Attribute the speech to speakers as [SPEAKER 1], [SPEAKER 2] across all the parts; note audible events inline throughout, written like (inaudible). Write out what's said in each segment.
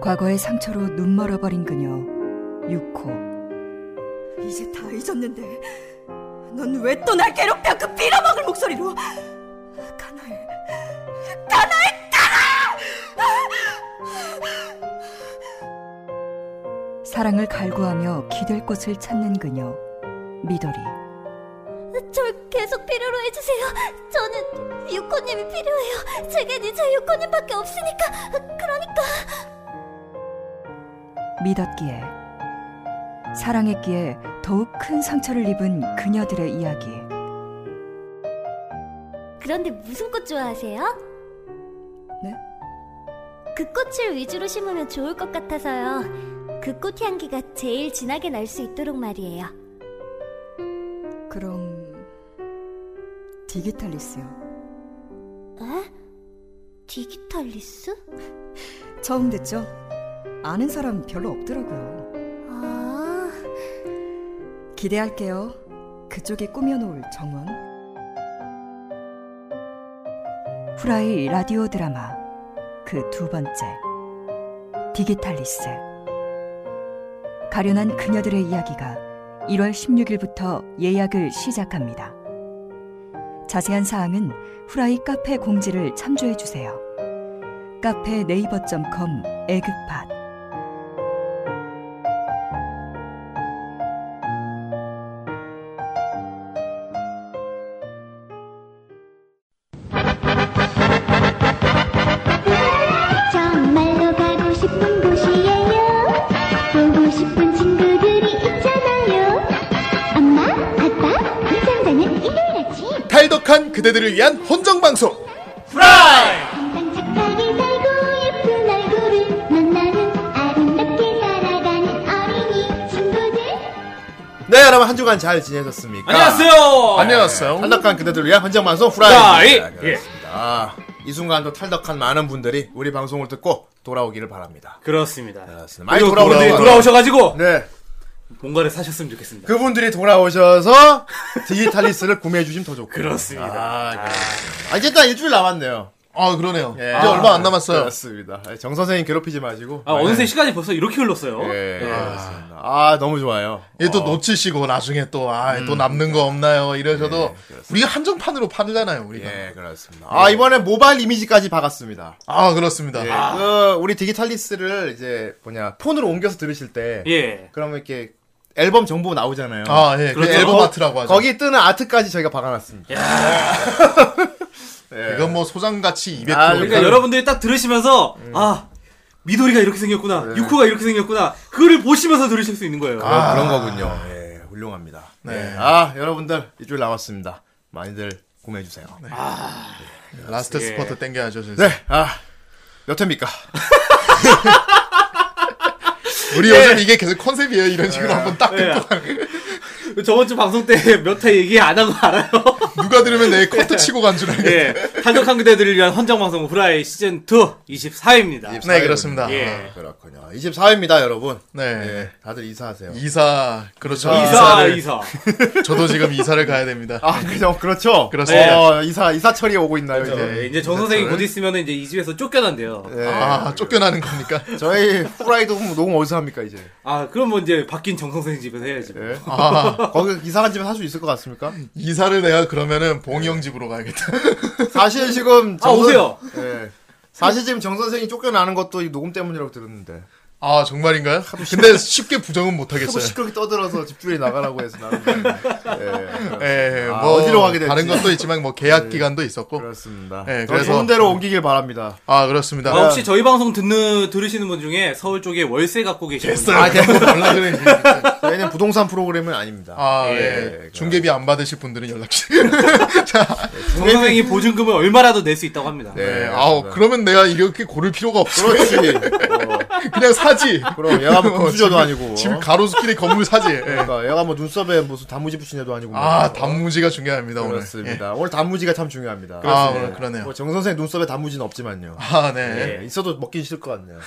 [SPEAKER 1] 과거의 상처로 눈 멀어버린 그녀 유코
[SPEAKER 2] 이제 다 잊었는데 넌 왜 또 날 괴롭혀 그 빌어먹을 목소리로 가나에 가나에
[SPEAKER 1] 사랑을 갈구하며 기댈 곳을 찾는 그녀 미도리
[SPEAKER 3] 절 계속 필요로 해주세요. 저는 유코님이 필요해요. 제겐 이제 유코님밖에 없으니까. 그러니까
[SPEAKER 1] 믿었기에 사랑했기에 더욱 큰 상처를 입은 그녀들의 이야기
[SPEAKER 3] 그런데 무슨 꽃 좋아하세요?
[SPEAKER 1] 네?
[SPEAKER 3] 그 꽃을 위주로 심으면 좋을 것 같아서요. 그 꽃 향기가 제일 진하게 날 수 있도록 말이에요.
[SPEAKER 1] 그럼 디기탈리스요
[SPEAKER 3] 에? 디기탈리스?
[SPEAKER 1] 처음 듣죠? 아는 사람 별로 없더라고요
[SPEAKER 3] 아,
[SPEAKER 1] 기대할게요 그쪽이 꾸며놓을 정원 후라이 라디오 드라마 그 두 번째 디기탈리스 가련한 그녀들의 이야기가 1월 16일부터 예약을 시작합니다. 자세한 사항은 후라이 카페 공지를 참조해 주세요. 카페 네이버 c o m 애급팟
[SPEAKER 4] 정말로 가고 싶은 곳이에요. 보고 싶은 친구들이 있잖아요. 엄마, 아빠, 이상자는 일요일 아침
[SPEAKER 5] 탈덕한 그대들을 위한 혼정 방송.
[SPEAKER 4] 당당 착하게 살고 예쁜 얼굴을 만나는 아름답게 살아가는 어린이 친구들.
[SPEAKER 5] 네, 여러분 한 주간 잘 지내셨습니까?
[SPEAKER 6] 안녕하세요.
[SPEAKER 5] 안녕하세요. 탈덕한 그대들을 위한 혼정 방송 후라이. 네,
[SPEAKER 6] 후라이.
[SPEAKER 5] 그렇습니다. 이 순간도 탈덕한 많은 분들이 우리 방송을 듣고 돌아오기를 바랍니다.
[SPEAKER 6] 네. 그렇습니다.
[SPEAKER 5] 그렇습니다. 많이
[SPEAKER 6] 많이 돌아분들이
[SPEAKER 5] 돌아오셔서-
[SPEAKER 6] 돌아오셔가지고
[SPEAKER 5] 네.
[SPEAKER 6] 뭔가를 사셨으면 좋겠습니다.
[SPEAKER 5] 그분들이 돌아오셔서 디지털리스를 (laughs) 구매해 주시면 더 좋고.
[SPEAKER 6] 그렇습니다.
[SPEAKER 5] 아, 아, 이제 딱 일주일 남았네요.
[SPEAKER 7] 아 그러네요.
[SPEAKER 5] 예.
[SPEAKER 7] 이제 얼마 안 남았어요.
[SPEAKER 5] 그렇습니다. 정 선생님 괴롭히지 마시고.
[SPEAKER 6] 아, 어느새 시간이 벌써 이렇게 흘렀어요.
[SPEAKER 5] 예.
[SPEAKER 6] 네.
[SPEAKER 5] 그렇습니다. 아, 너무 좋아요. 어. 음.
[SPEAKER 7] 얘 또 놓치시고 나중에 또 아 또 남는 거 없나요 이러셔도 우리가 한정판으로 팔잖아요 우리가.
[SPEAKER 5] 예, 그렇습니다. 아, 이번에 모바일 이미지까지 박았습니다.
[SPEAKER 7] 아 그렇습니다.
[SPEAKER 5] 예,
[SPEAKER 7] 아,
[SPEAKER 5] 그 우리 디지털리스를 이제 뭐냐 폰으로 옮겨서 들으실 때
[SPEAKER 6] 예.
[SPEAKER 5] 그러면 이렇게 앨범 정보 나오잖아요.
[SPEAKER 7] 아, 예, 그
[SPEAKER 6] 그렇죠.
[SPEAKER 7] 앨범 아트라고 하죠.
[SPEAKER 5] 거기 뜨는 아트까지 저희가 박아놨습니다.
[SPEAKER 6] 예,
[SPEAKER 7] 이건 뭐 소장 가치 200%.
[SPEAKER 5] 아,
[SPEAKER 6] 그러니까 여러분들이 딱 들으시면서 아 미도리가 이렇게 생겼구나, 유코가 이렇게 생겼구나, 그거를 보시면서 들으실 수 있는 거예요.
[SPEAKER 5] 아, 그런 거군요. 예, 훌륭합니다.
[SPEAKER 7] 네.
[SPEAKER 5] 예, 아 여러분들 일주일 남았습니다. 많이들 구매해 주세요. 네.
[SPEAKER 7] 라스트
[SPEAKER 6] 예.
[SPEAKER 7] 스퍼트 땡겨야죠. 진짜.
[SPEAKER 5] 그렇죠. 네, 아몇
[SPEAKER 7] (laughs)
[SPEAKER 5] 회입니까?
[SPEAKER 7] 우리 요즘 이게 계속 컨셉이에요. 이런 식으로 한번 딱
[SPEAKER 6] 예. (laughs) 저번 주 방송 때 (laughs) 몇 회 얘기 안 한 거 (laughs) 알아요?
[SPEAKER 7] 누가
[SPEAKER 5] (laughs)
[SPEAKER 7] 들으면 내 커트 치고 간 줄 알게.
[SPEAKER 6] 예. 탄덕한 그대들을 위한 헌정 방송 후라이 시즌 2 24회입니다.
[SPEAKER 7] 네 그렇습니다.
[SPEAKER 6] 예.
[SPEAKER 5] 아, 그렇군요. 24회입니다, 여러분.
[SPEAKER 7] 네.
[SPEAKER 5] 예, 다들 이사하세요.
[SPEAKER 7] 이사 그렇죠.
[SPEAKER 6] 이사 이사.
[SPEAKER 7] 저도 지금 이사를 가야 됩니다.
[SPEAKER 5] 아, 그죠, 그렇죠.
[SPEAKER 7] 그렇습니다. 그렇죠.
[SPEAKER 5] 어, 이사 이사철이 오고 있나요
[SPEAKER 6] 예,
[SPEAKER 5] 이제?
[SPEAKER 6] 이제 정 선생이 곧 있으면 이제 이 집에서 쫓겨난대요.
[SPEAKER 5] 예.
[SPEAKER 7] 아 쫓겨나는 겁니까?
[SPEAKER 5] 저희 후라이도 녹음 어디서 합니까 이제?
[SPEAKER 6] 아, 그럼 뭐 이제 바뀐 정 선생 집에서 해야지.
[SPEAKER 5] 예.
[SPEAKER 7] 아
[SPEAKER 5] (laughs) 거기 이사간 집에 살 수 있을 것 같습니까?
[SPEAKER 7] 이사를 내가 그러면은 봉이 형 집으로 가야겠다.
[SPEAKER 5] 사실 지금
[SPEAKER 6] 아, 오세요.
[SPEAKER 5] 예. 사실 지금 정 선생이 쫓겨나는 것도 이 녹음 때문이라고 들었는데
[SPEAKER 7] 아 정말인가요? 근데 쉽게 부정은 못
[SPEAKER 5] 하고
[SPEAKER 7] 하겠어요.
[SPEAKER 5] 뭐 시끄럽게 떠들어서 집주인이 나가라고 해서 나는 거예요. 예.
[SPEAKER 7] 예,
[SPEAKER 5] 아,
[SPEAKER 7] 뭐
[SPEAKER 5] 어디로 가게 됐지? 네.
[SPEAKER 7] 다른 것도 있지만 뭐 계약 기간도 있었고.
[SPEAKER 5] 그렇습니다.
[SPEAKER 7] 예,
[SPEAKER 5] 저희
[SPEAKER 7] 그래서-
[SPEAKER 5] 손대로 옮기길 바랍니다.
[SPEAKER 7] 아 그렇습니다.
[SPEAKER 6] 아, 혹시 저희 방송 듣는 들으시는 분 중에 서울 쪽에 월세 갖고 계시는 분
[SPEAKER 7] 아, 그런 거 연락을 해.
[SPEAKER 5] 저희는 부동산 프로그램은 아닙니다.
[SPEAKER 7] 아, 예.
[SPEAKER 5] 예,
[SPEAKER 7] 중개비 안 받으실 분들은 연락 주세요.
[SPEAKER 6] 정 선생이 보증금을 얼마라도 낼 수 있다고 합니다.
[SPEAKER 5] 네,
[SPEAKER 7] 예, 아우, 그러면 내가 이렇게 고를 필요가 없어. (laughs)
[SPEAKER 5] 그렇지. 어,
[SPEAKER 7] 그냥 사지.
[SPEAKER 5] 그럼 얘가
[SPEAKER 7] (laughs)
[SPEAKER 5] 뭐 금수저도
[SPEAKER 7] 지금-
[SPEAKER 5] 아니고.
[SPEAKER 7] 지금 가로수길에 건물 사지. 예.
[SPEAKER 5] 그러니까 얘가 뭐 눈썹에 무슨 단무지 붙인 애도 아니고.
[SPEAKER 7] 아,
[SPEAKER 5] 뭐.
[SPEAKER 7] 단무지가 중요합니다, 오늘.
[SPEAKER 5] 그렇습니다. 오늘 단무지가 참 중요합니다. 뭐
[SPEAKER 7] 예. 아, 오늘 그러네요.
[SPEAKER 5] 정 선생 눈썹에 단무지는 없지만요.
[SPEAKER 7] 아, 네.
[SPEAKER 5] 예, 있어도 먹긴 싫을 것 같네요.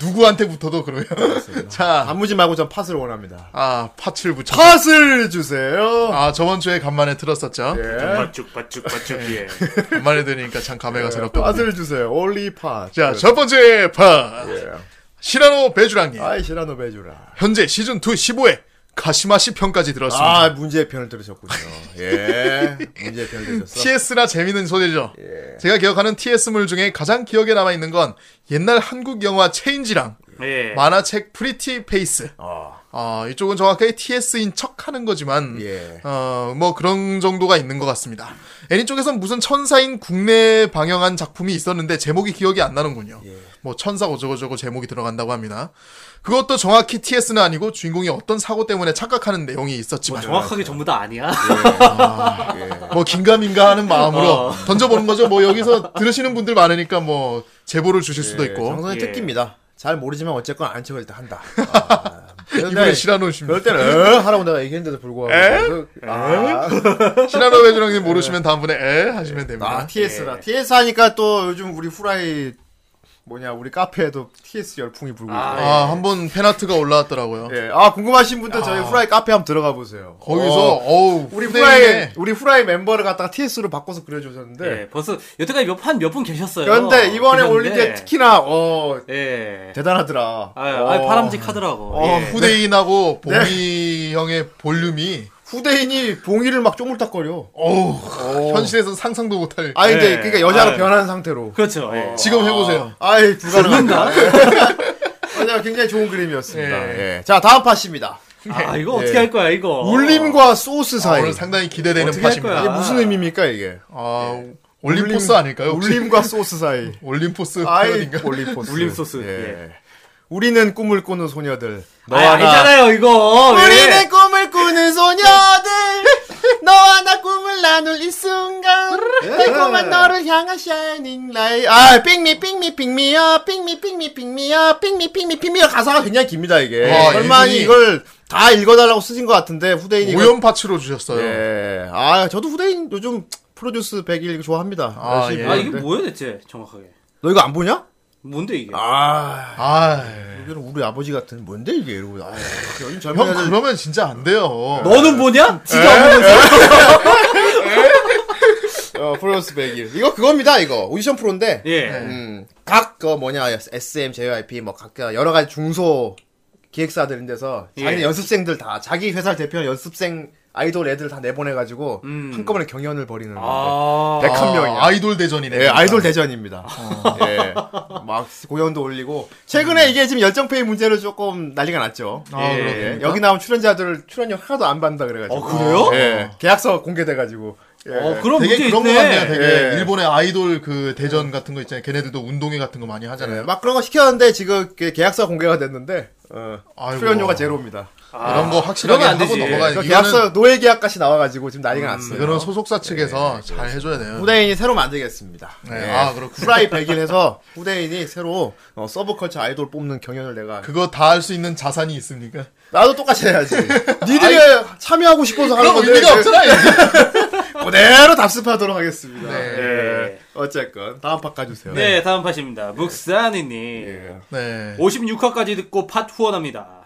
[SPEAKER 7] 누구한테 붙어도 그래요. (laughs) 자,
[SPEAKER 5] 단무지 말고 전 팥을 원합니다.
[SPEAKER 7] 아, 팥을 붙여.
[SPEAKER 5] 팥을 주세요. 예.
[SPEAKER 7] 아, 저번 주에 간만에 들었었죠. 네.
[SPEAKER 6] 바쭉 바쭉 바쭉
[SPEAKER 7] (laughs)
[SPEAKER 6] 예.
[SPEAKER 5] 예.
[SPEAKER 7] 간만에 들으니까 참 감회가 새롭다.
[SPEAKER 5] 그 팥을 주세요. 올리 팥.
[SPEAKER 7] 자, 첫 번째 팥. 시라노 베주랑님
[SPEAKER 5] 예. 아이 시라노 베주라.
[SPEAKER 7] 현재 시즌 2 15회 가시마시 편까지 들었습니다.
[SPEAKER 5] 아 문제의 편을 들으셨군요.
[SPEAKER 7] (laughs)
[SPEAKER 5] 예, 문제의 편을 들으셨어. 예.
[SPEAKER 7] TS나 재밌는 소재죠. 제가 기억하는 TS물 중에 가장 기억에 남아 있는 건 옛날 한국 영화 체인지랑
[SPEAKER 6] 예.
[SPEAKER 7] 만화책 프리티 페이스.
[SPEAKER 5] 아,
[SPEAKER 7] 어, 이쪽은 정확하게 TS인 척 하는 거지만,
[SPEAKER 5] 예.
[SPEAKER 7] 어, 뭐 그런 정도가 있는 것 같습니다. 애니 쪽에선 무슨 천사인 국내 방영한 작품이 있었는데 제목이 기억이 안 나는군요.
[SPEAKER 6] 예.
[SPEAKER 7] 뭐 천사 어쩌고저쩌고 제목이 들어간다고 합니다. 그것도 정확히 TS는 아니고 주인공이 어떤 사고 때문에 착각하는 내용이 있었지만.
[SPEAKER 6] 뭐 정확하게 전부 다 아니야.
[SPEAKER 5] 예.
[SPEAKER 7] 뭐 긴가민가 하는 마음으로
[SPEAKER 5] 어.
[SPEAKER 7] 던져보는 거죠. 뭐 여기서 들으시는 분들 많으니까 뭐 제보를 주실 수도 있고.
[SPEAKER 5] 정선의
[SPEAKER 6] 예.
[SPEAKER 5] 특기입니다. 잘 모르지만 어쨌건 안 치고 일단
[SPEAKER 7] (laughs)
[SPEAKER 5] 한다. 아,
[SPEAKER 7] 이번에
[SPEAKER 5] 그런데 그럴
[SPEAKER 7] 시라노십니다.
[SPEAKER 5] 때는 에? 하라고 내가 얘기했는데도 불구하고 그래서, 아, (laughs)
[SPEAKER 7] 시라노 배주랑님 모르시면 다음번에 에 하시면 됩니다.
[SPEAKER 5] 네. 아
[SPEAKER 7] 예.
[SPEAKER 5] TS라 TS 하니까 또 요즘 우리 후라이 뭐냐 우리 카페에도 TS 열풍이 불고 있고
[SPEAKER 6] 아,
[SPEAKER 7] 아, 한 번 팬아트가 올라왔더라고요.
[SPEAKER 5] 예. 아 궁금하신 분들 저희 후라이 카페 한번 들어가 보세요.
[SPEAKER 7] 거기서
[SPEAKER 5] 어,
[SPEAKER 7] 어우
[SPEAKER 5] 우리 후라이
[SPEAKER 7] 후대인의
[SPEAKER 5] 우리 후라이 멤버를 갖다가 TS로 바꿔서 그려주셨는데
[SPEAKER 6] 예, 벌써 여태까지 몇 판 몇 분 계셨어요.
[SPEAKER 5] 네. 그런데 이번에
[SPEAKER 6] 계셨는데,
[SPEAKER 5] 올린 게 특히나 어
[SPEAKER 6] 예.
[SPEAKER 5] 대단하더라.
[SPEAKER 6] 아,
[SPEAKER 5] 어,
[SPEAKER 6] 아 바람직하더라고.
[SPEAKER 5] 어,
[SPEAKER 6] 예.
[SPEAKER 7] 후대인하고
[SPEAKER 5] 네.
[SPEAKER 7] 봉이 형의 볼륨이
[SPEAKER 5] 후대인이 봉이를 막 쪼물딱거려.
[SPEAKER 7] 어우 현실에선 상상도 못할
[SPEAKER 5] 아 근데
[SPEAKER 6] 네.
[SPEAKER 5] 그러니까 여자로
[SPEAKER 6] 아.
[SPEAKER 5] 변한 상태로.
[SPEAKER 6] 그렇죠. 예.
[SPEAKER 5] 어.
[SPEAKER 7] 지금 해보세요.
[SPEAKER 5] 아이 (laughs) 불가능한가? 왜냐면 굉장히 좋은 그림이었습니다.
[SPEAKER 6] 네.
[SPEAKER 5] 예. 자 다음 팟입니다.
[SPEAKER 6] 아 이거
[SPEAKER 5] 예.
[SPEAKER 6] 어떻게 할 거야 이거.
[SPEAKER 5] 울림과 소스
[SPEAKER 7] 아,
[SPEAKER 5] 사이.
[SPEAKER 7] 오늘 상당히 기대되는
[SPEAKER 6] 어떻게 할
[SPEAKER 7] 팟입니다.
[SPEAKER 5] 이게
[SPEAKER 6] 거야?
[SPEAKER 5] 무슨 의미입니까 이게?
[SPEAKER 7] 아 올림포스 아닐까요? 혹시?
[SPEAKER 5] 울림과 예. 소스 사이.
[SPEAKER 7] (laughs) 올림포스
[SPEAKER 5] 아이
[SPEAKER 7] 표현인가?
[SPEAKER 5] 올림포스. 예.
[SPEAKER 6] 울림 소스, 예.
[SPEAKER 5] 우리는 꿈을 꾸는 소녀들.
[SPEAKER 6] 아, 아니잖아요 예. 이거.
[SPEAKER 5] 우리는 꿈을 꾸는
[SPEAKER 6] (laughs)
[SPEAKER 5] 소녀들. 너와 나 꿈을 나눌 이 순간.
[SPEAKER 6] 예.
[SPEAKER 5] 달콤한 너를 향한 shining light. 아, 핑미 핑미 핑미야, 핑미 핑미 핑미야, 핑미 핑미 핑미야 가사가 굉장히 깁니다 이게.
[SPEAKER 7] 아,
[SPEAKER 5] 얼마
[SPEAKER 7] 이분이-
[SPEAKER 5] 이걸 다 읽어달라고 쓰신 것 같은데 후대인이. 이걸-
[SPEAKER 7] 오연 파츠로 주셨어요.
[SPEAKER 5] 예. 아, 저도 후대인 요즘 프로듀스 101 좋아합니다.
[SPEAKER 7] 아,
[SPEAKER 5] 열심히
[SPEAKER 7] 예.
[SPEAKER 6] 아 이게
[SPEAKER 5] 보는데.
[SPEAKER 6] 뭐야 대체 정확하게.
[SPEAKER 5] 너 이거 안 보냐?
[SPEAKER 6] 뭔데 이게?
[SPEAKER 5] 아,
[SPEAKER 7] 아
[SPEAKER 5] 이거는 우리 아버지 같은 뭔데 이게 이러고 아, 요즘 젊은
[SPEAKER 7] 형
[SPEAKER 5] 애들
[SPEAKER 7] 그러면 진짜 안 돼요.
[SPEAKER 6] 너는 뭐냐? 지가
[SPEAKER 5] 네.
[SPEAKER 6] 없는 거지.
[SPEAKER 5] 어, 프로듀스 101 이거 그겁니다 이거 오디션 프로인데
[SPEAKER 6] 예.
[SPEAKER 5] 음각그 뭐냐 SM JYP 뭐 각 여러 가지 중소 기획사들인데서 자기
[SPEAKER 6] 예.
[SPEAKER 5] 연습생들 다 자기 회사를 대표하는 연습생 아이돌 애들 다 내보내가지고
[SPEAKER 6] 음.
[SPEAKER 5] 한꺼번에 경연을 벌이는
[SPEAKER 6] 아.
[SPEAKER 5] 건데. 백한 명이야.
[SPEAKER 7] 아, 아이돌 대전이네. 어.
[SPEAKER 5] 예, 아이돌 대전입니다. 예. 막 공연도 올리고 최근에 이게 지금 열정페이 문제로 조금 난리가 났죠.
[SPEAKER 7] 아,
[SPEAKER 6] 예.
[SPEAKER 5] 예,
[SPEAKER 7] 그렇군요.
[SPEAKER 5] 여기 나온 출연자들 출연료 하나도 안 받는다 그래가지고.
[SPEAKER 6] 어 그래요?
[SPEAKER 5] 예. 계약서 공개돼가지고. 예.
[SPEAKER 6] 어 그런 문제
[SPEAKER 7] 되게
[SPEAKER 6] 있네.
[SPEAKER 7] 그런 거 같네요. 되게
[SPEAKER 5] 예.
[SPEAKER 7] 일본의 아이돌 그 대전 같은 거 있잖아요. 걔네들도 운동회 같은 거 많이
[SPEAKER 5] 예,
[SPEAKER 7] 하잖아요.
[SPEAKER 5] 막 그런 거 시켰는데 지금 그 계약서 공개가 됐는데 어,
[SPEAKER 7] 아이고.
[SPEAKER 5] 출연료가 제로입니다.
[SPEAKER 7] 이런 거 확실하게
[SPEAKER 6] 그러면 안
[SPEAKER 7] 하고
[SPEAKER 6] 되지.
[SPEAKER 7] 넘어가야
[SPEAKER 5] 그
[SPEAKER 7] 돼.
[SPEAKER 5] 계약서 노예 계약까지 나와가지고 지금 난리가 났어요.
[SPEAKER 7] 이거는 음, 소속사 측에서 잘 해줘야 돼요.
[SPEAKER 5] 후대인이 새로 만들겠습니다.
[SPEAKER 7] 네,
[SPEAKER 5] 예.
[SPEAKER 7] 아, 그렇군요.
[SPEAKER 5] 후라이 100일 해서 후대인이 새로 어, 서브컬처 아이돌 뽑는 경연을 내가
[SPEAKER 7] 그거 다 할 수 있는 자산이 있습니까?
[SPEAKER 5] 나도 똑같이 해야지.
[SPEAKER 7] (laughs)
[SPEAKER 5] 니들이 참여하고 싶어서 하는
[SPEAKER 7] 그럼
[SPEAKER 5] 건데
[SPEAKER 7] 의미가
[SPEAKER 5] 이제
[SPEAKER 7] 없잖아요.
[SPEAKER 5] 그대로 답습하도록 하겠습니다.
[SPEAKER 6] 네.
[SPEAKER 5] 예. 어쨌건 다음 팟 가주세요.
[SPEAKER 6] 네 다음 팟입니다. 묵사니님.
[SPEAKER 5] 예.
[SPEAKER 7] (laughs) 네.
[SPEAKER 6] 56화까지 듣고 팟 후원합니다.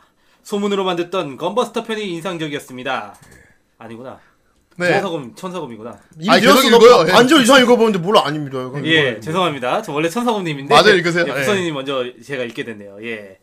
[SPEAKER 6] 소문으로만 듣던 건버스터 편이 인상적이었습니다. 아니구나.
[SPEAKER 7] 예. 네. 음,
[SPEAKER 6] 천사검, 천사검이구나.
[SPEAKER 5] 이미
[SPEAKER 7] 아니,
[SPEAKER 5] 뉴스
[SPEAKER 7] 계속 읽어요.
[SPEAKER 5] 너무
[SPEAKER 7] 예.
[SPEAKER 5] 반절 이상 읽어보는데 뭘 안 입니다. 이건
[SPEAKER 6] 뭐, 예,
[SPEAKER 5] 이거예요.
[SPEAKER 6] 죄송합니다. 저 원래 천사검님인데.
[SPEAKER 7] 맞아요, 읽으세요.
[SPEAKER 6] 예, 부선이님 먼저 제가 읽게 됐네요. 예.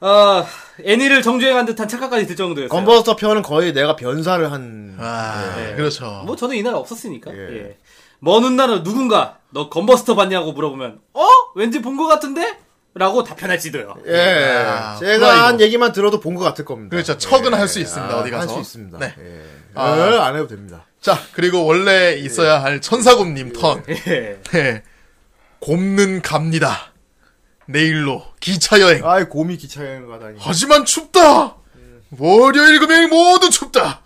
[SPEAKER 6] 어, 애니를 정주행한 듯한 착각까지 들 정도였어요.
[SPEAKER 5] 건버스터 편은 거의 내가 변사를 한.
[SPEAKER 7] 아,
[SPEAKER 6] 네.
[SPEAKER 7] 그렇죠.
[SPEAKER 6] 뭐 저는 이날 없었으니까.
[SPEAKER 5] 예.
[SPEAKER 6] 예. 먼 훗날은 누군가 너 건버스터 봤냐고 물어보면 어? 왠지 본 것 같은데? 라고 답변할지도요.
[SPEAKER 5] 예.
[SPEAKER 7] 아,
[SPEAKER 5] 제가 한
[SPEAKER 7] 후라이고.
[SPEAKER 5] 얘기만 들어도 본 것 같을 겁니다. 예. 아,
[SPEAKER 7] 그렇죠. 척은 할 수 있습니다. 어디 가서.
[SPEAKER 5] 할 수 있습니다.
[SPEAKER 7] 네.
[SPEAKER 5] 예.
[SPEAKER 7] 아.
[SPEAKER 5] 예, 안 해도 됩니다.
[SPEAKER 7] 자, 그리고 원래 있어야 할 천사곰님 턴.
[SPEAKER 6] 예.
[SPEAKER 7] 네. 곰는 갑니다. 내일로 기차 여행.
[SPEAKER 5] 아이 곰이 기차에 가다니.
[SPEAKER 7] 하지만 춥다. 월요일 금요일 모두 춥다.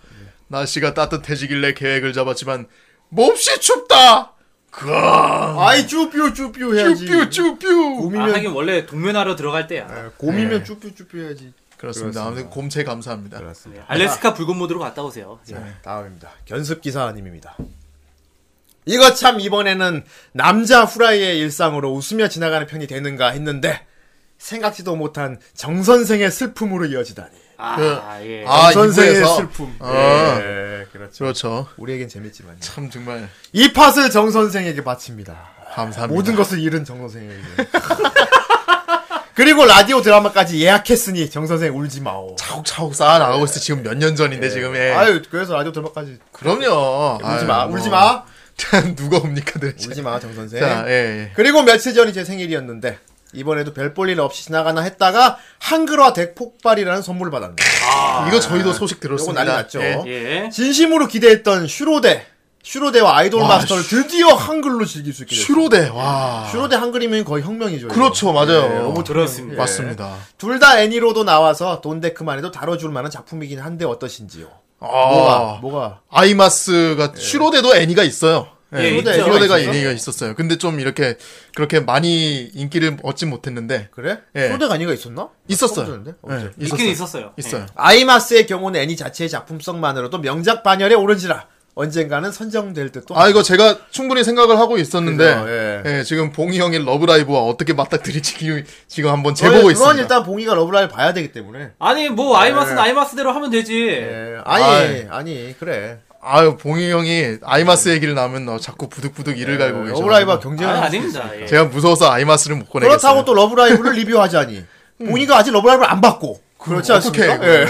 [SPEAKER 7] 날씨가 따뜻해지길래 계획을 잡았지만 몹시 춥다. 그아
[SPEAKER 5] 아이 쭈뾰 쭈뾰 해야지.
[SPEAKER 7] 쭈뾰 쭈뾰.
[SPEAKER 6] 아,
[SPEAKER 5] 곰이면
[SPEAKER 6] 하긴 원래 동면하러 들어갈 때야.
[SPEAKER 5] 예,
[SPEAKER 7] 네.
[SPEAKER 5] 곰이면 쭈뾰 쭈뾰 해야지.
[SPEAKER 7] 그렇습니다. 아무튼 곰체 감사합니다.
[SPEAKER 5] 그렇습니다.
[SPEAKER 6] 알래스카 붉은 모드로 갔다 오세요. 예.
[SPEAKER 5] 네,
[SPEAKER 7] 네.
[SPEAKER 5] 다음입니다. 견습 기사님입니다. 이거 참 이번에는 남자 후라이의 일상으로 웃으며 지나가는 편이 되는가 했는데 생각지도 못한 정 선생의 슬픔으로 이어지다니.
[SPEAKER 6] 아,
[SPEAKER 7] 그-
[SPEAKER 6] 예.
[SPEAKER 7] 아,
[SPEAKER 5] 정 네. 선생의
[SPEAKER 7] 이부에서?
[SPEAKER 5] 슬픔.
[SPEAKER 7] 아.
[SPEAKER 5] 예, 그렇죠.
[SPEAKER 7] 그렇죠.
[SPEAKER 5] 우리에겐 재밌지만 요
[SPEAKER 7] 참 정말
[SPEAKER 5] 이 팟을 정 선생에게 바칩니다.
[SPEAKER 7] 감사합니다.
[SPEAKER 5] 모든 것을 잃은 정 선생에게. (laughs) 그리고 라디오 드라마까지 예약했으니 정 선생 울지 마오.
[SPEAKER 7] 차곡차곡 쌓아 나가고 있어 지금 몇 년 전인데 지금 예.
[SPEAKER 5] 네.
[SPEAKER 7] 그렇죠.
[SPEAKER 5] 아유 그래서 라디오 드라마까지
[SPEAKER 7] 그럼요.
[SPEAKER 5] 울지 마,
[SPEAKER 7] 아유,
[SPEAKER 5] 울지
[SPEAKER 7] 뭐.
[SPEAKER 5] 마,
[SPEAKER 7] (laughs)
[SPEAKER 5] 네.
[SPEAKER 7] 누가 옵니까 도대체.
[SPEAKER 5] 울지 마, 정 선생.
[SPEAKER 7] 자, 예. 예.
[SPEAKER 5] 그리고 며칠 전이 제 생일이었는데 이번에도 별 볼 일 없이 지나가나 했다가 한글화 대폭발이라는 선물을 받았네.
[SPEAKER 7] 예. 이거 저희도 소식
[SPEAKER 5] 아, 요거
[SPEAKER 7] 들었습니다.
[SPEAKER 5] 난리 났죠.
[SPEAKER 7] 예.
[SPEAKER 6] 예.
[SPEAKER 5] 진심으로 기대했던 슈로데, 슈로데와 아이돌
[SPEAKER 7] 와,
[SPEAKER 5] 마스터를 드디어 한글로 즐길 수 있게 됐어요.
[SPEAKER 7] 슈로데 와.
[SPEAKER 5] 슈로데 한글이면 거의 혁명이죠. 이거.
[SPEAKER 7] 그렇죠, 맞아요.
[SPEAKER 5] 예, 너무
[SPEAKER 6] 그렇습니다.
[SPEAKER 7] 예. 맞습니다.
[SPEAKER 5] 둘 다 애니로도 나와서 돈데크만 해도 다뤄줄 만한 작품이긴 한데 어떠신지요?
[SPEAKER 7] 아,
[SPEAKER 5] 뭐가 뭐가
[SPEAKER 7] 아이마스가 슈로데도 애니가 있어요.
[SPEAKER 6] 예,
[SPEAKER 7] 슈로데,
[SPEAKER 6] 있죠.
[SPEAKER 7] 슈로데가
[SPEAKER 5] 있어요?
[SPEAKER 7] 애니가 있었어요. 근데 좀 이렇게 그렇게 많이 인기를 얻지 못했는데
[SPEAKER 5] 그래?
[SPEAKER 7] 예.
[SPEAKER 5] 슈로데가 아니가 있었나?
[SPEAKER 7] 있었어요.
[SPEAKER 5] 처음 들었는데?
[SPEAKER 7] 예,
[SPEAKER 5] 어째?
[SPEAKER 6] 있긴 있었어요.
[SPEAKER 7] 있어요.
[SPEAKER 6] 예.
[SPEAKER 5] 아이마스의 경우는 애니 자체의 작품성만으로도 명작 반열에 오른지라 언젠가는 선정될 듯도.
[SPEAKER 7] 아 이거 제가 충분히 생각을 하고 있었는데
[SPEAKER 5] 그죠, 예.
[SPEAKER 7] 예, 지금 봉이 형의 러브라이브와 어떻게 맞닥뜨릴지 지금- (laughs) 지금 한번 재보고 있습니다.
[SPEAKER 5] 어, 예, 그건 일단 봉이가 러브라이브 봐야 되기 때문에.
[SPEAKER 6] 아니 뭐 아이마스는 아이마스대로 하면 되지.
[SPEAKER 5] 예. 아니
[SPEAKER 7] 아이.
[SPEAKER 5] 아니 그래.
[SPEAKER 7] 아유 봉이 형이 아이마스 얘기를 나면 어, 자꾸 부득부득 이를 갈고 계셔.
[SPEAKER 5] 예, 러브라이브와 경쟁을
[SPEAKER 6] 아,
[SPEAKER 5] 할 수-
[SPEAKER 6] 아닙니다. 예.
[SPEAKER 7] 제가 무서워서 아이마스를 못 꺼내겠어요.
[SPEAKER 5] 그렇다고 또 러브라이브를
[SPEAKER 7] (laughs)
[SPEAKER 5] 리뷰하자니 봉이가 아직 러브라이브를 안 봤고 그렇지
[SPEAKER 7] 음. 어떡해,
[SPEAKER 5] 않습니까? 예.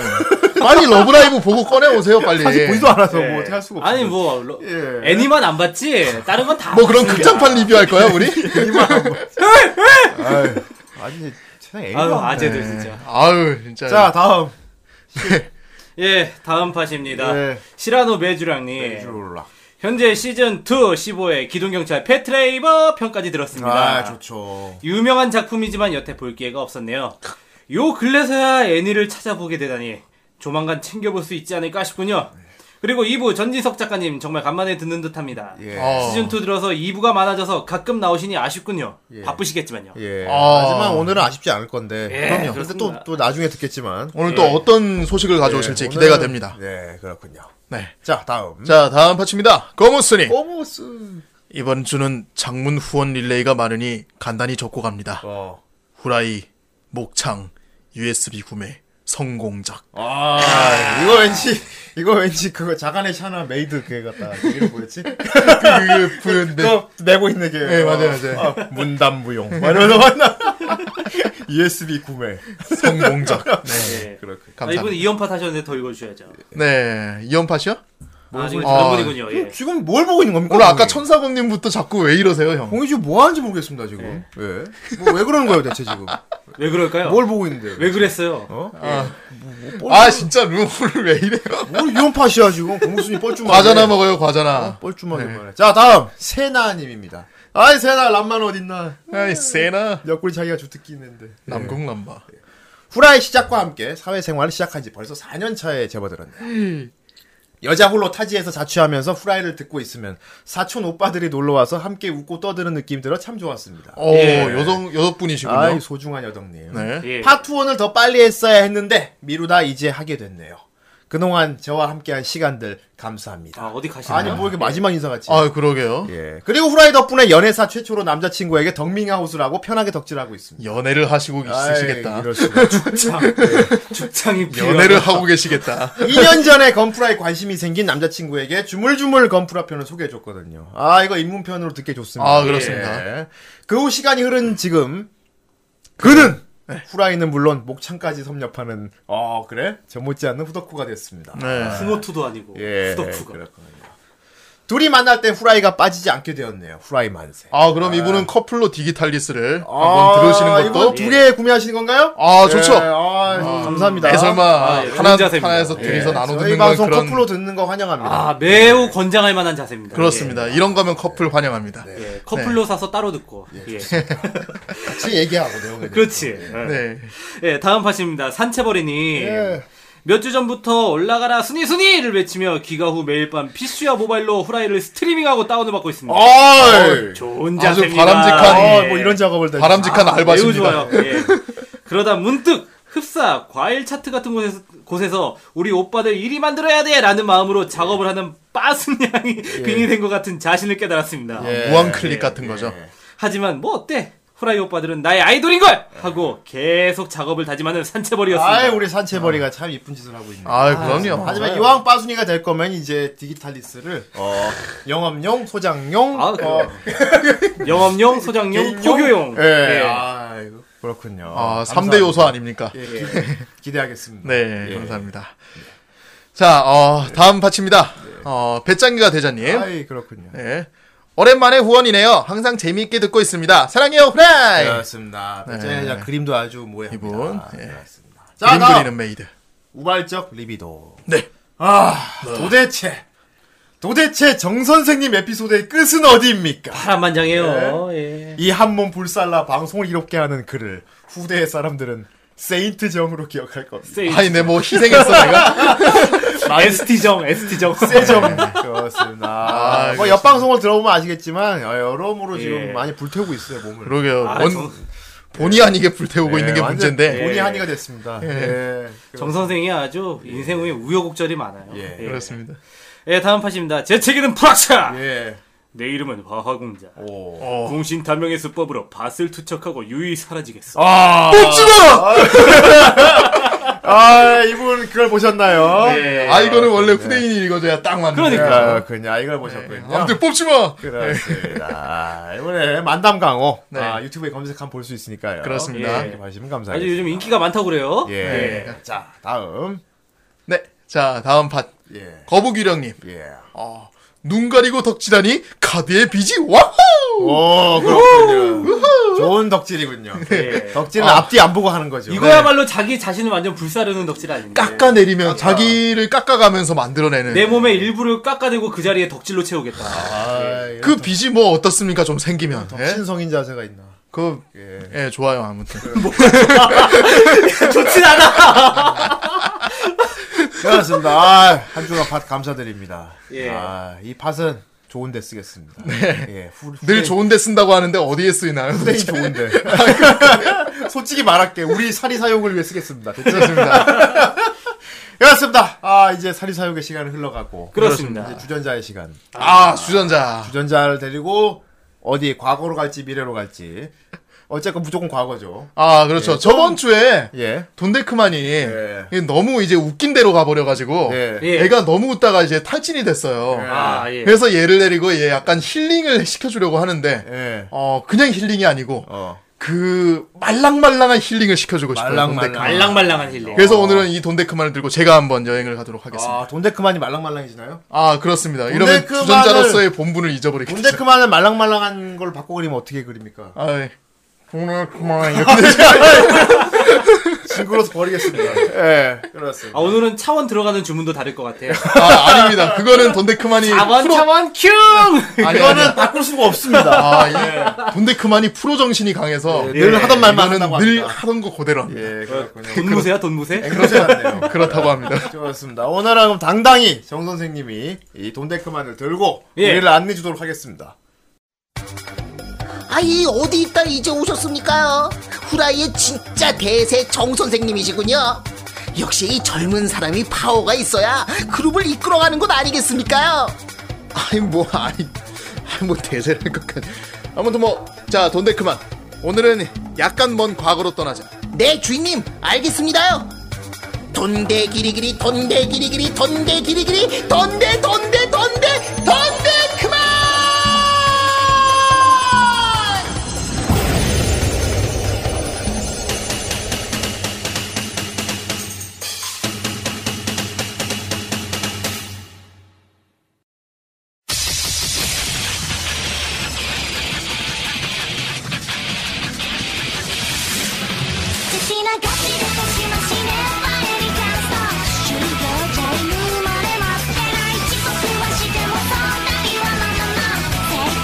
[SPEAKER 7] 빨리 러브라이브 보고 꺼내 오세요 빨리.
[SPEAKER 5] 아직 보지도 않아서
[SPEAKER 6] 예.
[SPEAKER 5] 뭐 어떻게 할 수가 없어.
[SPEAKER 6] 아니 뭐 러-
[SPEAKER 5] 예.
[SPEAKER 6] 애니만 안 봤지. 다른 건 다.
[SPEAKER 7] 뭐 그럼
[SPEAKER 6] 봤습니다.
[SPEAKER 7] 극장판 리뷰할 거야 우리?
[SPEAKER 5] 네. 뭐.
[SPEAKER 6] (laughs)
[SPEAKER 5] 아니 세상 애
[SPEAKER 6] 예. 아유
[SPEAKER 5] 가
[SPEAKER 6] 아재들 진짜.
[SPEAKER 7] 아유 진짜.
[SPEAKER 5] 자 다음.
[SPEAKER 6] 예 다음 팟입니다.
[SPEAKER 5] 예.
[SPEAKER 6] 시라노 메주랑님. 현재 시즌 2 15회 기동경찰 패트레이버 편까지 들었습니다.
[SPEAKER 5] 아 좋죠.
[SPEAKER 6] 유명한 작품이지만 여태 볼 기회가 없었네요. 요 근래서야 애니를 찾아보게 되다니 조만간 챙겨볼 수 있지 않을까 싶군요. 그리고 2부 전진석 작가님 정말 간만에 듣는 듯합니다.
[SPEAKER 5] 예.
[SPEAKER 7] 어.
[SPEAKER 6] 시즌 2 들어서 2부가 많아져서 가끔 나오시니 아쉽군요.
[SPEAKER 5] 예.
[SPEAKER 6] 바쁘시겠지만요.
[SPEAKER 5] 예.
[SPEAKER 7] 아.
[SPEAKER 5] 하지만 오늘은 아쉽지 않을 건데.
[SPEAKER 6] 예,
[SPEAKER 5] 그럼요. 근데
[SPEAKER 6] 그렇습니다.
[SPEAKER 5] 또, 또 나중에 듣겠지만.
[SPEAKER 7] 오늘 또 어떤 소식을 가져오실지
[SPEAKER 5] 예,
[SPEAKER 7] 기대가
[SPEAKER 5] 오늘은-
[SPEAKER 7] 됩니다.
[SPEAKER 5] 예, 그렇군요.
[SPEAKER 7] 네.
[SPEAKER 5] 자, 다음.
[SPEAKER 7] 자 다음 파츠입니다. 거무스님
[SPEAKER 5] 어? 꼬모스.
[SPEAKER 7] 이번 주는 장문 후원 릴레이가 많으니 간단히 적고 갑니다.
[SPEAKER 5] 어.
[SPEAKER 7] 후라이, 목창, USB 구매, 성공작.
[SPEAKER 5] 아, 이거 왠지, 이거 왠지 그거 자간의 샤나 메이드 걔 같다. (laughs) 그 이름 뭐였지?
[SPEAKER 7] 그, 그, 그,
[SPEAKER 5] 그거 내고 있는 걔.
[SPEAKER 7] 네, 맞아요, 맞아요.
[SPEAKER 5] 아, 문담무용. 막 이러면서 만나. (laughs) USB 구매.
[SPEAKER 7] 네, 성공작.
[SPEAKER 6] 예.
[SPEAKER 5] 그렇군.
[SPEAKER 6] 아, 이분
[SPEAKER 7] 감사합니다.
[SPEAKER 6] 이연팟 하셨는데 더 읽어주셔야죠.
[SPEAKER 7] 네, 이연팟이요?
[SPEAKER 6] 아, 지금
[SPEAKER 7] 아,
[SPEAKER 6] 다른 분이군요. 예.
[SPEAKER 5] 지금 뭘 보고 있는 겁니까?
[SPEAKER 7] 오늘 아까
[SPEAKER 5] 공이?
[SPEAKER 7] 천사범님부터 자꾸 왜 이러세요, 형?
[SPEAKER 5] 공이 지금 뭐 하는지 모르겠습니다, 지금. 예. 뭐 왜 그러는 거예요, 대체 (laughs) 지금?
[SPEAKER 6] 왜 그럴까요?
[SPEAKER 5] 뭘 보고 있는데요?
[SPEAKER 6] 왜 그랬어요?
[SPEAKER 5] 어?
[SPEAKER 7] 아, 진짜 룸 오늘 왜 이래요?
[SPEAKER 5] 뭘 유언팟이야, 지금. 공수님 뻘쭘하네.
[SPEAKER 7] 과자나 먹어요, 네. 과자나.
[SPEAKER 5] 뻘쭘하게 말해. 자, 다음. 세나님입니다. 아이, 세나, 람만 어딨나.
[SPEAKER 7] 아이, 세나.
[SPEAKER 5] 옆구리 자기가 주특기 있는데.
[SPEAKER 7] 남궁남바.
[SPEAKER 5] 후라이 시작과 함께 사회생활을 시작한 지 벌써 4년 차에 접어들었네요. 여자 홀로 타지에서 자취하면서 후라이를 듣고 있으면 사촌 오빠들이 놀러와서 함께 웃고 떠드는 느낌 들어 참 좋았습니다.
[SPEAKER 7] 오,
[SPEAKER 6] 예.
[SPEAKER 7] 여성, 여성분이시군요.
[SPEAKER 5] 아이, 소중한 여덕님.
[SPEAKER 7] 네.
[SPEAKER 6] 예.
[SPEAKER 5] 파트 1을 더 빨리 했어야 했는데 미루다 이제 하게 됐네요. 그동안 저와 함께한 시간들 감사합니다.
[SPEAKER 6] 아, 어디 가시나요?
[SPEAKER 5] 아니 뭐 이렇게 마지막 인사같이.
[SPEAKER 7] 아, 그러게요.
[SPEAKER 5] 예. 그리고 후라이 덕분에 연애사 최초로 남자친구에게 덕밍아웃을하고 편하게 덕질하고 있습니다.
[SPEAKER 7] 연애를 하시고
[SPEAKER 5] 아이,
[SPEAKER 7] 있으시겠다.
[SPEAKER 5] 이럴 수가.
[SPEAKER 6] 죽창. 예. 죽창이
[SPEAKER 7] 연애를
[SPEAKER 6] 필요하다.
[SPEAKER 7] 하고 계시겠다.
[SPEAKER 5] 2년 전에 건프라에 관심이 생긴 남자친구에게 주물주물 건프라 편을 소개해줬거든요. 아 이거 입문편으로 듣게 좋습니다.
[SPEAKER 7] 아, 그렇습니다.
[SPEAKER 5] 그 후 시간이 흐른 지금 (laughs) 그는
[SPEAKER 7] 네.
[SPEAKER 5] 후라이는 물론 목창까지 섭렵하는 어 그래 저 못지않는 후덕후가 됐습니다.
[SPEAKER 7] 네.
[SPEAKER 6] 후모투도 아니고
[SPEAKER 5] 예,
[SPEAKER 6] 후덕후가.
[SPEAKER 5] 그렇군요. 둘이 만날 때 후라이가 빠지지 않게 되었네요. 후라이 만세.
[SPEAKER 7] 아, 그럼 이분은 커플로 디기탈리스를
[SPEAKER 5] 아,
[SPEAKER 7] 한번 들으시는
[SPEAKER 5] 이거
[SPEAKER 7] 것도. 예.
[SPEAKER 5] 두 개 구매하시는 건가요?
[SPEAKER 7] 아, 좋죠.
[SPEAKER 5] 예, 아, 감사합니다.
[SPEAKER 7] 에 설마
[SPEAKER 6] 아, 예,
[SPEAKER 7] 하나
[SPEAKER 6] 공자세입니다.
[SPEAKER 7] 하나에서 둘이서
[SPEAKER 6] 예,
[SPEAKER 7] 나눠
[SPEAKER 5] 저희
[SPEAKER 7] 듣는 건
[SPEAKER 5] 방송
[SPEAKER 7] 그런
[SPEAKER 5] 커플로 듣는 거 환영합니다.
[SPEAKER 6] 아, 매우 권장할 만한 자세입니다.
[SPEAKER 5] 예.
[SPEAKER 7] 그렇습니다. 이런 거면 커플 환영합니다.
[SPEAKER 6] 예.
[SPEAKER 7] 네.
[SPEAKER 6] 예, 커플로 사서 따로 듣고. 예.
[SPEAKER 5] 같이 얘기하고 내용에
[SPEAKER 6] 그렇지.
[SPEAKER 7] 네.
[SPEAKER 6] 예. 예, 다음 팟입니다. 산채버리님. 몇 주 전부터 올라가라 순위 순위를 외치며 기가 후 매일 밤 PC와 모바일로 후라이를 스트리밍하고 다운을 받고 있습니다.
[SPEAKER 5] 어이.
[SPEAKER 6] 좋은
[SPEAKER 7] 아, 아주
[SPEAKER 6] 자세입니다.
[SPEAKER 7] 바람직한,
[SPEAKER 5] 아,
[SPEAKER 6] 예.
[SPEAKER 5] 뭐 이런 작업을 다
[SPEAKER 7] 바람직한
[SPEAKER 6] 매우
[SPEAKER 7] 알바십니다.
[SPEAKER 6] 좋아요. 예. 그러다 문득 흡사 과일 차트 같은 곳에서, 곳에서 우리 오빠들 1위 만들어야 돼라는 마음으로 작업을 하는 빠순양이
[SPEAKER 7] 예.
[SPEAKER 6] 빙이 된 것 같은 자신을 깨달았습니다.
[SPEAKER 7] 어,
[SPEAKER 5] 예.
[SPEAKER 7] 무한 클릭 같은 거죠.
[SPEAKER 6] 하지만 뭐 어때? 후라이 오빠들은 나의 아이돌인 걸 하고 계속 작업을 다짐하는 산채벌이었습니다.
[SPEAKER 5] 아이 우리 산채벌이가 참 이쁜 짓을 하고 있네.
[SPEAKER 7] 아, 그럼요.
[SPEAKER 5] 하지만 이왕 빠순이가 될 거면 이제 디지털리스를 어, 영업용, 소장용,
[SPEAKER 6] 아,
[SPEAKER 5] 어,
[SPEAKER 6] 영업용, 소장용,
[SPEAKER 5] 개인용?
[SPEAKER 6] 포교용.
[SPEAKER 5] 예.
[SPEAKER 6] 예.
[SPEAKER 5] 아이고. 그렇군요.
[SPEAKER 7] 네. 아, 3대 요소 아닙니까?
[SPEAKER 5] 예, 예. 기대하겠습니다.
[SPEAKER 7] 네,
[SPEAKER 5] 예.
[SPEAKER 7] 감사합니다. 자, 어, 다음 파츠입니다.
[SPEAKER 5] 네.
[SPEAKER 7] 어, 배짱기가 대장님.
[SPEAKER 5] 아이 그렇군요.
[SPEAKER 7] 네. 오랜만에 후원이네요. 항상 재미있게 듣고 있습니다. 사랑해요,
[SPEAKER 5] 네.
[SPEAKER 7] 후라이!
[SPEAKER 5] 그렇습니다. 배짱이 그림도 아주 모해합니다.
[SPEAKER 7] 예. 네. 이분, 예.
[SPEAKER 5] 그렇습니다. 자,
[SPEAKER 7] 그림
[SPEAKER 5] 다음
[SPEAKER 7] 그리는 메이드.
[SPEAKER 5] 우발적 리비도.
[SPEAKER 7] 네.
[SPEAKER 5] 아, 도대체 도대체 정 선생님 에피소드의 끝은 어디입니까?
[SPEAKER 6] 파란만장해요. 예.
[SPEAKER 5] 이 한몸 불살라 방송을 이롭게 하는 그를 후대의 사람들은 세인트 정으로 기억할 겁니다.
[SPEAKER 6] 세이
[SPEAKER 7] 아니, 내 뭐 희생했어, 내가?
[SPEAKER 6] ST정, ST정.
[SPEAKER 5] 세정 그렇습니다.
[SPEAKER 7] 아,
[SPEAKER 5] 뭐 옆방송을 들어보면 아시겠지만 여러모로 지금
[SPEAKER 6] 예.
[SPEAKER 5] 많이 불태우고 있어요 몸을.
[SPEAKER 7] 그러게요.
[SPEAKER 6] 아,
[SPEAKER 7] 원,
[SPEAKER 6] 정,
[SPEAKER 7] 본의 아니게 불태우고
[SPEAKER 5] 예,
[SPEAKER 7] 있는 게
[SPEAKER 5] 완전
[SPEAKER 7] 문제인데.
[SPEAKER 5] 본의
[SPEAKER 6] 예.
[SPEAKER 5] 한의가 됐습니다. 예.
[SPEAKER 6] (laughs) 정 선생이 아주 인생 후에 우여곡절이 많아요.
[SPEAKER 5] 예.
[SPEAKER 6] 예.
[SPEAKER 7] 그렇습니다.
[SPEAKER 6] 예, 다음 파입니다. 제 책에는 프락차.
[SPEAKER 5] 예.
[SPEAKER 6] 내 이름은 화화공자.
[SPEAKER 5] 오.
[SPEAKER 7] 어.
[SPEAKER 6] 공신 탐명의 수법으로 밭을 투척하고 유유히 사라지겠어.
[SPEAKER 5] 아.
[SPEAKER 7] 죽어!
[SPEAKER 5] (laughs) 아 이분 그걸 보셨나요?
[SPEAKER 6] 예.
[SPEAKER 7] 아, 이거는 원래 후대인이 읽어줘야 딱 맞는
[SPEAKER 6] 그러니까.
[SPEAKER 5] 아, 그냥 이걸 보셨군요.
[SPEAKER 7] 네. 아무튼 뽑지 마!
[SPEAKER 5] 그렇습니다. 아, 이번에 만담 강호
[SPEAKER 7] 네.
[SPEAKER 5] 아, 유튜브에 검색하면 볼 수 있으니까요.
[SPEAKER 7] 그렇습니다.
[SPEAKER 5] 예. 봐주시면 감사하겠습니다.
[SPEAKER 6] 아주 요즘 인기가 많다고 그래요.
[SPEAKER 5] 예. 자 다음
[SPEAKER 7] 네. 자, 다음 팟.
[SPEAKER 5] 예.
[SPEAKER 7] 거북유령님.
[SPEAKER 5] 예.
[SPEAKER 7] 어, 눈 가리고 덕질하니 카드의 빚이 와호!
[SPEAKER 5] 오 그렇군요. 좋은 덕질이군요.
[SPEAKER 7] 네.
[SPEAKER 6] 예.
[SPEAKER 5] 덕질은
[SPEAKER 7] 아.
[SPEAKER 5] 앞뒤 안 보고 하는 거죠.
[SPEAKER 6] 이거야말로 자기 자신을 완전 불사르는 덕질 네. 아닙니까?
[SPEAKER 7] 예.
[SPEAKER 6] 네.
[SPEAKER 7] 깎아내리면 자기를 깎아가면서 만들어내는
[SPEAKER 6] 내 몸의 일부를 깎아내고 그 자리에 덕질로 채우겠다.
[SPEAKER 5] 아, 이거
[SPEAKER 7] 그 빚이 뭐 어떻습니까 좀 생기면 예?
[SPEAKER 5] 신성인 자세가 있나?
[SPEAKER 7] 그
[SPEAKER 5] 예.
[SPEAKER 7] 예, 좋아요 아무튼
[SPEAKER 6] 좋진 않아.
[SPEAKER 5] 그렇습니다. 아, 한 주간 팟 감사드립니다.
[SPEAKER 6] 예.
[SPEAKER 5] 아, 이 팟은 좋은데 쓰겠습니다. 예, 후,
[SPEAKER 7] 늘
[SPEAKER 5] 후대인-
[SPEAKER 7] 좋은데 쓴다고 하는데 어디에 쓰이나요?
[SPEAKER 5] 후대인 네, 좋은데. (laughs) 솔직히 말할게. 우리 사리 사욕을 위해 쓰겠습니다.
[SPEAKER 7] 그렇습니다.
[SPEAKER 5] 그렇습니다. 아, 이제 사리 사욕의 시간은 흘러가고.
[SPEAKER 6] 그렇습니다.
[SPEAKER 5] 이제 주전자의 시간.
[SPEAKER 7] 아 수전자
[SPEAKER 5] 주전자를 데리고 어디 과거로 갈지 미래로 갈지. 어쨌건 무조건 과거죠.
[SPEAKER 7] 아 그렇죠
[SPEAKER 5] 네,
[SPEAKER 7] 저번 주에
[SPEAKER 5] 예.
[SPEAKER 7] 돈데크만이
[SPEAKER 5] 예.
[SPEAKER 7] 이게 너무 이제 웃긴 대로 가버려가지고
[SPEAKER 5] 예.
[SPEAKER 6] 예.
[SPEAKER 7] 애가 너무 웃다가 이제 탈진이 됐어요.
[SPEAKER 5] 네.
[SPEAKER 6] 아, 예.
[SPEAKER 7] 그래서 얘를 데리고 얘 약간 힐링을 시켜주려고 하는데
[SPEAKER 5] 예.
[SPEAKER 7] 어 그냥 힐링이 아니고
[SPEAKER 5] 어.
[SPEAKER 7] 그 말랑말랑한 힐링을 시켜주고 싶어요.
[SPEAKER 5] 말랑말랑.
[SPEAKER 7] 돈데크만.
[SPEAKER 6] 말랑말랑한 힐링.
[SPEAKER 7] 그래서 오늘은 이 돈데크만을 들고 제가 한번 여행을 가도록 하겠습니다.
[SPEAKER 5] 어. 아, 돈데크만이 말랑말랑해지나요?
[SPEAKER 7] 아, 그렇습니다. 이러면
[SPEAKER 5] 돈데크만을-
[SPEAKER 7] 주전자로서의 본분을 잊어버리겠죠.
[SPEAKER 5] 돈데크만은 말랑말랑한 걸 바꿔 그리면 어떻게 그립니까?
[SPEAKER 7] 아, 예. 돈데크만 이렇게 되죠.
[SPEAKER 5] 친구로서 버리겠습니다.
[SPEAKER 7] 네.
[SPEAKER 5] 예. 그렇습니다.
[SPEAKER 6] 아, 오늘은 차원 들어가는 주문도 다를 것 같아요.
[SPEAKER 7] 아, 아닙니다. 그거는 돈데크만이
[SPEAKER 6] 4번 차원 큐!
[SPEAKER 7] 아니,
[SPEAKER 5] 이거는
[SPEAKER 7] 아니.
[SPEAKER 5] 바꿀 수가 없습니다.
[SPEAKER 7] 아,
[SPEAKER 6] 네.
[SPEAKER 7] 이 돈데크만이 프로 정신이 강해서
[SPEAKER 5] 늘 하던 말만
[SPEAKER 7] 이거는
[SPEAKER 5] 한다고
[SPEAKER 7] 네, 늘
[SPEAKER 5] 합니다.
[SPEAKER 7] 하던 거 그대로 합니다.
[SPEAKER 5] 예, 그렇군요.
[SPEAKER 6] 돈 무세야, 돈 무세?
[SPEAKER 5] 그러지 않네요.
[SPEAKER 7] 그렇다고 합니다.
[SPEAKER 5] 좋았습니다. 오늘은 그럼 당당히 정 선생님이 이 돈데크만을 들고
[SPEAKER 6] 예.
[SPEAKER 5] 우리를 안내해 주도록 하겠습니다.
[SPEAKER 8] 아이 어디 있다 이제 오셨습니까요? 후라이의 진짜 대세 정 선생님이시군요. 역시 이 젊은 사람이 파워가 있어야 그룹을 이끌어가는 것 아니겠습니까요?
[SPEAKER 7] (laughs) 아니, 뭐, 아니, 아니, 뭐, 대세랄 것까지. 아무튼 뭐, 자, 돈데크만. 오늘은 약간 먼 과거로 떠나자.
[SPEAKER 8] 네 주인님 알겠습니다요. 돈대 기리기리 돈대 기리기리 돈대 기리기리 돈대 돈대 돈대 돈대 그만!
[SPEAKER 3] 「君とじゃ犬まで待ってない」「遅刻はしてもそんなには守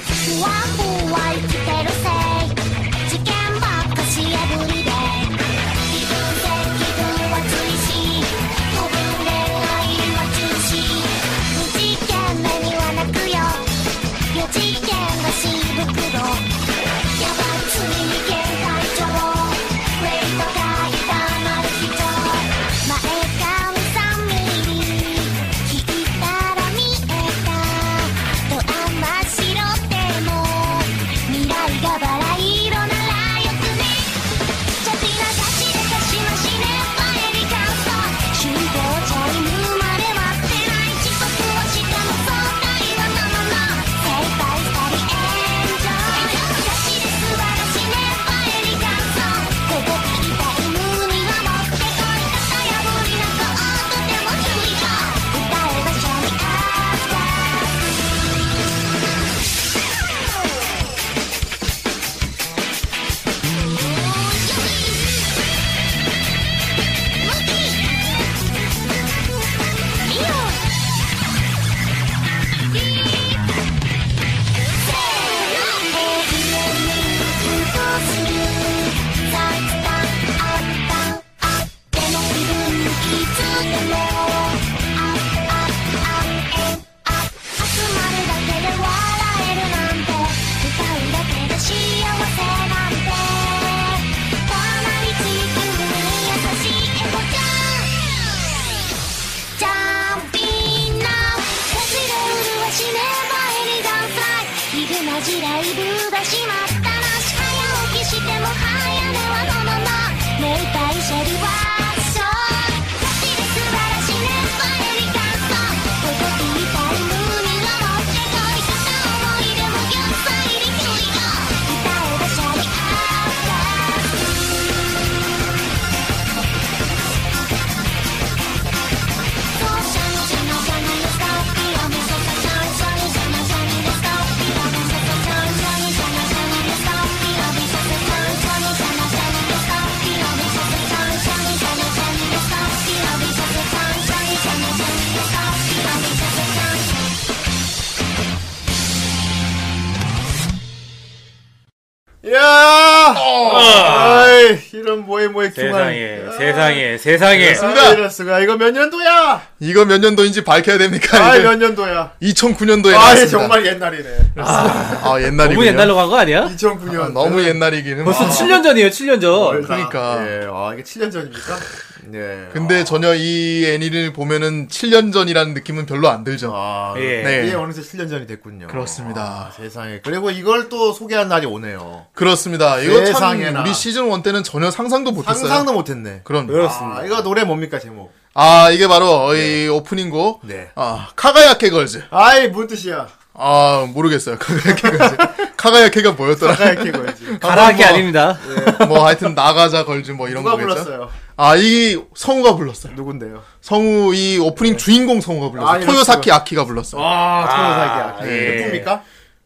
[SPEAKER 3] why 그대로 say chicken 벚꽃이 everyday 이곳에 기도와 주시 고분의 아이와 주시 무지개 매니 와나구요 요지게 맛이 부끄러 야밤춤이 개가이죠 레이더가 있다 말이죠 마에 감사미리 기다람이 했다 と甘白でも未来がバラ色ならよくねちょっぴなガチでかしましね前にカウント集合体に生まれはってない遅刻はしてもそう大はなまま精一杯二人エンジョイガチで素晴らしね前にカウントここ聞きたいムには持ってこい型破りなコートでもいいよ歌えばシャミアフターライブがしまったなし早起きしても早寝はのまま目いっぱいシェルワッションガチで素晴らしいねファイリカットここいいタイムには持ってこい片思いでもギュッサイリクイよ歌えばシャリアッター「シャニシャナシャナのストッピー」「おみそかシャンシャンシャナシャナのストッピー」「おみそかシャンシャンシャナのストッピー」「おみそかシャンシャンシャナのストッピー」「おみそかシャンシャンシャナのストッピー」「おみそかシャンシャンシャナのストッピー」「おみそかシャンシャンシャナのストッピー」「おみそかシャンシャンシャナのストッピー」「おみそかシャンシャンシャナのストッピー」「おみそかシャンシャンシャナのストッピー」「おみそかシャンシャンシャナのストッピー」「おみそかシャンシャンシャナのストッピー」「おみそかシャンシャンシャナのストッピー」「おみそかシャンシャンシャナのストッピー」「おみそかシャンシャンシャナのストッピー」「おみそかシャンシャンシャナのストッピー」「おみそかシャンシャンシャナのストッピー」「おみそかシャンシャンシャナのストッピー」「おみそかシャ
[SPEAKER 5] 야! 예!
[SPEAKER 7] 어.
[SPEAKER 5] 아이, 이런 뭐해 뭐해 흉한.
[SPEAKER 6] 세상에, 세상에, 세상에.
[SPEAKER 5] 아, 이럴 수가. 이거 몇 년도야?
[SPEAKER 7] 이거 몇 년도인지 밝혀야 됩니까?
[SPEAKER 5] 아,
[SPEAKER 7] 이제
[SPEAKER 5] 몇 년도야?
[SPEAKER 7] 2009년도에
[SPEAKER 5] 아,
[SPEAKER 7] 나왔습니다.
[SPEAKER 5] 정말 옛날이네.
[SPEAKER 7] 아, 옛날이군요.
[SPEAKER 6] 예, 너무 옛날로 간 거 아니야?
[SPEAKER 5] 2009년.
[SPEAKER 7] 아, 너무 옛날이기는.
[SPEAKER 6] 벌써
[SPEAKER 7] 아.
[SPEAKER 6] 7년 전이에요, 7년 전.
[SPEAKER 7] 그러니까.
[SPEAKER 5] 예, 아, 이게 7년 전입니까? 네.
[SPEAKER 7] 근데 전혀 이 애니를 보면은 7년 전이라는 느낌은 별로 안 들죠.
[SPEAKER 5] 아, 네.
[SPEAKER 6] 예.
[SPEAKER 7] 네.
[SPEAKER 5] 이게 어느새 7년 전이 됐군요. 아,
[SPEAKER 7] 그렇습니다.
[SPEAKER 5] 세상에. 그리고 이걸 또 소개한 날이 오네요.
[SPEAKER 7] 그렇습니다. 이거 참
[SPEAKER 5] 세상에나.
[SPEAKER 7] 우리 시즌 1 때는 전혀 상상도 못했어요.
[SPEAKER 5] 상상도 못했네.
[SPEAKER 7] 그럼
[SPEAKER 6] 그렇습니다.
[SPEAKER 5] 아, 이거 노래 뭡니까, 제목?
[SPEAKER 7] 아 이게 바로 이 오프닝곡
[SPEAKER 5] 네.
[SPEAKER 7] 아 카가야케 걸즈
[SPEAKER 5] 아이, 뭔 뜻이야?
[SPEAKER 7] 아 모르겠어요 (laughs) 카가야케 걸즈 카가야케가 뭐였더라 (laughs)
[SPEAKER 5] 가야케 거지.
[SPEAKER 6] 가라하게
[SPEAKER 7] 뭐-
[SPEAKER 6] 아닙니다.
[SPEAKER 7] 뭐 하여튼 나가자 걸즈 뭐 이런
[SPEAKER 5] 누가
[SPEAKER 7] 거겠죠
[SPEAKER 5] 불렀어요?
[SPEAKER 7] 아 이 성우가 불렀어요
[SPEAKER 5] 누군데요?
[SPEAKER 7] 성우 이 오프닝 주인공 성우가
[SPEAKER 5] 네. 아,
[SPEAKER 7] 불렀어요
[SPEAKER 5] 이럴
[SPEAKER 7] 토요사키
[SPEAKER 5] 수가.
[SPEAKER 7] 아키가 불렀어요
[SPEAKER 5] 아, 토요사기야.
[SPEAKER 6] 예.
[SPEAKER 5] 예쁩니까?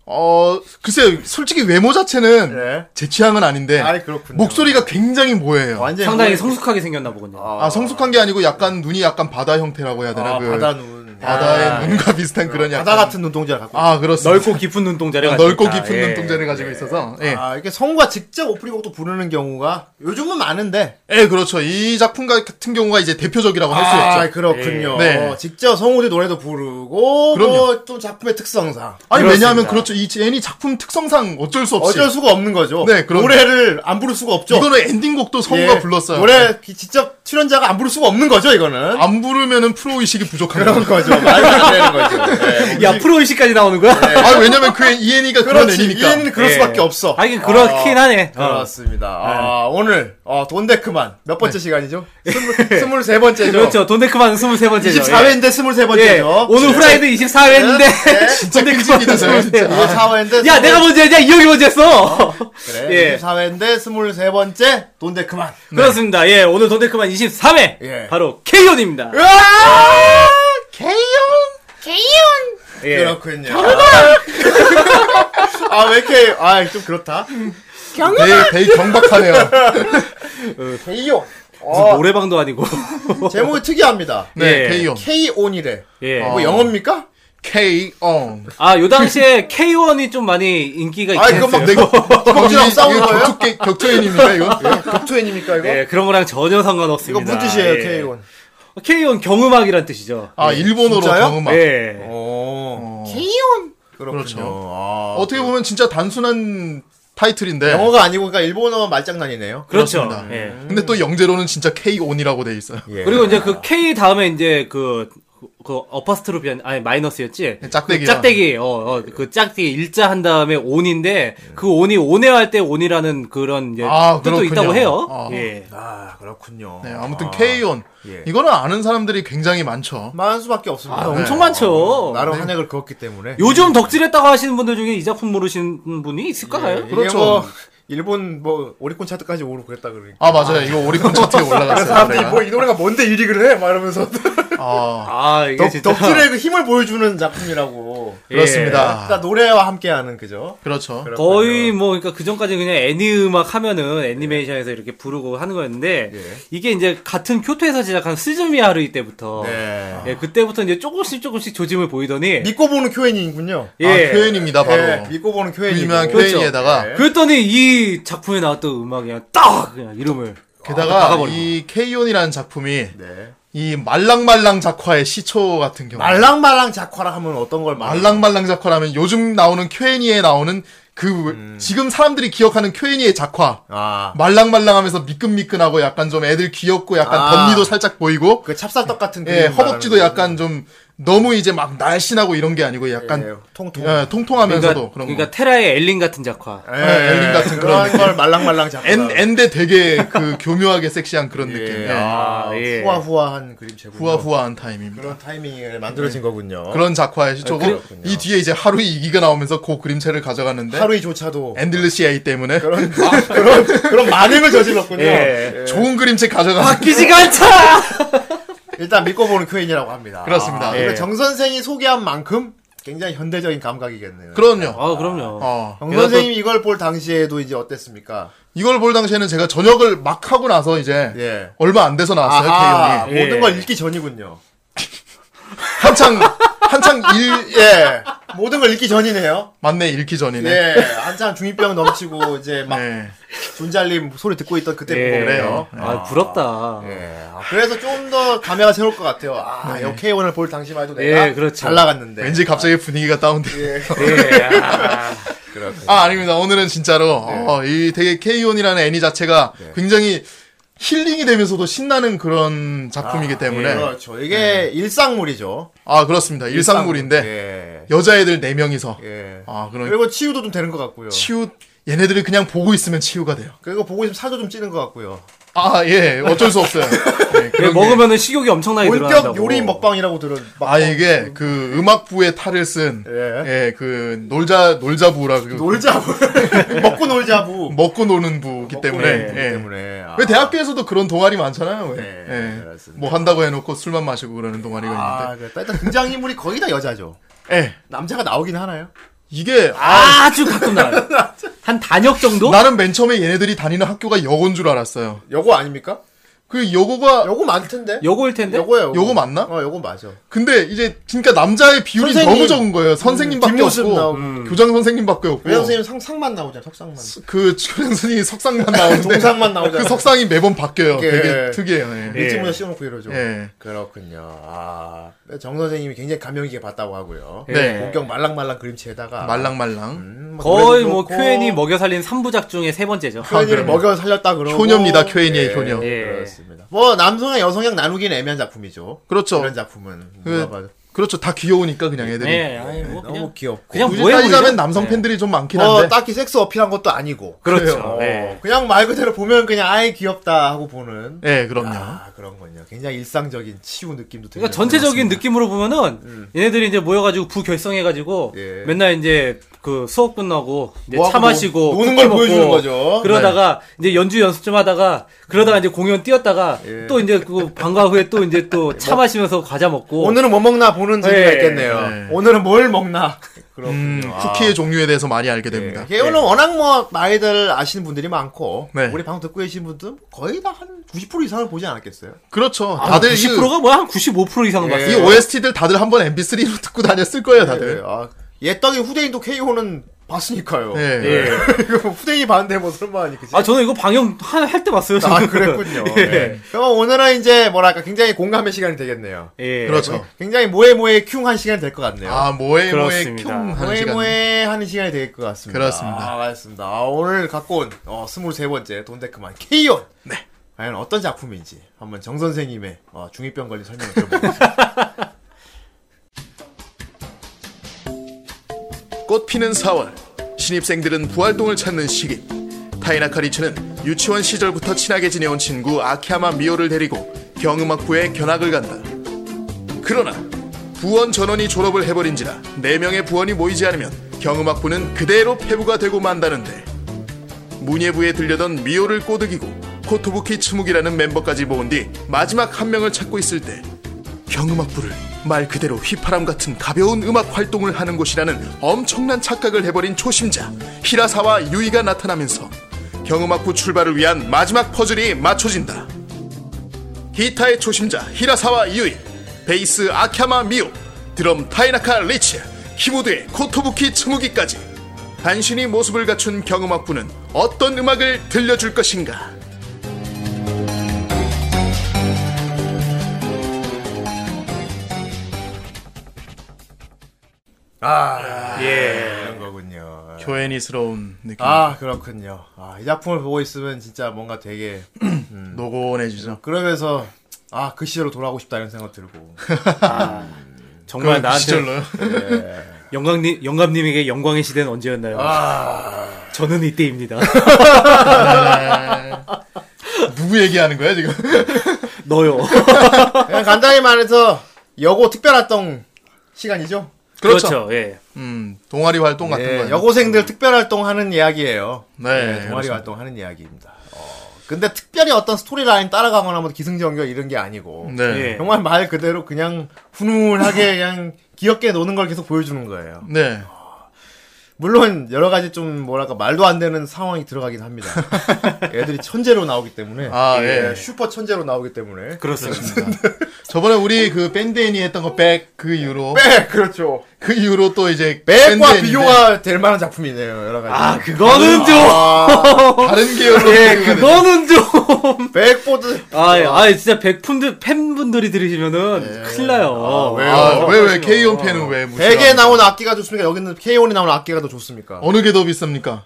[SPEAKER 7] 어 글쎄요 솔직히 외모 자체는
[SPEAKER 5] 네.
[SPEAKER 7] 제 취향은 아닌데
[SPEAKER 5] 아이, 그렇군요.
[SPEAKER 7] 목소리가 굉장히 모해요
[SPEAKER 5] 완전
[SPEAKER 6] 상당히 성숙하게 생겼나 보군요.
[SPEAKER 7] 아 성숙한 게 아니고 약간 눈이 약간 바다 형태라고 해야 되나
[SPEAKER 5] 아,
[SPEAKER 7] 그
[SPEAKER 5] 바다 눈.
[SPEAKER 7] 바다의
[SPEAKER 5] 아,
[SPEAKER 7] 눈과 비슷한 그런 약간
[SPEAKER 5] 바다 같은 눈동자를 갖고
[SPEAKER 7] 아 그렇습니다
[SPEAKER 6] 넓고 깊은 눈동자를
[SPEAKER 7] 아,
[SPEAKER 6] 가지고
[SPEAKER 7] 넓고
[SPEAKER 6] 있다.
[SPEAKER 7] 깊은
[SPEAKER 6] 예.
[SPEAKER 7] 눈동자를 가지고 있어서 예.
[SPEAKER 5] 아, 이렇게 성우가 직접 오프닝곡도 부르는 경우가 요즘은 많은데.
[SPEAKER 7] 예, 그렇죠. 이 작품 같은 경우가 이제 대표적이라고 할 수
[SPEAKER 5] 아,
[SPEAKER 7] 있죠.
[SPEAKER 5] 그렇군요.
[SPEAKER 7] 네.
[SPEAKER 5] 어, 직접 성우들 노래도 부르고, 또,
[SPEAKER 7] 그럼요.
[SPEAKER 5] 또 작품의 특성상.
[SPEAKER 7] 아니,
[SPEAKER 6] 그렇습니다.
[SPEAKER 7] 왜냐하면 그렇죠. 이 애니 작품 특성상 어쩔 수 없이.
[SPEAKER 5] 어쩔 수가 없는 거죠.
[SPEAKER 7] 네, 그럼요.
[SPEAKER 5] 노래를 안 부를 수가 없죠.
[SPEAKER 7] 이거는 엔딩곡도 성우가
[SPEAKER 5] 예,
[SPEAKER 7] 불렀어요. 네.
[SPEAKER 5] 노래 기- 직접 출연자가 안 부를 수가 없는 거죠, 이거는.
[SPEAKER 7] 안 부르면은 프로 의식이 부족한
[SPEAKER 5] 그런
[SPEAKER 7] 거예요.
[SPEAKER 5] 거죠. 말도 안 되는
[SPEAKER 7] (laughs)
[SPEAKER 5] 거죠. 네.
[SPEAKER 6] 야, 프로의식까지 나오는 거야?
[SPEAKER 7] 아, 왜냐면 그 애- 이 애니가 그런
[SPEAKER 5] 그렇지.
[SPEAKER 7] 애니니까. 예.
[SPEAKER 5] 이해는 그럴 수밖에 없어.
[SPEAKER 6] 하긴 그렇긴
[SPEAKER 5] 예. 아,
[SPEAKER 6] 하네. 어.
[SPEAKER 5] 그렇습니다. 아, 오늘, 어, 돈데크만. 몇 번째
[SPEAKER 7] 네. (laughs)
[SPEAKER 5] 시간이죠? 스물, 스물세 번째죠.
[SPEAKER 6] 그렇죠. 돈데크만 23번째죠.
[SPEAKER 5] 24회인데
[SPEAKER 6] 예.
[SPEAKER 5] 23번째죠.
[SPEAKER 6] 오늘 후라이드
[SPEAKER 5] 예,
[SPEAKER 6] (laughs) 24회인데.
[SPEAKER 7] 진짜 끔찍이다, 저거 진짜.
[SPEAKER 5] 이거 4회인데.
[SPEAKER 6] 예. 야, 내가 먼저 했냐? 이 형이 먼저 했어!
[SPEAKER 5] 아, 그래.
[SPEAKER 6] (laughs) 예.
[SPEAKER 5] 24회인데 네. 23번째 돈데크만.
[SPEAKER 6] 그렇습니다. 예, 오늘 돈데크만 23회.
[SPEAKER 5] 예.
[SPEAKER 6] 바로 케이온입니다.
[SPEAKER 5] 네. 으아! 개요!
[SPEAKER 6] 예.
[SPEAKER 5] 그렇군요. 아, 왜 이렇게, 아, 좀 그렇다.
[SPEAKER 7] 되게, 되게 경박하네요.
[SPEAKER 5] K온.
[SPEAKER 6] 무슨 노래방도 아니고.
[SPEAKER 5] 어,
[SPEAKER 6] (laughs)
[SPEAKER 5] 제목이 특이합니다.
[SPEAKER 7] 네,
[SPEAKER 6] 예.
[SPEAKER 7] 페이온.
[SPEAKER 5] K온이래.
[SPEAKER 6] 예.
[SPEAKER 5] 뭐 영어입니까?
[SPEAKER 7] K-On.
[SPEAKER 6] 아, 요 당시에 K1이 좀 많이 인기가 있긴
[SPEAKER 5] 아, 이거 막
[SPEAKER 6] 했어요.
[SPEAKER 5] (laughs) 내가 껍질하고 싸우는 거예요?
[SPEAKER 7] 격투, 격투인입니다, 이거.
[SPEAKER 5] 격투엔입니까 예, 이거?
[SPEAKER 6] 예, 그런 거랑 전혀
[SPEAKER 5] 이거
[SPEAKER 6] 상관없습니다.
[SPEAKER 5] 무슨 뜻이에요,
[SPEAKER 6] 예.
[SPEAKER 5] K1?
[SPEAKER 6] K1 경음악이란 뜻이죠.
[SPEAKER 7] 아, 일본어로
[SPEAKER 5] 예. 진짜요?
[SPEAKER 7] 경음악.
[SPEAKER 6] 예.
[SPEAKER 5] 어, 오. K1. 그렇군요.
[SPEAKER 7] 그렇죠.
[SPEAKER 5] 아,
[SPEAKER 7] 어떻게 보면 진짜 단순한 타이틀인데.
[SPEAKER 5] 영어가 아니고 그러니까 일본어 말장난이네요.
[SPEAKER 6] 그렇죠.
[SPEAKER 7] 그렇습니다.
[SPEAKER 6] 예.
[SPEAKER 7] 근데 또 영재로는 진짜 K-On이라고 돼 있어요.
[SPEAKER 5] 예.
[SPEAKER 6] 그리고 이제 그 K 다음에 이제 그, 그 어퍼스트로피 아니- 아니 마이너스였지.
[SPEAKER 5] 네,
[SPEAKER 7] 짝대기요.
[SPEAKER 6] 그 짝대기. 어, 어, 그 짝대기 일자 한 다음에 온인데 그 온이 온해할 때 온이라는 그런 이제
[SPEAKER 7] 아,
[SPEAKER 6] 뜻도
[SPEAKER 7] 그렇군요.
[SPEAKER 6] 있다고 해요.
[SPEAKER 7] 아.
[SPEAKER 6] 예.
[SPEAKER 5] 아, 그렇군요.
[SPEAKER 7] 네, 아무튼
[SPEAKER 5] 아,
[SPEAKER 7] K-On.
[SPEAKER 5] 예.
[SPEAKER 7] 이거는 아는 사람들이 굉장히 많죠.
[SPEAKER 5] 많은 수밖에 없습니다. 네. 어,
[SPEAKER 6] 아, 엄청 많죠.
[SPEAKER 5] 나름 한액을 그었기 때문에.
[SPEAKER 6] 요즘 덕질했다고 하시는 분들 중에 이 작품 모르시는 분이 있을까요?
[SPEAKER 5] 이게
[SPEAKER 7] 그렇죠.
[SPEAKER 5] 뭐 일본 뭐 오리콘 차트까지 오르고 그랬다 그러니까.
[SPEAKER 7] 아, 맞아요. 이거 오리콘 차트에 올라갔어요.
[SPEAKER 5] 사람들이
[SPEAKER 7] 내가.
[SPEAKER 5] 뭐 이 노래가 뭔데 1위를 해? 막 이러면서
[SPEAKER 7] 아,
[SPEAKER 6] 아, 이게
[SPEAKER 5] 덕,
[SPEAKER 6] 진짜
[SPEAKER 5] 덕질의 그 힘을 보여주는 작품이라고.
[SPEAKER 6] 예.
[SPEAKER 7] 그렇습니다.
[SPEAKER 5] 그러니까 노래와 함께하는 그죠?
[SPEAKER 7] 그렇죠.
[SPEAKER 5] 그렇군요.
[SPEAKER 6] 거의 뭐 그러니까 그 전까지 그냥 애니 음악 하면은 애니메이션에서 이렇게 부르고 하는 거였는데
[SPEAKER 5] 예.
[SPEAKER 6] 이게 이제 같은 교토에서 제작한 스즈미야 하루이 때부터
[SPEAKER 5] 네.
[SPEAKER 6] 예, 그때부터 이제 조금씩 조금씩 조짐을 보이더니
[SPEAKER 5] 믿고 보는 쿄엔이군요.
[SPEAKER 6] 예.
[SPEAKER 7] 아, 표현입니다, 바로.
[SPEAKER 5] 예, 믿고 보는
[SPEAKER 7] 그
[SPEAKER 5] 쿄엔이.
[SPEAKER 7] 유명한
[SPEAKER 6] 그렇죠.
[SPEAKER 7] 쾌인에다가
[SPEAKER 5] 예.
[SPEAKER 6] 그랬더니 이 작품에 나왔던 음악이 그냥 딱 그냥 이름을
[SPEAKER 7] 게다가
[SPEAKER 6] 박아버리고.
[SPEAKER 7] 이 케이온이라는 작품이
[SPEAKER 5] 네.
[SPEAKER 7] 이 말랑말랑 작화의 시초 같은 경우
[SPEAKER 5] 말랑말랑 작화라 하면 어떤 걸 말랑?
[SPEAKER 7] 말랑말랑 작화라면 요즘 나오는 쾌니에 나오는 그 지금 사람들이 기억하는 쾌니의 작화
[SPEAKER 5] 아.
[SPEAKER 7] 말랑말랑하면서 미끈미끈하고 약간 좀 애들 귀엽고 약간
[SPEAKER 5] 아.
[SPEAKER 7] 덧니도 살짝 보이고
[SPEAKER 5] 그 찹쌀떡 같은
[SPEAKER 7] 예
[SPEAKER 5] 그림
[SPEAKER 7] 허벅지도
[SPEAKER 5] 말하는
[SPEAKER 7] 약간 좀 너무 이제 막 날씬하고 이런 게 아니고
[SPEAKER 5] 거죠.
[SPEAKER 7] 약간
[SPEAKER 5] 예, 통통.
[SPEAKER 7] 예, 통통하면서도
[SPEAKER 6] 그러니까,
[SPEAKER 7] 그런
[SPEAKER 6] 그러니까
[SPEAKER 7] 거. 네.
[SPEAKER 6] 테라의 엘린 같은 작화
[SPEAKER 5] 예,
[SPEAKER 7] 엘린 같은 그런
[SPEAKER 5] 그런
[SPEAKER 7] 느낌.
[SPEAKER 5] 걸 말랑말랑 작화.
[SPEAKER 7] 엔 엔데 되게 그 (laughs) 교묘하게 섹시한 그런 느낌. 예.
[SPEAKER 5] 아,
[SPEAKER 6] 아, 예.
[SPEAKER 5] 후아후아한 그림체군요.
[SPEAKER 7] 후아후아한 타임입니다.
[SPEAKER 5] 그런 타이밍에 만들어진 거군요.
[SPEAKER 7] 그런 작화의 시초고
[SPEAKER 5] 그렇군요.
[SPEAKER 7] 이 뒤에 이제 하루이 이기가 나오면서 그 그림체를 가져갔는데
[SPEAKER 5] 하루이조차도
[SPEAKER 7] 엔들리시 에이 때문에
[SPEAKER 5] 그런 마- 그런 그런 만행을 저질렀군요.
[SPEAKER 6] 예.
[SPEAKER 5] 예.
[SPEAKER 7] 좋은 그림체 가져가
[SPEAKER 6] 바뀌지가 않자
[SPEAKER 5] 일단 믿고 보는 쾌인이라고 합니다. 아,
[SPEAKER 7] 그렇습니다.
[SPEAKER 5] 근데
[SPEAKER 6] 예.
[SPEAKER 5] 정 선생이 소개한 만큼 굉장히 현대적인 감각이겠네요.
[SPEAKER 7] (laughs) 그럼요.
[SPEAKER 6] 아 그럼요
[SPEAKER 7] 어.
[SPEAKER 5] 정 선생님이 이걸 볼 당시에도 이제 어땠습니까?
[SPEAKER 7] 이걸 볼 당시에는 제가 저녁을 막 하고 나서 이제
[SPEAKER 5] 예.
[SPEAKER 7] 얼마 안 돼서 나왔어요.
[SPEAKER 5] 아하,
[SPEAKER 7] 개연이
[SPEAKER 6] 예.
[SPEAKER 5] 모든 걸 읽기 전이군요.
[SPEAKER 7] 한창 (laughs) 한창 일
[SPEAKER 5] 예. 모든 걸 읽기 전이네요.
[SPEAKER 7] 맞네 읽기 전이네.
[SPEAKER 5] 예. 한참 중이병 넘치고 이제 막
[SPEAKER 7] 네.
[SPEAKER 5] 존잘림 소리 듣고 있던 그때
[SPEAKER 6] 예.
[SPEAKER 5] 보고 그래요.
[SPEAKER 6] 아 부럽다
[SPEAKER 5] 예. 아, 그래서 좀 더 감회가 새로울 것 같아요. 아, 여 K1을 볼 당시만 해도 내가
[SPEAKER 6] 예, 그렇죠.
[SPEAKER 5] 잘 나갔는데.
[SPEAKER 7] 네. 왠지 갑자기 분위기가 다운돼.
[SPEAKER 6] 예. 아.
[SPEAKER 7] 아 아닙니다. 오늘은 진짜로 어, 이 되게 케이온이라는 애니 자체가 굉장히 힐링이 되면서도 신나는 아, 예, 그런 작품이기 때문에 네.
[SPEAKER 5] 그렇죠. 이게 일상물이죠.
[SPEAKER 7] 아 그렇습니다. 일상물인데
[SPEAKER 5] 예.
[SPEAKER 7] 여자애들 네 명이서
[SPEAKER 5] 예.
[SPEAKER 7] 네. 아 그런
[SPEAKER 5] 그리고 치유도 좀 되는 것 같고요.
[SPEAKER 7] 치유 얘네들이 그냥 보고 있으면 치유가 돼요.
[SPEAKER 5] 그리고 보고 있으면 살도 좀 찌는 것 같고요.
[SPEAKER 7] 아 예 어쩔 수 없어요. 네,
[SPEAKER 6] 예,
[SPEAKER 7] (laughs) 그런 게-
[SPEAKER 6] 먹으면은 식욕이 엄청나게
[SPEAKER 5] 본격
[SPEAKER 6] 늘어난다고
[SPEAKER 5] 요리 먹방이라고 들은.
[SPEAKER 7] 아 이게 그 음악부에 탈을
[SPEAKER 5] 예.
[SPEAKER 7] 쓴예그 놀자 놀자부라 그
[SPEAKER 5] 놀자부. (laughs) 먹고 놀자부.
[SPEAKER 7] 먹고 노는 부기 때문에
[SPEAKER 5] 예.
[SPEAKER 7] 예.
[SPEAKER 5] 때문에. 아.
[SPEAKER 7] 왜 대학교에서도 그런 동아리 많잖아요. 왜?
[SPEAKER 5] 예,
[SPEAKER 7] 예.
[SPEAKER 5] 그렇습니다.
[SPEAKER 7] 뭐 한다고 해놓고 술만 마시고 그러는 동아리가
[SPEAKER 5] 아, 그러니까 일단 등장인물이 거의 다 여자죠.
[SPEAKER 7] 있는데 예
[SPEAKER 5] 남자가 나오긴 하나요?
[SPEAKER 7] 이게
[SPEAKER 6] 아주 가끔 나와요 한 단역 정도?
[SPEAKER 7] 나는 맨 처음에 얘네들이 다니는 학교가 여고인 줄 알았어요.
[SPEAKER 5] 여고 아닙니까?
[SPEAKER 7] 그 여고가
[SPEAKER 5] 여고 많을 텐데.
[SPEAKER 6] 요거일 텐데
[SPEAKER 5] 여고야, 여고.
[SPEAKER 7] 여고 맞나?
[SPEAKER 5] 어, 여고 맞아.
[SPEAKER 7] 근데 이제 그러니까 남자의 비율이
[SPEAKER 5] 선생님.
[SPEAKER 7] 너무 적은 거예요. 선생님밖에
[SPEAKER 5] 뒷모습
[SPEAKER 7] 없고
[SPEAKER 5] 나오고.
[SPEAKER 7] 교장 선생님밖에 없고
[SPEAKER 5] 외장 선생님 상상만 나오잖아, 석상만.
[SPEAKER 7] 그 교장 선생님 (laughs) 석상만 나오는데
[SPEAKER 5] 동상만 나오잖아.
[SPEAKER 7] 그 석상이 매번 바뀌어요.
[SPEAKER 5] 아, 예.
[SPEAKER 7] 되게 특이해요. 예.
[SPEAKER 5] (laughs) 일찍 문자 씌워놓고 이러죠.
[SPEAKER 7] 예.
[SPEAKER 5] 그렇군요. 아, 정 선생님이 굉장히 감명 깊게 봤다고 하고요.
[SPEAKER 7] 네.
[SPEAKER 5] 본격 말랑말랑 그림체에다가
[SPEAKER 7] 말랑말랑
[SPEAKER 5] 음, 뭐
[SPEAKER 6] 거의
[SPEAKER 5] 노래도
[SPEAKER 6] 뭐
[SPEAKER 5] 그렇고,
[SPEAKER 6] 큐엔이 먹여 살린 3부작 중에 세 번째죠
[SPEAKER 5] 큐엔이를
[SPEAKER 7] 아, 그럼요.
[SPEAKER 5] 먹여 살렸다 그러고
[SPEAKER 7] 효녀입니다. 큐엔이의 효녀.
[SPEAKER 6] 예.
[SPEAKER 5] 그렇습니다. 뭐 남성향 여성향 나누긴 애매한 작품이죠.
[SPEAKER 7] 그렇죠.
[SPEAKER 5] 이런 작품은
[SPEAKER 7] 그-
[SPEAKER 5] 누가 봐도
[SPEAKER 7] 그렇죠. 다 귀여우니까 그냥 애들이
[SPEAKER 5] 네.
[SPEAKER 6] 예, 아니 뭐
[SPEAKER 5] 너무
[SPEAKER 6] 그냥
[SPEAKER 5] 귀엽고
[SPEAKER 6] 그냥
[SPEAKER 7] 굳이
[SPEAKER 6] 뭐해
[SPEAKER 7] 따지자면
[SPEAKER 6] 보이죠?
[SPEAKER 7] 남성
[SPEAKER 6] 예.
[SPEAKER 7] 팬들이 좀 많긴
[SPEAKER 5] 뭐
[SPEAKER 7] 한데
[SPEAKER 5] 딱히 섹스 어필한 것도 아니고
[SPEAKER 6] 그렇죠.
[SPEAKER 5] 어,
[SPEAKER 6] 예.
[SPEAKER 5] 그냥 말 그대로 보면 그냥 아이 귀엽다 하고 보는
[SPEAKER 7] 예 그럼요.
[SPEAKER 5] 아 그런군요. 굉장히 일상적인 치유 느낌도 들고
[SPEAKER 6] 그러니까 전체적인 느낌으로 보면은 얘네들이 이제 모여가지고 부 결성해가지고
[SPEAKER 5] 음. 예.
[SPEAKER 6] 맨날 이제 그 수업 끝나고 이제
[SPEAKER 5] 뭐하고
[SPEAKER 6] 차 마시고
[SPEAKER 5] 노- 노는
[SPEAKER 6] 쿠키
[SPEAKER 5] 걸
[SPEAKER 6] 먹고
[SPEAKER 5] 보여주는 거죠. 네. 음.
[SPEAKER 6] 그러다가 이제 연주 연습 좀 하다가 그러다가 이제 공연 뛰었다가
[SPEAKER 5] 예.
[SPEAKER 6] 또 이제 그 방과 후에 또 이제 또 차 마시면서 과자 먹고
[SPEAKER 5] 뭐 오늘은 뭐 먹나 보는 재미가
[SPEAKER 6] 예.
[SPEAKER 5] 있겠네요.
[SPEAKER 7] 예.
[SPEAKER 5] 오늘은 뭘 먹나. (laughs) 그렇군요.
[SPEAKER 7] 음,
[SPEAKER 5] 아.
[SPEAKER 7] 쿠키의 종류에 대해서 많이 알게 됩니다.
[SPEAKER 5] 예. 예, 오늘 워낙 뭐 나이들 아시는 분들이 많고
[SPEAKER 7] 네.
[SPEAKER 5] 우리 방송 듣고 계신 분들 거의 다 한 90% 이상을 보지 않았겠어요.
[SPEAKER 7] 그렇죠.
[SPEAKER 6] 아, 예.
[SPEAKER 7] 다들 이,
[SPEAKER 6] 90%가 뭐야 한 95% 이상 봤어.
[SPEAKER 7] 이 OST들 다들 한 번 MB3로 (laughs) 듣고 다녔을 거예요,
[SPEAKER 5] 예,
[SPEAKER 7] 다들.
[SPEAKER 5] 아, 옛떡의 후대인도 KO는 봤으니까요.
[SPEAKER 7] 예.
[SPEAKER 5] 예. (laughs) 이거 후대인이 봤는데 뭐 설마 아니 그지?
[SPEAKER 6] 아 저는 이거 방영 할 때 봤어요. 지금.
[SPEAKER 5] 아, 그랬군요.
[SPEAKER 6] (laughs) 예.
[SPEAKER 5] 예. 그럼 오늘은 이제 뭐랄까 굉장히 공감의 시간이 되겠네요.
[SPEAKER 6] 예.
[SPEAKER 7] 그렇죠.
[SPEAKER 5] 굉장히 모에모에 큐한 시간이 될 것 같네요.
[SPEAKER 7] 아, 모에 모에 켐
[SPEAKER 6] 그렇습니다.
[SPEAKER 7] 음, 하는 시간.
[SPEAKER 5] 모에모에 하는 시간이 될 것 같습니다.
[SPEAKER 7] 그렇습니다.
[SPEAKER 5] 아, 맞습니다. 아, 오늘 갖고 온 어, 23번째 돈데크만 케이온.
[SPEAKER 7] 네.
[SPEAKER 5] 과연 어떤 작품인지 한번 정 선생님의 어, 중이병 걸린 설명을
[SPEAKER 7] (laughs)
[SPEAKER 5] 들어보겠습니다.
[SPEAKER 7] 꽃 피는 4월 신입생들은 부활동을 찾는 시기 타이나카리츠는 유치원 시절부터 친하게 지내온 친구 아키하마 미오를 데리고 경음악부에 견학을 간다 그러나 부원 전원이 졸업을 해버린지라 4명의 부원이 모이지 않으면 경음악부는 그대로 폐부가 되고 만다는데 문예부에 들려던 미오를 꼬드기고 코토부키 츠묵이라는 멤버까지 모은 뒤 마지막 한 명을 찾고 있을 때 경음악부를 말 그대로 휘파람 같은 가벼운 음악 활동을 하는 곳이라는 엄청난 착각을 해버린 초심자 히라사와 유이가 나타나면서 경음악부 출발을 위한 마지막 퍼즐이 맞춰진다. 기타의 초심자 히라사와 유이, 베이스 아캬마 미오, 드럼 타이나카 리치, 키보드의 코토부키 츠무기까지 간신히 모습을 갖춘 경음악부는 어떤 음악을 들려줄 것인가?
[SPEAKER 5] 아,
[SPEAKER 6] 예.
[SPEAKER 5] 이런 거군요.
[SPEAKER 7] 교회니스러운 느낌,
[SPEAKER 5] 아, 그렇군요. 아, 이 작품을 보고 있으면 진짜 뭔가 되게
[SPEAKER 7] 노곤해지죠.
[SPEAKER 5] 그러면서 아, 그 시절로 돌아가고 싶다는 생각
[SPEAKER 7] (laughs)
[SPEAKER 5] 들고.
[SPEAKER 6] 정말
[SPEAKER 5] 그
[SPEAKER 6] 나한테
[SPEAKER 7] 시절로요?
[SPEAKER 6] 영광님 영감님에게 영광의 시대는 언제였나요?
[SPEAKER 5] 아.
[SPEAKER 6] 저는 이때입니다. (laughs)
[SPEAKER 7] 누구 얘기하는 거야 지금? (laughs)
[SPEAKER 6] 너요.
[SPEAKER 5] 아, 그냥 간단히 말해서 여고 특별활동 시간이죠.
[SPEAKER 7] 그렇죠.
[SPEAKER 6] 예.
[SPEAKER 7] 음, 동아리 활동 같은
[SPEAKER 5] 예,
[SPEAKER 7] 거예요.
[SPEAKER 5] 여고생들 특별활동 하는 이야기예요.
[SPEAKER 7] 네,
[SPEAKER 5] 예, 동아리
[SPEAKER 7] 그렇습니다.
[SPEAKER 5] 활동 하는 이야기입니다. 어, 근데 특별히 어떤 스토리라인 따라가거나 뭐 기승전결 이런 게 아니고
[SPEAKER 7] 네.
[SPEAKER 6] 예.
[SPEAKER 5] 정말 말 그대로 그냥 훈훈하게
[SPEAKER 7] (laughs)
[SPEAKER 5] 그냥 귀엽게 노는 걸 계속 보여주는 거예요.
[SPEAKER 7] 네.
[SPEAKER 5] 물론 여러 가지 좀 뭐랄까 말도 안 되는 상황이 들어가긴
[SPEAKER 7] (laughs)
[SPEAKER 5] 합니다. 애들이 천재로 나오기 때문에
[SPEAKER 7] 아, 예.
[SPEAKER 5] 슈퍼 천재로 나오기 때문에
[SPEAKER 6] 그렇습니다.
[SPEAKER 7] 저번에 우리 그 밴드애니 했던 거 백 그 이후로
[SPEAKER 5] 백 그렇죠.
[SPEAKER 7] 그 이후로 또 이제
[SPEAKER 5] 백과
[SPEAKER 7] 밴드애니인데
[SPEAKER 5] 비교가 될 만한 작품이네요. 여러 가지.
[SPEAKER 6] 아, 그거는 좀.
[SPEAKER 7] 다른 계열로
[SPEAKER 6] 예,
[SPEAKER 7] 비교가
[SPEAKER 6] 그거는 좀.
[SPEAKER 5] 백보드
[SPEAKER 6] 아, 예, 아, 진짜 백분들 팬분들이 들으시면은 큰일 나요.
[SPEAKER 7] 됐- 아, 왜왜 K-ON 팬은 왜 무시를
[SPEAKER 5] 어. 백에
[SPEAKER 7] 합니까?
[SPEAKER 5] 나오는 악기가 좋습니까? 여기는 K1이 나오는 악기가 더 좋습니까?
[SPEAKER 7] 어느 게 더 비쌉니까?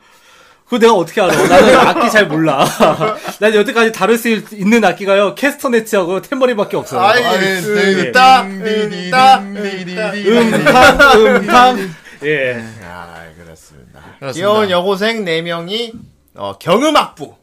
[SPEAKER 6] 그거 내가 어떻게 알아? 나는 악기 잘 몰라. (laughs) 난 여태까지 다룰 수 있는 악기가요. 캐스터네츠하고 탬버린밖에 없어요.
[SPEAKER 5] 아이,
[SPEAKER 7] 아니,
[SPEAKER 5] 음,
[SPEAKER 7] 네,
[SPEAKER 5] 따,
[SPEAKER 7] 음,
[SPEAKER 5] 음, 따,
[SPEAKER 7] 음,
[SPEAKER 5] 음,
[SPEAKER 6] 음탕, 음탕. 예.
[SPEAKER 5] 아, 그렇습니다.
[SPEAKER 7] 그렇습니다.
[SPEAKER 5] 귀여운 여고생 4명이, 어, 경음악부.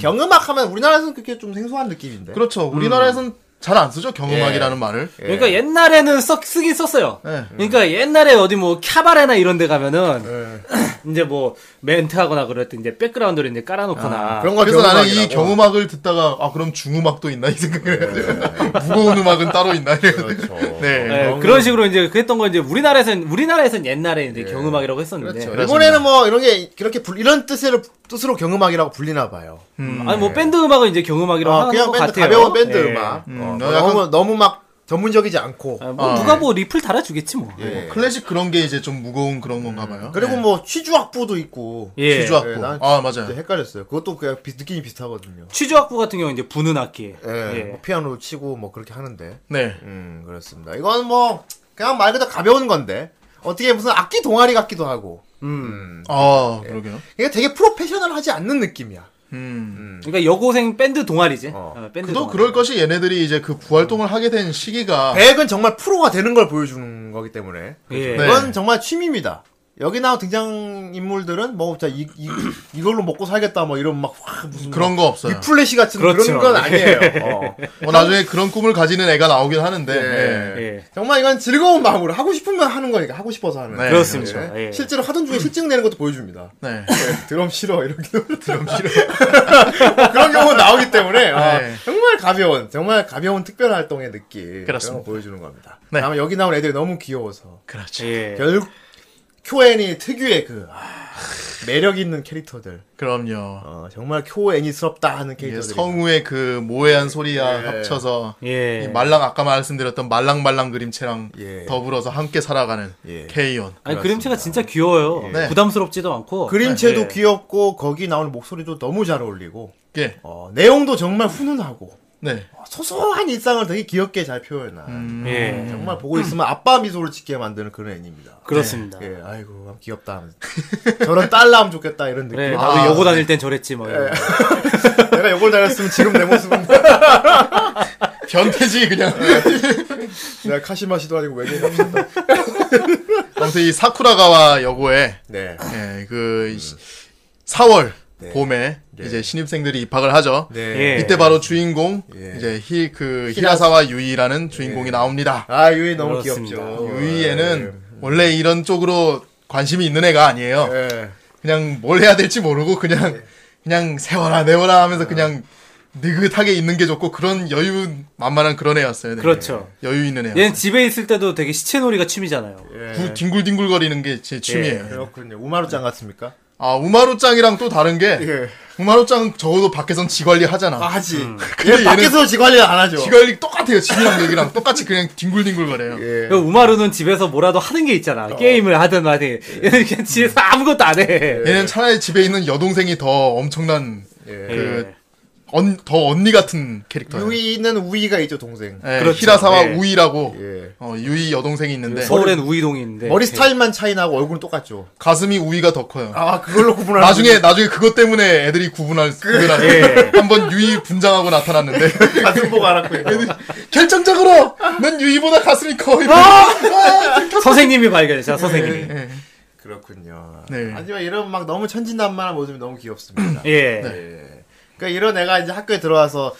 [SPEAKER 5] 경음악 하면 우리나라에서는 그렇게 좀 생소한 느낌인데.
[SPEAKER 7] 그렇죠. 우리나라에서는
[SPEAKER 5] 음.
[SPEAKER 7] 잘 안 쓰죠
[SPEAKER 5] 예.
[SPEAKER 7] 경음악이라는 말을.
[SPEAKER 6] 그러니까 옛날에는 써, 쓰긴 썼어요.
[SPEAKER 7] 네.
[SPEAKER 6] 그러니까 옛날에 어디 뭐 캬바레나 이런 데
[SPEAKER 5] 네,
[SPEAKER 6] 가면은 (clears throat) 이제 뭐 멘트 하거나 그럴 때 이제 백그라운드를 이제 깔아놓거나
[SPEAKER 5] 그런 걸
[SPEAKER 7] 그래서 나는 이
[SPEAKER 5] 경음악이라고.
[SPEAKER 7] 경음악을 듣다가 아 그럼 중음악도 있나 이 생각을 해야 돼요. (laughs) 무거운 음악은 따로 있나 이래요.
[SPEAKER 5] 예. 그렇죠.
[SPEAKER 7] 네.
[SPEAKER 6] 예, 그런 식으로 이제 그 했던 거 이제 우리나라에선 우리나라에선 옛날에 이제 경음악이라고 했었는데
[SPEAKER 5] 예. 그렇죠. 일본에는 뭐, 이런 게, 그렇게, 불- 이런 뜻으로, 뜻으로 경음악이라고 불리나 봐요.
[SPEAKER 6] 아니 뭐 밴드 음악은 이제 경음악이라고
[SPEAKER 5] 어,
[SPEAKER 6] 하는
[SPEAKER 5] 예. 그냥
[SPEAKER 6] 것
[SPEAKER 5] 밴드,
[SPEAKER 6] 같아요.
[SPEAKER 5] 가벼운 밴드
[SPEAKER 6] 예.
[SPEAKER 5] 음악.
[SPEAKER 7] 음,
[SPEAKER 5] 어,
[SPEAKER 7] 나
[SPEAKER 5] 뭐
[SPEAKER 7] 약간-
[SPEAKER 5] 너무, 너무 막, 전문적이지 않고.
[SPEAKER 6] 아, 뭐
[SPEAKER 7] 어.
[SPEAKER 6] 누가 뭐 리플 달아주겠지 뭐. 예.
[SPEAKER 5] 예.
[SPEAKER 7] 클래식 그런 게 이제 좀 무거운 그런 건가 봐요.
[SPEAKER 5] 음.
[SPEAKER 7] 네.
[SPEAKER 5] 그리고 뭐, 취주악부도 있고.
[SPEAKER 7] 취조악부.
[SPEAKER 5] 예, 난
[SPEAKER 7] 아
[SPEAKER 5] 이제
[SPEAKER 7] 맞아요.
[SPEAKER 5] 헷갈렸어요. 그것도 그냥 비- 느낌이 비슷하거든요.
[SPEAKER 6] 취조악부 같은 경우는 이제 부는 악기.
[SPEAKER 5] 예,
[SPEAKER 6] 예.
[SPEAKER 5] 뭐 피아노 치고 뭐 그렇게 하는데.
[SPEAKER 7] 네.
[SPEAKER 5] 음, 그렇습니다. 이건 뭐, 그냥 말 그대로 가벼운 건데, 어떻게 무슨 악기 동아리 같기도 하고, 음.
[SPEAKER 7] 아
[SPEAKER 5] 예.
[SPEAKER 7] 그러게요.
[SPEAKER 5] 이게 되게 프로페셔널 하지 않는 느낌이야.
[SPEAKER 7] 음.
[SPEAKER 6] 그러니까 여고생 밴드 동아리지.
[SPEAKER 5] 어.
[SPEAKER 6] 어, 밴드
[SPEAKER 7] 또
[SPEAKER 6] 동아리.
[SPEAKER 7] 그럴 것이 얘네들이 이제 그 부활동을 하게 된 시기가
[SPEAKER 5] 백은 정말 프로가 되는 걸 보여주는 거기 때문에.
[SPEAKER 6] 예.
[SPEAKER 7] 네.
[SPEAKER 5] 이건 정말 취미입니다. 여기 나온 등장 인물들은 뭐 자 이, (clears throat) 이 이걸로 먹고 살겠다 뭐 이런 막 확 무슨
[SPEAKER 7] 그런 거 없어요.
[SPEAKER 5] 리플래시 같은 그
[SPEAKER 6] 그렇죠.
[SPEAKER 5] 런건 아니에요. 어.
[SPEAKER 7] 뭐 나중에 그런 꿈을 가지는 애가 나오긴 하는데 예.
[SPEAKER 5] 예.
[SPEAKER 6] (laughs) 예.
[SPEAKER 5] 정말 이건 즐거운 마음으로 하고 싶으면 하는 거니까 하고 싶어서 하는.
[SPEAKER 7] 네.
[SPEAKER 6] 그렇습니다. 예.
[SPEAKER 5] 실제로 하던 중에 실증 내는 것도 보여줍니다.
[SPEAKER 7] 네.
[SPEAKER 5] 네, 드럼 싫어 이런 경우 드럼 싫어 뭐 그런 경우 나오기 때문에 아,
[SPEAKER 7] 네.
[SPEAKER 5] 정말 가벼운 정말 가벼운 특별 활동의 느낌
[SPEAKER 7] 그렇습니다.
[SPEAKER 5] 그런 거 보여주는 겁니다.
[SPEAKER 7] 네.
[SPEAKER 5] 다만 여기 나온 애들이 너무 귀여워서
[SPEAKER 7] 그렇죠.
[SPEAKER 6] 예.
[SPEAKER 5] 결국 쿄엔이 특유의 그 아, 매력 있는 캐릭터들
[SPEAKER 7] 그럼요.
[SPEAKER 5] 어, 정말 쿄애니스럽다 하는
[SPEAKER 7] 이게
[SPEAKER 5] 캐릭터들
[SPEAKER 7] 성우의 그 모해한 소리와
[SPEAKER 5] 예.
[SPEAKER 7] 합쳐서
[SPEAKER 6] 예.
[SPEAKER 7] 이 말랑 아까 말씀드렸던 말랑말랑 그림체랑
[SPEAKER 5] 예.
[SPEAKER 7] 더불어서 함께 살아가는
[SPEAKER 5] 예.
[SPEAKER 7] 케이온.
[SPEAKER 6] 아니 그림체가 진짜 귀여워요. 예.
[SPEAKER 7] 네.
[SPEAKER 6] 부담스럽지도 않고.
[SPEAKER 5] 그림체도
[SPEAKER 6] 예.
[SPEAKER 5] 귀엽고 거기 나오는 목소리도 너무 잘 어울리고
[SPEAKER 7] 예.
[SPEAKER 5] 어, 내용도 정말 훈훈하고
[SPEAKER 7] 네.
[SPEAKER 5] 어, 소소한 일상을 되게 귀엽게 잘 표현한
[SPEAKER 7] 음.
[SPEAKER 6] 예.
[SPEAKER 5] 정말 보고 있으면 아빠 미소를 짓게 만드는 음. 그런 애니입니다.
[SPEAKER 6] 그렇습니다.
[SPEAKER 5] 예, 아이고, 참 귀엽다. 하면서. 저런 딸 나면 좋겠다, 이런 느낌.
[SPEAKER 6] 그래,
[SPEAKER 5] 아, 예.
[SPEAKER 6] 나도 여고 다닐 땐 저랬지 뭐. 이런 거.
[SPEAKER 5] 내가 요걸 다녔으면 지금 내 모습은. (laughs)
[SPEAKER 7] 변태지 그냥. (laughs)
[SPEAKER 5] 내가 카시마시도 아니고 외계인 합니다.
[SPEAKER 7] 아무튼 이 사쿠라가와 여고에
[SPEAKER 5] 네.
[SPEAKER 7] 예, 그 이- 4월
[SPEAKER 5] 네.
[SPEAKER 7] 봄에
[SPEAKER 5] 네.
[SPEAKER 7] 이제 신입생들이 입학을 하죠.
[SPEAKER 5] 네.
[SPEAKER 6] 예.
[SPEAKER 7] 이때 바로 주인공
[SPEAKER 5] 예.
[SPEAKER 7] 이제 히 그 히라사와 유이라는 주인공이 나옵니다.
[SPEAKER 5] 아, 유이 너무
[SPEAKER 6] 그렇습니다.
[SPEAKER 5] 귀엽죠.
[SPEAKER 7] 유이에는 원래 이런 쪽으로 관심이 있는 애가 아니에요.
[SPEAKER 5] 예.
[SPEAKER 7] 그냥 뭘 해야 될지 모르고 그냥 그냥 세워라 내워라 하면서 그냥 느긋하게 있는 게 좋고 그런 여유 만만한 그런 애였어요. 되게.
[SPEAKER 6] 그렇죠.
[SPEAKER 7] 여유 있는 애.
[SPEAKER 6] 얘는 집에 있을 때도 되게 시체놀이가 취미잖아요.
[SPEAKER 5] 예.
[SPEAKER 7] 뒹굴뒹굴거리는 게 제 취미예요.
[SPEAKER 5] 그렇군요. 우마루짱 같습니까?
[SPEAKER 7] 아 우마루짱이랑 또 다른 게
[SPEAKER 5] 예.
[SPEAKER 7] 우마루짱 적어도 밖에선 지관리 하잖아.
[SPEAKER 5] 아, 하지.
[SPEAKER 7] 근데
[SPEAKER 5] 얘
[SPEAKER 7] 얘는
[SPEAKER 5] 밖에서 지관리 안 하죠.
[SPEAKER 7] 지관리 똑같아요. 집이랑 여기랑 똑같이 그냥 뒹굴뒹굴거려요.
[SPEAKER 5] 예.
[SPEAKER 6] 그 우마루는 집에서 뭐라도 하는 게
[SPEAKER 5] 어.
[SPEAKER 6] 있잖아. 게임을 하든 말든.
[SPEAKER 5] 네.
[SPEAKER 6] (laughs) 얘는 그냥 집에서 아무것도 안 해.
[SPEAKER 7] 얘는 차라리 집에 있는 여동생이 더 엄청난
[SPEAKER 5] 예.
[SPEAKER 7] 그 언, 더 언니 같은
[SPEAKER 5] 그 네.
[SPEAKER 7] 캐릭터예요.
[SPEAKER 5] 유이는 우이가 있죠, 동생.
[SPEAKER 7] 예,
[SPEAKER 6] 그렇죠.
[SPEAKER 7] 히라사와
[SPEAKER 6] 예.
[SPEAKER 7] 우이라고
[SPEAKER 5] 예.
[SPEAKER 7] 어, 유이 여동생이 있는데
[SPEAKER 6] 서울엔 우이동이 있는데.
[SPEAKER 5] 네. 머리
[SPEAKER 6] 예.
[SPEAKER 5] 스타일만 차이 나고 얼굴은 똑같죠.
[SPEAKER 7] 가슴이 우이가 더 커요.
[SPEAKER 5] 아, 그걸로 구분하는
[SPEAKER 7] 나중에 나중에 그것 때문에 애들이 구분할 구분할
[SPEAKER 6] 예.
[SPEAKER 7] (laughs) 한번 유이 분장하고 나타났는데 (laughs)
[SPEAKER 5] 가슴 보고 알았고요.
[SPEAKER 7] 결정적으로 난 유이보다 가슴이 커.
[SPEAKER 6] 아!
[SPEAKER 7] 이러면서
[SPEAKER 6] 예. 선생님이 발견했잖아, 선생님이.
[SPEAKER 7] 예.
[SPEAKER 5] 그렇군요.
[SPEAKER 7] 네.
[SPEAKER 5] 하지만 이런 막 너무 천진난만한 모습이 너무
[SPEAKER 7] (laughs)
[SPEAKER 5] 귀엽습니다.
[SPEAKER 6] 예.
[SPEAKER 5] 예. 그러니까 이런 애가 이제 학교에 들어와서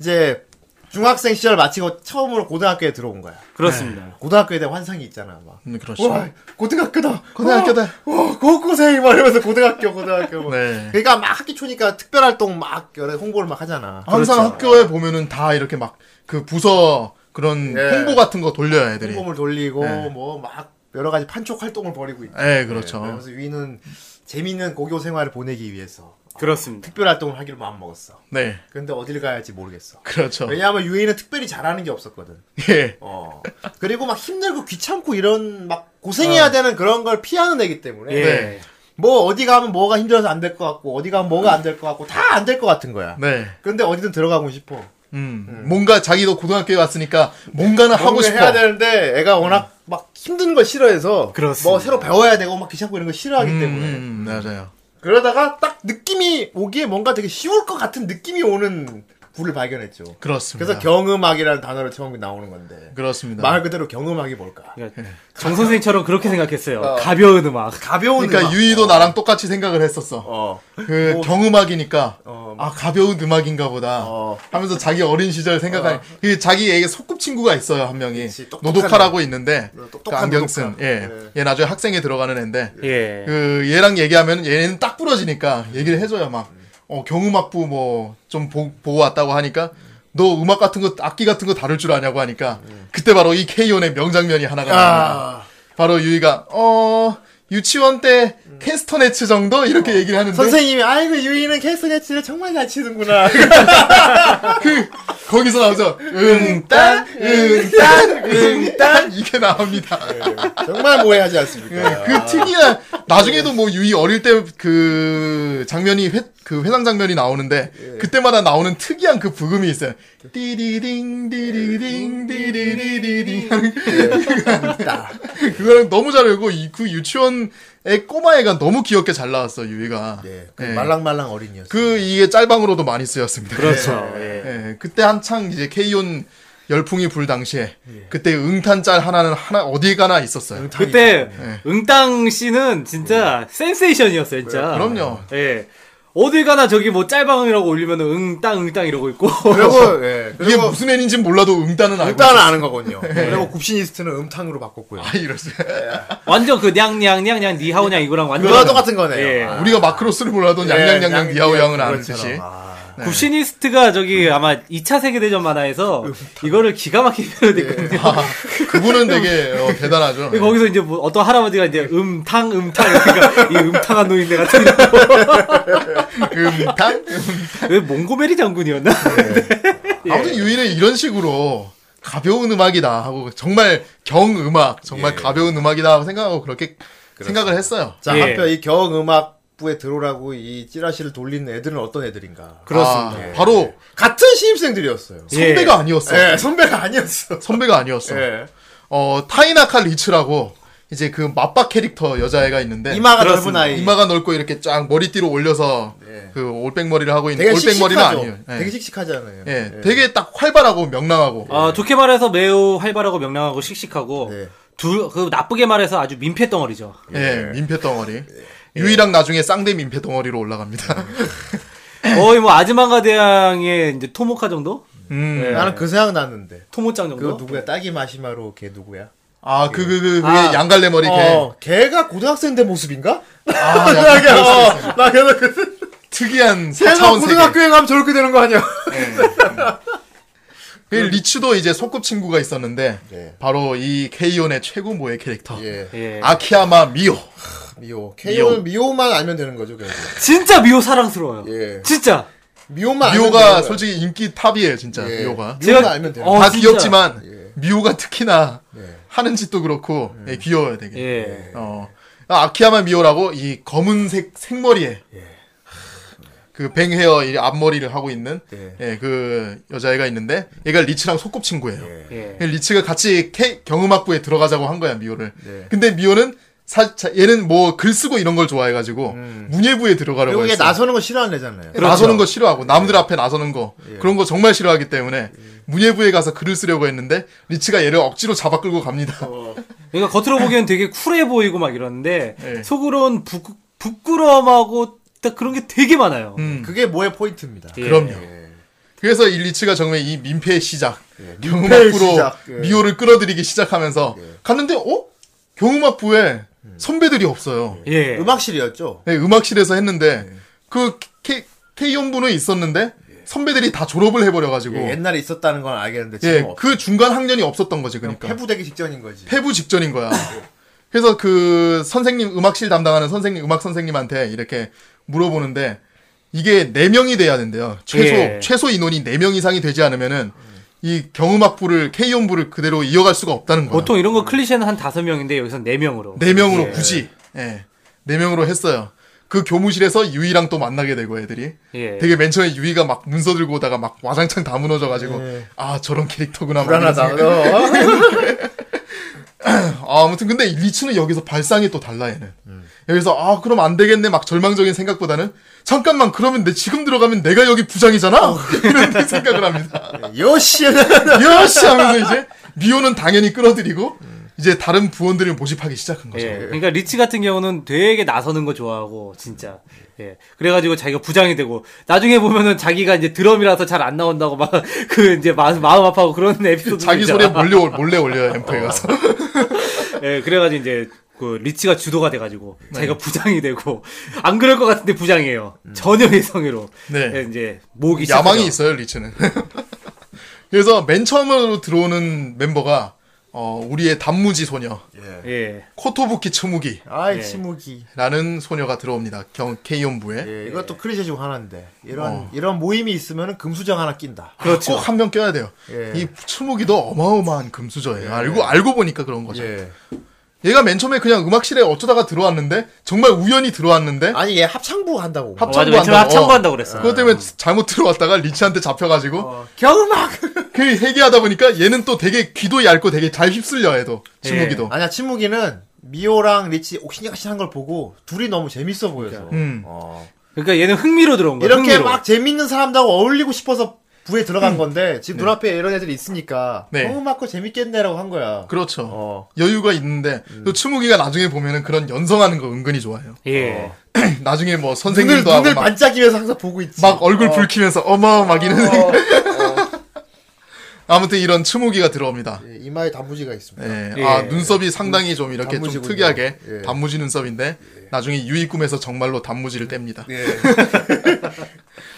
[SPEAKER 5] 이제 중학생 시절 마치고 처음으로 고등학교에 들어온 거야.
[SPEAKER 6] 그렇습니다.
[SPEAKER 5] 고등학교에 대한 환상이 있잖아, 막.
[SPEAKER 7] 음, 그렇죠.
[SPEAKER 5] 와, 고등학교다.
[SPEAKER 7] 고등학교다.
[SPEAKER 5] 와, 고고생 막 이러면서 고등학교, 고등학교. 뭐.
[SPEAKER 7] 네.
[SPEAKER 5] 그러니까 막 학기 초니까 특별 활동 막 여러 홍보를 막 하잖아.
[SPEAKER 7] 항상 학교에 보면은 다 이렇게 막 그 부서 그런
[SPEAKER 5] 예.
[SPEAKER 7] 홍보 같은 거 돌려요 애들이.
[SPEAKER 5] 홍보물 돌리고
[SPEAKER 7] 네.
[SPEAKER 5] 뭐 막 여러 가지 판촉 활동을 벌이고 있다.
[SPEAKER 7] 예, 그렇죠.
[SPEAKER 5] 그래서 위는 재밌는 고교 생활을 보내기 위해서
[SPEAKER 6] 그렇습니다.
[SPEAKER 5] 특별 활동을 하기로 마음 먹었어.
[SPEAKER 7] 네,
[SPEAKER 5] 근데 어딜 가야 할지 모르겠어.
[SPEAKER 7] 그렇죠.
[SPEAKER 5] 왜냐하면 유엔은 특별히 잘하는 게 없었거든.
[SPEAKER 7] 예,
[SPEAKER 5] 어. 그리고 막 힘들고 귀찮고 이런 막 고생해야 되는 그런 걸 피하는 애기 때문에
[SPEAKER 6] 예.
[SPEAKER 7] 네.
[SPEAKER 5] 뭐 어디 가면 뭐가 힘들어서 안 될 것 같고 어디 가면 뭐가 안 될 것 같고 다 안 될 것 같은 거야.
[SPEAKER 7] 네.
[SPEAKER 5] 근데 어디든 들어가고 싶어.
[SPEAKER 7] 음, 뭔가 자기도 고등학교에 왔으니까 뭔가는 하고
[SPEAKER 5] 뭔가
[SPEAKER 7] 싶어.
[SPEAKER 5] 해야 되는데 애가 워낙 막 힘든 걸 싫어해서
[SPEAKER 6] 그렇습니다.
[SPEAKER 5] 뭐 새로 배워야 되고 막 귀찮고 이런 걸 싫어하기 때문에
[SPEAKER 7] 음, 맞아요.
[SPEAKER 5] 그러다가 딱 느낌이 오기에 뭔가 되게 쉬울 것 같은 느낌이 오는 불을 발견했죠.
[SPEAKER 7] 그렇습니다. 네.
[SPEAKER 5] 그래서 경음악이라는 단어를 처음 나오는 건데
[SPEAKER 7] 그렇습니다.
[SPEAKER 5] 말 그대로 경음악이 뭘까?
[SPEAKER 7] 예.
[SPEAKER 6] 그러니까 정 선생님처럼 그렇게 생각했어요. 가벼운 음악.
[SPEAKER 5] 가벼운
[SPEAKER 7] 그러니까
[SPEAKER 5] 음악.
[SPEAKER 7] 유이도 나랑 똑같이 생각을 했었어.
[SPEAKER 5] 어.
[SPEAKER 7] 그
[SPEAKER 5] 뭐-
[SPEAKER 7] 경음악이니까
[SPEAKER 5] 어.
[SPEAKER 7] 아 가벼운 음악인가 보다
[SPEAKER 5] 어.
[SPEAKER 7] 하면서 자기 어린 시절 생각하니 그 자기 애의 소꿉친구가 있어요 한 명이
[SPEAKER 5] 그치, 똑똑한
[SPEAKER 7] 노독하라고 있는데
[SPEAKER 5] 어, 똑똑한 네.
[SPEAKER 7] 그 안경 쓴
[SPEAKER 5] 노독하.
[SPEAKER 7] 예. 얘 나중에 학생회 들어가는 애인데
[SPEAKER 6] 예.
[SPEAKER 7] 그 얘랑 얘기하면 얘는 딱 부러지니까 얘기를 해줘요 막
[SPEAKER 5] 음.
[SPEAKER 7] 어, 경음악부 뭐 좀 보고 왔다고 하니까 너 음악 같은 거 악기 같은 거 다룰 줄 아냐고 하니까
[SPEAKER 5] 네.
[SPEAKER 7] 그때 바로 이 케이온의 명장면이 하나가
[SPEAKER 5] 아.
[SPEAKER 7] 나옵니다. 바로 유이가 어 유치원 때 캐스터네츠 정도 이렇게 얘기를
[SPEAKER 5] 음.
[SPEAKER 7] 하는데
[SPEAKER 5] 어. 선생님이 아이고 유이는 캐스네츠를 정말 잘 치는구나. (laughs)
[SPEAKER 7] 그 거기서 나오죠 응딴 응딴 응딴 이게 나옵니다.
[SPEAKER 5] 정말 모해하지 않습니까?
[SPEAKER 7] 그 특이한 나중에도 뭐 유이 어릴 때 그 장면이 회, 그 회상 장면이 나오는데 그때마다 나오는 특이한 그 부금이 있어요. 띠리링 띠리링 띠리리리링 하는 (laughs) 그거랑 너무 잘 알고 이 그 유치원의 꼬마애가 너무 귀엽게 잘 나왔어 유이가.
[SPEAKER 5] 예, 그
[SPEAKER 7] 예.
[SPEAKER 5] 말랑말랑 어린이였어요. 네.
[SPEAKER 7] 그 이게 짤방으로도 많이 쓰였습니다.
[SPEAKER 6] 그렇죠. 예.
[SPEAKER 7] 예, 그때 한창 이제 케이온 열풍이 불 당시에 그때 응탄 짤 하나는 하나 어디 가나 있었어요.
[SPEAKER 6] 그때
[SPEAKER 5] 네.
[SPEAKER 6] 응당 씨는 진짜 센세이션이었어요,
[SPEAKER 5] 네,
[SPEAKER 6] 진짜.
[SPEAKER 7] 그럼요.
[SPEAKER 6] 예. 어딜 가나 저기 뭐 짤방이라고 올리면 응당 응당 이러고 (laughs) 있고.
[SPEAKER 5] 그리고 예.
[SPEAKER 7] 이게
[SPEAKER 5] 그리고
[SPEAKER 7] 무슨 애인지 몰라도 응단은 알고
[SPEAKER 5] 일단 아는 거군요. 그리고 굽신이스트는 음탕으로 바꿨고요.
[SPEAKER 7] 예. 아 (laughs) 이랬어요.
[SPEAKER 6] 완전 그 냥냥냥냥 니하오냥 이거랑 완전
[SPEAKER 5] 그거 똑같은 거네요.
[SPEAKER 6] 예.
[SPEAKER 5] 아.
[SPEAKER 7] 우리가 마크로스를 몰라도
[SPEAKER 5] 예,
[SPEAKER 7] 양양양양
[SPEAKER 5] 양-
[SPEAKER 7] 니하오
[SPEAKER 5] 예,
[SPEAKER 7] 양은 아는
[SPEAKER 5] 그것처럼.
[SPEAKER 7] 듯이.
[SPEAKER 5] 아.
[SPEAKER 6] 굽시니스트가
[SPEAKER 5] 음.
[SPEAKER 6] 저기 아마 2차 세계대전 만화에서 이거를 기가 막히게
[SPEAKER 5] 네. 아,
[SPEAKER 6] 표현했거든요.
[SPEAKER 7] 아, 그분은 되게 어, 대단하죠.
[SPEAKER 6] 근데 (laughs) 거기서 이제 뭐 어떤 할아버지가 이제 음탕 음탕 그러니까 이 음탕한 노인네 같은 (laughs)
[SPEAKER 7] 음탕?
[SPEAKER 6] 왜 몽고메리 장군이었나?
[SPEAKER 5] 네.
[SPEAKER 7] 아무튼 유일은 이런 식으로 가벼운 음악이다 하고 정말 경 음악, 정말 가벼운 음악이다 하고 생각하고 그렇게 생각을 했어요.
[SPEAKER 5] 자,
[SPEAKER 6] 예.
[SPEAKER 5] 한편 이 경음악부에 들어오라고 이 찌라시를 돌린 애들은 어떤 애들인가?
[SPEAKER 7] 아,
[SPEAKER 5] 예.
[SPEAKER 7] 바로
[SPEAKER 5] 같은 신입생들이었어요.
[SPEAKER 6] 예.
[SPEAKER 7] 선배가 아니었어.
[SPEAKER 5] 예, 선배가 아니었어.
[SPEAKER 7] 선배가 아니었어.
[SPEAKER 5] 예.
[SPEAKER 7] 어, 타이나카 리츠라고 이제 그 맞박 캐릭터 여자애가 있는데
[SPEAKER 5] 이마가 넓은
[SPEAKER 6] 그렇습니다.
[SPEAKER 5] 아이.
[SPEAKER 7] 네, 이마가 넓고 이렇게 쫙 머리띠로 올려서
[SPEAKER 5] 예.
[SPEAKER 7] 그 올백머리를 하고 있는
[SPEAKER 5] 되게
[SPEAKER 7] 올백머리는
[SPEAKER 5] 씩씩하죠.
[SPEAKER 7] 아니에요. 예.
[SPEAKER 5] 되게 씩씩하잖아요. 네.
[SPEAKER 7] 예, 되게 딱 활발하고 명랑하고
[SPEAKER 6] 아, 좋게 말해서 매우 활발하고 명랑하고 씩씩하고
[SPEAKER 5] 예.
[SPEAKER 6] 둘, 그 나쁘게 말해서 아주 민폐 덩어리죠.
[SPEAKER 7] 예, 민폐 덩어리.
[SPEAKER 5] 예.
[SPEAKER 7] 유이랑 나중에 쌍대 민폐 덩어리로 올라갑니다.
[SPEAKER 6] 거의 뭐 아즈만가 대왕의 이제 토모카 정도?
[SPEAKER 7] (laughs) 음.
[SPEAKER 6] 네.
[SPEAKER 5] 예. 나는 그 생각 났는데.
[SPEAKER 6] 토모짱
[SPEAKER 5] 그거
[SPEAKER 6] 정도?
[SPEAKER 5] 누구야? 딸기 마시마로 걔 누구야?
[SPEAKER 7] 아, 그, 그, 그, 그
[SPEAKER 6] 아.
[SPEAKER 7] 양갈래 머리 걔.
[SPEAKER 5] 어, 걔가 고등학생 된 모습인가?
[SPEAKER 7] 아,
[SPEAKER 5] 나
[SPEAKER 7] 약간
[SPEAKER 5] 걔, 어, 나 걔가 그
[SPEAKER 7] 특이한
[SPEAKER 5] 걔가
[SPEAKER 7] 4차원 세계.
[SPEAKER 5] 고등학교에 가면 저렇게 되는 거 아니야?
[SPEAKER 7] 그 리츠도 이제 소꿉친구가 있었는데,
[SPEAKER 5] 네.
[SPEAKER 7] 바로 이 케이온의 최고 모의 캐릭터.
[SPEAKER 5] 예.
[SPEAKER 6] 예.
[SPEAKER 7] 아키야마 미오.
[SPEAKER 5] 미호. 케이오는 미호만 알면 되는 거죠, 결국.
[SPEAKER 6] 진짜 미호 사랑스러워요.
[SPEAKER 5] 예.
[SPEAKER 6] 진짜.
[SPEAKER 5] 미호만 알면 되는
[SPEAKER 7] 미오가
[SPEAKER 5] 거야.
[SPEAKER 7] 솔직히 인기 탑이에요, 진짜.
[SPEAKER 5] 예.
[SPEAKER 7] 미오가.
[SPEAKER 5] 미호만
[SPEAKER 6] 제가-
[SPEAKER 5] 알면 되는
[SPEAKER 6] 어,
[SPEAKER 5] 거야.
[SPEAKER 7] 다
[SPEAKER 6] 진짜.
[SPEAKER 7] 귀엽지만,
[SPEAKER 5] 예.
[SPEAKER 7] 미오가 특히나
[SPEAKER 5] 예.
[SPEAKER 7] 하는 짓도 그렇고, 예, 귀여워요, 되게.
[SPEAKER 6] 예.
[SPEAKER 7] 어. 아, 아키야마 미오라고 이 검은색 생머리에 그 뱅헤어 이 앞머리를 하고 있는
[SPEAKER 5] 예.
[SPEAKER 7] 예. 그 여자애가 있는데 얘가 리츠랑 소꿉친구예요.
[SPEAKER 5] 네.
[SPEAKER 6] 예.
[SPEAKER 7] 리츠가 같이 K 경음악부에 들어가자고 한 거야 미오를.
[SPEAKER 5] 네.
[SPEAKER 7] 근데 미오는 사, 자, 얘는 뭐 글 쓰고 이런 걸 좋아해가지고 문예부에 들어가려고
[SPEAKER 5] 음. 그리고
[SPEAKER 7] 했어. 그렇죠.
[SPEAKER 5] 얘 나서는 거 싫어하는 애잖아요.
[SPEAKER 7] 나서는 거 싫어하고 남들 앞에 나서는 거
[SPEAKER 5] 예.
[SPEAKER 7] 그런 거 정말 싫어하기 때문에 문예부에 가서 글을 쓰려고 했는데 리츠가 얘를 억지로 잡아 끌고 갑니다.
[SPEAKER 5] 어,
[SPEAKER 6] 그러니까 겉으로 보기엔 되게 쿨해 보이고 막 이러는데
[SPEAKER 7] 예.
[SPEAKER 6] 속으론 부, 부끄러움하고 딱 그런 게 되게 많아요.
[SPEAKER 7] (laughs) 음.
[SPEAKER 5] 그게 뭐의 포인트입니다.
[SPEAKER 6] 예.
[SPEAKER 7] 그럼요.
[SPEAKER 5] 예.
[SPEAKER 7] 그래서 일리치가 정말 이 민폐의 시작,
[SPEAKER 5] 민폐의
[SPEAKER 7] 경음악부로
[SPEAKER 5] 예. 시작, 예.
[SPEAKER 7] 그 미호를 끌어들이기 시작하면서 갔는데 어? 경음악부에 선배들이 없어요.
[SPEAKER 6] 예.
[SPEAKER 5] 음악실이었죠.
[SPEAKER 7] 네, 음악실에서 했는데 그 K K연부는 있었는데 선배들이 다 졸업을 해버려가지고
[SPEAKER 5] 예,
[SPEAKER 7] 예,
[SPEAKER 5] 옛날에 있었다는 건 알겠는데 지금 없
[SPEAKER 7] 그 중간 학년이 없었던 거지 그러니까
[SPEAKER 5] 폐부되기 직전인 거지.
[SPEAKER 7] 폐부 직전인 거야. 그래서 그 선생님 음악실 담당하는 선생님 음악 선생님한테 이렇게 물어보는데 이게 4명이 돼야 된대요. 최소
[SPEAKER 6] 예.
[SPEAKER 7] 최소 인원이 4명 이상이 되지 않으면은 이 경음악부를 K연부를 그대로 이어갈 수가 없다는 거야.
[SPEAKER 6] 보통 이런 거 클리셰는 한 다섯 명인데 여기서 네 명으로.
[SPEAKER 7] 4명으로 굳이 예. 4명으로 했어요. 그 교무실에서 유이랑 또 만나게 되고 애들이
[SPEAKER 6] 예.
[SPEAKER 7] 되게 맨 처음에 유이가 막 문서 들고 오다가 막 와장창 다 무너져 가지고 아 저런 캐릭터구나 막
[SPEAKER 5] 불안하다.
[SPEAKER 7] 이런 생각.
[SPEAKER 5] 어.
[SPEAKER 7] 아, 아무튼 근데 리츠는 여기서 발상이 또 달라 얘는 여기서 아 그럼 안 되겠네 막 절망적인 생각보다는 잠깐만 그러면 내 지금 들어가면 내가 여기 부장이잖아 (laughs) 이런 생각을 합니다
[SPEAKER 5] 예. 요시! (laughs)
[SPEAKER 7] 여씨 하면서 이제 미호는 당연히 끌어들이고 이제 다른 부원들을 모집하기 시작한 거죠
[SPEAKER 6] 예. 그러니까 리치 같은 경우는 되게 나서는 거 좋아하고 진짜. 예. 그래가지고 자기가 부장이 되고 나중에 보면은 자기가 이제 드럼이라서 잘 안 나온다고 막 (laughs) 그 이제 마, 마음 아파하고 그런 (laughs) 에피소드.
[SPEAKER 7] 자기 소리에 뭐. 몰래 올- 몰래 올려요 엠프에 가서
[SPEAKER 6] 예. 그래가지고 이제 그 리치가 주도가 돼가지고 자기가
[SPEAKER 7] 네.
[SPEAKER 6] 부장이 되고 (laughs) 안 그럴 것 같은데 부장이에요.
[SPEAKER 7] 음.
[SPEAKER 6] 전혀 예성으로.
[SPEAKER 7] 네.
[SPEAKER 6] 예, 이제 모기.
[SPEAKER 7] 야망이 있어요 리츠는 (laughs) 그래서 맨 처음으로 들어오는 멤버가 어, 우리의 단무지 소녀
[SPEAKER 6] 예.
[SPEAKER 7] 코토부키 츠무기라는
[SPEAKER 5] 아이, 치무기.
[SPEAKER 7] 소녀가 들어옵니다 경 K연부에
[SPEAKER 5] 예, 이것도 클리셰 중 하나인데. 이런,
[SPEAKER 7] 어.
[SPEAKER 5] 이런 모임이 있으면 금수정 하나 낀다.
[SPEAKER 7] 그렇죠. 꼭 한 명 껴야 돼요.
[SPEAKER 5] 예.
[SPEAKER 7] 이 추무기도 어마어마한 금수저예요. 알고 알고 보니까 그런 거죠.
[SPEAKER 5] 예.
[SPEAKER 7] 얘가 맨 처음에 그냥 음악실에 어쩌다가 들어왔는데 정말 우연히 들어왔는데
[SPEAKER 5] 아니, 얘 합창부 한다고.
[SPEAKER 7] 합-
[SPEAKER 6] 맞아, 맨 처음에
[SPEAKER 7] 합창부 한다고.
[SPEAKER 6] 합창부한다고 그랬어.
[SPEAKER 7] 그것 때문에 잘못 들어왔다가 리치한테 잡혀가지고
[SPEAKER 5] 경음악!
[SPEAKER 7] 그 해결하다 보니까 얘는 또 되게 귀도 얇고 되게 잘 휩쓸려 얘도 추무기도.
[SPEAKER 5] 아니야, 치무기는 미호랑 리치 옥신각신 한걸 보고 둘이 너무 재밌어 보여서.
[SPEAKER 7] 음.
[SPEAKER 5] 어.
[SPEAKER 6] 그러니까 얘는 흥미로 들어온 거야.
[SPEAKER 5] 이렇게
[SPEAKER 6] 흥미로.
[SPEAKER 5] 막 재밌는 사람들하고 어울리고 싶어서 부에 들어간 건데 지금 눈앞에 이런 애들이 있으니까
[SPEAKER 7] 음. 네.
[SPEAKER 5] 너무 맞고 재밌겠네라고 한 거야.
[SPEAKER 7] 그렇죠.
[SPEAKER 5] 어.
[SPEAKER 7] 여유가 있는데
[SPEAKER 5] 음.
[SPEAKER 7] 또 추무기가 나중에 보면은 그런 연성하는 거 은근히 좋아해요. (clears throat) 어.
[SPEAKER 6] 예.
[SPEAKER 7] 나중에 뭐
[SPEAKER 5] 눈을
[SPEAKER 7] 선생님도 하고
[SPEAKER 5] 눈을
[SPEAKER 7] 막,
[SPEAKER 5] 반짝이면서 항상 보고 있지.
[SPEAKER 7] 막 얼굴 붉히면서 어머 막 이런
[SPEAKER 5] 어.
[SPEAKER 7] (laughs) 아무튼 이런 추무기가 들어옵니다.
[SPEAKER 5] 예, 이마에 단무지가 있습니다.
[SPEAKER 7] 예.
[SPEAKER 6] 예.
[SPEAKER 7] 아 눈썹이 상당히 좀 이렇게 좀
[SPEAKER 5] 단무지군요.
[SPEAKER 7] 특이하게
[SPEAKER 5] 예.
[SPEAKER 7] 단무지 눈썹인데 나중에 유이 꿈에서 정말로 단무지를 뗍니다.
[SPEAKER 5] 예.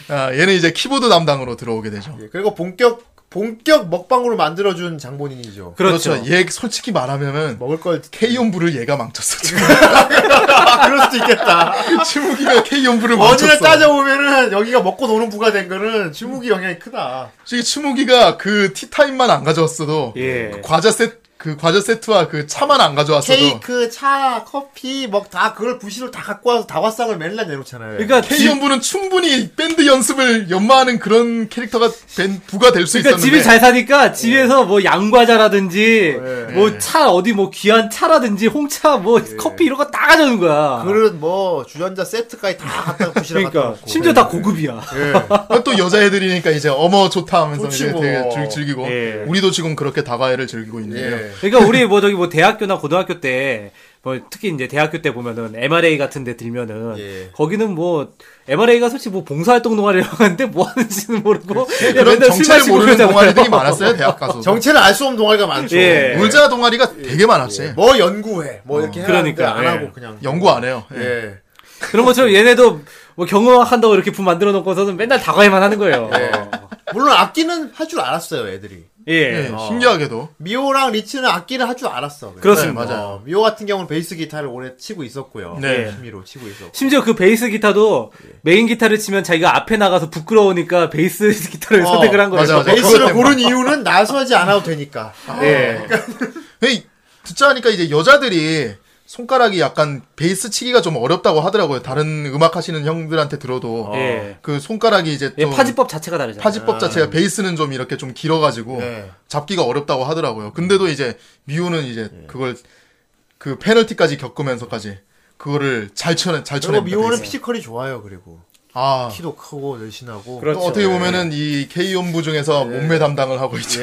[SPEAKER 7] 아, 얘는 이제 키보드 담당으로 들어오게 되죠.
[SPEAKER 5] 예, 그리고 본격 본격 먹방으로 만들어준 장본인이죠.
[SPEAKER 6] 그렇죠.
[SPEAKER 7] 얘 솔직히 말하면은
[SPEAKER 5] 먹을 걸
[SPEAKER 7] K연부를 얘가 망쳤어. 지금
[SPEAKER 5] (laughs) 아, 그럴 수도 있겠다.
[SPEAKER 7] (laughs) 추무기가 K연부를
[SPEAKER 5] 어디를
[SPEAKER 7] 망쳤어.
[SPEAKER 5] 음, 따져보면은 여기가 먹고 노는 부가 된 거는 주무기 영향이 크다.
[SPEAKER 7] 솔직히 추무기가 그 티타임만 안 가져왔어도
[SPEAKER 6] 예.
[SPEAKER 7] 그 과자 세트 그 과자 세트와 그 차만 안 가져왔어도
[SPEAKER 5] 케이크, 차, 커피, 뭐 다 그걸 부시로 다 갖고 와서 다과상을 맨날 내놓잖아요.
[SPEAKER 6] 그러니까
[SPEAKER 7] K
[SPEAKER 6] 집,
[SPEAKER 7] 연부는 충분히 밴드 연습을 연마하는 그런 캐릭터가 된 부가 될 수
[SPEAKER 6] 그러니까
[SPEAKER 7] 있었는데 예.
[SPEAKER 6] 집이 잘 사니까 집에서 뭐 양과자라든지 뭐 차 어디 뭐 귀한 차라든지 홍차 뭐
[SPEAKER 7] 예.
[SPEAKER 6] 커피 이런 거 다 가져오는 거야.
[SPEAKER 5] 그릇 뭐 주전자 세트까지 다 갖다가 부시로 갖다
[SPEAKER 6] 그러니까
[SPEAKER 5] 놓고. 예,
[SPEAKER 6] 심지어
[SPEAKER 7] 네.
[SPEAKER 6] 다 고급이야.
[SPEAKER 7] 또 여자애들이니까 이제 어머 좋다 하면서
[SPEAKER 5] 좋지
[SPEAKER 7] 이제 되게
[SPEAKER 5] 뭐.
[SPEAKER 7] 즐, 즐기고
[SPEAKER 6] 예.
[SPEAKER 7] 우리도 지금 그렇게 다과회를 즐기고 있는데요.
[SPEAKER 5] 예.
[SPEAKER 6] 그러니까 우리 뭐 저기 뭐 대학교나 고등학교 때 뭐 특히 이제 대학교 때 보면은 MRA 같은 데 들면은
[SPEAKER 5] 예.
[SPEAKER 6] 거기는 뭐 MRA가 솔직히 뭐 봉사활동 동아리라고 하는데 뭐 하는지는 모르고 그냥
[SPEAKER 7] 그런
[SPEAKER 6] 맨날 술
[SPEAKER 7] 정체를
[SPEAKER 6] 마시고
[SPEAKER 7] 모르는
[SPEAKER 6] 그러잖아요.
[SPEAKER 7] 동아리들이 많았어요
[SPEAKER 6] (laughs)
[SPEAKER 7] 대학 가서.
[SPEAKER 5] 정체를 알 수 없는 동아리가 많죠.
[SPEAKER 6] 예.
[SPEAKER 7] 울자 동아리가 되게 많았어요.
[SPEAKER 5] 뭐 연구해, 뭐 이렇게
[SPEAKER 6] 그러니까,
[SPEAKER 5] 해라는데 안
[SPEAKER 6] 예.
[SPEAKER 5] 하고 그냥.
[SPEAKER 7] 연구 안 해요. 예.
[SPEAKER 5] 예.
[SPEAKER 6] 그런 것처럼 얘네도 뭐 경험한다고 이렇게 부 만들어 놓고서는 맨날 다과에만 하는 거예요.
[SPEAKER 7] 네.
[SPEAKER 5] 물론 악기는 할 줄 알았어요, 애들이.
[SPEAKER 6] 예.
[SPEAKER 7] 예, 신기하게도
[SPEAKER 5] 미호랑 리치는 악기를 할 줄 알았어.
[SPEAKER 6] 그렇습니다.
[SPEAKER 5] 네, 맞아요. 미호 같은 경우는 베이스 기타를 오래 치고 있었고요.
[SPEAKER 7] 네.
[SPEAKER 5] 취미로 치고 있었고.
[SPEAKER 6] 심지어 그 베이스 기타도 메인 기타를 치면 자기가 앞에 나가서 부끄러우니까 베이스 (laughs) 기타를
[SPEAKER 5] 어,
[SPEAKER 6] (laughs) 선택을 한 거예요.
[SPEAKER 7] 맞아, 맞아.
[SPEAKER 5] 베이스를
[SPEAKER 7] 그것
[SPEAKER 5] 고른 이유는 나서지 않아도 되니까. 네.
[SPEAKER 7] 어,
[SPEAKER 6] 예.
[SPEAKER 7] 그러니까 에이, 듣자 하니까 이제 여자들이 손가락이 약간 베이스 치기가 좀 어렵다고 하더라고요. 다른 음악 하시는 형들한테 들어도
[SPEAKER 6] 예.
[SPEAKER 7] 그 손가락이 이제
[SPEAKER 6] 예,
[SPEAKER 7] 좀
[SPEAKER 6] 파지법 자체가 다르잖아요.
[SPEAKER 7] 파지법 자체가 베이스는 좀 이렇게 좀 길어가지고
[SPEAKER 5] 네.
[SPEAKER 7] 잡기가 어렵다고 하더라고요. 근데도 이제 미우는 이제
[SPEAKER 5] 예.
[SPEAKER 7] 그걸 그 페널티까지 겪으면서까지 그거를 잘 쳐낸 잘
[SPEAKER 5] 그리고
[SPEAKER 7] 쳐낸
[SPEAKER 5] 미호는 피지컬이 좋아요, 그리고.
[SPEAKER 7] 아
[SPEAKER 5] 키도 크고, 늘씬하고.
[SPEAKER 6] 그렇죠.
[SPEAKER 7] 또 어떻게 보면은 이 K 연부
[SPEAKER 5] 예.
[SPEAKER 7] 중에서 몸매 담당을 하고 있죠.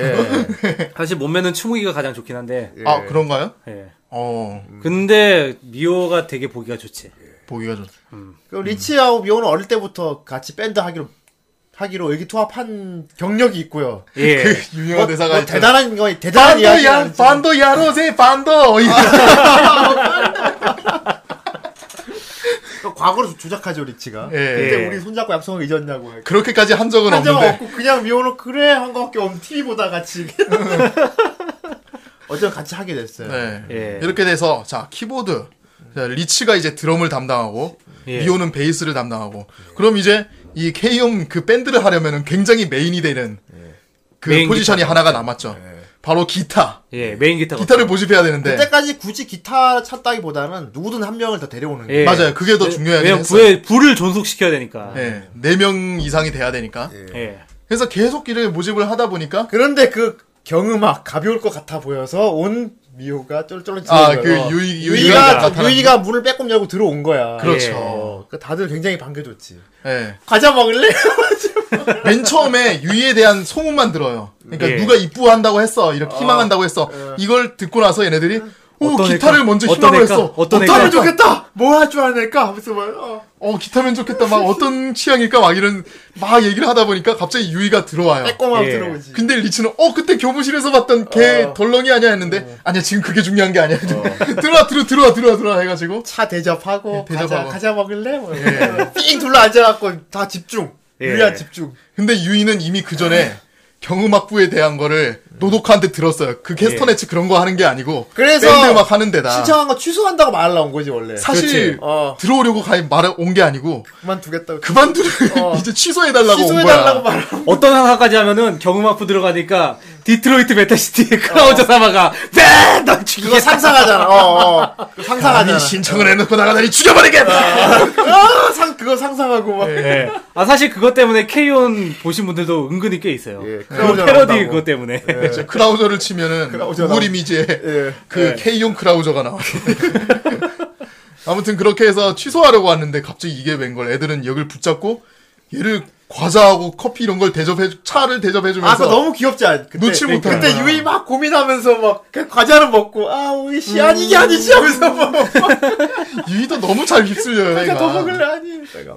[SPEAKER 6] 사실 몸매는 충무기가 가장 좋긴 한데.
[SPEAKER 7] (laughs) 아 그런가요?
[SPEAKER 6] 예.
[SPEAKER 7] 어
[SPEAKER 6] 근데 미호가 되게 보기가 좋지.
[SPEAKER 7] 보기가 좀
[SPEAKER 5] 그리고 리치하고 미호는 어릴 때부터 같이 밴드 하기로, 하기로 의기투합한 경력이 있고요.
[SPEAKER 6] 예.
[SPEAKER 7] 그 유명한 대사가
[SPEAKER 5] 뭐
[SPEAKER 7] 있잖아요.
[SPEAKER 5] 대단한 거, 대단한 이야기.
[SPEAKER 7] 반도야, 반도야로세, 반도. 어, 이거.
[SPEAKER 5] 그 과거로 조작하죠, 리치가.
[SPEAKER 7] 예.
[SPEAKER 5] 그때 우리 손잡고 약속을 잊었냐고.
[SPEAKER 7] 그렇게까지 한 적은
[SPEAKER 5] 한점
[SPEAKER 7] 없는데.
[SPEAKER 5] 없고 그냥 미호는 그래 한 거밖에 없 TV 보다 같이 (laughs) 어쨌든 같이 하게 됐어요.
[SPEAKER 7] 네.
[SPEAKER 6] 예.
[SPEAKER 7] 이렇게 돼서 자 키보드 자, 리치가 이제 드럼을 담당하고
[SPEAKER 6] 예.
[SPEAKER 7] 미호는 베이스를 담당하고 그럼 이제 이 케이옴 그 밴드를 하려면은 굉장히 메인이 되는 그
[SPEAKER 6] 메인
[SPEAKER 7] 포지션이 하나가 남았죠. 바로 기타.
[SPEAKER 6] 예. 메인 기타가.
[SPEAKER 7] 기타를 모집해야 되는데
[SPEAKER 5] 네. 그때까지 굳이 기타 찾다기보다는 누구든 한 명을 더 데려오는 게
[SPEAKER 6] 예.
[SPEAKER 7] 맞아요. 그게 더 중요하긴
[SPEAKER 6] 왜냐면
[SPEAKER 7] 했어요.
[SPEAKER 6] 부에 불을 존속시켜야 되니까.
[SPEAKER 7] 예. 네명 이상이 돼야 되니까.
[SPEAKER 6] 예.
[SPEAKER 7] 그래서 계속 이를 모집을 하다 보니까
[SPEAKER 5] 그런데 그 경음악 가벼울 것 같아 보여서 온 미호가 쫄쫄쫄
[SPEAKER 7] 아, 그 유이- 유이가
[SPEAKER 5] 유이가
[SPEAKER 7] 나타났네.
[SPEAKER 5] 유이가 문을 빼꼼 열고 들어온 거야.
[SPEAKER 7] 그렇죠.
[SPEAKER 5] 어, 그 다들 굉장히 반겨줬지.
[SPEAKER 7] 예.
[SPEAKER 5] 과자 먹을래? (laughs)
[SPEAKER 7] 맨 처음에 유이에 대한 소문만 들어요. 그러니까
[SPEAKER 6] 예. 아,
[SPEAKER 7] 누가 입부한다고 했어. 이렇게 희망한다고 했어. 이걸 듣고 나서 얘네들이 오
[SPEAKER 6] 어떤
[SPEAKER 7] 기타를
[SPEAKER 6] 애일까?
[SPEAKER 7] 먼저
[SPEAKER 6] 어떤
[SPEAKER 7] 희망을
[SPEAKER 6] 애일까?
[SPEAKER 7] 했어.
[SPEAKER 6] 어떤
[SPEAKER 7] 기타면
[SPEAKER 6] 애일까?
[SPEAKER 7] 좋겠다.
[SPEAKER 5] 좋겠다. 뭐 할 줄 아니까 하면서 막 어.
[SPEAKER 7] 어 기타면 좋겠다. 막 어떤 취향일까 막 이런 막 얘기를 하다 보니까 갑자기 유이가 들어와요.
[SPEAKER 5] 빼꼼하고
[SPEAKER 6] 예.
[SPEAKER 5] 들어오지.
[SPEAKER 7] 근데 리치는 어 그때 교무실에서 봤던 걔
[SPEAKER 6] 어.
[SPEAKER 7] 덜렁이 아니야 했는데 아니야 지금 그게 중요한 게 아니야. (laughs) 들어와 들어 들어와 들어와 들어와 해가지고
[SPEAKER 5] 차 대접하고,
[SPEAKER 7] 예, 대접하고. 예.
[SPEAKER 5] 과자, 과자 먹을래? 뭐. 이러면서 삥 둘러 앉아갖고 다 집중.
[SPEAKER 6] 예.
[SPEAKER 5] 유리한 집중.
[SPEAKER 7] 근데 유이는 이미 그 전에
[SPEAKER 6] 네.
[SPEAKER 7] 경음악부에 대한 거를 노독한테 들었어요.
[SPEAKER 6] 예.
[SPEAKER 7] 그 캐스터네츠 그런 거 하는 게 아니고
[SPEAKER 5] 그래서
[SPEAKER 7] 밴드 음악 하는 데다.
[SPEAKER 5] 신청한 거 취소한다고 말하러온 거지 원래.
[SPEAKER 7] 사실
[SPEAKER 5] 그렇지. 어.
[SPEAKER 7] 들어오려고 가 말해 온 게 아니고
[SPEAKER 5] 그만두겠다고.
[SPEAKER 7] 그만두를 (laughs) 이제 취소해달라고
[SPEAKER 5] 어.
[SPEAKER 7] 온
[SPEAKER 5] 취소해달라고
[SPEAKER 7] 거야.
[SPEAKER 5] 말하고.
[SPEAKER 6] 어떤 하나까지 하면은 경음악부 들어가니까 디트로이트 메타시티의 (laughs) 크라우저 사마가 왜넌
[SPEAKER 5] 그거
[SPEAKER 6] 죽이겠다.
[SPEAKER 5] 상상하잖아. 어, 어. 그거 상상하잖아.
[SPEAKER 7] 아니 신청을 해놓고 나가다니 죽여버리겠다.
[SPEAKER 5] 아, 상, 그거 상상하고 막.
[SPEAKER 6] 예. 아 사실 그것 때문에 케이온 보신 분들도 은근히 꽤 있어요.
[SPEAKER 5] 예,
[SPEAKER 6] 그
[SPEAKER 5] 크라우저
[SPEAKER 6] 패러디
[SPEAKER 5] 나온다고. 네.
[SPEAKER 6] 그것 때문에.
[SPEAKER 7] (laughs) 이제 크라우저를 치면은
[SPEAKER 5] 크라우저
[SPEAKER 7] 구글
[SPEAKER 5] 나오-
[SPEAKER 7] 이미지에
[SPEAKER 5] 예.
[SPEAKER 7] 그 K용 크라우저가 나와. (laughs) 아무튼 그렇게 해서 취소하려고 왔는데 갑자기 이게 웬걸 애들은 역을 붙잡고 얘를 과자하고 커피 이런 걸 대접해 주- 차를 대접해
[SPEAKER 5] 아, 그거
[SPEAKER 7] 주면서
[SPEAKER 5] 너무 귀엽지 않? 그때,
[SPEAKER 7] 놓칠 못하는
[SPEAKER 5] 그때
[SPEAKER 7] 거야.
[SPEAKER 5] 유이 막 고민하면서 막 그 과자를 먹고 아 우리
[SPEAKER 7] 음.
[SPEAKER 5] 씨 아니 이게 아니지 하면서 막
[SPEAKER 7] 유이도 너무 잘 휩쓸려요.
[SPEAKER 5] 내가
[SPEAKER 7] 얘가.
[SPEAKER 5] 더 먹을래 아니. 내가.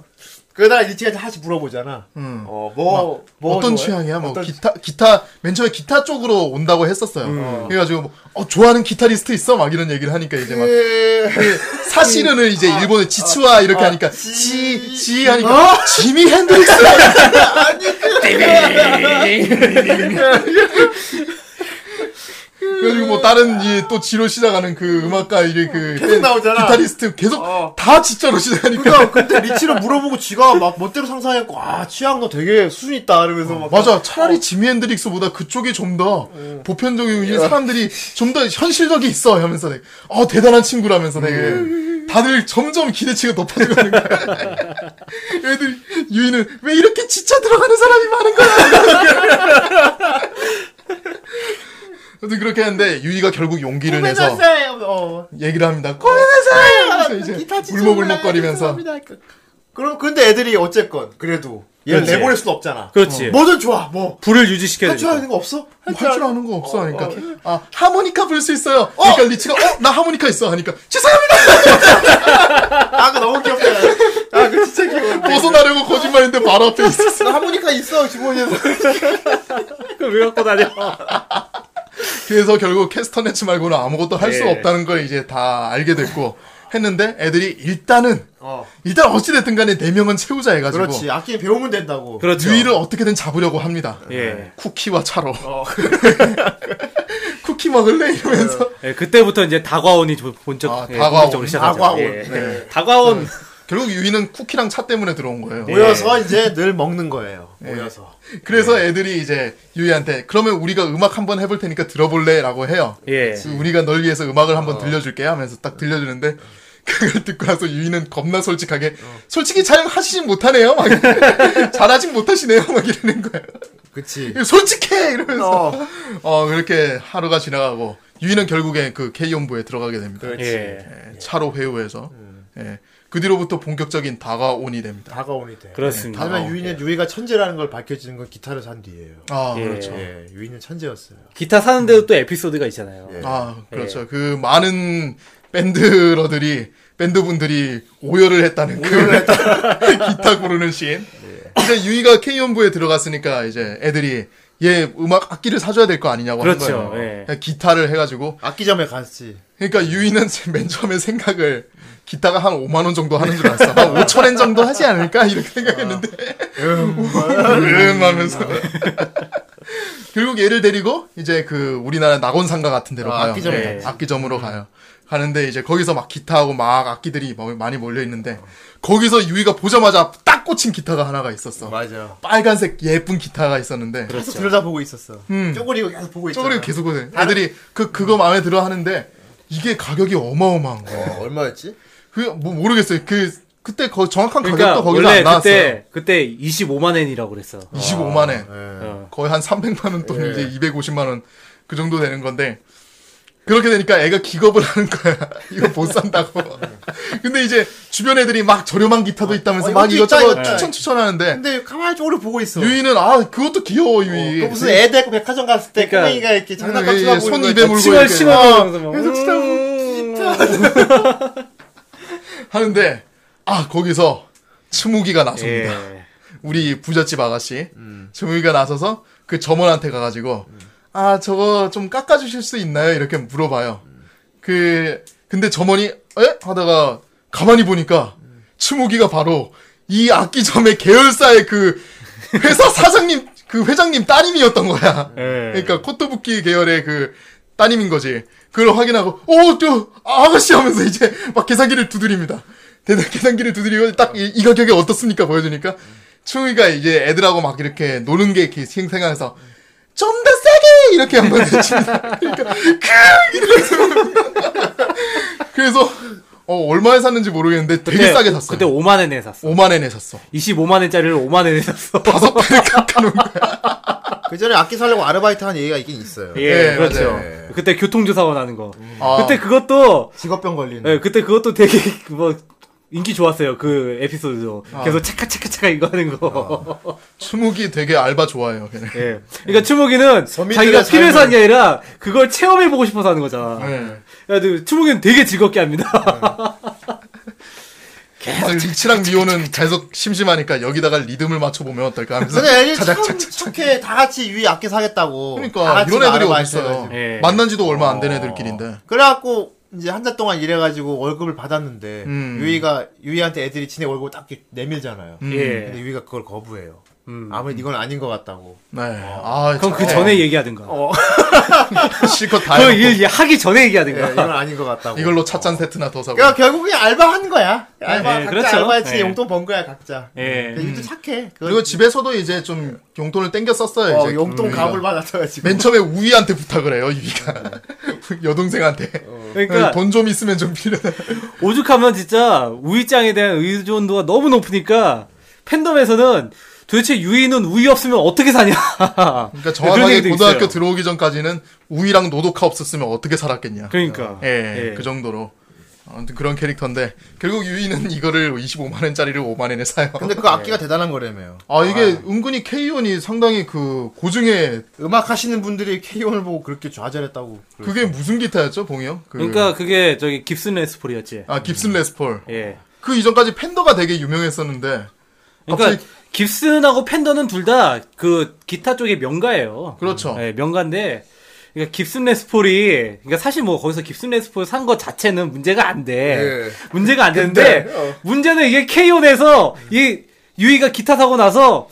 [SPEAKER 5] 그러다 이치가 다시 물어보잖아.
[SPEAKER 7] 음.
[SPEAKER 5] 어뭐뭐
[SPEAKER 7] 어떤 취향이야? 뭐 기타 기타 맨 처음에 기타 쪽으로 온다고 했었어요.
[SPEAKER 5] 음.
[SPEAKER 7] 그래가지고 뭐, 어, 좋아하는 기타리스트 있어? 막 이런 얘기를 하니까 이제 막
[SPEAKER 5] 음. 예.
[SPEAKER 7] 사시르는 이제
[SPEAKER 5] 아.
[SPEAKER 7] 일본의 지츠와 이렇게 하니까 지, 지 하니까
[SPEAKER 5] 어? (laughs)
[SPEAKER 7] 지미 핸드릭스 그래가지고 뭐 다른 이또 지로 시작하는 그 음악가 이제 그 밴,
[SPEAKER 5] 나오잖아. 어.
[SPEAKER 7] 기타리스트 계속 다 지자로 시작하니까
[SPEAKER 5] 그러니까 그때 리치를 물어보고 지가 막 멋대로 상상했고 아 취향 너 되게 수준 있다 이러면서 막
[SPEAKER 7] 맞아 차라리 지미 핸드릭스보다 그쪽이 좀 더 보편적이고 이 사람들이 좀 더 현실적이 있어 하면서 되게 어 대단한 친구라면서 되게 다들 점점 기대치가 높아지고 있는 (laughs) 거야 애들이 유이는 왜 이렇게 지쳐 들어가는 사람이 많은 (laughs) 거야 아무튼 그렇게 했는데 유이가 결국 용기를 내서
[SPEAKER 5] 어, 아,
[SPEAKER 7] 얘기를 합니다 고민하세요 그래서 이제 울먹울먹거리면서
[SPEAKER 5] 그럼 근데 애들이 어쨌건 그래도 얘를
[SPEAKER 6] 그렇지.
[SPEAKER 5] 내보낼 수는 없잖아.
[SPEAKER 6] 그렇지.
[SPEAKER 5] 어. 뭐든 좋아 뭐.
[SPEAKER 6] (laughs) 불을 유지시켜야
[SPEAKER 5] 할줄
[SPEAKER 6] 되니까.
[SPEAKER 5] 아는 거 없어?
[SPEAKER 7] 뭐 할 줄 아는 거 그러니까 없어 하니까 아 하모니카 불 수 있어요. 그러니까 리치가 어 나 하모니카 있어 하니까 죄송합니다.
[SPEAKER 5] 아그 너무 귀엽다. 아그 진짜 귀여워.
[SPEAKER 7] 뭐 벗어나려고 거짓말인데 바로 앞에 있었어.
[SPEAKER 5] 나 하모니카 있어 주머니에서.
[SPEAKER 6] 그걸 왜 갖고 다녀?
[SPEAKER 7] (laughs) 그래서 결국 캐스터네츠 말고는 아무것도 할 수가
[SPEAKER 6] 예.
[SPEAKER 7] 없다는 걸 이제 다 알게 됐고 했는데 애들이 일단은 일단 어찌 됐든 간에 네 명은 채우자 해가지고 아,
[SPEAKER 5] 그렇지 악기 배우면 된다고.
[SPEAKER 6] (laughs) 그렇죠.
[SPEAKER 7] 유이를 어떻게든 잡으려고 합니다.
[SPEAKER 6] 예.
[SPEAKER 7] 쿠키와 차로. (laughs) 쿠키 먹을래 이러면서
[SPEAKER 6] 예, 그때부터 이제 다과온이 조- 본적
[SPEAKER 7] 아,
[SPEAKER 6] 예,
[SPEAKER 7] 다과온.
[SPEAKER 6] 본격적으로 시작하죠.
[SPEAKER 5] 다과온.
[SPEAKER 6] 예.
[SPEAKER 5] 네.
[SPEAKER 6] 다과온.
[SPEAKER 7] 결국 유이는 쿠키랑 차 때문에 들어온 거예요.
[SPEAKER 5] 모여서 이제 늘 먹는 거예요. 모여서.
[SPEAKER 7] 그래서 애들이 이제 유이한테 그러면 우리가 음악 한번 해볼 테니까 들어볼래라고 해요.
[SPEAKER 6] 예.
[SPEAKER 7] 우리가 널 위해서 음악을 한번 들려줄게 하면서 딱 들려주는데 그걸 듣고 나서 유이는 겁나 솔직하게 솔직히 잘 하시진 못하네요. 막 (laughs) 잘하진 못하시네요. 막 이러는 거예요.
[SPEAKER 5] 그치.
[SPEAKER 7] 솔직해 이러면서 어. 그렇게 하루가 지나가고 유이는 결국에 그 K본부에 들어가게 됩니다.
[SPEAKER 5] 네.
[SPEAKER 6] 예.
[SPEAKER 7] 예, 차로 회유해서 예, 그 뒤로부터 본격적인 다가온이 됩니다.
[SPEAKER 5] 다가오니 돼.
[SPEAKER 6] 그렇습니다.
[SPEAKER 5] 하지만 유인의 유이가 천재라는 걸 밝혀지는 건 기타를 산 뒤에요.
[SPEAKER 7] 아
[SPEAKER 6] 예.
[SPEAKER 7] 그렇죠.
[SPEAKER 5] 예, 유인은 천재였어요.
[SPEAKER 6] 기타 사는데도 또 에피소드가 있잖아요.
[SPEAKER 5] 예.
[SPEAKER 7] 아, 그렇죠. 그 많은 밴드러들이 밴드분들이 오열을 했다는 예. 그 (laughs) 기타 고르는 씬. 이제 유이가 K연부에 들어갔으니까 이제 애들이 얘 음악 악기를 사줘야 될 거 아니냐고
[SPEAKER 6] 그렇죠,
[SPEAKER 7] 하는 거예요.
[SPEAKER 6] 예.
[SPEAKER 7] 그냥 기타를 해가지고
[SPEAKER 5] 악기점에 갔지.
[SPEAKER 7] 그러니까 유이는 (laughs) 맨 처음에 생각을 기타가 한 5만 원 정도 하는 줄 알았어. 한 5천 엔 정도 하지 않을까 이렇게 생각했는데 (laughs) 음 하면서 (laughs) 결국 얘를 데리고 이제 그 우리나라 낙원상가 같은 데로
[SPEAKER 5] 아,
[SPEAKER 7] 가요.
[SPEAKER 5] 악기점에 음.
[SPEAKER 7] 예,
[SPEAKER 6] 가지.
[SPEAKER 7] 악기점으로 가요. 가는데 이제 거기서 막 기타하고 막 악기들이 뭐- 많이 몰려 있는데 거기서 유이가 보자마자 딱 꽂힌 기타가 하나가 있었어.
[SPEAKER 5] 맞아.
[SPEAKER 7] 빨간색 예쁜 기타가 있었는데
[SPEAKER 5] 계속 들여다보고 있었어. 쪼그리고 계속 보고 있잖아.
[SPEAKER 7] 음. 쪼그리고 계속 오네. 애들이 그 그거 마음에 들어 하는데 이게 가격이 어마어마한 거야.
[SPEAKER 5] 어, 얼마였지?
[SPEAKER 7] 그 뭐 모르겠어요. 그 그때 거 정확한
[SPEAKER 6] 그러니까
[SPEAKER 7] 가격도 거기서 안
[SPEAKER 6] 원래
[SPEAKER 7] 나왔어요.
[SPEAKER 6] 그때 그때 25만 엔이라고 그랬어.
[SPEAKER 7] 25만 원.
[SPEAKER 5] 예. 네.
[SPEAKER 6] 어.
[SPEAKER 7] 거의 한 300만 원
[SPEAKER 6] 예.
[SPEAKER 7] 또는 이제 250만 원 그 정도 되는 건데 그렇게 되니까 애가 기겁을 하는 거야. (laughs) 이거 못 산다고.
[SPEAKER 6] 네.
[SPEAKER 7] 근데 이제 주변 애들이 막 저렴한
[SPEAKER 6] 아,
[SPEAKER 7] 기타도 있다면서
[SPEAKER 5] 어,
[SPEAKER 7] 막
[SPEAKER 5] 이것도
[SPEAKER 7] 이것저것
[SPEAKER 5] 있다, 이것도
[SPEAKER 6] 네.
[SPEAKER 7] 추천 추천하는데
[SPEAKER 5] 근데 가만히 쪼그려 보고 있어.
[SPEAKER 7] 유이는 아 그것도 귀여워
[SPEAKER 5] 어,
[SPEAKER 7] 유이.
[SPEAKER 5] 그 무슨 애 데리고 백화점 갔을 때
[SPEAKER 6] 그러니까.
[SPEAKER 5] 꼬맹이가 이렇게 장난감
[SPEAKER 7] 예, 예,
[SPEAKER 5] 치다 보고
[SPEAKER 7] 손
[SPEAKER 5] 있는
[SPEAKER 7] 입에
[SPEAKER 5] 거
[SPEAKER 7] 물고
[SPEAKER 6] 칭얼
[SPEAKER 7] 이렇게
[SPEAKER 6] 칭얼 하면서 음,
[SPEAKER 5] 계속 치다 보고
[SPEAKER 7] 하는데 아 거기서 츠무기가 나섭니다.
[SPEAKER 6] 예.
[SPEAKER 7] 우리 부잣집 아가씨 정우이가 나서서 그 점원한테 가가지고 아 저거 좀 깎아주실 수 있나요? 이렇게 물어봐요. 그 근데 점원이 에? 하다가 가만히 보니까 추무기가 바로 이 악기점의 계열사의 그 회사 사장님 그 회장님 따님이었던 거야.
[SPEAKER 6] 예.
[SPEAKER 7] 그러니까 코토부키 계열의 그 따님인 거지. 그걸 확인하고 오저 아가씨 하면서 이제 막 계산기를 두드립니다. 대단 계산기를 두드리고 딱 이 가격에 어떻습니까 보여주니까 충이가 이제 애들하고 막 이렇게 노는 게 이렇게 생생해서 좀 더 세게 이렇게 한번 해줍니다. 그러니까 크 이러면서 (laughs) 그래서 어 얼마에 샀는지 모르겠는데 되게
[SPEAKER 6] 그때-
[SPEAKER 7] 싸게 샀어요.
[SPEAKER 6] 그때 5만 엔에 샀어.
[SPEAKER 7] 5만 엔에 샀어.
[SPEAKER 6] 25만 엔짜리를 5만 엔에 샀어.
[SPEAKER 7] 다섯
[SPEAKER 6] (laughs)
[SPEAKER 7] 배를 깎아놓은 거야.
[SPEAKER 5] 그 전에 악기 사려고 아르바이트 한 얘기가 있긴 있어요.
[SPEAKER 6] 예,
[SPEAKER 7] (laughs) 예,
[SPEAKER 6] 그렇죠. 그때 교통조사원 하는 거.
[SPEAKER 7] 아.
[SPEAKER 6] 그때 그것도
[SPEAKER 5] 직업병 걸리는.
[SPEAKER 6] 예, 그때 그것도 되게 (laughs) 뭐 인기 좋았어요 그 에피소드도 계속 체카 체카 체카 이거 하는 거.
[SPEAKER 7] 추묵이 되게 알바 좋아해요. 걔네.
[SPEAKER 6] (laughs) 예. 그러니까 추목이는
[SPEAKER 5] 서민들의
[SPEAKER 6] 자기가 필요해서
[SPEAKER 5] 삶을-
[SPEAKER 6] 하는 게 아니라 그걸 체험해 보고 싶어서 하는 거잖아.
[SPEAKER 7] 네.
[SPEAKER 6] 야, 근데 추목이는 되게 즐겁게 합니다.
[SPEAKER 7] 그래서 리치랑 미호는 계속 심심하니까 여기다가 리듬을 맞춰보면 어떨까 하면서
[SPEAKER 5] 근데 애들
[SPEAKER 7] 자작-
[SPEAKER 5] 참 착해. 다 같이 위에 악기 사겠다고. 다
[SPEAKER 7] 그러니까
[SPEAKER 5] 같이
[SPEAKER 7] 이런 애들이
[SPEAKER 5] 나눠봐야
[SPEAKER 7] 어디 있어요?
[SPEAKER 5] 돼가지고. 어.
[SPEAKER 6] 예.
[SPEAKER 7] 만난 지도 얼마 안 된 애들끼리인데.
[SPEAKER 5] 그래갖고 이제 한 달 동안 일해가지고 월급을 받았는데
[SPEAKER 7] 음.
[SPEAKER 5] 유이가 유이한테 애들이 지네 월급 딱 이렇게 내밀잖아요.
[SPEAKER 6] (laughs) 예.
[SPEAKER 5] 근데 유이가 그걸 거부해요.
[SPEAKER 6] 음.
[SPEAKER 5] 아무리 이건 아닌 것 같다고.
[SPEAKER 7] 네.
[SPEAKER 5] 어.
[SPEAKER 7] 아,
[SPEAKER 6] 그럼 그
[SPEAKER 7] 참. 어,
[SPEAKER 6] 전에 얘기하든가.
[SPEAKER 7] 실컷 다
[SPEAKER 6] 그
[SPEAKER 7] 해놓고
[SPEAKER 6] 일 하기 전에
[SPEAKER 5] 예,
[SPEAKER 6] 얘기하든가.
[SPEAKER 5] 이건 아닌 것 같다고.
[SPEAKER 7] 음. 이걸로 찻잔 세트나 더 사고.
[SPEAKER 5] 그러니까 결국에 알바한 거야. 알바
[SPEAKER 6] 예,
[SPEAKER 5] 각자
[SPEAKER 6] 그렇죠.
[SPEAKER 5] 알바했지
[SPEAKER 6] 예.
[SPEAKER 5] 용돈 번 거야 각자.
[SPEAKER 6] 예.
[SPEAKER 5] 근데 유이도 착해. 그건-
[SPEAKER 7] 음. 그리고 집에서도 이제 좀 용돈을 땡겨 썼어요.
[SPEAKER 5] 어,
[SPEAKER 7] 이제
[SPEAKER 5] 용돈
[SPEAKER 6] 음.
[SPEAKER 7] 유이가.
[SPEAKER 5] 갑을 받았어가지고.
[SPEAKER 7] 맨 처음에 우이한테 부탁을 해요. 유이가 (laughs) 여동생한테
[SPEAKER 5] 어.
[SPEAKER 6] 그러니까
[SPEAKER 7] 돈 좀 있으면 좀 그러니까 빌려달라.
[SPEAKER 6] 오죽하면 진짜 우이짱에 대한 의존도가 너무 높으니까 팬덤에서는 도대체 유이는 우이 없으면 어떻게 사냐.
[SPEAKER 7] 그러니까
[SPEAKER 6] 네, 그런
[SPEAKER 7] 정확하게
[SPEAKER 6] 얘기도
[SPEAKER 7] 고등학교
[SPEAKER 6] 있어요.
[SPEAKER 7] 들어오기 전까지는 우이랑 노도카 없었으면 어떻게 살았겠냐.
[SPEAKER 6] 그러니까.
[SPEAKER 7] 예,
[SPEAKER 6] 예.
[SPEAKER 7] 그 정도로. 아무튼 그런 캐릭터인데 결국 유이는 (laughs) 이거를 25만 원짜리를 5만 원에 사요.
[SPEAKER 5] (laughs) 근데 그
[SPEAKER 6] 예.
[SPEAKER 5] 악기가 대단한 거라며요.
[SPEAKER 7] 아 이게 은근히 K1이 상당히 그 고증의
[SPEAKER 5] 음악 하시는 분들이 K1을 보고 그렇게 좌절했다고.
[SPEAKER 7] 그게 무슨 기타였죠, 봉이 형? 그,
[SPEAKER 6] 그러니까 그게 저기 깁슨 레스폴이었지.
[SPEAKER 7] 아 깁슨 레스폴.
[SPEAKER 6] 예.
[SPEAKER 7] 그 이전까지 팬더가 되게 유명했었는데
[SPEAKER 6] 그러니까
[SPEAKER 7] 갑자기-
[SPEAKER 6] 깁슨하고 팬더는 둘 다 그 기타 쪽의 명가예요.
[SPEAKER 7] 그렇죠.
[SPEAKER 6] 예, 명가인데 그러니까 깁슨 레스폴이 그러니까 사실 뭐 거기서 깁슨 레스폴 산 거 자체는 문제가 안 돼.
[SPEAKER 5] 예.
[SPEAKER 6] 문제가 안 되는데
[SPEAKER 5] 근데, 어.
[SPEAKER 6] 문제는 이게 K1에서 이 유이가 기타 사고 나서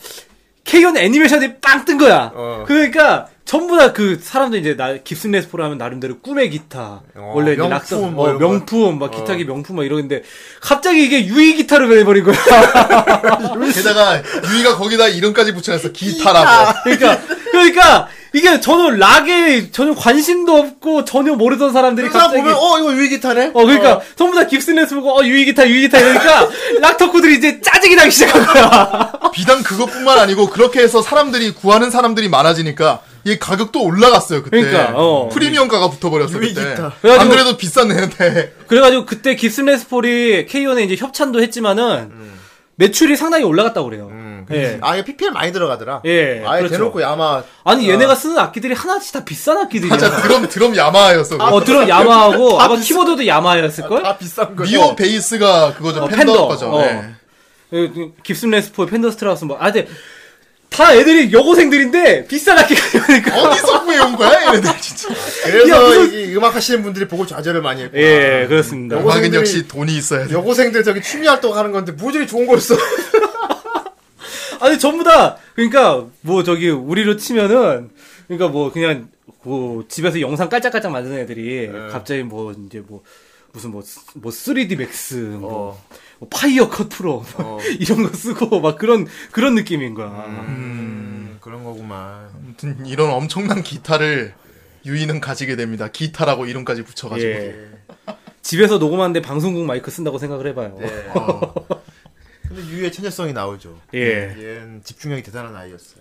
[SPEAKER 6] K1 애니메이션이 빵 뜬 거야.
[SPEAKER 5] 어.
[SPEAKER 6] 그러니까 전부 다 그 사람들 이제 나 깁슨 레스폴 하면 나름대로 꿈의 기타
[SPEAKER 5] 어,
[SPEAKER 6] 원래 이제
[SPEAKER 5] 명품
[SPEAKER 6] 낙서
[SPEAKER 5] 뭐
[SPEAKER 6] 어,
[SPEAKER 5] 이런 거. 어.
[SPEAKER 6] 명품 막 기타기 명품 막 이러는데 갑자기 이게 유이 기타로 변해버린 거야. (laughs)
[SPEAKER 7] 게다가 유이가 거기다 이름까지 붙여놨어 기타라고.
[SPEAKER 6] 그러니까, 그러니까, 이게 저는 락에 전혀 관심도 없고 전혀 모르던 사람들이
[SPEAKER 5] 그 사람
[SPEAKER 6] 갑자기.
[SPEAKER 5] 보면 어 이거 유이기타네.
[SPEAKER 6] 어, 그러니까, 전부 다 깁슨 레스 보고, 어, 유이기타, 유이기타 이러니까, 락 덕후들이 이제 짜증이 나기 시작한 거야.
[SPEAKER 7] 비단 그것뿐만 아니고 그렇게 해서 사람들이 구하는 사람들이 많아지니까 얘 가격도 올라갔어요 그때.
[SPEAKER 6] 그러니까, 어.
[SPEAKER 7] 프리미엄가가 붙어버렸어
[SPEAKER 5] 유이
[SPEAKER 7] 그때.
[SPEAKER 5] 기타.
[SPEAKER 7] 안 그래도 비싼 애인데
[SPEAKER 6] 그래가지고 그때 깁슨 레스폴이 K1에 이제 협찬도 했지만은,
[SPEAKER 7] 음.
[SPEAKER 6] 매출이 상당히 올라갔다고 그래요. 예.
[SPEAKER 5] 아예 PPL 많이 들어가더라.
[SPEAKER 6] 예,
[SPEAKER 5] 아예
[SPEAKER 6] 그렇죠.
[SPEAKER 5] 대놓고 아마
[SPEAKER 6] 아니, 얘네가 쓰는 악기들이 하나씩 다 비싼 악기들이야.
[SPEAKER 7] 맞아 드럼 드럼 야마였어. 그거.
[SPEAKER 6] 어, 드럼 야마하고, 아마 키보드도 야마였을걸?
[SPEAKER 5] 다 아, 비싼 거.
[SPEAKER 7] 미오 베이스가 그거죠
[SPEAKER 6] 어,
[SPEAKER 7] 아, 팬더,
[SPEAKER 6] 팬더.
[SPEAKER 7] 거죠.
[SPEAKER 6] 어.
[SPEAKER 7] 예.
[SPEAKER 6] 예, 그 깁슨 레스포, 팬더스트라우스 뭐, 아, 근데 다 애들이 여고생들인데 비싼 악기가
[SPEAKER 7] 아.
[SPEAKER 6] 이러니까.
[SPEAKER 7] 어디서 구해온 거야 얘네들 진짜.
[SPEAKER 5] 그래서
[SPEAKER 6] 야, 무슨-
[SPEAKER 5] 이 음악 하시는 분들이 보고 좌절을 많이 했고.
[SPEAKER 6] 예, 그렇습니다.
[SPEAKER 5] 여고-
[SPEAKER 7] 음악은
[SPEAKER 5] 여고생들이-
[SPEAKER 7] 역시 돈이 있어야 돼.
[SPEAKER 5] 여고생들 저기 취미 활동 하는 건데 무조건 좋은 걸 써.
[SPEAKER 6] 아니 전부 다 그러니까 뭐 저기 우리로 치면은 그러니까 뭐 그냥 뭐 집에서 영상 깔짝깔짝 만드는 애들이 갑자기 뭐 이제 뭐 무슨 뭐, 쓰- 뭐 3D 맥스 뭐, 뭐 파이어 음, 컷 프로 뭐 (laughs) 이런 거 쓰고 막 그런 그런 느낌인 거야.
[SPEAKER 5] 음, 그런 거구만.
[SPEAKER 7] 아무튼 이런 엄청난 기타를 유이는 가지게 됩니다. 기타라고 이름까지 붙여가지고.
[SPEAKER 6] 예. 집에서 녹음하는데 방송국 마이크 쓴다고 생각을 해봐요.
[SPEAKER 5] 근데 유의 천재성이 나오죠.
[SPEAKER 6] 예.
[SPEAKER 5] 얘는 집중력이 대단한 아이였어요.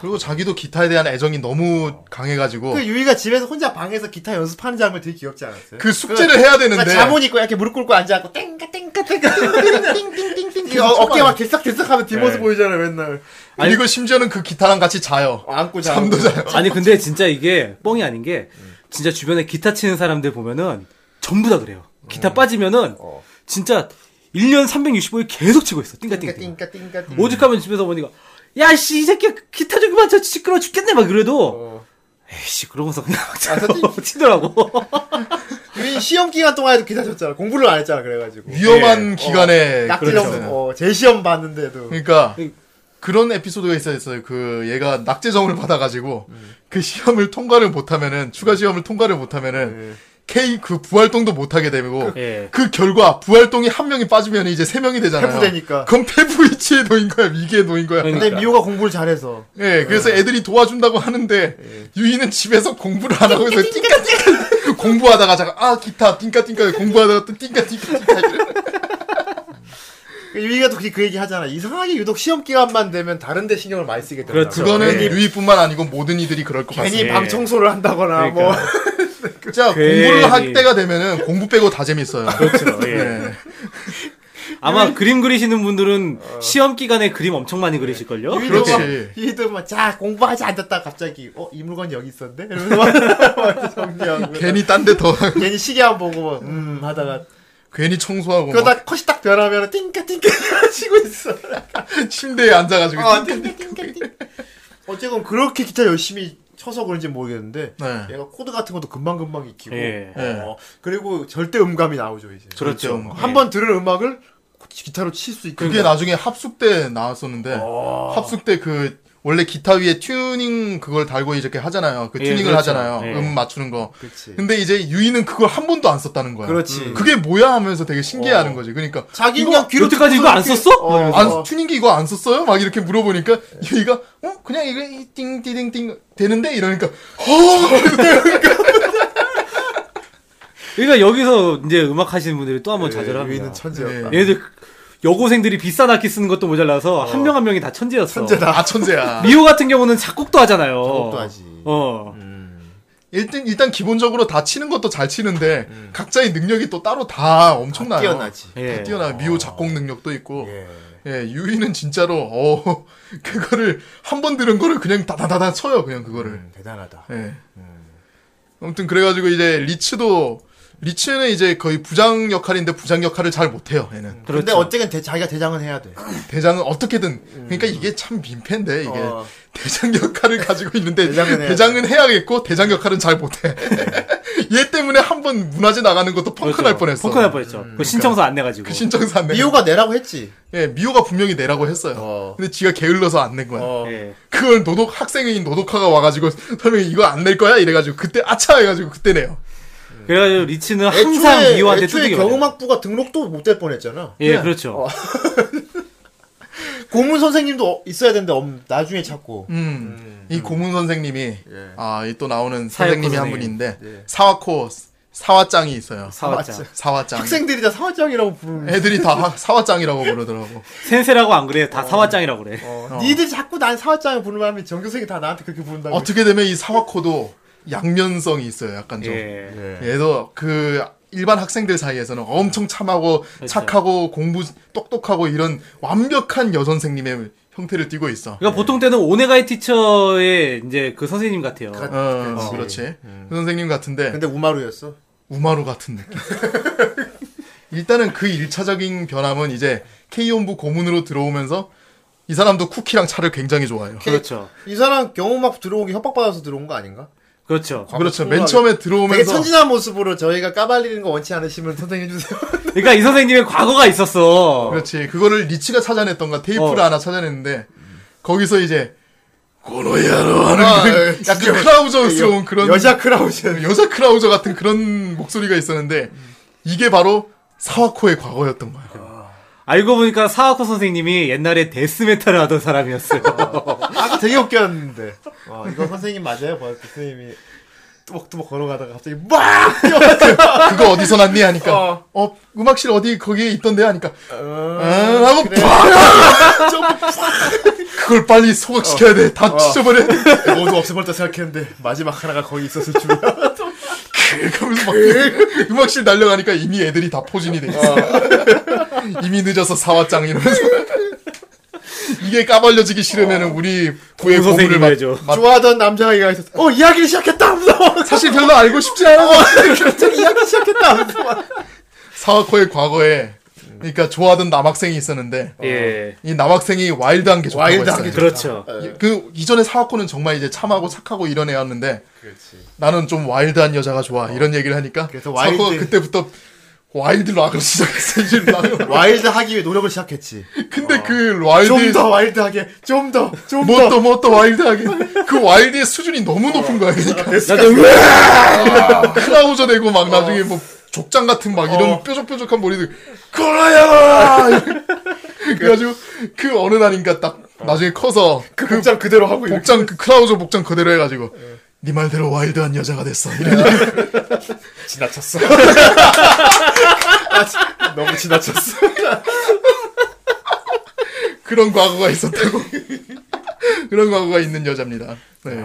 [SPEAKER 7] 그리고 자기도 기타에 대한 애정이 너무 강해가지고
[SPEAKER 5] 그
[SPEAKER 7] 그,
[SPEAKER 5] 유이가 집에서 혼자 방에서 기타 연습하는 장면 되게 귀엽지 않았어요?
[SPEAKER 7] 숙제를 해야 되는데
[SPEAKER 5] 그러니까 자본 있고 이렇게 무릎 꿇고 앉아갖고 땡까 땡까 땡까 띵띵띵띵띵 어깨 막 들썩들썩하면 뒷모습 보이잖아요 맨날
[SPEAKER 7] 그리고 심지어는 그 기타랑 같이 자요.
[SPEAKER 5] 어, 안고 자고
[SPEAKER 7] 잠도 자요.
[SPEAKER 6] 아니 근데 진짜 이게 뻥이 아닌 게 진짜 주변에 기타 치는 사람들 보면은 전부 다 그래요. 기타 빠지면은 진짜 1년 365일 계속 치고 있어. 띵가띵가.
[SPEAKER 5] 띵까 뭐- 띵까 띵까
[SPEAKER 6] 오죽하면 집에서 보니까 야 씨 이 새끼 야 기타 좀 그만 쳐 시끄러워 죽겠네 막 그래도
[SPEAKER 5] 어.
[SPEAKER 6] 에이씨 그러고서 그냥 막
[SPEAKER 5] 아,
[SPEAKER 6] 자꾸 치더라고. (laughs)
[SPEAKER 5] 유이 시험 기간 동안에도 기타 쳤잖아 공부를 안 했잖아 그래가지고
[SPEAKER 6] 예.
[SPEAKER 7] 위험한 기간에 그렇죠.
[SPEAKER 5] 낙지령
[SPEAKER 7] 그랬어요.
[SPEAKER 5] 어, 재시험 봤는데도
[SPEAKER 7] 그러니까 그런 에피소드가 있었어요. 그 얘가 낙제점을 받아가지고 그 시험을 통과를 못하면은 추가 시험을 통과를 못하면은 K 그 부활동도 못하게 되고
[SPEAKER 6] 예.
[SPEAKER 7] 그 결과 부활동이 한 명이 빠지면 이제 세 명이 되잖아요.
[SPEAKER 5] 폐부되니까.
[SPEAKER 7] 그럼 폐부 위치에 놓인 거야, 위기에 놓인 거야.
[SPEAKER 6] 그러니까.
[SPEAKER 5] 근데 미호가 공부를 잘해서
[SPEAKER 7] 예, 그래서 애들이 도와준다고 하는데 유이는 집에서 공부를 안 하고 있어요. 띵까 띵까 공부하다가 잠깐 아 기타 띵까 띵까 공부하다가 또 띵까 띵까 띵까
[SPEAKER 5] 유이가 또 그 얘기 하잖아 이상하게 유독 시험 기간만 되면 다른 데 신경을 많이 쓰게 된다
[SPEAKER 6] 그렇죠.
[SPEAKER 7] 그거는
[SPEAKER 6] 예.
[SPEAKER 7] 유이뿐만 아니고 모든 이들이 그럴 것 같습니다.
[SPEAKER 5] 괜히 방 청소를 한다거나 뭐 (laughs)
[SPEAKER 6] 그러니까.
[SPEAKER 7] 진짜
[SPEAKER 6] 괜히.
[SPEAKER 7] 네.
[SPEAKER 6] 예.
[SPEAKER 7] 공부를 할 때가 되면은 공부 빼고 다 재밌어요.
[SPEAKER 6] 그렇죠. 예. 네. 아마 그림 그리시는 어. 분들은 시험 기간에 그림 엄청 많이 그리실걸요? 그렇죠.
[SPEAKER 7] 그렇지.
[SPEAKER 5] 이들 막자 공부하지 않았다 갑자기 어 이 물건 여기 있었네 이러면서 막, (laughs) 막 정리하고
[SPEAKER 7] 괜히 딴 데 더, (laughs)
[SPEAKER 5] 괜히 시계 한 번 보고 막, 음 하다가
[SPEAKER 7] 괜히 청소하고. 막
[SPEAKER 5] 그러다 컷이 딱 변하면 띵까 띵까 치고 있어.
[SPEAKER 7] 침대에 앉아가지고.
[SPEAKER 5] 어, 어쨌건 그렇게 기타 열심히 쳐서 그런지 모르겠는데
[SPEAKER 7] 네.
[SPEAKER 5] 얘가 코드 같은 것도 금방 금방 익히고
[SPEAKER 6] 예.
[SPEAKER 5] 어, 그리고 절대 음감이 나오죠 이제.
[SPEAKER 6] 그렇죠.
[SPEAKER 5] 한 번 들은 음악을 기타로 칠 수 있게.
[SPEAKER 7] 그게
[SPEAKER 6] 그러니까.
[SPEAKER 7] 나중에 합숙 때 나왔었는데
[SPEAKER 6] 어.
[SPEAKER 7] 합숙 때 그 원래 기타 위에 튜닝 그걸 달고 이렇게 하잖아요. 그
[SPEAKER 6] 예,
[SPEAKER 7] 튜닝을
[SPEAKER 6] 그렇죠.
[SPEAKER 7] 하잖아요.
[SPEAKER 6] 예.
[SPEAKER 7] 음 맞추는 거.
[SPEAKER 5] 그렇지.
[SPEAKER 7] 근데 이제 유이는 그걸 한 번도 안 썼다는 거야.
[SPEAKER 5] 그렇지.
[SPEAKER 7] 그게 뭐야 하면서 되게 신기해하는 거지. 그러니까
[SPEAKER 5] 자기
[SPEAKER 6] 음. 이거
[SPEAKER 5] 그냥 귀로
[SPEAKER 6] 여태까지
[SPEAKER 5] 듣고
[SPEAKER 6] 이거 안
[SPEAKER 5] 이렇게-
[SPEAKER 6] 어. 썼어?
[SPEAKER 5] 어,
[SPEAKER 6] 막
[SPEAKER 7] 안
[SPEAKER 5] 어.
[SPEAKER 7] 튜닝기 이거 안 썼어요? 막 이렇게 물어보니까 유이가 어 그냥 이거 띵띠띵띵 되는데 이러니까 어
[SPEAKER 6] 그러니까 여기서 이제 음악 하시는 분들이 또 한 번
[SPEAKER 5] 여기는
[SPEAKER 6] 뭐 좌절합니다.
[SPEAKER 5] 예, 천재였다.
[SPEAKER 7] 예.
[SPEAKER 6] 얘들 그 여고생들이 비싼 악기 쓰는 것도 모자라서 한 명 한 명이 다 천재였어. (laughs)
[SPEAKER 7] 아 천재야.
[SPEAKER 6] 미호 같은 경우는 작곡도 하잖아요.
[SPEAKER 5] 작곡도 하지. 음,
[SPEAKER 6] 어.
[SPEAKER 7] 일단 일단 기본적으로 다 치는 것도 잘 치는데 각자의 능력이 또 따로 다
[SPEAKER 5] 음.
[SPEAKER 7] 엄청나요.
[SPEAKER 5] 뛰어나지.
[SPEAKER 6] 예.
[SPEAKER 7] 다 뛰어나 미호 작곡 능력도 있고
[SPEAKER 5] 예.
[SPEAKER 7] 예, 유이는 진짜로 어 (laughs) 그거를 한 번 들은 거를 그냥 다다다다 쳐요 그냥 그거를.
[SPEAKER 5] 음,
[SPEAKER 6] 네.
[SPEAKER 5] 대단하다.
[SPEAKER 7] 예. 아무튼 그래가지고 이제 리츠도 리츠는 이제 거의 부장 역할인데 부장 역할을 잘 못해요 얘는.
[SPEAKER 6] 그렇죠.
[SPEAKER 5] 근데 어쨌든 대- 자기가 대장은 해야 돼.
[SPEAKER 7] 대장은 어떻게든 그러니까 이게 참 민폐인데 이게
[SPEAKER 5] 어.
[SPEAKER 7] 대장 역할을 가지고 있는데
[SPEAKER 5] 대장은 해야
[SPEAKER 7] 대장은 해야겠고 대장 역할은 잘 못해. (laughs) 얘 때문에 한 번 문화재 나가는 것도 펑크 날
[SPEAKER 6] 그렇죠.
[SPEAKER 7] 뻔했어.
[SPEAKER 6] 펑크 날 뻔했죠. 그 신청서 안 내가지고.
[SPEAKER 7] 그 신청사
[SPEAKER 6] 네.
[SPEAKER 7] 안 내.
[SPEAKER 5] 미호가 내라고 했지.
[SPEAKER 7] 예, 미호가 분명히 내라고 했어요.
[SPEAKER 5] 어.
[SPEAKER 7] 근데 지가 게을러서 안 낸 거야.
[SPEAKER 5] 어.
[SPEAKER 6] 예.
[SPEAKER 7] 그걸 노독 학생인 노독화가 와가지고 설명이 이거 안 낼 거야 이래가지고 그때 아차 해가지고 그때 내요.
[SPEAKER 6] 그래가지고 리치는 항상
[SPEAKER 5] 애초에,
[SPEAKER 6] 미호한테
[SPEAKER 5] 애초에
[SPEAKER 6] 뚜들겨.
[SPEAKER 5] 경음악부가 등록도 못 될 뻔했잖아.
[SPEAKER 6] 예, 그렇죠.
[SPEAKER 5] 고문 선생님도 어- 있어야 되는데 엄- 나중에 찾고.
[SPEAKER 7] 음, 이 고문 선생님이 아, 이 또 나오는
[SPEAKER 6] 사회코
[SPEAKER 7] 선생님이 한
[SPEAKER 6] 선생님.
[SPEAKER 7] 분인데 사와코 사와짱이 있어요.
[SPEAKER 6] 사왔자.
[SPEAKER 7] 사와짱.
[SPEAKER 5] 학생들이 다 사화장이라고 부르는.
[SPEAKER 7] 애들이 다 사와짱이라고 그러더라고.
[SPEAKER 6] 센세라고 안 그래. 다 사와짱이라고 그래.
[SPEAKER 5] 어. 니들 자꾸 난 사화장을 부르면 하면 전교생이 다 나한테 그렇게 부른다고.
[SPEAKER 7] 어떻게 되면 이 사와코도 양면성이 있어요. 약간 좀.
[SPEAKER 6] 예.
[SPEAKER 7] 얘도 그 일반 학생들 사이에서는 엄청 참하고 착하고 공부 똑똑하고 이런 완벽한 여선생님의 형태를 띠고 있어.
[SPEAKER 6] 그러니까 보통 때는 오네가이 티처의 이제 그 선생님 같아요.
[SPEAKER 5] 같-
[SPEAKER 7] 어, 그렇지. 그 선생님 같은데
[SPEAKER 5] 근데 우마루였어.
[SPEAKER 7] 우마루 같은 느낌. (laughs) 일단은 그 1차적인 변함은 이제 K본부 고문으로 들어오면서 이 사람도 쿠키랑 차를 굉장히 좋아해요.
[SPEAKER 6] 그렇죠.
[SPEAKER 5] 이 사람 경음악 들어오기 협박받아서 들어온 거 아닌가?
[SPEAKER 6] 그렇죠.
[SPEAKER 7] 그렇죠. 맨 처음에
[SPEAKER 5] 되게
[SPEAKER 7] 들어오면서
[SPEAKER 5] 천진한 모습으로 저희가 까발리는 거 원치 않으시면 선생님 해주세요.
[SPEAKER 6] 그러니까 이 선생님의 과거가 있었어.
[SPEAKER 7] 그렇지. 그거를 리치가 찾아냈던가 테이프를
[SPEAKER 6] 어.
[SPEAKER 7] 하나 찾아냈는데 거기서 이제 고노야로 하는 (laughs) 그 약간 크라우저스러운 그런 음.
[SPEAKER 5] 여자 크라우션.
[SPEAKER 7] 여자 크라우저 같은 그런 목소리가 있었는데 이게 바로 사와코의 과거였던 거예요.
[SPEAKER 6] 알고 보니까 사와코 선생님이 옛날에 데스메탈을 하던 사람이었어요.
[SPEAKER 5] 아까 되게 웃겼는데. 와, 이거 선생님 맞아요? 봐, 그 선생님이 뚜벅뚜벅 걸어가다가 갑자기 막!
[SPEAKER 7] 그거 어디서 났니 하니까 어, 음악실 어디 거기에 있던데 하니까 아, 하고 팍! (laughs) 좀 팍! 그걸 빨리 소각시켜야 돼. 다 찢어버려.
[SPEAKER 5] 모두 없애버렸다 생각했는데 마지막 하나가 거기 있었을 줄이야.
[SPEAKER 7] 그러면서 막 (laughs) 그- 음악실 날려가니까 이미 애들이 다 포진이 돼 있어. 이미 늦어서 사와짱 이러면서. 이게 까발려지기 싫으면 우리
[SPEAKER 6] 고문
[SPEAKER 7] 부의 고문을
[SPEAKER 6] 그 선생님
[SPEAKER 7] 맞,
[SPEAKER 6] 해야죠.
[SPEAKER 7] 맞-
[SPEAKER 5] 좋아하던 남자아이가 있었어. 어, 이야기를 시작했다! 하면서! (laughs)
[SPEAKER 7] 사실 별로 알고 싶지 않아.
[SPEAKER 5] 갑자기 이야기 시작했다! 하면서 막.
[SPEAKER 7] 사와코의 과거에 그러니까 좋아하던 남학생이 있었는데
[SPEAKER 6] 예.
[SPEAKER 7] 이 남학생이 와일드한 게 좋다고
[SPEAKER 5] 와일드하게
[SPEAKER 7] 했어요.
[SPEAKER 6] 그렇죠.
[SPEAKER 7] 이- 그 이전에 사와코는 정말 이제 참하고 착하고 이런 애였는데 나는 좀 와일드한 여자가 좋아 이런 얘기를 하니까
[SPEAKER 5] 그래서
[SPEAKER 7] 사와코가
[SPEAKER 5] 와일드-
[SPEAKER 7] 그때부터 와일드 락을 (laughs) 시작했어요. 이제
[SPEAKER 5] (laughs)
[SPEAKER 7] 락을.
[SPEAKER 5] 와일드하기 위해 노력을 시작했지.
[SPEAKER 7] 근데 그 와일드
[SPEAKER 5] 좀 더 와일드하게, 좀 더, 좀 더.
[SPEAKER 7] 뭐또 뭐 또 와일드하게 그 와일드의 수준이 너무 높은 거야
[SPEAKER 5] 어,
[SPEAKER 7] 그러니까
[SPEAKER 6] 나도
[SPEAKER 5] 아.
[SPEAKER 7] 크라우저 되고 막 나중에 뭐 족장 같은 막 이런
[SPEAKER 5] 어.
[SPEAKER 7] 뾰족뾰족한 머리들 걸어야 (laughs) 그래가지고 그 어느 날인가 딱 나중에 커서
[SPEAKER 5] 그 복장 그대로 하고 이렇게.
[SPEAKER 7] 복장 그 크라우저 복장 그대로 해가지고 네 말대로 와일드한 여자가 됐어 이런
[SPEAKER 5] (laughs) 지나쳤어. (laughs) 아, 지- 너무 지나쳤어.
[SPEAKER 7] 그런 과거가 있었다고 그런 과거가 있는
[SPEAKER 6] 아.
[SPEAKER 7] 여자입니다 네,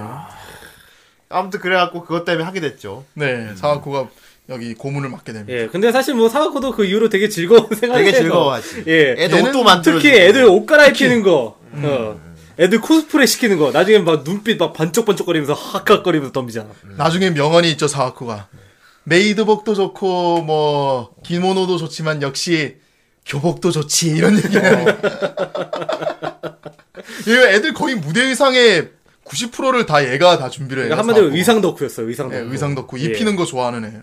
[SPEAKER 5] 아무튼 그래갖고 그것 때문에 하게 됐죠.
[SPEAKER 7] 네 사와코가 여기 고문을 맡게 됩니다.
[SPEAKER 6] 음. 예, 근데 사실 뭐 사가코도 그 이후로 되게 즐거운 (laughs) 생활을
[SPEAKER 9] 되게
[SPEAKER 6] 해서.
[SPEAKER 9] 즐거워하지.
[SPEAKER 6] 예.
[SPEAKER 9] 애도
[SPEAKER 7] 얘는
[SPEAKER 9] 옷도 만들어.
[SPEAKER 6] 특히 애들 옷 갈아입히는 거. 어. 애들 코스프레 시키는 거. 나중에 막 눈빛 막 반쪽반쪽거리면서 하악하악거리면서 덤비잖아.
[SPEAKER 7] 나중에 명언이 있죠 사와쿠가 메이드복도 좋고 뭐 기모노도 좋지만 역시 교복도 좋지 이런 얘기예요.
[SPEAKER 6] 어.
[SPEAKER 7] (laughs) 얘 애들 거의 무대 의상의 90%를 다 얘가 다 준비를 해요.
[SPEAKER 6] 그러니까 한마디로
[SPEAKER 7] 사와쿠가.
[SPEAKER 6] 의상 덕후였어요. 의상
[SPEAKER 7] 예,
[SPEAKER 6] 덕후.
[SPEAKER 7] 의상 덕후
[SPEAKER 6] 예.
[SPEAKER 7] 입히는 거 좋아하는 애예요.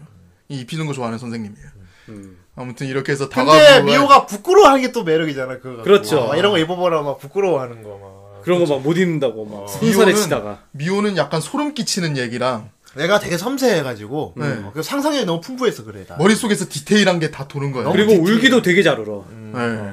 [SPEAKER 7] 이 입히는 거 좋아하는 선생님이에요.
[SPEAKER 6] 음.
[SPEAKER 7] 아무튼 이렇게 해서
[SPEAKER 5] 근데
[SPEAKER 7] 다가오고
[SPEAKER 5] 미호가 부끄러워하는 게 또 매력이잖아 그거. 갖고.
[SPEAKER 6] 그렇죠.
[SPEAKER 5] 막 이런 거 입어보라 막 부끄러워하는 거 막.
[SPEAKER 6] 그런 거 막 못 입는다고 막 손살에
[SPEAKER 7] 미호는-
[SPEAKER 6] 치다가.
[SPEAKER 7] 미호는 약간 소름 끼치는 얘기랑
[SPEAKER 5] 내가 되게 섬세해가지고 어, 그 상상력이 너무 풍부해서 그래. 나.
[SPEAKER 7] 머릿속에서 디테일한 게 다 도는 거예요.
[SPEAKER 6] 그리고 울기도 되게 잘 음. 울어.
[SPEAKER 7] 네.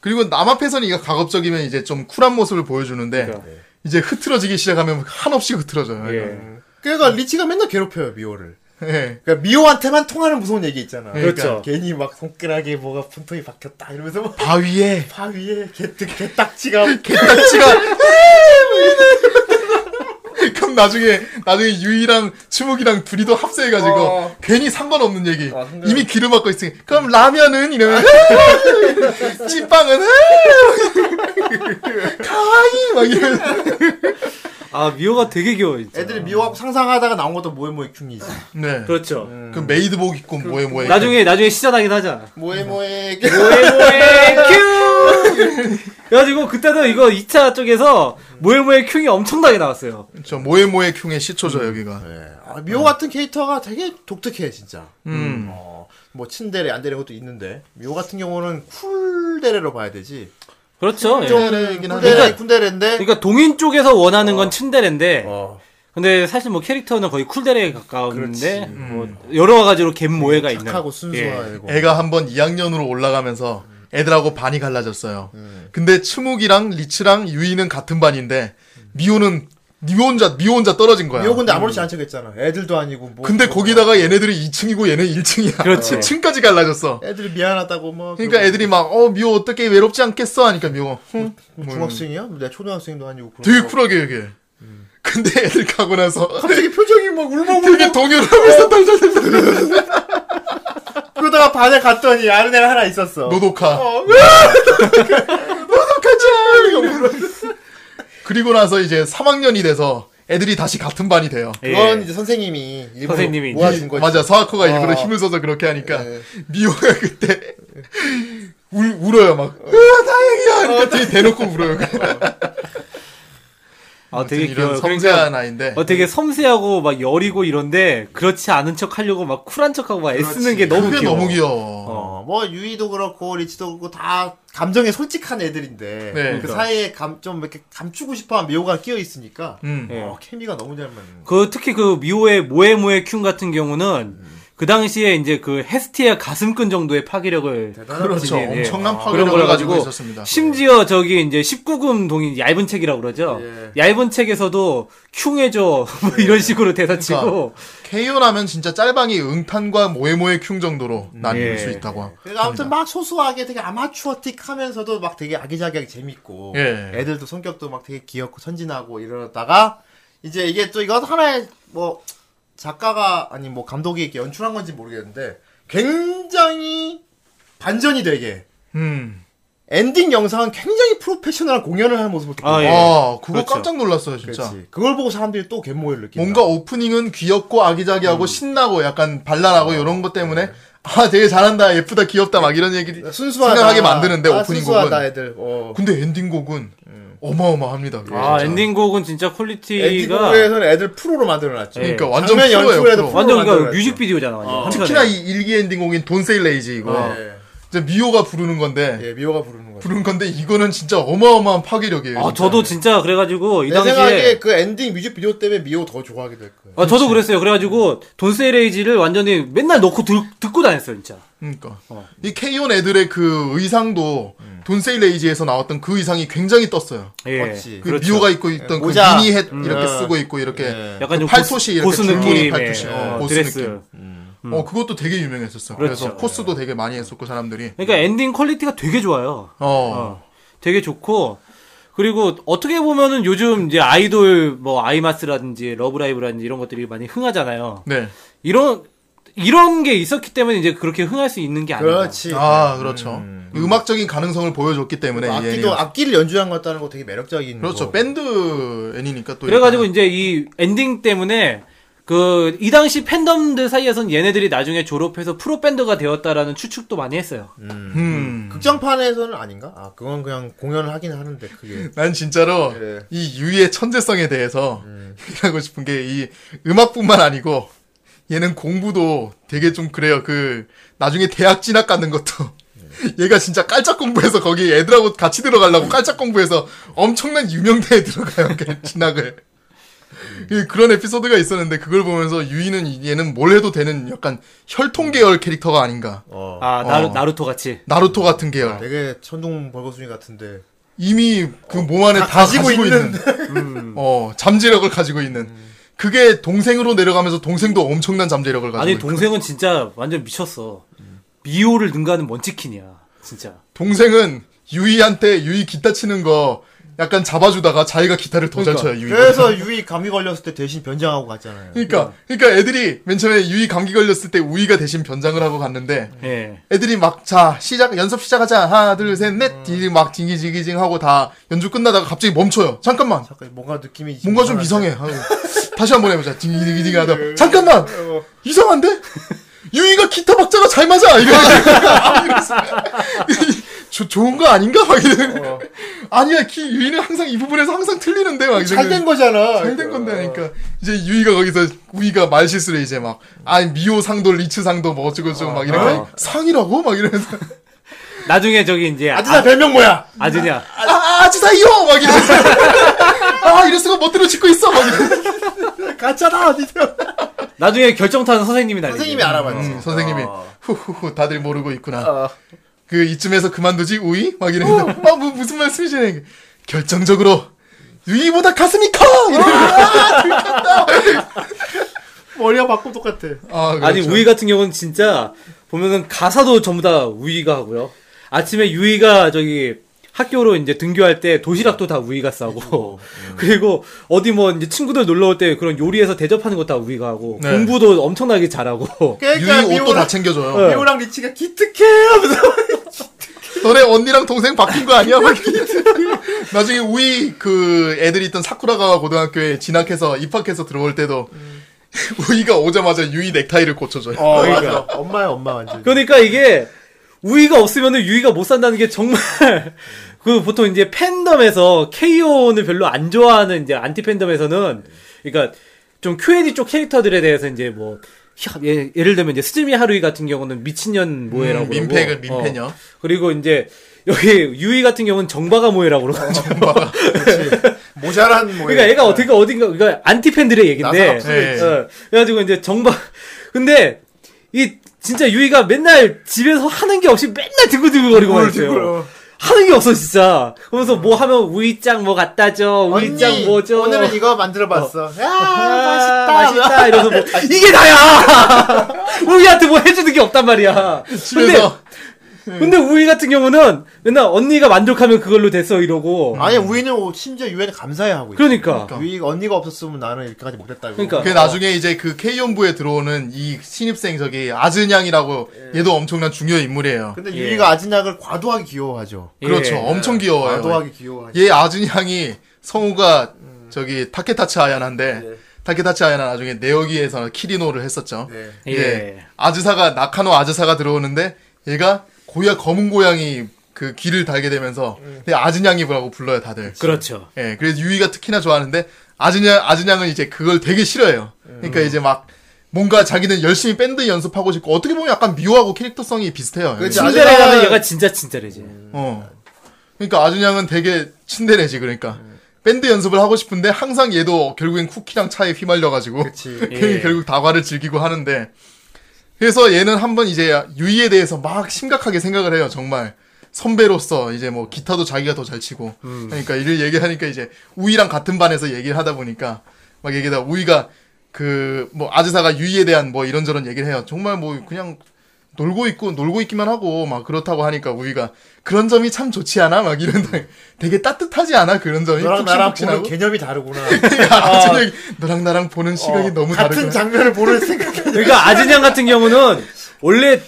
[SPEAKER 7] 그리고 남 앞에서는 이가 가급적이면 이제 좀 쿨한 모습을 보여주는데
[SPEAKER 6] 그러니까.
[SPEAKER 7] 이제 흐트러지기 시작하면 한없이 흐트러져요.
[SPEAKER 6] 예.
[SPEAKER 5] 그러니까 리치가 맨날 괴롭혀요 미호를.
[SPEAKER 7] 예.
[SPEAKER 5] 그러니까 미호한테만 통하는 무서운 얘기 있잖아.
[SPEAKER 7] 그러니까.
[SPEAKER 6] 그렇죠.
[SPEAKER 5] 괜히 막 손가락에 뭐가 분통이 박혔다 이러면서 막
[SPEAKER 7] 바위에
[SPEAKER 5] 바위에 개뜨 개딱지가
[SPEAKER 7] 개딱지가 (laughs) 그럼 나중에 나중에 유이랑 추묵이랑 둘이도 합세해가지고
[SPEAKER 5] 어.
[SPEAKER 7] 괜히 상관없는 얘기
[SPEAKER 5] 아, 근데-
[SPEAKER 7] 이미 귀를 막고 있으니 그럼
[SPEAKER 6] (laughs)
[SPEAKER 7] 라면은 이러면 찐빵은 가와이 막 이러면
[SPEAKER 6] 아, 미호가 되게 귀여워, 진짜.
[SPEAKER 5] 애들이 미워하고 상상하다가 나온 것도 모에모에 쿵이 있어.
[SPEAKER 7] 네. 그
[SPEAKER 6] 그렇죠. 그
[SPEAKER 7] 메이드복 입고 뭐해 뭐해
[SPEAKER 6] 나중에, 나중에 시자당이긴 하잖아.
[SPEAKER 5] 음. 모에모에
[SPEAKER 6] 모에모에 큐! (laughs) 그래가지고 그때도 이거 2차 쪽에서 모에모에 큐이 엄청나게 나왔어요.
[SPEAKER 7] 저 뭐해 뭐해 흉의
[SPEAKER 6] 음.
[SPEAKER 7] 시초죠 여기가
[SPEAKER 5] 아, 미호 같은 캐릭터가 되게 독특해 진짜.
[SPEAKER 7] 음.
[SPEAKER 5] 어, 뭐 친데레 안데레 것도 있는데 미호 같은 경우는 쿨데레로 봐야 되지.
[SPEAKER 6] 그렇죠. 예.
[SPEAKER 7] 쫌데레이긴 한데.
[SPEAKER 5] 쿨데레 쿨데레인데.
[SPEAKER 6] 그러니까 동인 쪽에서 원하는 건 츤데레인데
[SPEAKER 5] 어.
[SPEAKER 6] 근데 사실 뭐 캐릭터는 거의 쿨데레에 가까운데 뭐 여러 가지로 갭
[SPEAKER 7] 네,
[SPEAKER 6] 모해가 있는
[SPEAKER 5] 착하고 순수하고.
[SPEAKER 7] 애가 한번 2학년으로 올라가면서 애들하고 반이 갈라졌어요. 근데 츠묵이랑 리츠랑 유이는 같은 반인데 미호는 니 혼자 니 혼자 떨어진 거야.
[SPEAKER 5] 미호 근데 아무렇지 않게 했잖아. 애들도 아니고 뭐.
[SPEAKER 7] 근데
[SPEAKER 5] 뭐,
[SPEAKER 7] 거기다가 얘네들이 2층이고 얘네 1층이야.
[SPEAKER 6] 그렇지.
[SPEAKER 7] (laughs) 1층까지 갈라졌어.
[SPEAKER 5] 애들이 미안하다고 뭐.
[SPEAKER 7] 그러니까 애들이 막 어 미호 어떻게 외롭지 않겠어 하니까 미호 응?
[SPEAKER 5] 뭐 중학생이야? 내가 초등학생도 아니고. 그런
[SPEAKER 7] 되게
[SPEAKER 5] 거.
[SPEAKER 7] 쿨하게 얘기해. 음. 근데 애들
[SPEAKER 6] (laughs)
[SPEAKER 7] 가고 나서
[SPEAKER 5] 갑자기 표정이 막 울먹울먹.
[SPEAKER 7] 되게 동요하면서
[SPEAKER 5] 그러다가 반에 갔더니 아는 애가 하나 있었어.
[SPEAKER 7] 노독하. (laughs)
[SPEAKER 5] 어,
[SPEAKER 7] 그리고 나서 이제 3학년이 돼서 애들이 다시 같은 반이 돼요.
[SPEAKER 6] 예.
[SPEAKER 5] 그건 이제 선생님이 일부러
[SPEAKER 6] 선생님이
[SPEAKER 5] 모아준 거지. 네.
[SPEAKER 7] 맞아 사와코가 일부러
[SPEAKER 5] 아.
[SPEAKER 7] 힘을 써서 그렇게 하니까 미호가 그때 울, 울어요 막 으아 다행이야 하니까 되게 대놓고 울어요
[SPEAKER 6] 아 되게
[SPEAKER 7] 이런
[SPEAKER 6] 귀여워.
[SPEAKER 7] 섬세한 네.
[SPEAKER 6] 그러니까
[SPEAKER 7] 아이인데
[SPEAKER 6] 어 되게 섬세하고 막 여리고 이런데 그렇지 않은 척 하려고 막 쿨한 척하고 막 애쓰는 게 너무
[SPEAKER 7] 그게
[SPEAKER 6] 귀여워.
[SPEAKER 7] 너무 귀여워
[SPEAKER 5] 어, 뭐 유이도 그렇고 리치도 그렇고 다 감정에 솔직한 애들인데
[SPEAKER 7] 네.
[SPEAKER 5] 그 사이에 감, 좀 이렇게 감추고 싶어한 미호가 끼어 있으니까
[SPEAKER 7] 음.
[SPEAKER 6] 예.
[SPEAKER 5] 어, 케미가 너무 잘 맞는. 거.
[SPEAKER 6] 그 특히 그 미호의 모에모에 큐 같은 경우는 그 당시에 이제 그 헤스티의 가슴끈 정도의 파괴력을
[SPEAKER 7] 그렇죠
[SPEAKER 6] 예, 예.
[SPEAKER 7] 엄청난
[SPEAKER 6] 그런
[SPEAKER 7] 파괴력을
[SPEAKER 6] 걸
[SPEAKER 7] 가지고
[SPEAKER 6] 가지고
[SPEAKER 7] 있었습니다
[SPEAKER 6] 심지어 저기 이제 19금 동인 얇은 책이라고 그러죠. 얇은 책에서도 흉해줘 (laughs) 뭐 이런 식으로 대사치고
[SPEAKER 7] KO라면 진짜 짤방이 응탄과 모에모의 큉 정도로 나뉠
[SPEAKER 6] 예.
[SPEAKER 7] 수 있다고
[SPEAKER 5] 그러니까 아무튼 막 소소하게 되게 아마추어틱하면서도 막 되게 아기자기하게 재밌고
[SPEAKER 7] 예.
[SPEAKER 5] 애들도 성격도 막 되게 귀엽고 천진하고 이러다가 이제 이게 또 이건 하나의 뭐 작가가 아니 뭐 감독이 이렇게 연출한 건지 모르겠는데 굉장히 반전이 되게
[SPEAKER 7] 음.
[SPEAKER 5] 엔딩 영상은 굉장히 프로페셔널한 공연을 하는 모습을
[SPEAKER 6] 아,
[SPEAKER 5] 보여요.
[SPEAKER 6] 예.
[SPEAKER 7] 아 그거
[SPEAKER 6] 그렇죠.
[SPEAKER 7] 깜짝 놀랐어요 진짜
[SPEAKER 5] 그렇지. 그걸 보고 사람들이 또 갯모를 느낀다.
[SPEAKER 7] 뭔가 오프닝은 귀엽고 아기자기하고
[SPEAKER 5] 음.
[SPEAKER 7] 신나고 약간
[SPEAKER 5] 어.
[SPEAKER 7] 발랄하고 이런 것 때문에 아 되게 잘한다 예쁘다 귀엽다 막 이런 얘기
[SPEAKER 5] 네, 순수하다.
[SPEAKER 7] 생각하게 만드는데
[SPEAKER 5] 아,
[SPEAKER 7] 오프닝
[SPEAKER 5] 순수하다 예.
[SPEAKER 7] 곡은.
[SPEAKER 5] 애들. 어.
[SPEAKER 7] 근데 엔딩곡은 어마어마합니다. 그게
[SPEAKER 6] 아
[SPEAKER 7] 예, 진짜.
[SPEAKER 6] 엔딩곡은 진짜 퀄리티가
[SPEAKER 5] 엔딩곡에서는 애들 프로로 만들어놨죠. 네.
[SPEAKER 7] 그러니까 완전
[SPEAKER 5] 장면
[SPEAKER 7] 프로예요,
[SPEAKER 5] 연출에도
[SPEAKER 7] 프로.
[SPEAKER 5] 프로.
[SPEAKER 6] 완전 그러니까
[SPEAKER 5] 만들어놨죠.
[SPEAKER 6] 뮤직비디오잖아 완전. 한
[SPEAKER 7] 특히나
[SPEAKER 6] 편에.
[SPEAKER 7] 이 일기 엔딩곡인 돈세일 레이지 이거
[SPEAKER 5] 예.
[SPEAKER 7] 진짜 미호가 부르는 건데
[SPEAKER 5] 예, 미호가 부르는 거죠.
[SPEAKER 7] 부른 건데 이거는 진짜 어마어마한 파괴력이에요.
[SPEAKER 6] 아
[SPEAKER 7] 진짜.
[SPEAKER 6] 저도 진짜 그래가지고 이
[SPEAKER 5] 내 생각에
[SPEAKER 6] 당시에
[SPEAKER 5] 그 엔딩 뮤직비디오 때문에 미호 더 좋아하게 될 거예요.
[SPEAKER 6] 아 저도 그랬어요. 그래가지고 돈세레이지를 완전히 맨날 넣고 들, 듣고 다녔어요 진짜.
[SPEAKER 7] 그러니까
[SPEAKER 5] 어.
[SPEAKER 7] 이 케이온 애들의 그 의상도
[SPEAKER 5] 음.
[SPEAKER 7] 돈세일 레이지에서 나왔던 그 의상이 굉장히 떴어요.
[SPEAKER 6] 예.
[SPEAKER 5] 그렇지.
[SPEAKER 7] 그
[SPEAKER 6] 그렇죠.
[SPEAKER 7] 미호가 입고 있던
[SPEAKER 5] 모자.
[SPEAKER 7] 그 미니 햇 이렇게
[SPEAKER 5] 음.
[SPEAKER 7] 쓰고 있고 이렇게 그
[SPEAKER 5] 예.
[SPEAKER 6] 약간 좀
[SPEAKER 7] 네. 팔토시 이렇게
[SPEAKER 6] 고스, 고스
[SPEAKER 7] 줄무늬
[SPEAKER 6] 느낌의
[SPEAKER 7] 팔토시, 어,
[SPEAKER 6] 어,
[SPEAKER 7] 고스
[SPEAKER 6] 드레스. 음.
[SPEAKER 7] 느낌. 어 그것도 되게 유명했었어. 요
[SPEAKER 6] 그렇죠.
[SPEAKER 7] 그래서 코스도 되게 많이 했었고 사람들이
[SPEAKER 6] 그러니까 엔딩 퀄리티가 되게 좋아요.
[SPEAKER 7] 어.
[SPEAKER 6] 어. 되게 좋고 그리고 어떻게 보면은 요즘 이제 아이돌 뭐 아이마스라든지 러브라이브라든지 이런 것들이 많이 흥하잖아요.
[SPEAKER 7] 네.
[SPEAKER 6] 이런 이런 게 있었기 때문에 이제 그렇게 흥할 수 있는 게 아니에요.
[SPEAKER 5] 그렇지.
[SPEAKER 7] 아, 그렇죠. 음악적인 가능성을 보여줬기 때문에 이
[SPEAKER 5] 음. 악기도
[SPEAKER 7] 애니가.
[SPEAKER 5] 악기를 연주한 것 같다는 거 되게 매력적인
[SPEAKER 7] 그렇죠.
[SPEAKER 5] 거.
[SPEAKER 7] 밴드 애니니까 또.
[SPEAKER 6] 그래가지고
[SPEAKER 7] 일단.
[SPEAKER 6] 이제 이 엔딩 때문에 그 이 당시 팬덤들 사이에선 얘네들이 나중에 졸업해서 프로 밴드가 되었다라는 추측도 많이 했어요.
[SPEAKER 7] 음.
[SPEAKER 5] 극장판에서는 아닌가? 아 그건 그냥 공연을 하긴 하는데 그게
[SPEAKER 7] 난 진짜로
[SPEAKER 5] 그래.
[SPEAKER 7] 이 유의 천재성에 대해서 얘기하고 싶은 게 이 음악뿐만 아니고 얘는 공부도 되게 좀 그래요. 그 나중에 대학 진학 가는 것도 얘가 진짜 깔짝 공부해서 거기 애들하고 같이 들어가려고 깔짝 공부해서 엄청난 유명대에 들어가요. 걔 진학을. 이 그런 에피소드가 있었는데 그걸 보면서 유이는 이- 얘는 뭘 해도 되는 약간 혈통 계열 캐릭터가 아닌가.
[SPEAKER 5] 어
[SPEAKER 6] 아 나루,
[SPEAKER 7] 어.
[SPEAKER 6] 나루토 같이.
[SPEAKER 7] 나루토 같은 계열.
[SPEAKER 5] 되게 천둥 벌거숭이 같은데
[SPEAKER 7] 이미 그 몸 안에 다, 가지고, 있는, (laughs) 어 잠재력을 가지고 있는 그게 동생으로 내려가면서 동생도 엄청난 잠재력을 가지고
[SPEAKER 6] 아니
[SPEAKER 7] 있고
[SPEAKER 6] 동생은 진짜 완전 미쳤어. 미호를 능가하는 먼치킨이야. 진짜.
[SPEAKER 7] 동생은 유이한테 유이 기타 치는 거 약간 잡아주다가 자기가 기타를 더 잘
[SPEAKER 6] 그러니까.
[SPEAKER 7] 쳐요 유이
[SPEAKER 5] 그래서 유이 감기 걸렸을 때 대신 변장하고 갔잖아요.
[SPEAKER 7] (laughs) 그러니까 그러니까 애들이 맨 처음에 유이 감기 걸렸을 때 우이가 대신 변장을 하고 갔는데
[SPEAKER 6] 예.
[SPEAKER 7] 애들이 막 자 시작 연습 시작하자 하나 둘 셋넷 뒤막 징기징기징 하고 다 연주 끝나다가 갑자기 멈춰요 잠깐만
[SPEAKER 5] 잠깐 뭔가 느낌이
[SPEAKER 7] 뭔가 좀 이상해. 아유, 다시 한번 해보자. 딩딩딩하다. 잠깐만. 이상한데? 유이가 기타 박자가 잘 맞아. 이거. 이러면서. 조, 좋은 거 아닌가? 막 이러는. 아니야. 기, 유이는 항상 이 부분에서 항상 틀리는데 막
[SPEAKER 5] 잘된
[SPEAKER 7] 이러는.
[SPEAKER 5] 거잖아.
[SPEAKER 7] 잘된 건데 하니까 이제 유이가 거기서 우이가 말실수로 이제 막 아니 미호 상도 리츠 상도 뭐 어쩌고 저쩌고 막 이렇게 하니까 상이라고 막 이러면서
[SPEAKER 6] 나중에 저기 이제 아,
[SPEAKER 5] 아드나 별명 뭐야?
[SPEAKER 6] 아드냐.
[SPEAKER 7] 아 아지사이요 막 이러면서 아 이럴수가 멋대로 짓고 있어 막 이러면서
[SPEAKER 5] 가짜다 니들.
[SPEAKER 6] 나중에 결정타는 선생님이 날리지.
[SPEAKER 5] 선생님이 알아봤지. 아.
[SPEAKER 7] 음, 선생님이 후후후 다들 모르고 있구나. 그 이쯤에서 그만두지 우이 (laughs) 막 이러면서 아 뭐, 무슨 말씀이시네. 결정적으로 유이보다 가슴이 커.
[SPEAKER 5] 머리가 바꾸 똑같아.
[SPEAKER 7] 아, 그렇죠.
[SPEAKER 6] 아니 우이 같은 경우는 진짜 보면은 가사도 전부 다 우이가 하고요. 아침에 유이가 저기 학교로 이제 등교할 때 도시락도 다 우이가 싸고 (laughs) 그리고 어디 뭐 이제 친구들 놀러 올 때 그런 요리해서 대접하는 것도 다 우이가 하고
[SPEAKER 7] 네.
[SPEAKER 6] 공부도 엄청나게 잘하고
[SPEAKER 5] 그러니까
[SPEAKER 7] 유이 옷도
[SPEAKER 5] 미호랑-
[SPEAKER 7] 다 챙겨줘요.
[SPEAKER 5] 미호랑 리치가 기특해 하면서
[SPEAKER 7] 너네 언니랑 동생 바뀐
[SPEAKER 5] (laughs)
[SPEAKER 7] 거 아니야? 막 이러면서. 나중에 우이 그 애들이 있던 사쿠라가 고등학교에 진학해서 입학해서 들어올 때도
[SPEAKER 5] 음.
[SPEAKER 7] (laughs) 우이가 오자마자 유이 넥타이를 고쳐줘요. 음,
[SPEAKER 5] 어 맞아. 엄마야 엄마 완전.
[SPEAKER 6] 그러니까 이게 우이가 없으면은 유이가 못 산다는 게 정말 (laughs) 그 보통 이제 팬덤에서 KO는 별로 안 좋아하는 이제 안티 팬덤에서는 그러니까 좀 Q&A 쪽 캐릭터들에 대해서 이제 뭐 혀- 예, 예를 들면 이제 스즈미 하루이 같은 경우는 미친년 모해라고
[SPEAKER 7] 음,
[SPEAKER 6] 그러고
[SPEAKER 7] 민폐가- 민폐녀.
[SPEAKER 6] 어. 그리고 이제 여기 유이 같은 경우는 정바가 모해라고 그러고
[SPEAKER 7] (laughs)
[SPEAKER 5] 모자란 모.
[SPEAKER 6] 그러니까 얘가 어떻게 어딘가 그러니까 안티 팬들의
[SPEAKER 5] 나사
[SPEAKER 6] 얘긴데
[SPEAKER 5] 없어.
[SPEAKER 7] 네.
[SPEAKER 6] 어, 그래가지고 이제 정박 (laughs) 근데 이 진짜 유이가 맨날 집에서 하는 게 없이 맨날 두근두근거리고 말이에요. 하는 게 없어 진짜. 그러면서 뭐 하면 우이짱 뭐 갖다줘, 우이짱 뭐죠.
[SPEAKER 5] 오늘은 이거 만들어봤어. 야
[SPEAKER 6] 아,
[SPEAKER 5] 맛있다.
[SPEAKER 6] 맛있다 이러면서 뭐 이게 나야. (laughs) 우이한테 뭐 해주는 게 없단 말이야.
[SPEAKER 7] 집에서
[SPEAKER 6] 근데 근데 우이 같은 경우는 맨날 언니가 만족하면 그걸로 됐어 이러고.
[SPEAKER 5] 아니 우이는 심지어 유엔에 감사해 하고 있어.
[SPEAKER 6] 그러니까.
[SPEAKER 5] 유이가 언니가 없었으면 나는 이렇게까지 못했다고.
[SPEAKER 6] 그러니까.
[SPEAKER 7] 그 나중에 이제 그 K연부에 들어오는 이 신입생 저기 아즈냥이라고 얘도 엄청난 중요 인물이에요.
[SPEAKER 5] 근데
[SPEAKER 6] 예.
[SPEAKER 5] 유이가 아진약을 과도하게 귀여워하죠.
[SPEAKER 7] 그렇죠.
[SPEAKER 6] 예.
[SPEAKER 7] 엄청 귀여워요.
[SPEAKER 5] 과도하게 귀여워하죠.
[SPEAKER 7] 얘 아즈냥이 성우가 저기 타케타치 아야나인데
[SPEAKER 6] 예.
[SPEAKER 7] 타케타치 아야나 나중에 네오기에서 키리노를 했었죠.
[SPEAKER 5] 네.
[SPEAKER 7] 예.
[SPEAKER 6] 예.
[SPEAKER 7] 아즈사가 나카노 아즈사가 들어오는데 얘가 고야 검은 고양이 그 귀를 달게 되면서
[SPEAKER 6] 음.
[SPEAKER 7] 근데 아즈냥이라고 불러요 다들.
[SPEAKER 6] 그렇죠.
[SPEAKER 7] 예, 그래서 유이가 특히나 좋아하는데 아즈냥 아즈냥은 이제 그걸 되게 싫어해요.
[SPEAKER 5] 음.
[SPEAKER 7] 그러니까 이제 막 뭔가 자기는 열심히 밴드 연습하고 싶고 어떻게 보면 약간 미호하고 캐릭터성이 비슷해요.
[SPEAKER 5] 그렇지.
[SPEAKER 7] 예.
[SPEAKER 6] 친데레라는 얘가 진짜 친데레지.
[SPEAKER 7] 어. 그러니까 아즈냥은 되게 친데레지 그러니까
[SPEAKER 5] 음.
[SPEAKER 7] 밴드 연습을 하고 싶은데 항상 얘도 결국엔 쿠키랑 차에 휘말려 가지고 (laughs)
[SPEAKER 5] 그치.
[SPEAKER 6] 예.
[SPEAKER 7] 결국 다과를 즐기고 하는데 그래서 얘는 한번 이제 유이에 대해서 막 심각하게 생각을 해요 정말 선배로서 이제 뭐 기타도 자기가 더 잘 치고
[SPEAKER 5] 음.
[SPEAKER 7] 그러니까 이를 얘기하니까 이제 우이랑 같은 반에서 얘기를 하다 보니까 막 얘기다 우이가 그 뭐 아즈사가 유이에 대한 뭐 이런저런 얘기를 해요 정말 뭐 그냥 놀고 있고 놀고 있기만 하고 막 그렇다고 하니까 우리가 그런 점이 참 좋지 않아 막 이런 (laughs) 되게 따뜻하지 않아 그런 점이
[SPEAKER 5] 너랑 나랑 보는
[SPEAKER 7] 푹신푹신하고?
[SPEAKER 5] 개념이 다르구나. (laughs)
[SPEAKER 7] (laughs) 아, 저녁 너랑 나랑 보는 시각이
[SPEAKER 5] 어,
[SPEAKER 7] 너무
[SPEAKER 5] 같은
[SPEAKER 7] 다르구나.
[SPEAKER 5] 장면을 보는 생각이
[SPEAKER 6] 그러니까 아진양 같은 경우는 원래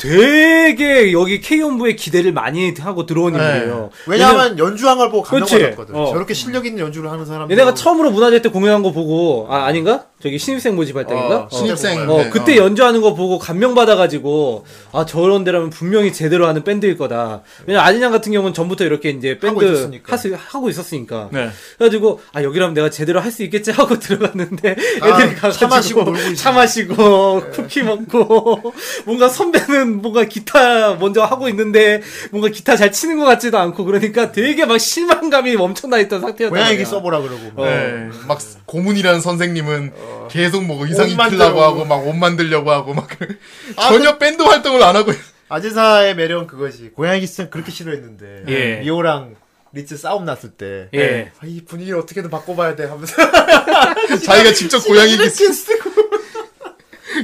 [SPEAKER 6] 되게 여기 K본부에 기대를 많이 하고 들어온
[SPEAKER 7] 네.
[SPEAKER 6] 인물이에요.
[SPEAKER 5] (laughs) 왜냐하면 연주한 걸 보고
[SPEAKER 6] 그치.
[SPEAKER 5] 감명받았거든.
[SPEAKER 6] 어.
[SPEAKER 5] 저렇게 실력 있는 연주를 하는 사람.
[SPEAKER 6] 얘네가 처음으로 문화재 때 공연한 거 보고 아 아닌가? 저기 신입생 모집할 때인가?
[SPEAKER 5] 어,
[SPEAKER 6] 어.
[SPEAKER 7] 신입생
[SPEAKER 6] 어,
[SPEAKER 7] 네,
[SPEAKER 6] 그때 연주하는 거 보고 감명받아가지고, 아, 저런 데라면 분명히 제대로 하는 밴드일 거다. 왜냐면 아진양 같은 경우는 전부터 이렇게 이제
[SPEAKER 5] 하고
[SPEAKER 6] 밴드 하고
[SPEAKER 5] 있었으니까.
[SPEAKER 6] 있었으니까. 하고 있었으니까.
[SPEAKER 7] 네.
[SPEAKER 6] 그래가지고, 아, 여기라면 내가 제대로 할 수 있겠지 하고 (laughs) 들어갔는데, 애들이
[SPEAKER 5] 아,
[SPEAKER 6] 가가지고,
[SPEAKER 5] 차 마시고 놀고 있어.
[SPEAKER 6] 차 마시고, (laughs) 쿠키 먹고, (laughs) 뭔가 선배는 뭔가 기타 먼저 하고 있는데, 뭔가 기타 잘 치는 것 같지도 않고, 그러니까 되게 막 실망감이 엄청나 있던 어. 상태였다.
[SPEAKER 5] 고양이 얘기 써보라 그러고.
[SPEAKER 7] 네, 막 고문이라는 선생님은 계속 뭐 의상
[SPEAKER 5] 어. 옷
[SPEAKER 7] 입히려고
[SPEAKER 5] 만들려고. 아, 그
[SPEAKER 7] 하고 막 옷 만들려고 하고 막 전혀 밴드 활동을 안 하고
[SPEAKER 5] 아지사의 매력은 그거지. 고양이 기스는 그렇게 싫어했는데
[SPEAKER 6] 예.
[SPEAKER 5] 미호랑 리츠 싸움 났을 때.
[SPEAKER 6] 예.
[SPEAKER 5] 아, 이 분위기를 어떻게든 바꿔봐야 돼 하면서 (laughs)
[SPEAKER 7] 자기가 직접 고양이
[SPEAKER 5] 이렇게 (laughs)
[SPEAKER 7] 기스
[SPEAKER 5] 쓰고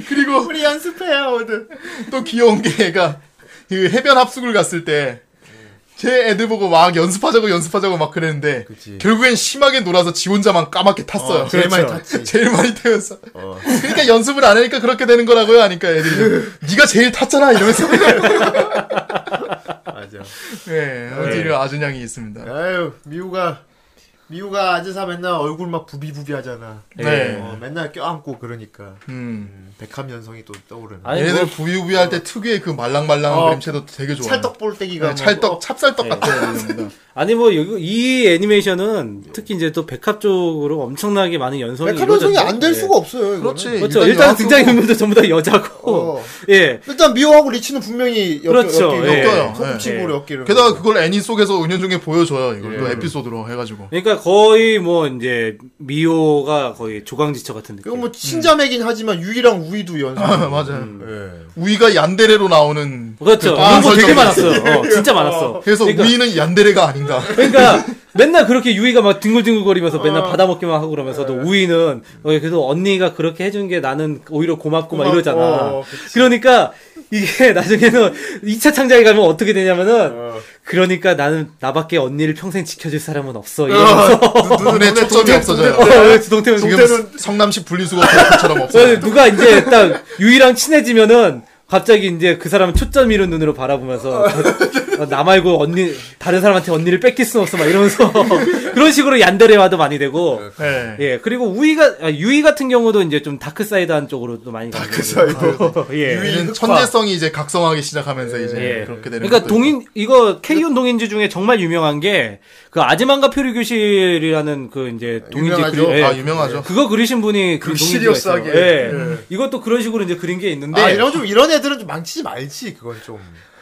[SPEAKER 7] 그리고
[SPEAKER 5] 우리 연습해야 오늘
[SPEAKER 7] 또 귀여운 게 애가 그 해변 합숙을 갔을 때. 제 애들 보고 막 연습하자고 연습하자고 막 그랬는데
[SPEAKER 5] 그치.
[SPEAKER 7] 결국엔 심하게 놀아서 지 혼자만 까맣게 탔어요.
[SPEAKER 5] 어, 제일 많이
[SPEAKER 6] 그렇죠.
[SPEAKER 5] 탔지
[SPEAKER 7] 제일 많이 태웠어.
[SPEAKER 5] 어.
[SPEAKER 7] 그러니까 연습을 안 하니까 그렇게 되는 거라고요.
[SPEAKER 5] (laughs)
[SPEAKER 7] 하니까 애들이 네가 제일 탔잖아 이러면서.
[SPEAKER 5] 맞아
[SPEAKER 7] 네, 어디를 아준양이 있습니다.
[SPEAKER 5] 아유 미우가 미우가 아지사 맨날 얼굴 막 부비부비 하잖아
[SPEAKER 7] 네.
[SPEAKER 5] 어, 맨날 껴안고 그러니까
[SPEAKER 7] 음.
[SPEAKER 5] 음, 백합 연성이 또 떠오르네
[SPEAKER 6] 아니,
[SPEAKER 7] 얘네들
[SPEAKER 6] 뭐,
[SPEAKER 7] 부유부유할 때 특유의 그 말랑말랑한
[SPEAKER 5] 어,
[SPEAKER 7] 그림체도 되게 좋아.
[SPEAKER 5] 찰떡 볼때기가 뭐
[SPEAKER 7] 네, 찰떡, 찹쌀떡
[SPEAKER 6] 네. (laughs)
[SPEAKER 7] 같아요. 얘네들은.
[SPEAKER 6] 아니 뭐 여기 이 애니메이션은 특히 이제 또 백합 쪽으로 엄청나게 많은 연성이
[SPEAKER 5] 백합 연성이
[SPEAKER 6] 이루어졌죠.
[SPEAKER 5] 안 될
[SPEAKER 6] 예.
[SPEAKER 5] 수가 없어요 이거는.
[SPEAKER 7] 그렇지.
[SPEAKER 6] 그렇죠. 일단
[SPEAKER 7] 여학교-
[SPEAKER 6] 등장인물도 전부 다 여자고
[SPEAKER 5] 어.
[SPEAKER 6] 예.
[SPEAKER 5] 일단 미호하고 리치는 분명히 엮여
[SPEAKER 6] 그렇죠.
[SPEAKER 5] 엮여
[SPEAKER 6] 예.
[SPEAKER 5] 엮여요
[SPEAKER 7] 예.
[SPEAKER 5] 소꿉친구로 엮이는
[SPEAKER 7] 게다가
[SPEAKER 5] 거죠.
[SPEAKER 7] 그걸 애니 속에서 은연중에 보여줘요. 이걸 또
[SPEAKER 5] 예.
[SPEAKER 7] 에피소드로 해가지고.
[SPEAKER 6] 그러니까 거의 뭐 이제 미호가 거의 조강지처 같은
[SPEAKER 5] 그거
[SPEAKER 6] 느낌.
[SPEAKER 5] 뭐 친자매긴 하지만 유이랑 우이도
[SPEAKER 7] 아,
[SPEAKER 5] 연상
[SPEAKER 7] 맞아요.
[SPEAKER 5] 예.
[SPEAKER 7] 우이가 얀데레로 나오는.
[SPEAKER 6] 그렇죠.
[SPEAKER 7] 아,
[SPEAKER 6] 그런 거 되게
[SPEAKER 7] 설정이
[SPEAKER 6] 많았어요. 어, 진짜 많았어.
[SPEAKER 7] 그래서
[SPEAKER 6] 그러니까,
[SPEAKER 7] 우이는 얀데레가 아닌가.
[SPEAKER 6] 그러니까 맨날 그렇게 유이가 막 뒹굴뒹굴거리면서 맨날 받아먹기만 하고 그러면서도 우이는 어, 그래서 언니가 그렇게 해준 게 나는 오히려 고맙고 막
[SPEAKER 5] 고맙-
[SPEAKER 6] 이러잖아.
[SPEAKER 5] 어, 그치.
[SPEAKER 6] 그러니까 이게 (laughs) 나중에는 2차 창작에 가면 어떻게 되냐면은 그러니까 나는 나밖에 언니를 평생 지켜줄 사람은 없어. 이러면서
[SPEAKER 7] 눈에 초점이 없어져요. 네.
[SPEAKER 6] 어, 동태는 동태는
[SPEAKER 7] 지금 성남시 분리수거
[SPEAKER 6] (laughs)
[SPEAKER 7] 발표처럼
[SPEAKER 6] 어,
[SPEAKER 7] 없어요.
[SPEAKER 6] 누가 이제 딱 유이랑 친해지면은 갑자기 이제 그 사람은 초점 잃은 눈으로 바라보면서 어, 나 말고 언니 다른 사람한테 언니를 뺏길 순 없어 막 이러면서 (laughs) 그런 식으로 얀데레화도 많이 되고
[SPEAKER 7] 네.
[SPEAKER 6] 예 그리고 우이가 아, 유이 같은 경우도 이제 좀 다크 사이드한 쪽으로도 많이 가는 거고 (laughs) 예.
[SPEAKER 7] 아, 우이는 천재성이 이제 각성하기 시작하면서 이제
[SPEAKER 6] 예.
[SPEAKER 7] 그렇게 되는
[SPEAKER 6] 그러니까
[SPEAKER 7] 것도
[SPEAKER 6] 동인 이거 케이온 동인지 중에 정말 유명한 게 그 아즈만가 표류 교실이라는 그 이제 동인지
[SPEAKER 5] 유명하죠.
[SPEAKER 6] 그리,
[SPEAKER 7] 있고.
[SPEAKER 6] 예.
[SPEAKER 7] 아, 유명하죠.
[SPEAKER 6] 그거 그리신 분이 그 동인지가
[SPEAKER 5] 시리어스하게.
[SPEAKER 6] 있어요. 예.
[SPEAKER 5] 예.
[SPEAKER 6] 이것도 그런 식으로 이제 그린 게 있는데
[SPEAKER 5] 아 이런 좀 이런 애들은 좀 망치지 말지 그건 좀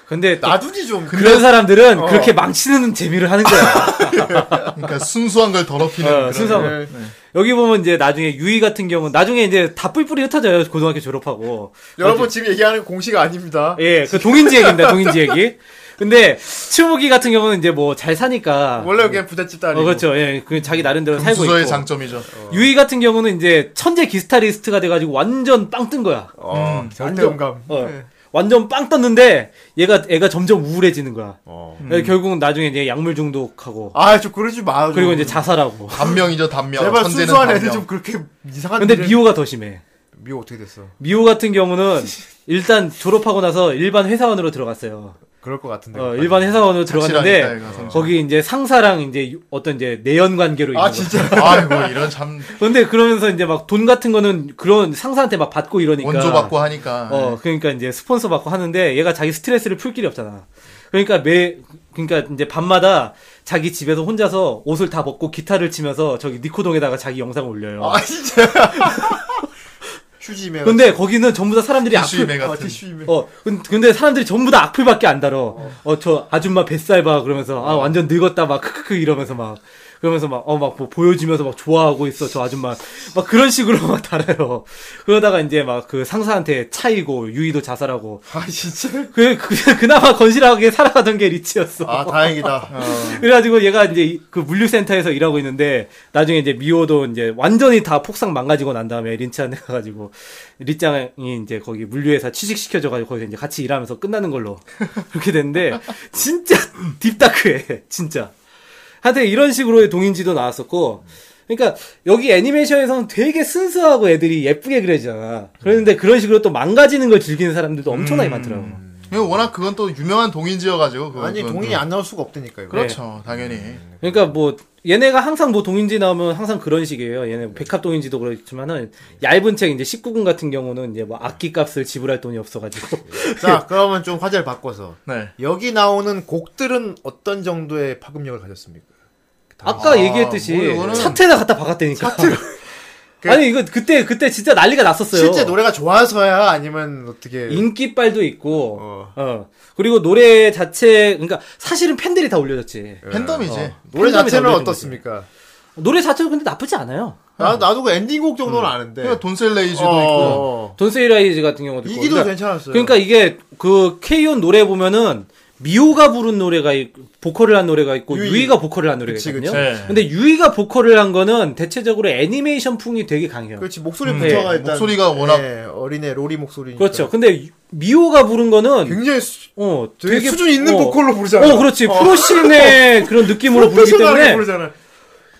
[SPEAKER 6] 근데 또
[SPEAKER 5] 놔두지 좀
[SPEAKER 6] 그런 사람들은
[SPEAKER 5] 어.
[SPEAKER 6] 그렇게 망치는 재미를 하는
[SPEAKER 5] (laughs)
[SPEAKER 6] 거야.
[SPEAKER 7] 그러니까 순수한 걸 더럽히는
[SPEAKER 6] 어,
[SPEAKER 7] 그런-
[SPEAKER 6] 순수한
[SPEAKER 5] 예.
[SPEAKER 6] 여기 보면 이제 나중에 유이 같은 경우는 나중에 이제 다 뿔뿔이 흩어져요. 고등학교 졸업하고.
[SPEAKER 5] 여러분 지금 얘기하는 건 공식 아닙니다.
[SPEAKER 6] 예, 그 동인지 얘기입니다. 동인지 얘기. 근데 치우기 같은 경우는 이제 뭐 잘 사니까
[SPEAKER 5] 원래 그냥 부잣집 딸이고.
[SPEAKER 6] 어, 그렇죠. 예, 그 자기 나름대로 살고
[SPEAKER 7] 금수저의
[SPEAKER 6] 있고.
[SPEAKER 7] 장점이죠.
[SPEAKER 6] 유이 같은 경우는 이제 천재 기스타리스트가 돼가지고 완전 빵 뜬 거야.
[SPEAKER 5] 어, 절대음감.
[SPEAKER 6] 어. 완전 빵 떴는데 얘가 애가 점점 우울해지는 거야.
[SPEAKER 5] 어.
[SPEAKER 6] 그래서 음. 예, 결국 나중에 이제 약물 중독하고
[SPEAKER 5] 아, 좀 그러지 마. 좀.
[SPEAKER 6] 그리고 이제 자살하고.
[SPEAKER 7] 단명이죠, 단명.
[SPEAKER 5] 제발
[SPEAKER 7] 천재는
[SPEAKER 5] 순수한
[SPEAKER 7] 단명.
[SPEAKER 5] 애들 좀 아, 그렇게 이상한.
[SPEAKER 6] 근데
[SPEAKER 5] 일을-
[SPEAKER 6] 미호가 더 심해.
[SPEAKER 5] 미호 어떻게 됐어?
[SPEAKER 6] 미호 같은 경우는 일단 졸업하고 나서 일반 회사원으로 들어갔어요.
[SPEAKER 5] 그럴 것 같은데.
[SPEAKER 6] 어, 일반 회사원으로 들어갔는데
[SPEAKER 7] 착실하니까, 얘가
[SPEAKER 6] 거기 이제 상사랑 이제 유- 어떤 이제 내연 관계로 있는
[SPEAKER 5] 아
[SPEAKER 6] 거죠.
[SPEAKER 5] 진짜.
[SPEAKER 7] 아이고 이런 참
[SPEAKER 6] 근데 그러면서 이제 막 돈 같은 거는 그런 상사한테 막 받고 이러니까
[SPEAKER 7] 원조 받고 네. 하니까
[SPEAKER 6] 그러니까. 어, 그러니까 이제 스폰서 받고 하는데 얘가 자기 스트레스를 풀 길이 없잖아. 그러니까 매 그러니까 이제 밤마다 자기 집에서 혼자서 옷을 다 벗고 기타를 치면서 저기 니코동에다가 자기 영상 을 올려요.
[SPEAKER 5] 아 진짜. 휴지메.
[SPEAKER 6] 근데 거기는 전부 다 사람들이 악플
[SPEAKER 7] 티슈임에
[SPEAKER 5] 아
[SPEAKER 7] 같은
[SPEAKER 5] 티슈메.
[SPEAKER 6] 어, 근- 근데 사람들이 전부 다 악플밖에 안 달어. 어, 저 아줌마 뱃살 봐. 그러면서, 아, 완전 늙었다. 막, 크크크 이러면서 막. 그러면서 막, 어, 막, 뭐 보여주면서 막 좋아하고 있어, 저 아줌마. 막 그런 식으로 막 달아요. 그러다가 이제 막 그 상사한테 차이고, 유이도 자살하고.
[SPEAKER 5] 아 진짜?
[SPEAKER 6] 그, 그, 그나마 건실하게 살아가던 게 리치였어.
[SPEAKER 5] 아 다행이다. 어.
[SPEAKER 6] (laughs) 그래가지고 얘가 이제 이- 그 물류센터에서 일하고 있는데 나중에 이제 미호도 이제 완전히 다 폭삭 망가지고 난 다음에 린치한테 가가지고 리짱이 이제 거기 물류회사 취직시켜줘가지고 거기서 이제 같이 일하면서 끝나는 걸로 (laughs) 그렇게 됐는데 진짜 (laughs) 딥다크해 진짜 하여튼 이런 식으로의 동인지도 나왔었고 그러니까 여기 애니메이션에서는 되게 순수하고 애들이 예쁘게 그려지잖아 그랬는데 그런 식으로 또 망가지는 걸 즐기는 사람들도 엄청나게 많더라고
[SPEAKER 7] 네, 워낙 그건 또 유명한 동인지여가지고. 그건
[SPEAKER 5] 아니
[SPEAKER 7] 또-
[SPEAKER 5] 동인이 안 나올 수가 없다니까 이거.
[SPEAKER 7] 그렇죠, 당연히.
[SPEAKER 6] 그러니까 뭐 얘네가 항상 뭐 동인지 나오면 항상 그런 식이에요. 얘네 뭐 백합 동인지도 그렇지만은 얇은 책 이제 19금 같은 경우는 이제 뭐 악기 값을 지불할 돈이 없어가지고
[SPEAKER 5] 자 그러면 좀 화제를 바꿔서
[SPEAKER 7] 네.
[SPEAKER 5] 여기 나오는 곡들은 어떤 정도의 파급력을 가졌습니까?
[SPEAKER 6] 아까
[SPEAKER 7] 아,
[SPEAKER 6] 얘기했듯이
[SPEAKER 7] 뭐 이거는-
[SPEAKER 6] 차트에다 갖다 박았다니까. (laughs) 아니 이거 그때 그때 진짜 난리가 났었어요.
[SPEAKER 5] 실제 노래가 좋아서야 아니면 어떻게?
[SPEAKER 6] 인기빨도 있고
[SPEAKER 5] 어.
[SPEAKER 6] 어. 그리고 노래 자체 그러니까 사실은 팬들이 다 올려줬지.
[SPEAKER 7] 팬덤이지.
[SPEAKER 5] 어. 노래
[SPEAKER 6] 팬덤이 다
[SPEAKER 5] 자체는
[SPEAKER 6] 올려준
[SPEAKER 5] 어떻습니까?
[SPEAKER 6] 노래 자체도 근데 나쁘지 않아요.
[SPEAKER 5] 나 나도 그 엔딩곡 정도는 아는데.
[SPEAKER 6] 네.
[SPEAKER 7] 그러니까 돈셀레이즈도 있고.
[SPEAKER 5] 어.
[SPEAKER 6] 돈세이라이즈 같은 경우도 있고.
[SPEAKER 5] 이기도
[SPEAKER 6] 그러니까
[SPEAKER 5] 괜찮았어요.
[SPEAKER 6] 그러니까 이게 그 케이온 노래 보면은 미호가 부른 노래가 있, 보컬을 한 노래가 있고
[SPEAKER 5] 유이.
[SPEAKER 6] 유이. 가 보컬을 한 노래가
[SPEAKER 5] 그치,
[SPEAKER 6] 있거든요.
[SPEAKER 7] 그치. 네.
[SPEAKER 6] 근데 유이가 보컬을 한 거는 대체적으로 애니메이션 풍이 되게 강해요.
[SPEAKER 5] 그렇지 목소리
[SPEAKER 7] 음.
[SPEAKER 5] 부터가
[SPEAKER 7] 네,
[SPEAKER 5] 일단
[SPEAKER 7] 목소리가 워낙-
[SPEAKER 5] 예, 어린애 로리 목소리니까
[SPEAKER 6] 그렇죠. 근데 유- 미호가 부른 거는
[SPEAKER 5] 굉장히 수,
[SPEAKER 6] 어
[SPEAKER 5] 되게, 수준 있는
[SPEAKER 6] 어,
[SPEAKER 5] 보컬로 부르잖아.
[SPEAKER 6] 어
[SPEAKER 5] (laughs)
[SPEAKER 6] 그렇지 프로씬의 그런 느낌으로 부르기 때문에
[SPEAKER 5] 부르잖아.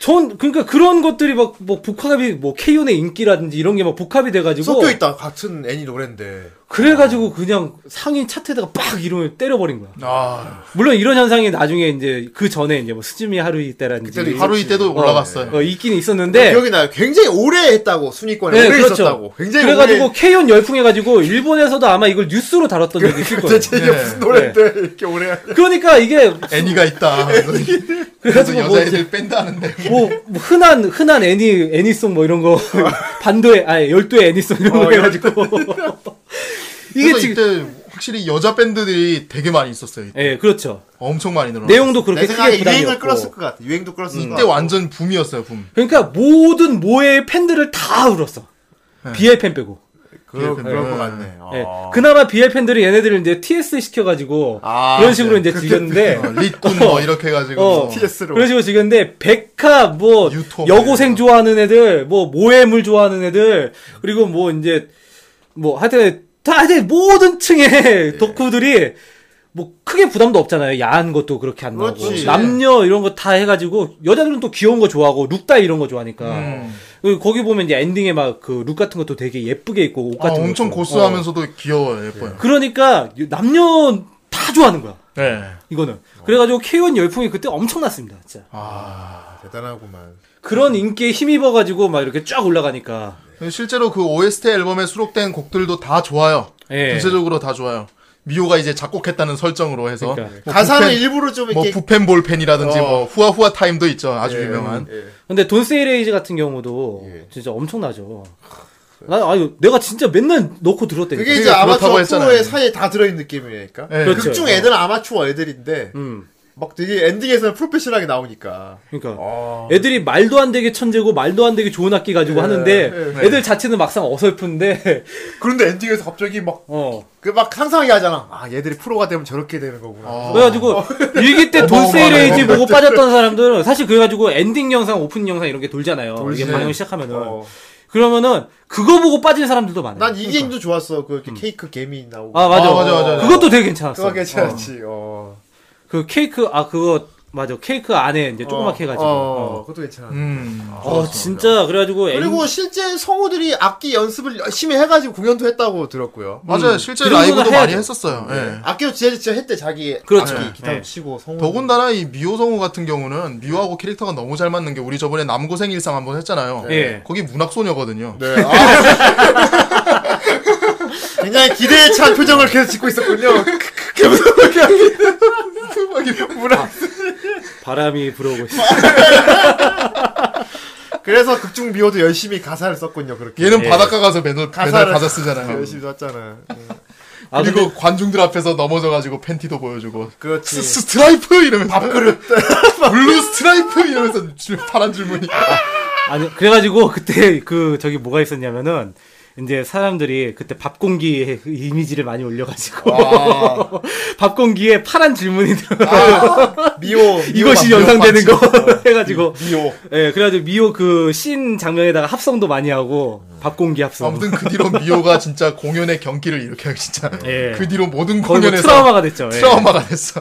[SPEAKER 6] 전 그러니까 그런 것들이 막 뭐 복합이 뭐 케이온의 인기라든지 이런 게 막 복합이 돼가지고
[SPEAKER 5] 섞여 있다 같은 애니 노래인데.
[SPEAKER 6] 그래가지고 그냥 상위 차트에다가 빡 이름을 때려버린 거야.
[SPEAKER 7] 아,
[SPEAKER 6] 물론 이런 현상이 나중에 이제 그 전에 이제 뭐 스즈미 하루이 때라든지
[SPEAKER 5] 그때도
[SPEAKER 7] 하루 이때도 올라갔어요.
[SPEAKER 6] 어, 있긴 있었는데
[SPEAKER 5] 아,
[SPEAKER 6] 그렇죠.
[SPEAKER 5] 기억이 나요. 굉장히 오래 했다고 순위권에 오래 있었다고. 굉장히
[SPEAKER 6] 네, 그래가지고
[SPEAKER 5] 오래.
[SPEAKER 6] 케이온 열풍 해가지고 일본에서도 아마 이걸 뉴스로 다뤘던 적이 있을
[SPEAKER 5] (laughs)
[SPEAKER 6] 거예요. 네.
[SPEAKER 5] 대체 이게 무슨 노래인데 이렇게 오래. 하냐.
[SPEAKER 6] 그러니까 이게 (laughs)
[SPEAKER 7] 애니가 있다. 그래서
[SPEAKER 6] 그래가지고 뭐
[SPEAKER 7] 여자애들 뺀다는데.
[SPEAKER 6] 뭐, 뭐 흔한 흔한 애니 애니송 뭐
[SPEAKER 5] (laughs)
[SPEAKER 6] 이런 거 반도의 아니 열도의 애니송 이런
[SPEAKER 5] 어,
[SPEAKER 6] 거 해가지고 이게
[SPEAKER 7] 그래서
[SPEAKER 6] 지금
[SPEAKER 7] 이때 확실히 여자 밴드들이 되게 많이 있었어요. 이때.
[SPEAKER 6] 예 그렇죠
[SPEAKER 7] 엄청 많이 늘어났어요.
[SPEAKER 6] 내용도
[SPEAKER 5] 내
[SPEAKER 6] 그렇게
[SPEAKER 5] 생각에
[SPEAKER 6] 크게
[SPEAKER 5] 유행을
[SPEAKER 6] 부담이었고
[SPEAKER 5] 끌었을 것 같아. 유행도 끌었을 것
[SPEAKER 7] 이때
[SPEAKER 5] 같아.
[SPEAKER 7] 음. 완전 붐이었어요, 붐.
[SPEAKER 6] 그러니까 모든 모의 팬들을 다 울었어
[SPEAKER 5] 네.
[SPEAKER 6] BL 팬 빼고
[SPEAKER 5] 그럴
[SPEAKER 7] 예.
[SPEAKER 5] 그럴 것 같네. 어.
[SPEAKER 6] 예. 그나마 BL 팬들이 얘네들을 이제 TS 시켜가지고
[SPEAKER 5] 아,
[SPEAKER 6] 그런
[SPEAKER 5] 네.
[SPEAKER 6] 식으로 이제 즐겼는데
[SPEAKER 7] 어, 릿군 뭐 이렇게 해가지고.
[SPEAKER 6] 어,
[SPEAKER 5] TS 로.
[SPEAKER 6] 그런 식으로 즐겼는데 백화 뭐
[SPEAKER 7] 유토.
[SPEAKER 6] 여고생 좋아하는 애들 뭐 모해물 좋아하는 애들 그리고 뭐 이제 뭐 하여튼 다 하여튼
[SPEAKER 5] 네.
[SPEAKER 6] 모든 층의 덕후들이 뭐 크게 부담도 없잖아요 야한 것도 그렇게 안 나오고
[SPEAKER 5] 그렇지.
[SPEAKER 6] 남녀 이런 거 다 해가지고 여자들은 또 귀여운 거 좋아하고 룩다 이런 거 좋아하니까
[SPEAKER 5] 음.
[SPEAKER 6] 그리고 거기 보면 이제 엔딩에 막 그 룩 같은 것도 되게 예쁘게 입고 옷
[SPEAKER 7] 아,
[SPEAKER 6] 같은 거
[SPEAKER 7] 엄청
[SPEAKER 6] 입고.
[SPEAKER 7] 고스하면서도 귀여워요, 예뻐요.
[SPEAKER 6] 어. 그러니까 남녀 다 좋아하는 거야
[SPEAKER 7] 네.
[SPEAKER 6] 이거는 그래가지고 K1 열풍이 그때 엄청났습니다 진짜
[SPEAKER 7] 아.
[SPEAKER 5] 그 대단하구만.
[SPEAKER 6] 그런 인기에 힘입어가지고 막 이렇게 쫙 올라가니까.
[SPEAKER 7] 실제로 그 OST 앨범에 수록된 곡들도 다 좋아요.
[SPEAKER 6] 예.
[SPEAKER 7] 전체적으로 다 좋아요. 미호가 이제 작곡했다는 설정으로 해서
[SPEAKER 6] 그러니까.
[SPEAKER 7] 뭐
[SPEAKER 5] 가사는
[SPEAKER 7] 부펜-
[SPEAKER 5] 일부러 좀
[SPEAKER 7] 뭐
[SPEAKER 5] 이렇게
[SPEAKER 7] 부펜 볼펜이라든지
[SPEAKER 5] 어.
[SPEAKER 7] 뭐 후아후아 타임도 있죠. 아주
[SPEAKER 6] 네.
[SPEAKER 5] 예,
[SPEAKER 7] 유명한.
[SPEAKER 5] 예.
[SPEAKER 6] 근데 돈세일에이즈 같은 경우도
[SPEAKER 5] 예.
[SPEAKER 6] 진짜 엄청나죠. 난 아유 내가 진짜 맨날 넣고 들었대.
[SPEAKER 5] 그게
[SPEAKER 7] 그게
[SPEAKER 5] 이제
[SPEAKER 7] 그렇다고
[SPEAKER 5] 아마추어
[SPEAKER 7] 했잖아요.
[SPEAKER 5] 프로의 사이에 다 들어있는 느낌이니까.
[SPEAKER 7] 예.
[SPEAKER 6] 그렇죠.
[SPEAKER 5] 극중 애들은 아마추어 애들인데
[SPEAKER 6] 음.
[SPEAKER 5] 막 되게 엔딩에서는 프로페셔널하게 나오니까.
[SPEAKER 6] 그러니까
[SPEAKER 5] 아.
[SPEAKER 6] 애들이 말도 안 되게 천재고 말도 안 되게 좋은 악기 가지고
[SPEAKER 5] 예,
[SPEAKER 6] 하는데
[SPEAKER 5] 예,
[SPEAKER 7] 예.
[SPEAKER 6] 애들 자체는 막상 어설픈데 (laughs)
[SPEAKER 5] 그런데 엔딩에서 갑자기 막,
[SPEAKER 6] 어
[SPEAKER 5] 그 막 상상하게 하잖아. 아, 얘들이 프로가 되면 저렇게 되는 거구나.
[SPEAKER 6] 아. 어. 그래가지고 일기 때 돈세일에이즈
[SPEAKER 7] 어마어마하네.
[SPEAKER 6] 보고 빠졌던 사람들은 사실 그래가지고 엔딩 영상 오픈 영상 이런 게 돌잖아요.
[SPEAKER 5] 돌지.
[SPEAKER 6] 이게 방영 시작하면은
[SPEAKER 5] 어.
[SPEAKER 6] 그러면은 그거 보고 빠진 사람들도 많아요.
[SPEAKER 5] 난 이 게임도 좋았어. 그 이렇게 케이크 개미 나오고.
[SPEAKER 6] 아 맞아.
[SPEAKER 7] 아, 맞아, 맞아, 맞아.
[SPEAKER 6] 그것도 되게 괜찮았어.
[SPEAKER 5] 그거 괜찮았지. 어.
[SPEAKER 6] 그 케이크 아 그거 맞아 케이크 안에 이제 조그맣게 해가지고
[SPEAKER 5] 어,
[SPEAKER 6] 어,
[SPEAKER 5] 그것도 괜찮아.
[SPEAKER 7] 음.
[SPEAKER 6] 어, 진짜 그래가지고
[SPEAKER 5] 그리고 실제 성우들이 악기 연습을 열심히 해가지고 공연도 했다고 들었고요.
[SPEAKER 7] 맞아요. 실제
[SPEAKER 6] 그
[SPEAKER 7] 라이브도
[SPEAKER 6] 정도는 해야죠.
[SPEAKER 7] 많이
[SPEAKER 6] 네.
[SPEAKER 7] 했었어요. 예.
[SPEAKER 5] 악기도 진짜, 진짜 했대 자기
[SPEAKER 6] 그렇죠.
[SPEAKER 5] 악기 기타
[SPEAKER 6] 네.
[SPEAKER 5] 치고 성우.
[SPEAKER 7] 음.
[SPEAKER 5] (laughs)
[SPEAKER 7] 더군다나 이 미호 성우 같은 경우는 미호하고 캐릭터가 너무 잘 맞는 게 우리 저번에 남고생 일상 한번 했잖아요.
[SPEAKER 6] 예.
[SPEAKER 7] 거기 문학 소녀거든요. (laughs)
[SPEAKER 5] 네. 아. 굉장히 기대에 찬 표정을 계속 짓고 있었군요.
[SPEAKER 6] 바람이 불어오고 (laughs) 있어.
[SPEAKER 5] (laughs) 그래서 극중 미호도 열심히 가사를 썼군요. 그렇게.
[SPEAKER 7] 얘는 바닷가 가서 맨날, 맨날
[SPEAKER 5] 가사를
[SPEAKER 7] 가사 쓰잖아요.
[SPEAKER 5] 열심히 썼잖아. 예. 요 네,
[SPEAKER 6] 아,
[SPEAKER 7] 그리고
[SPEAKER 6] 근데-
[SPEAKER 7] 관중들 앞에서 넘어져가지고 팬티도 보여주고
[SPEAKER 5] 그렇지.
[SPEAKER 7] 스- 스트라이프 이러면서 밥그릇 (laughs) 블루 스트라이프 이러면서 줄- 파란 줄무늬
[SPEAKER 6] 아니 그래가지고 그때 그 저기 뭐가 있었냐면은 이제 사람들이 그때 밥 공기 이미지를 많이
[SPEAKER 7] 아.
[SPEAKER 6] 올려가지고 (laughs) 밥 공기에 파란 질문이 들어
[SPEAKER 7] (laughs)
[SPEAKER 5] 미호, 미호
[SPEAKER 6] 이것이
[SPEAKER 5] 막
[SPEAKER 6] 연상되는 거
[SPEAKER 5] 미호 빡치.
[SPEAKER 6] (laughs) 해가지고
[SPEAKER 5] 미호.
[SPEAKER 6] 예 그래가지고 미호 그 신 장면에다가 합성도 많이 하고 밥 공기 합성
[SPEAKER 7] 음. 아무튼 그 뒤로 미호가 진짜 공연의 경기를 일으켜요 진짜
[SPEAKER 6] 예.
[SPEAKER 7] 그 뒤로 모든
[SPEAKER 6] 거의 뭐
[SPEAKER 7] 공연에서
[SPEAKER 6] 트라우마가 됐죠 예.
[SPEAKER 7] 트라우마가 됐어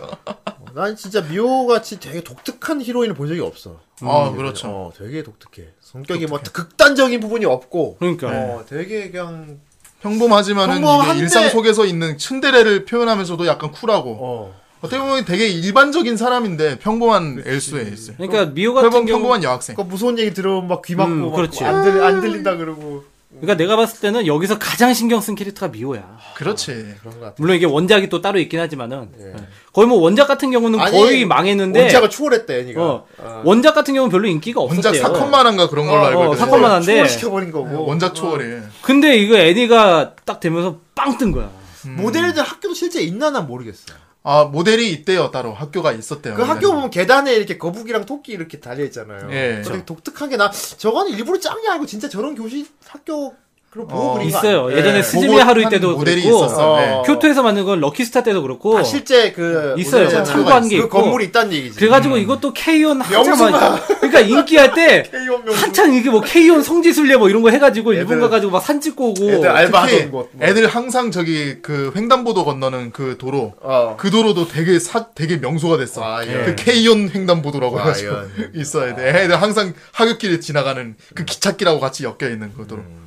[SPEAKER 5] 난 진짜 미호 같이 되게 독특한 히로인을 본 적이 없어.
[SPEAKER 6] 음.
[SPEAKER 7] 아 그렇죠
[SPEAKER 5] 어, 되게 독특해. 성격이 뭐 극단적인 부분이 없고.
[SPEAKER 6] 그러니까
[SPEAKER 5] 어, 되게 그냥
[SPEAKER 7] 평범하지만은
[SPEAKER 5] 평범한데-
[SPEAKER 7] 이게 일상 속에서 있는 츤데레를 표현하면서도 약간 쿨하고
[SPEAKER 5] 어.
[SPEAKER 7] 어떻게 보면 되게 일반적인 사람인데 평범한 엘수에 있어요
[SPEAKER 6] 그러니까 미호 같은
[SPEAKER 7] 평범,
[SPEAKER 6] 경우
[SPEAKER 7] 평범한 여학생
[SPEAKER 5] 그 무서운 얘기 들으면 막 귀 막고
[SPEAKER 6] 음,
[SPEAKER 5] 막
[SPEAKER 6] 그렇지.
[SPEAKER 5] 안, 들, 안 들린다 그러고
[SPEAKER 6] 그러니까 내가 봤을 때는 여기서 가장 신경 쓴 캐릭터가 미호야
[SPEAKER 7] 그렇지
[SPEAKER 5] 그런 것 같아.
[SPEAKER 6] 물론 이게 원작이 또 따로 있긴 하지만은 예. 거의 뭐 원작 같은 경우는 거의 망했는데
[SPEAKER 5] 원작을 초월했대, 애니가.
[SPEAKER 6] 어,
[SPEAKER 5] 어.
[SPEAKER 6] 원작 같은 경우는 별로 인기가 없었대요.
[SPEAKER 7] 아.
[SPEAKER 6] 네.
[SPEAKER 7] 원작 사컷만한가 그런 걸로 알고
[SPEAKER 6] 어,
[SPEAKER 7] 있거든요
[SPEAKER 6] 사컷만 한데
[SPEAKER 5] 초월시켜버린 거고.
[SPEAKER 7] 네, 원작 초월이에요
[SPEAKER 6] 근데 이거 애니가 딱 되면서 빵 뜬 거야.
[SPEAKER 5] 음. 모델들 학교도 실제 있나 난 모르겠어.
[SPEAKER 7] 음. 아 모델이 있대요 따로 학교가 있었대요
[SPEAKER 5] 그 학교 보면 계단에 이렇게 거북이랑 토끼 이렇게 달려있잖아요.
[SPEAKER 7] 예.
[SPEAKER 6] 그렇죠.
[SPEAKER 5] 되게 독특한 게 나, 저건 일부러 짠게 아니고 진짜 저런 교실 학교, 그런 보고
[SPEAKER 7] 어,
[SPEAKER 5] 그린 거
[SPEAKER 6] 있어요.
[SPEAKER 5] 아니야?
[SPEAKER 6] 예전에
[SPEAKER 5] 예.
[SPEAKER 6] 스즈미
[SPEAKER 7] 보고
[SPEAKER 6] 하루이
[SPEAKER 7] 한
[SPEAKER 6] 때도
[SPEAKER 7] 모델이
[SPEAKER 6] 그렇고
[SPEAKER 7] 있었어. 네.
[SPEAKER 5] 어.
[SPEAKER 6] 교토에서 만든 건 럭키스타 때도 그렇고
[SPEAKER 5] 아, 실제 그
[SPEAKER 6] 있어요.
[SPEAKER 5] 오늘의
[SPEAKER 6] 참고한 게
[SPEAKER 5] 그
[SPEAKER 6] 있고.
[SPEAKER 5] 건물이 있다는 얘기지. (laughs)
[SPEAKER 7] 음.
[SPEAKER 6] 그래가지고 이것도 K-ON 한참 많이 그러니까 인기할
[SPEAKER 7] (laughs)
[SPEAKER 6] 때
[SPEAKER 5] K-ON 명수.
[SPEAKER 6] 한참 이게 뭐 K-ON 성지순례 뭐 이런 거 해가지고 일본
[SPEAKER 5] 애들-
[SPEAKER 6] 가가지고 막 산 찍고 오고
[SPEAKER 5] 애들 알바하던
[SPEAKER 7] 특히
[SPEAKER 5] 곳. 뭐.
[SPEAKER 7] 애들 항상 저기 그 횡단보도 건너는 그 도로
[SPEAKER 5] 어.
[SPEAKER 7] 그 도로도 되게 사 되게 명소가 됐어.
[SPEAKER 6] 아, 예.
[SPEAKER 5] 과연.
[SPEAKER 7] 그 K온 횡단보도라고 해가지고
[SPEAKER 5] 과연.
[SPEAKER 7] 있어야 돼. 애들 항상 하굣길에 지나가는 그 기찻길하고 같이 엮여 있는 그 도로.
[SPEAKER 5] 음.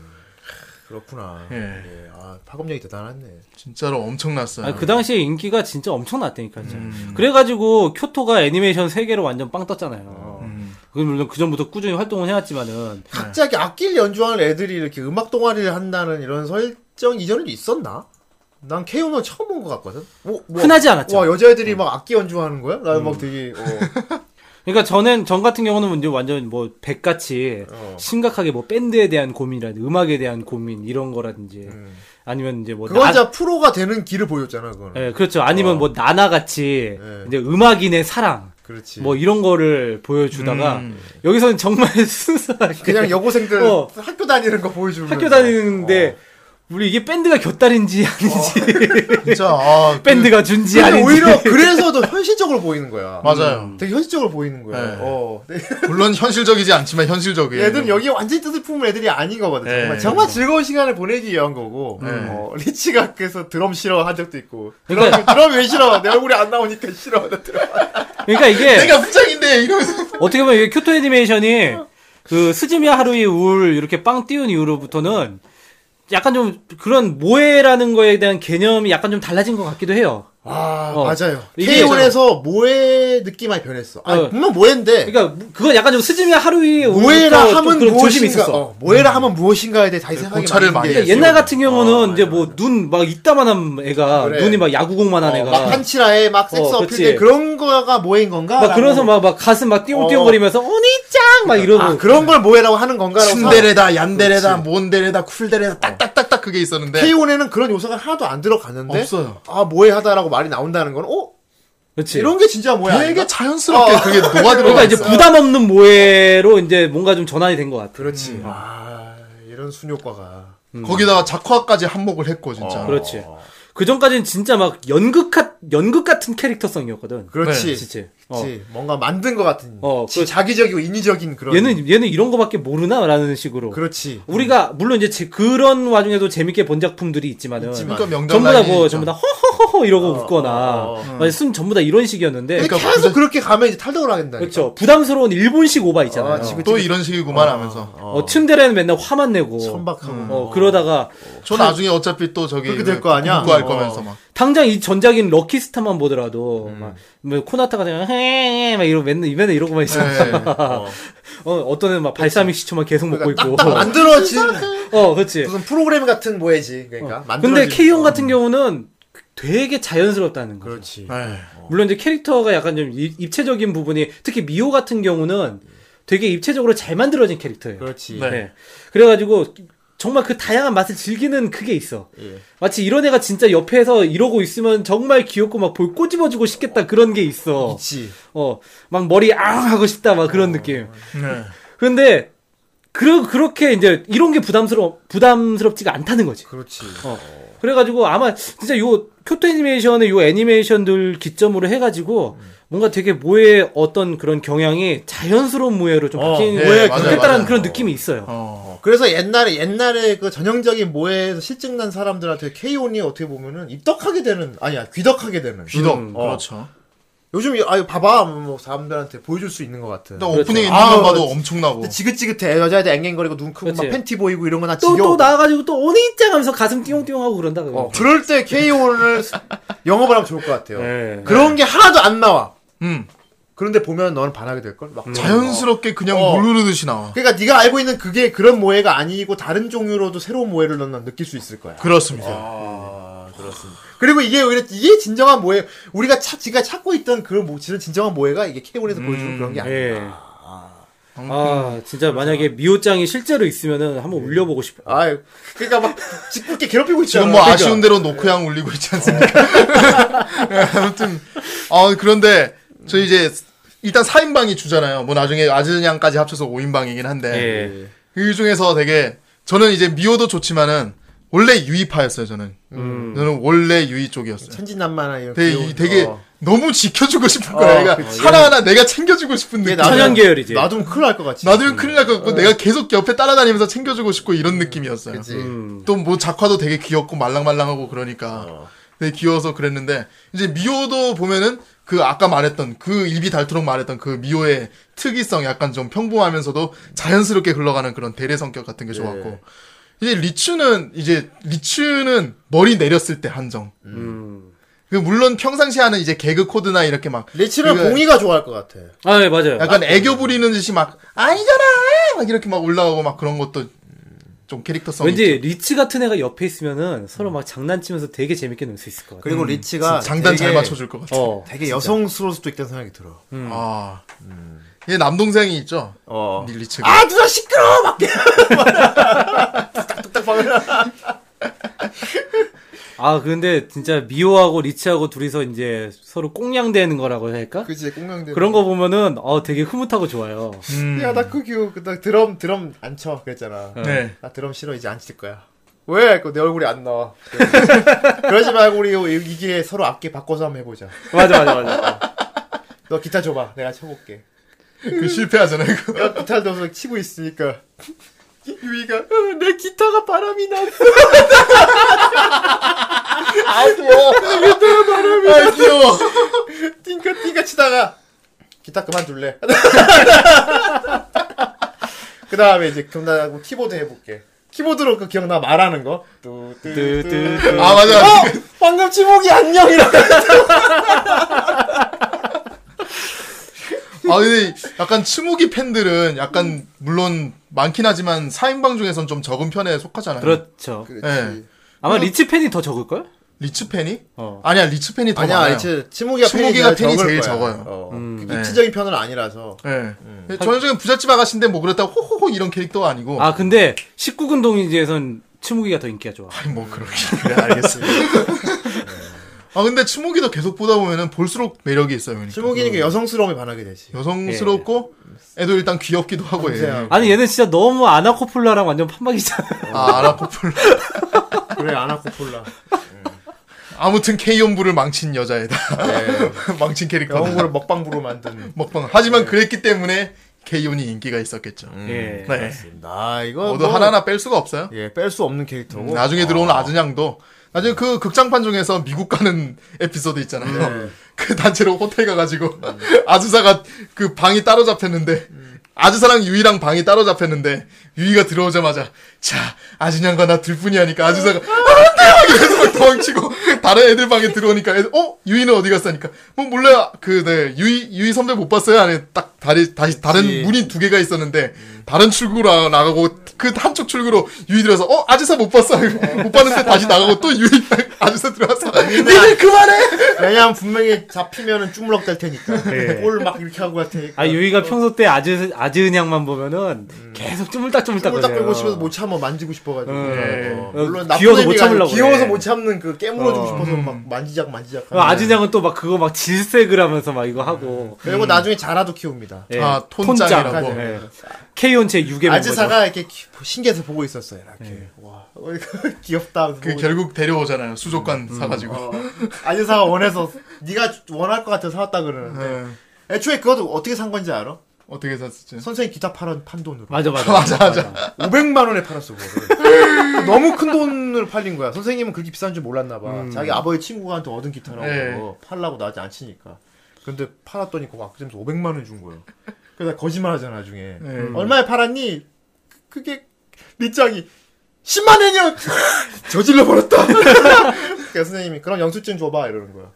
[SPEAKER 5] 그렇구나.
[SPEAKER 7] 예,
[SPEAKER 5] 예. 아, 파급력이 대단하네.
[SPEAKER 7] 진짜로 엄청났어요. 음.
[SPEAKER 6] 아니, 음. 그 당시에 인기가 진짜 엄청났다니까 진짜.
[SPEAKER 5] 음.
[SPEAKER 6] 그래가지고 교토가 애니메이션 세계로 완전 빵 떴잖아요.
[SPEAKER 5] 음.
[SPEAKER 6] 그 물론 그 전부터 꾸준히 활동을 해왔지만은
[SPEAKER 5] 갑자기
[SPEAKER 6] 네.
[SPEAKER 5] 악기를 연주하는 애들이 이렇게 음악 동아리를 한다는 이런 설정 이전에도 있었나? 난 K-ON을 처음 본 것 같거든? 뭐, 뭐,
[SPEAKER 6] 흔하지 않았죠. 음.
[SPEAKER 5] 와, 여자애들이 막 악기 연주하는 거야? 나 막 되게,
[SPEAKER 6] (laughs)
[SPEAKER 5] 어.
[SPEAKER 6] 그러니까 저는 전 같은 경우는 이제 완전 뭐 백같이
[SPEAKER 5] 어.
[SPEAKER 6] 심각하게 뭐 밴드에 대한 고민이라든지 음악에 대한 고민 이런 거라든지 아니면 이제 음. 뭐
[SPEAKER 5] 음. 그건 어.
[SPEAKER 6] 나-
[SPEAKER 5] 진짜 프로가 되는 길을 보여줬잖아, 그거는.
[SPEAKER 6] 예, 그렇죠. 아니면 뭐 나나같이
[SPEAKER 5] 예.
[SPEAKER 6] 이제 음악인의 사랑
[SPEAKER 5] 그렇지.
[SPEAKER 6] 뭐 이런 거를 보여주다가
[SPEAKER 7] 음.
[SPEAKER 6] 여기서는 정말 (laughs) 순수하게
[SPEAKER 5] 그냥 여고생들
[SPEAKER 6] (laughs) 어.
[SPEAKER 5] 학교 다니는 거 보여주는
[SPEAKER 6] 학교 다니는데
[SPEAKER 5] 어.
[SPEAKER 6] 우리 이게 밴드가 곁다리인지 아닌지 (laughs)
[SPEAKER 7] 진짜 아,
[SPEAKER 6] 밴드가 준지
[SPEAKER 5] 그 근데
[SPEAKER 6] 아닌지
[SPEAKER 5] 어. 그러니까 오히려 그래서 더 현실적으로 보이는 거야. 음.
[SPEAKER 7] 맞아요.
[SPEAKER 5] 되게 현실적으로 보이는 거야.
[SPEAKER 7] 네.
[SPEAKER 5] 어. 근데
[SPEAKER 7] 물론 현실적이지 않지만 현실적이에요.
[SPEAKER 6] 예,
[SPEAKER 5] 애들은 여기 완전히 뜻을 품은 애들이 아닌 거거든.
[SPEAKER 7] 네,
[SPEAKER 5] 정말, 정말 즐거운 시간을 보내기 위한 거고. 어, 리치가 그래서 드럼 싫어한 적도 있고. 드럼,
[SPEAKER 6] 예. 그러니까-
[SPEAKER 5] 드럼 왜 싫어? 내 얼굴이 안 나오니까 싫어. 나 드럼.
[SPEAKER 6] 그러니까 이게
[SPEAKER 7] 내가 부장인데 이러면서
[SPEAKER 6] 어떻게 보면 이게 큐토 애니메이션이 그 스즈미야 하루이 울 이렇게 빵 띄운 이후로부터는 약간 좀 그런 모해라는 거에 대한 개념이 약간 좀 달라진 것 같기도 해요.
[SPEAKER 5] 아,
[SPEAKER 6] 어.
[SPEAKER 5] 맞아요.
[SPEAKER 6] 이게
[SPEAKER 5] K1에서 모해 느낌이 변했어. 아,
[SPEAKER 6] 어.
[SPEAKER 5] 분명 모해인데.
[SPEAKER 6] 그러니까 그건 약간 좀 스즈미야 하루이 울부터
[SPEAKER 5] 모해라
[SPEAKER 6] 좀
[SPEAKER 5] 하면
[SPEAKER 6] 그런
[SPEAKER 5] 무엇인가?
[SPEAKER 6] 조심이 있었어. 음. 그
[SPEAKER 5] 어, 모해라 하면 무엇인가에 대해 다시 생각이
[SPEAKER 7] 고찰을 많이
[SPEAKER 5] 게
[SPEAKER 7] 했어요.
[SPEAKER 6] 옛날 같은 경우는 이제 뭐 눈 막 이따만한 애가
[SPEAKER 5] 그래.
[SPEAKER 6] 눈이 막 야구공만한
[SPEAKER 5] 어,
[SPEAKER 6] 애가
[SPEAKER 5] 막 한치라에 막 섹스
[SPEAKER 6] 어,
[SPEAKER 5] 어필
[SPEAKER 6] 그치.
[SPEAKER 5] 때 그런 거가 모해인 건가?
[SPEAKER 6] 막 그래서 막, 막 가슴 막 띄용띄용거리면서 오니짱 막 이러고
[SPEAKER 5] 아, 어. 아, 그런 걸 모해라고 하는 건가라고.
[SPEAKER 7] 츤데레다, 얀데레다, 몬데레다, 쿨데레다 어. 딱딱딱딱 그게 있었는데
[SPEAKER 5] K1에는 그런 요소가 하나도 안 들어갔는데.
[SPEAKER 7] 네. 없어요. 예.
[SPEAKER 5] 아, 모해하다라고 말이 나온다는 건, 어?
[SPEAKER 6] 그렇지.
[SPEAKER 5] 이런 게 진짜 모해.
[SPEAKER 7] 되게
[SPEAKER 5] 아닌가?
[SPEAKER 7] 자연스럽게 그게 녹아들어가
[SPEAKER 6] 그러니까 이제
[SPEAKER 7] 있어.
[SPEAKER 6] 부담 없는 모해로 이제 뭔가 좀 전환이 된 것 같아.
[SPEAKER 5] 그렇지. 아, 이런 순효과가.
[SPEAKER 7] 거기다가 작화까지 한몫을 했고 진짜.
[SPEAKER 6] 그렇지. 그 전까지는 진짜 막 연극 같 연극 같은 캐릭터성이었거든.
[SPEAKER 5] 그렇지.
[SPEAKER 7] 네,
[SPEAKER 6] 진짜. 어.
[SPEAKER 5] 그렇지. 뭔가 만든 것 같은.
[SPEAKER 6] 어,
[SPEAKER 5] 지- 자기적이고 인위적인 그런.
[SPEAKER 6] 얘는 얘는 이런 거밖에 모르나라는 식으로.
[SPEAKER 5] 그렇지.
[SPEAKER 6] 우리가 물론 이제 제- 그런 와중에도 재밌게 본 작품들이 있지만은
[SPEAKER 5] 있지만.
[SPEAKER 7] 그러니까 명장
[SPEAKER 6] 전부 다
[SPEAKER 7] 라인이
[SPEAKER 6] 뭐
[SPEAKER 7] 있죠.
[SPEAKER 6] 전부 다 허허허허 이러고 웃거나
[SPEAKER 5] 어, 어,
[SPEAKER 6] 아니, 순 전부 다 이런 식이었는데
[SPEAKER 5] 근데
[SPEAKER 6] 그
[SPEAKER 7] 그러니까
[SPEAKER 5] 계속
[SPEAKER 7] 부자-
[SPEAKER 5] 그렇게 가면 이제 탈덕을 하겠다.
[SPEAKER 6] 렇죠 부담스러운 일본식 오바 있잖아요.
[SPEAKER 5] 아, 지금-
[SPEAKER 7] 또 이런 식이구만 하면서.
[SPEAKER 6] 어, 츤데레는 맨날 화만 내고
[SPEAKER 5] 천박하고.
[SPEAKER 6] 어, 그러다가
[SPEAKER 7] 저 나중에 어차피 또 저기
[SPEAKER 5] 그렇게 될거 아니야?
[SPEAKER 7] 복구할
[SPEAKER 5] 어.
[SPEAKER 7] 거면서 막.
[SPEAKER 6] 당장 이 전작인 럭키스타만 보더라도
[SPEAKER 5] 음.
[SPEAKER 6] 막, 뭐 코나타가 그냥 헤막 이러 맨날 맨날 이러고만
[SPEAKER 5] 네.
[SPEAKER 6] 있어.
[SPEAKER 7] 예.
[SPEAKER 6] 어, 어떤 애는 막 발사믹 시초만 계속 먹고 있고.
[SPEAKER 5] 그렇죠. 그러니까 딱 만들어진
[SPEAKER 6] 어, 그렇지.
[SPEAKER 5] 무슨 프로그램 같은 뭐해지 그러니까 만들어진
[SPEAKER 6] 근데 K-ON
[SPEAKER 5] 어.
[SPEAKER 6] 같은 경우는 되게 자연스럽다는 거죠.
[SPEAKER 5] 그렇지
[SPEAKER 7] 에이.
[SPEAKER 6] 물론 이제 캐릭터가 약간 좀 이- 입체적인 부분이 특히 미호 같은 경우는 되게 입체적으로 잘 만들어진 캐릭터예요.
[SPEAKER 7] 네.
[SPEAKER 5] 그렇지
[SPEAKER 6] 네. 그래가지고 정말 그 다양한 맛을 즐기는 그게 있어.
[SPEAKER 5] 예.
[SPEAKER 6] 마치 이런 애가 진짜 옆에서 이러고 있으면 정말 귀엽고 막 볼 꼬집어주고 싶겠다 그런 게 있어.
[SPEAKER 5] 있지.
[SPEAKER 6] 어, 막 머리 앙 하고 싶다 막
[SPEAKER 7] 어.
[SPEAKER 6] 그런 느낌.
[SPEAKER 7] 네.
[SPEAKER 6] 근데 그 그렇게 이제 이런 게 부담스러 부담스럽지가 않다는 거지.
[SPEAKER 5] 그렇지.
[SPEAKER 6] 어. 그래가지고 아마 진짜 요 쿄토 애니메이션의 요 애니메이션들 기점으로 해가지고
[SPEAKER 7] 음.
[SPEAKER 6] 뭔가 되게 모의 어떤 그런 경향이 자연스러운 모해로 좀
[SPEAKER 5] 어,
[SPEAKER 6] 바뀌는
[SPEAKER 7] 예,
[SPEAKER 6] 모해가
[SPEAKER 7] 맞아요,
[SPEAKER 6] 그렇겠다는
[SPEAKER 7] 맞아요.
[SPEAKER 6] 그런 느낌이 있어요.
[SPEAKER 7] 어.
[SPEAKER 5] 그래서 옛날에 옛날에 그 전형적인 모해에서 실증난 사람들한테 케이온이 어떻게 보면은 입덕하게 되는 아니야 귀덕하게 되는
[SPEAKER 7] 비덕.
[SPEAKER 6] 음,
[SPEAKER 5] 어.
[SPEAKER 7] 그렇죠.
[SPEAKER 5] 요즘 이- 아유 봐봐 뭐 사람들한테 보여줄 수 있는 것 같은.
[SPEAKER 7] 근데 오프닝
[SPEAKER 5] 그렇죠.
[SPEAKER 7] 엔딩만
[SPEAKER 5] 아,
[SPEAKER 7] 봐도
[SPEAKER 5] 지-
[SPEAKER 7] 엄청나고.
[SPEAKER 5] 근데 지긋지긋해 여자애들 앵앵거리고 눈 크고 막
[SPEAKER 6] 그렇지.
[SPEAKER 5] 팬티 보이고 이런 거나
[SPEAKER 6] 또 또
[SPEAKER 5] 아, 지겨워.
[SPEAKER 6] 나와가지고 또 오니 입장하면서 가슴 띵용띵용하고 그런다 그거.
[SPEAKER 5] 어, 그럴 때 케이온을 (laughs) 영업을 하면 좋을 것 같아요.
[SPEAKER 6] 네.
[SPEAKER 5] 그런 게 하나도 안 나와.
[SPEAKER 7] 음.
[SPEAKER 5] 그런데 보면 너는 반하게 될 걸. 막
[SPEAKER 7] 자연스럽게 그냥
[SPEAKER 5] 음. 어.
[SPEAKER 7] 물 흐르듯이 나와.
[SPEAKER 5] 그러니까 네가 알고 있는 그게 그런 모해가 아니고 다른 종류로도 새로운 모해를 너는 느낄 수 있을 거야.
[SPEAKER 7] 그렇습니다.
[SPEAKER 5] 아, 그렇습니다. 그리고 이게 오히려 이게 진정한 모해. 우리가 찾 지가 찾고 있던 그런 모 진정한 모해가 이게 케이온에서
[SPEAKER 7] 음,
[SPEAKER 5] 보여주는 그런 게 아니야.
[SPEAKER 6] 예. 아 진짜 만약에 미호짱이 실제로 있으면은 한번 울려보고 싶어.
[SPEAKER 5] 아, 그러니까 막 짓궂게 괴롭히고 있잖아.
[SPEAKER 7] 지금 뭐
[SPEAKER 5] 그러니까.
[SPEAKER 7] 아쉬운 대로 노크양 울리고 있지 않습니까?
[SPEAKER 5] (laughs)
[SPEAKER 7] 네, 아무튼 어 그런데 저 이제 일단 4인방이 주잖아요. 뭐 나중에 아즈냥까지 합쳐서 5인방이긴
[SPEAKER 5] 네.
[SPEAKER 7] 한데
[SPEAKER 6] 예.
[SPEAKER 7] 그 중에서 되게 저는 이제 미호도 좋지만은 원래 유이파였어요. 저는 저는 원래 유이 쪽이었어요.
[SPEAKER 5] 천진난만한 이런.
[SPEAKER 7] 되게,
[SPEAKER 5] 귀여운-
[SPEAKER 7] 이- 되게 그
[SPEAKER 5] 어.
[SPEAKER 7] 너무 지켜주고 싶은
[SPEAKER 5] 어,
[SPEAKER 7] 거야. 그러니까
[SPEAKER 5] 그치.
[SPEAKER 7] 하나하나 내가 챙겨주고 싶은
[SPEAKER 5] 얘
[SPEAKER 7] 느낌.
[SPEAKER 5] 놔두면-
[SPEAKER 6] 천연 계열이지.
[SPEAKER 5] 놔두면 큰일 날 것 같지.
[SPEAKER 7] 나도 큰일 날 것 같고 내가 계속 옆에 따라다니면서 챙겨주고 싶고 이런 느낌이었어요.
[SPEAKER 5] 어. 그치.
[SPEAKER 6] 음.
[SPEAKER 7] 또 뭐 작화도 되게 귀엽고 말랑말랑하고 그러니까
[SPEAKER 5] 어.
[SPEAKER 7] 되게 귀여워서 그랬는데 이제 미호도 보면은 그 아까 말했던 그 입이 닳도록 말했던 그 미호의 특이성 약간 좀 평범하면서도 자연스럽게 흘러가는 그런 대례 성격 같은 게
[SPEAKER 5] 예.
[SPEAKER 7] 좋았고 이제 리츠는 이제 리츠는 머리 내렸을 때 한정. 그 물론 평상시 하는 이제 개그 코드나 이렇게 막
[SPEAKER 5] 음. 리치는
[SPEAKER 7] 그거-
[SPEAKER 5] 봉이가 좋아할 것 같아.
[SPEAKER 6] 아 예, 맞아요.
[SPEAKER 7] 약간 애교 부리는 듯이 막 아니잖아 막 이렇게 막 올라오고 막 그런 것도 좀 캐릭터성이
[SPEAKER 6] 왠지 리치 같은 애가 옆에 있으면은 서로 막 장난치면서 되게 재밌게 놀 수 있을 것 음. 같아.
[SPEAKER 5] 음. 그리고 리치가
[SPEAKER 7] 음, 장단 잘
[SPEAKER 5] 되게-
[SPEAKER 7] 맞춰줄 것 같아.
[SPEAKER 6] 어.
[SPEAKER 5] 되게 여성스러울 수도 있다는 생각이 들어.
[SPEAKER 7] 아. 얘 남동생이 있죠.
[SPEAKER 5] 어.
[SPEAKER 7] 닐리츠가.
[SPEAKER 5] 아 누나 시끄러워 막. 뚝딱뚝딱 막.
[SPEAKER 6] 아 근데 진짜 미호하고 리치하고 둘이서 이제 서로 꽁냥대는 거라고 해야 할까?
[SPEAKER 5] 그지 공명대.
[SPEAKER 6] 그런 거 보면은 어 되게 흐뭇하고 좋아요.
[SPEAKER 5] 음.
[SPEAKER 7] 음.
[SPEAKER 5] 야나그 귀여워. 나 드럼 드럼 안 쳐. 그랬잖아.
[SPEAKER 7] 네.
[SPEAKER 5] 나 드럼 싫어 이제 안 칠 거야. 왜? 그내 얼굴이 안 나와. (laughs) 그러지 말고 우리 이- 이 기회에 서로 악기 바꿔서 한번 해보자.
[SPEAKER 6] 맞아 맞아
[SPEAKER 5] (laughs)
[SPEAKER 6] 맞아.
[SPEAKER 5] 너 기타 줘봐. 내가 쳐볼게.
[SPEAKER 7] 그 실패하잖아요. 그거.
[SPEAKER 5] 야, 기타 넣어서 치고 있으니까. 유이가 "어, 내 기타가 바람이 났어.
[SPEAKER 7] 아, 귀여워.
[SPEAKER 5] 띵가 띵가 치다가 기타 그만둘래. (laughs) 그 다음에 이제 그럼 나 키보드 해볼게. 키보드로 그 기억나 말하는 거. 그- 뚜뚜뚜.
[SPEAKER 6] 뚜뚜뚜.
[SPEAKER 7] 아, 맞아.
[SPEAKER 5] 어! 방금 지목이 안녕이라.
[SPEAKER 7] 아, 근데 약간 치무기 팬들은 약간 물론 많긴 하지만 4인방 중에선 좀 적은 편에 속하잖아요.
[SPEAKER 6] 그렇죠.
[SPEAKER 7] 예.
[SPEAKER 6] 아마 리치 팬이 더 적을 걸?
[SPEAKER 7] 리츠 팬이?
[SPEAKER 6] 어.
[SPEAKER 7] 아니야, 리츠 팬이 더
[SPEAKER 5] 아니야,
[SPEAKER 7] 많아요.
[SPEAKER 5] 이제 치목이가
[SPEAKER 7] 치목이가 팬이
[SPEAKER 5] 적을
[SPEAKER 7] 제일
[SPEAKER 5] 거야.
[SPEAKER 7] 적어요.
[SPEAKER 5] 어.
[SPEAKER 6] 음.
[SPEAKER 5] 그 입체적인 편은 아니라서.
[SPEAKER 7] 예. 예, 전형적인 부잣집 아가씨인데 뭐 그렇다고 호호호 이런 캐릭터가 아니고.
[SPEAKER 6] 아 근데 19금 동인지에선 치무기가 더 인기가 좋아.
[SPEAKER 7] 아니, 뭐 그렇게 그래 알겠습니다. (laughs) 아 근데 치무기도 계속 보다 보면은 볼수록 매력이 있어요. 그러니까.
[SPEAKER 5] 치목이는 그 여성스러움에 반하게 되지.
[SPEAKER 7] 여성스럽고 애도 일단 귀엽기도 하고 음. 예.
[SPEAKER 5] 섬세하고.
[SPEAKER 6] 아니 얘는 진짜 너무 아나코폴라랑 완전 판박이잖아.
[SPEAKER 7] 아 아라코폴
[SPEAKER 5] 그래 아나코폴라.
[SPEAKER 7] 아무튼 K연부를 망친 여자애다 (laughs) 망친 캐릭터
[SPEAKER 5] 영국을 먹방부로 만든.
[SPEAKER 7] 먹방 하지만 그랬기 때문에 K연이 인기가 있었겠죠
[SPEAKER 6] 예.
[SPEAKER 7] 네
[SPEAKER 5] 나 아, 이거 뭐
[SPEAKER 7] 모두 하나하나 뺄 수가 없어요
[SPEAKER 5] 예, 뺄 수 없는 캐릭터고.
[SPEAKER 7] 나중에 들어온 아즈냥도 나중에 그 극장판 중에서 미국 가는 에피소드 있잖아요 (laughs) 그 단체로 호텔 가가지고 (laughs) 아즈사가 그 방이 따로 잡혔는데 아즈사랑 유이랑 방이 따로 잡혔는데 유이가 들어오자마자 자 아즈냥과 나 둘뿐이 하니까 아즈사가 막 도망치고 다른 애들 방에 들어오니까 애들, 어 유이는 어디 갔어니까 뭐 몰라요 그네 유이 유이 선배 못 봤어요 안에 딱 다리 다시 다른 문이 두 개가 있었는데 다른 출구로 나, 가고그 한쪽 출구로 유이 들어서 어 아지사 못 봤어 못 봤는데 다시 나가고 또 유이 (laughs) 아지사 들어와서 네. 니들 그만해
[SPEAKER 5] 왜냐면 분명히 잡히면은 쭈물럭 될 테니까. 골 막 이렇게 하고 할 테니까.
[SPEAKER 6] 아 유이가 평소 때 아즈 아즈은양만 보면은 계속 쪼물딱쪼물딱
[SPEAKER 5] 딱
[SPEAKER 6] 거려요.
[SPEAKER 5] 끌고 싶어서 뭐 못 참아 만지고 싶어가지고
[SPEAKER 6] 음.
[SPEAKER 5] 어, 물론
[SPEAKER 6] 어,
[SPEAKER 5] 나쁜
[SPEAKER 6] 귀여워서 못
[SPEAKER 5] 의미가 아니라
[SPEAKER 6] 참으려고
[SPEAKER 5] 귀여워서
[SPEAKER 6] 그래.
[SPEAKER 5] 못 참는 그 깨물어주고
[SPEAKER 6] 어.
[SPEAKER 5] 싶어서 막 만지작 만지작
[SPEAKER 6] 어, 아진양은 또 막 그거 막 질색을 하면서 막 이거 하고.
[SPEAKER 5] 그리고 나중에 자라도 키웁니다
[SPEAKER 6] 예,
[SPEAKER 7] 아, 톤짱이라고.
[SPEAKER 6] 톤짱. 예. 케이온 제 6의
[SPEAKER 5] 아지사가 이렇게 키- 신기해서 보고 있었어요 이렇게 와 어, 이거 (laughs) 귀엽다
[SPEAKER 7] 네. 그 결국 데려오잖아요. 수족관 사가지고.
[SPEAKER 5] 어. 아지사가 원해서 네가 원할 것 같아서 사왔다 그러는데
[SPEAKER 7] 네.
[SPEAKER 5] 애초에 그것도 어떻게 산 건지 알아?
[SPEAKER 7] 어떻게 샀었지?
[SPEAKER 5] 선생님 기타 팔은 판 돈으로
[SPEAKER 6] 맞아 맞아 맞아 맞아.
[SPEAKER 5] 500만 원에 팔았어 그거를 (laughs) 너무 큰 돈을 팔린 거야 선생님은 그렇게 비싼 줄 몰랐나 봐 자기 아버지 친구한테 얻은 기타라고
[SPEAKER 7] 네.
[SPEAKER 5] 그거 팔라고 나한테 안 치니까 근데 팔았더니 그거 아끼면서 500만 원 준 거예요 그래서 거짓말 하잖아 나중에 음.
[SPEAKER 7] 네.
[SPEAKER 5] 얼마에 팔았니? 그- 그게 밑장이 10만 원이요 (laughs) 저질러 버렸다 (laughs) 그러니까 선생님이 그럼 영수증 줘봐 이러는
[SPEAKER 7] (laughs)
[SPEAKER 5] 거야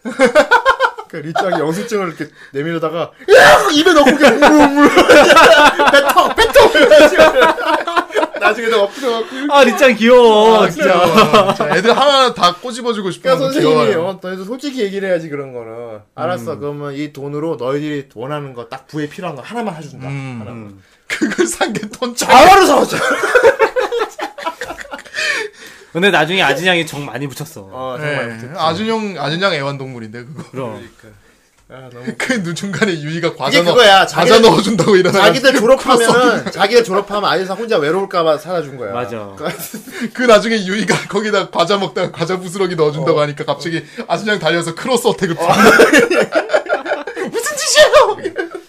[SPEAKER 5] 그 리짱이 영수증을 이렇게 내밀려다가 으악! 입에 넣고 그냥 물물 (laughs) 배터 배터 해가지고 (laughs) 나중에 다 엎드려갖고
[SPEAKER 6] 아 리짱 귀여워.
[SPEAKER 5] 진짜
[SPEAKER 7] (laughs) 어, 진짜 애들 하나하나 다 꼬집어주고 싶은
[SPEAKER 5] 그러니까
[SPEAKER 7] 거
[SPEAKER 5] 선생님이
[SPEAKER 7] 귀여워요. 음.
[SPEAKER 5] 어, 너희들 솔직히 얘기를 해야지 그런 거는 알았어 그러면 이 돈으로 너희들이 원하는 거 딱 부에 필요한 거 하나만 해준다
[SPEAKER 7] 음.
[SPEAKER 5] 하나.
[SPEAKER 7] 그걸 산게 톤짱.
[SPEAKER 5] 바로
[SPEAKER 7] (laughs)
[SPEAKER 5] 사왔죠
[SPEAKER 6] 근데 나중에 아진양이 정 많이 붙였어.
[SPEAKER 5] 어 정말
[SPEAKER 7] 네. 아준형 아준양 애완동물인데 그거.
[SPEAKER 6] 그럼.
[SPEAKER 5] 아, 너무
[SPEAKER 7] 그 중간에 유이가 과자
[SPEAKER 5] 이게
[SPEAKER 7] 넣어
[SPEAKER 5] 그거야.
[SPEAKER 7] 과자
[SPEAKER 5] 자기들-
[SPEAKER 7] 넣어준다고 일어나.
[SPEAKER 5] 자기들 졸업하면은 자기들 졸업하면 아이사 혼자 외로울까봐 사다준 거야 그러니까
[SPEAKER 6] 맞아.
[SPEAKER 7] 그 나중에 유이가 거기다 과자 먹다가 과자 부스러기 넣어준다고 하니까 갑자기 아준양 달려서 크로스 어택을 어.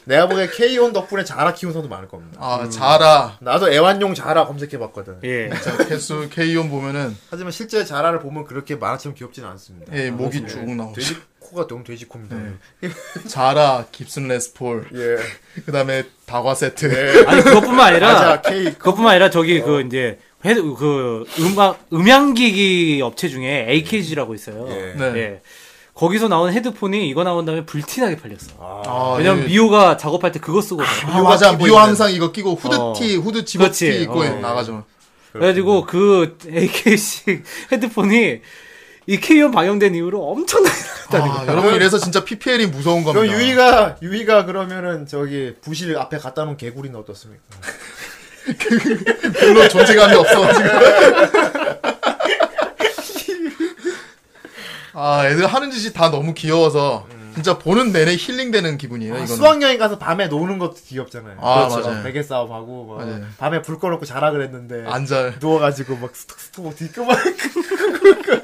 [SPEAKER 5] 내가 보기엔 K-ON 덕분에 자라 키운 사람도 많을 겁니다
[SPEAKER 7] 아 자라
[SPEAKER 5] 나도 애완용 자라 검색해봤거든.
[SPEAKER 6] 예.
[SPEAKER 7] 자, 개수 K-ON 보면은
[SPEAKER 5] 하지만 실제 자라를 보면 그렇게 만화처럼 귀엽지는 않습니다.
[SPEAKER 7] 예 네. 목이 쭉 나오고
[SPEAKER 5] 돼지 코가 너무 돼지 코입니다.
[SPEAKER 7] 자라 깁슨 레스폴
[SPEAKER 5] 예.
[SPEAKER 7] 그다음에 다과 세트
[SPEAKER 6] 아니 그것뿐만 아니라
[SPEAKER 5] 맞아, K.
[SPEAKER 6] 그것뿐만 아니라 저기 그 이제 회, 그 음악 음향기기 업체 중에 AKG라고 있어요.
[SPEAKER 5] 예.
[SPEAKER 7] (laughs) 네.
[SPEAKER 6] 예. 거기서 나온 헤드폰이 이거 나온 다음에 불티나게 팔렸어.
[SPEAKER 7] 아,
[SPEAKER 6] 왜냐면
[SPEAKER 7] 예.
[SPEAKER 6] 미호가 작업할 때 그거 쓰고 다녀.
[SPEAKER 7] 아, 맞아 미호 항상 이거 끼고 후드티
[SPEAKER 5] 어.
[SPEAKER 7] 후드 집업티
[SPEAKER 6] 뭐 그렇지.
[SPEAKER 7] 입고
[SPEAKER 6] 어.
[SPEAKER 7] 나가죠
[SPEAKER 6] 그래가지고 그 AKC (laughs) 헤드폰이 이 K1 방영된 이후로 엄청나게
[SPEAKER 7] 아, 여러분 이래서 진짜 PPL이 무서운 겁니다
[SPEAKER 5] 그럼 유이가 유이가 그러면은 저기 부실 앞에 갖다 놓은 개구리는 어떻습니까?
[SPEAKER 7] 별로 존재감이 없어가지고. 아, 애들 하는 짓이 다 너무 귀여워서 진짜 보는 내내 힐링되는 네, 기분이에요. 이거는.
[SPEAKER 5] 음. 아, 수학여행 가서 밤에 노는 것도 귀엽잖아요.
[SPEAKER 7] 아,
[SPEAKER 5] 그렇죠.
[SPEAKER 7] 맞아요.
[SPEAKER 5] 베개 싸움하고 막
[SPEAKER 7] 맞아요.
[SPEAKER 5] 밤에 불 꺼놓고 자라 그랬는데
[SPEAKER 7] 안잘.
[SPEAKER 5] 누워가지고 막 스톡스톡 뒤끝만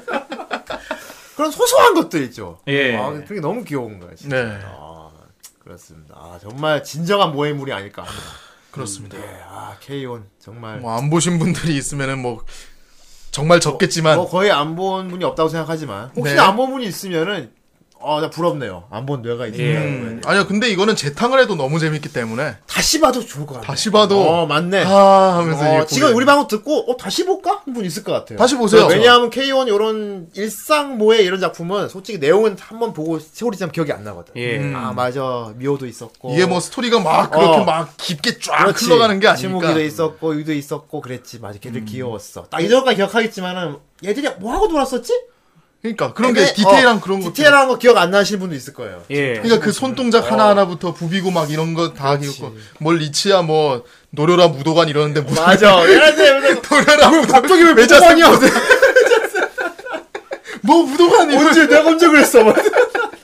[SPEAKER 5] (laughs) 그런 소소한 것들 있죠.
[SPEAKER 6] 예.
[SPEAKER 5] 아, 그게 너무 귀여운 거야. 진짜.
[SPEAKER 7] 네,
[SPEAKER 5] 아, 그렇습니다. 아, 정말 진정한 모해물이 아닐까 합니다.
[SPEAKER 7] (sighs) 그렇습니다.
[SPEAKER 5] 예, 아, K-ON 정말
[SPEAKER 7] 뭐 안 보신 분들이 있으면은 뭐 정말 적겠지만
[SPEAKER 5] 뭐 거의 안 본 분이 없다고 생각하지만 혹시나
[SPEAKER 7] 네.
[SPEAKER 5] 안 본 분이 있으면은 어, 나 부럽네요. 안 본 뇌가 있으면 네.
[SPEAKER 7] 음, 아니요, 근데 이거는 재탕을 해도 너무 재밌기 때문에
[SPEAKER 5] 다시 봐도 좋을 것 같아요.
[SPEAKER 7] 다시 봐도
[SPEAKER 5] 어, 맞네.
[SPEAKER 7] 아 하면서
[SPEAKER 5] 어,
[SPEAKER 7] 이게
[SPEAKER 5] 지금
[SPEAKER 7] 보게
[SPEAKER 5] 우리 방송 듣고 어 다시 볼까? 한 분 있을 것 같아요. 네,
[SPEAKER 7] 다시 보세요.
[SPEAKER 5] 왜냐하면 K-ON 이런 일상 모해 이런 작품은 솔직히 내용은 한 번 보고 세월이 지나면 기억이 안 나거든.
[SPEAKER 6] 예.
[SPEAKER 5] 아, 맞아. 미호도 있었고.
[SPEAKER 7] 이게 뭐 스토리가 막 그렇게
[SPEAKER 5] 어.
[SPEAKER 7] 막 깊게 쫙
[SPEAKER 5] 그렇지.
[SPEAKER 7] 흘러가는 게 아니니까 음.
[SPEAKER 5] 지목이도 있었고 유도 있었고 그랬지 맞아 걔들 귀여웠어 딱 이전까지 기억하겠지만은 얘들이 뭐하고 놀았었지?
[SPEAKER 7] 그러니까 그런 게
[SPEAKER 5] 애매-
[SPEAKER 7] 디테일한
[SPEAKER 5] 어,
[SPEAKER 7] 그런 것
[SPEAKER 5] 디테일한 거 기억 안 나시는 분도 있을 거예요
[SPEAKER 6] 예.
[SPEAKER 7] 그러니까 그 손동작 하나하나부터 부비고 막 이런 거 다 기억고 뭘 리치야 뭐 노려라 무도관 이러는데 무슨
[SPEAKER 5] 맞아
[SPEAKER 7] (laughs)
[SPEAKER 5] 얘네들
[SPEAKER 7] 노려라 무도관 갑자기 왜 매자성이야 (laughs) 뭐 무도관 이런
[SPEAKER 5] 언제 내가 언제 그랬어
[SPEAKER 7] 뭐.
[SPEAKER 5] 막.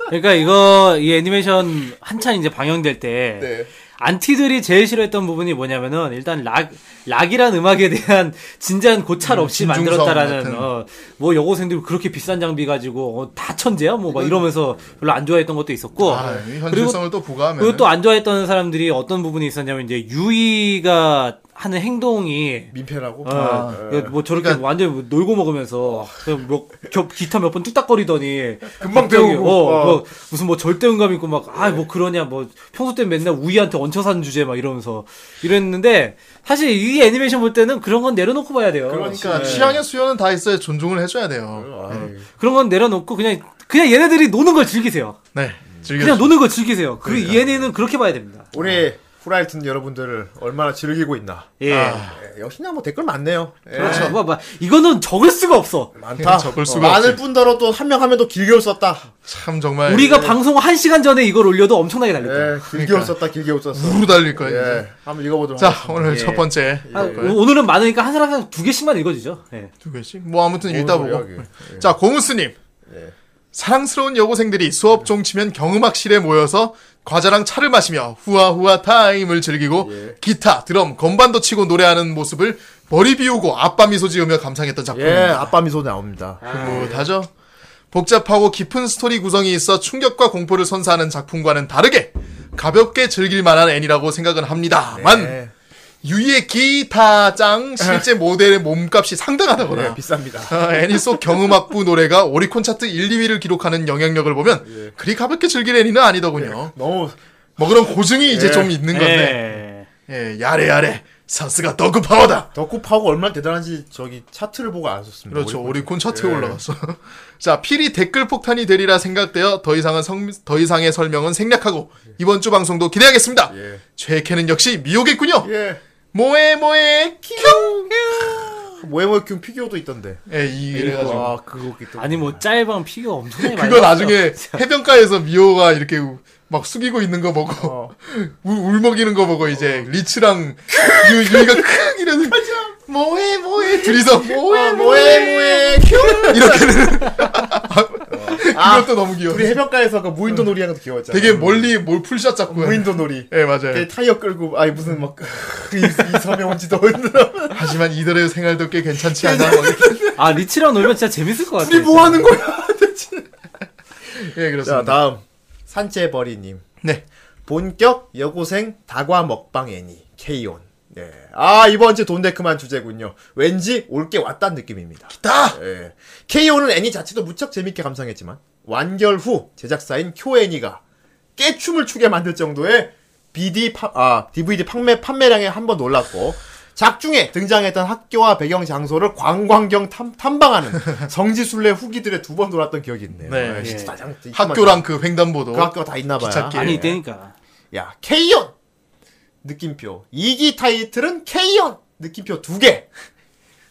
[SPEAKER 6] 그러니까 이거 이 애니메이션 한참 이제 방영될 때
[SPEAKER 5] 네.
[SPEAKER 6] 안티들이 제일 싫어했던 부분이 뭐냐면은 일단 락 락이란 음악에 대한 진지한 고찰 없이
[SPEAKER 7] 음, 진중성 같은.
[SPEAKER 6] 만들었다라는 어, 뭐 여고생들이 그렇게 비싼 장비 가지고 어, 다 천재야 뭐 막 이러면서 별로 안 좋아했던 것도 있었고
[SPEAKER 7] 아, 이
[SPEAKER 6] 그리고
[SPEAKER 7] 현실성을 또 부과하면
[SPEAKER 6] 그리고 또 안 좋아했던 사람들이 어떤 부분이 있었냐면 이제 유이가 하는 행동이
[SPEAKER 5] (laughs) 민폐라고 아,
[SPEAKER 6] 어,
[SPEAKER 5] 예.
[SPEAKER 6] 이거 뭐 저렇게
[SPEAKER 7] 그러니까-
[SPEAKER 6] 완전히 뭐 놀고 먹으면서 그냥 뭐 겨- 기타 몇 번 뚝딱거리더니
[SPEAKER 5] 금방
[SPEAKER 6] 갑자기
[SPEAKER 5] 배우고,
[SPEAKER 6] 어,
[SPEAKER 5] 어.
[SPEAKER 6] 뭐 무슨 뭐 절대음감 있고 막 아 뭐 그러냐 뭐 평소 때 맨날 우이한테 얹혀 사는 주제 막 이러면서 이랬는데 사실 이 애니메이션 볼 때는 그런 건 내려놓고 봐야 돼요.
[SPEAKER 7] 그러니까 취향의 수요는 다 있어야 존중을 해줘야 돼요
[SPEAKER 5] 음.
[SPEAKER 6] 그런 건 내려놓고 그냥 그냥 얘네들이 노는 걸 즐기세요.
[SPEAKER 7] 네 즐겨
[SPEAKER 6] 그냥 노는 걸 즐기세요. 그리고 얘네는 그렇게 봐야 됩니다.
[SPEAKER 5] 우리 후라이튼 여러분들을 얼마나 즐기고 있나
[SPEAKER 6] 예.
[SPEAKER 7] 아,
[SPEAKER 5] 역시나 뭐 댓글 많네요. 예.
[SPEAKER 6] 그렇죠. 뭐, 뭐, 이거는 적을 수가 없어.
[SPEAKER 5] 많다.
[SPEAKER 7] 적을 수가
[SPEAKER 5] 어, 많을
[SPEAKER 7] 없지.
[SPEAKER 5] 뿐더러 또 한 명 하면 또 길게 썼다.
[SPEAKER 7] 참 정말
[SPEAKER 6] 우리가 방송 1시간 전에 이걸 올려도 엄청나게 달릴 거야.
[SPEAKER 5] 예, 길게 썼다. 길게 썼어.
[SPEAKER 7] 우르 달릴 거예요.
[SPEAKER 5] 예, 한번 읽어보도록.
[SPEAKER 7] 그러니까. 자
[SPEAKER 5] 하겠습니다.
[SPEAKER 7] 오늘
[SPEAKER 5] 예.
[SPEAKER 7] 첫 번째
[SPEAKER 6] 아, 오- 오늘은 많으니까 한 사람 한두 개씩만 읽어주죠. 예.
[SPEAKER 7] 두 개씩 뭐 아무튼 읽다
[SPEAKER 5] 오늘
[SPEAKER 7] 보고 네.
[SPEAKER 5] 여기.
[SPEAKER 7] 자 고은스님 사랑스러운 여고생들이 수업 종치면 경음악실에 모여서 과자랑 차를 마시며 후아후아 타임을 즐기고 기타, 드럼, 건반도 치고 노래하는 모습을 머리 비우고 아빠 미소 지으며 감상했던
[SPEAKER 5] 예,
[SPEAKER 7] 작품입니다.
[SPEAKER 5] 아빠 미소 나옵니다.
[SPEAKER 7] 흐뭇하죠? 복잡하고 깊은 스토리 구성이 있어 충격과 공포를 선사하는 작품과는 다르게 가볍게 즐길 만한 애니라고 생각은 합니다만
[SPEAKER 5] 예,
[SPEAKER 7] 유이의 기타짱 실제 모델의 몸값이 상당하다거나
[SPEAKER 5] 예, 비쌉니다.
[SPEAKER 7] 아, 애니 속 경음악부 노래가 오리콘 차트 1, 2위를 기록하는 영향력을 보면 그리 가볍게 즐길 애니는 아니더군요.
[SPEAKER 5] (laughs) 너무
[SPEAKER 7] 뭐 그런 고증이 이제 좀 있는 건데
[SPEAKER 6] 예.
[SPEAKER 7] 예, 야래야래 산스가 더그 파워다.
[SPEAKER 5] 덕후파고 얼마나 대단한지 저기 차트를 보고 알았습니다.
[SPEAKER 7] 그렇죠. 오리콘 차트에 올라갔어. (laughs) 자, 필히 댓글 폭탄이 되리라 생각되어 더 이상은 성, 더 이상의 설명은 생략하고 이번 주 방송도 기대하겠습니다.
[SPEAKER 5] 예.
[SPEAKER 7] 최캐는 역시 미호겠군요.
[SPEAKER 5] 예.
[SPEAKER 7] 뭐해 뭐해 키
[SPEAKER 5] 모에모에큐 피규어도 있던데.
[SPEAKER 7] 예, 이 그래가지고
[SPEAKER 5] 아, 그거 있던.
[SPEAKER 6] 아니, 뭐, 짤방 피규어 엄청나게 많이
[SPEAKER 7] 그거
[SPEAKER 6] 나왔어요.
[SPEAKER 7] 나중에
[SPEAKER 5] (laughs)
[SPEAKER 7] 해변가에서 미호가 이렇게 우- 막 숙이고 있는 거 보고
[SPEAKER 5] 어.
[SPEAKER 7] (laughs) 울, 먹이는거 보고 이제 리츠랑 유, 유이가 크
[SPEAKER 5] (laughs)
[SPEAKER 7] 이러는 뭐해 뭐해
[SPEAKER 5] 아,
[SPEAKER 7] 둘이서 뭐해 뭐해 뭐해 아, 이렇게는 이것도 너무
[SPEAKER 5] (laughs) 아,
[SPEAKER 7] 귀여워
[SPEAKER 5] 우리 해변가에서 그 무인도 놀이 하는 것도 귀여웠잖아.
[SPEAKER 7] 되게 멀리 몰 풀샷 잡고
[SPEAKER 5] 무인도 놀이. 네.
[SPEAKER 7] 예 맞아요
[SPEAKER 5] 이렇게 타이어 끌고 아니 무슨 (laughs) 그 막이 섬에 온지도
[SPEAKER 7] (laughs)
[SPEAKER 5] 힘들어.
[SPEAKER 7] 하지만 이들의 생활도 꽤
[SPEAKER 5] 네.
[SPEAKER 7] 괜찮지 않아 (laughs) 뭐 이렇게.
[SPEAKER 6] 아, 리치랑 놀면 진짜 재밌을 것 같아.
[SPEAKER 5] 우리 뭐 하는 거야?
[SPEAKER 7] 예
[SPEAKER 5] 자,
[SPEAKER 7] 그렇습니다
[SPEAKER 5] 다음 산채버리님
[SPEAKER 7] 네
[SPEAKER 5] 본격 여고생 다과 먹방 애니 케이온. 예. 아 이번 주 돈데크만 주제군요. 왠지 올 게 왔다는 느낌입니다.
[SPEAKER 7] 다!
[SPEAKER 5] 예. KO는 애니 자체도 무척 재밌게 감상했지만 완결 후 제작사인 쿄애니가 깨춤을 추게 만들 정도의 BD 파, 아, DVD 판매 판매량에 한 번 놀랐고 작중에 등장했던 학교와 배경 장소를 관광경 탐, 탐방하는 (laughs) 성지순례 후기들의 두 번 놀았던 기억이 있네요.
[SPEAKER 7] 네,
[SPEAKER 5] 예,
[SPEAKER 7] 예.
[SPEAKER 5] 진짜 가장 이쁘만-
[SPEAKER 7] 학교랑 그 횡단보도
[SPEAKER 5] 그 학교가 다 있나 봐요.
[SPEAKER 7] 기찻길.
[SPEAKER 6] 아니, 그러니까. 되니까.
[SPEAKER 5] 야, K온! 느낌표. 2기 타이틀은 K온! 느낌표 두 개.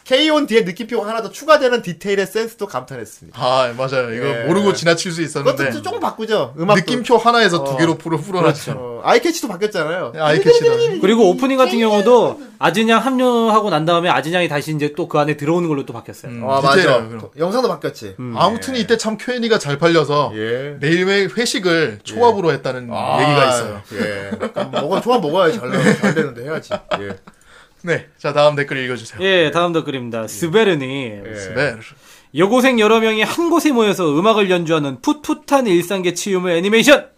[SPEAKER 5] K온 뒤에 느낌표가 하나 더 추가되는 디테일의 센스도 감탄했습니다.
[SPEAKER 7] 아 맞아요 이거
[SPEAKER 5] 예.
[SPEAKER 7] 모르고 지나칠 수
[SPEAKER 5] 그것도
[SPEAKER 7] 있었는데
[SPEAKER 5] 좀 조금 바꾸죠. 음악도.
[SPEAKER 7] 느낌표 하나에서 두
[SPEAKER 5] 어. 그렇죠.
[SPEAKER 7] 개로 풀어 풀어놨죠
[SPEAKER 5] 어, 아이캐치도 바뀌었잖아요.
[SPEAKER 7] 아이캐치다
[SPEAKER 6] 그리고 오프닝 같은 경우도 아진양 합류하고 난 다음에 아진양이 다시 이제 또 그 안에 들어오는 걸로 또 바뀌었어요.
[SPEAKER 5] 아,
[SPEAKER 7] 음, 디테일해요,
[SPEAKER 5] 맞아.
[SPEAKER 7] 그럼. 음.
[SPEAKER 5] 영상도 바뀌었지.
[SPEAKER 7] 아무튼 이때 참 쾌니가 잘 팔려서
[SPEAKER 5] 음. 예.
[SPEAKER 7] 매일매일 회식을 초밥으로 했다는
[SPEAKER 5] 아,
[SPEAKER 7] 얘기가 있어요.
[SPEAKER 5] 예. 그럼 먹어, 좋아 먹어야 잘, 나- 잘 되는데 해야지. 예.
[SPEAKER 7] 네, 자 다음 댓글 읽어주세요.
[SPEAKER 6] 예, 다음 댓글입니다. 스베르님.
[SPEAKER 5] 예.
[SPEAKER 7] 스벨.
[SPEAKER 6] 여고생 여러 명이 한 곳에 모여서 음악을 연주하는 풋풋한 일상계 치유물 애니메이션!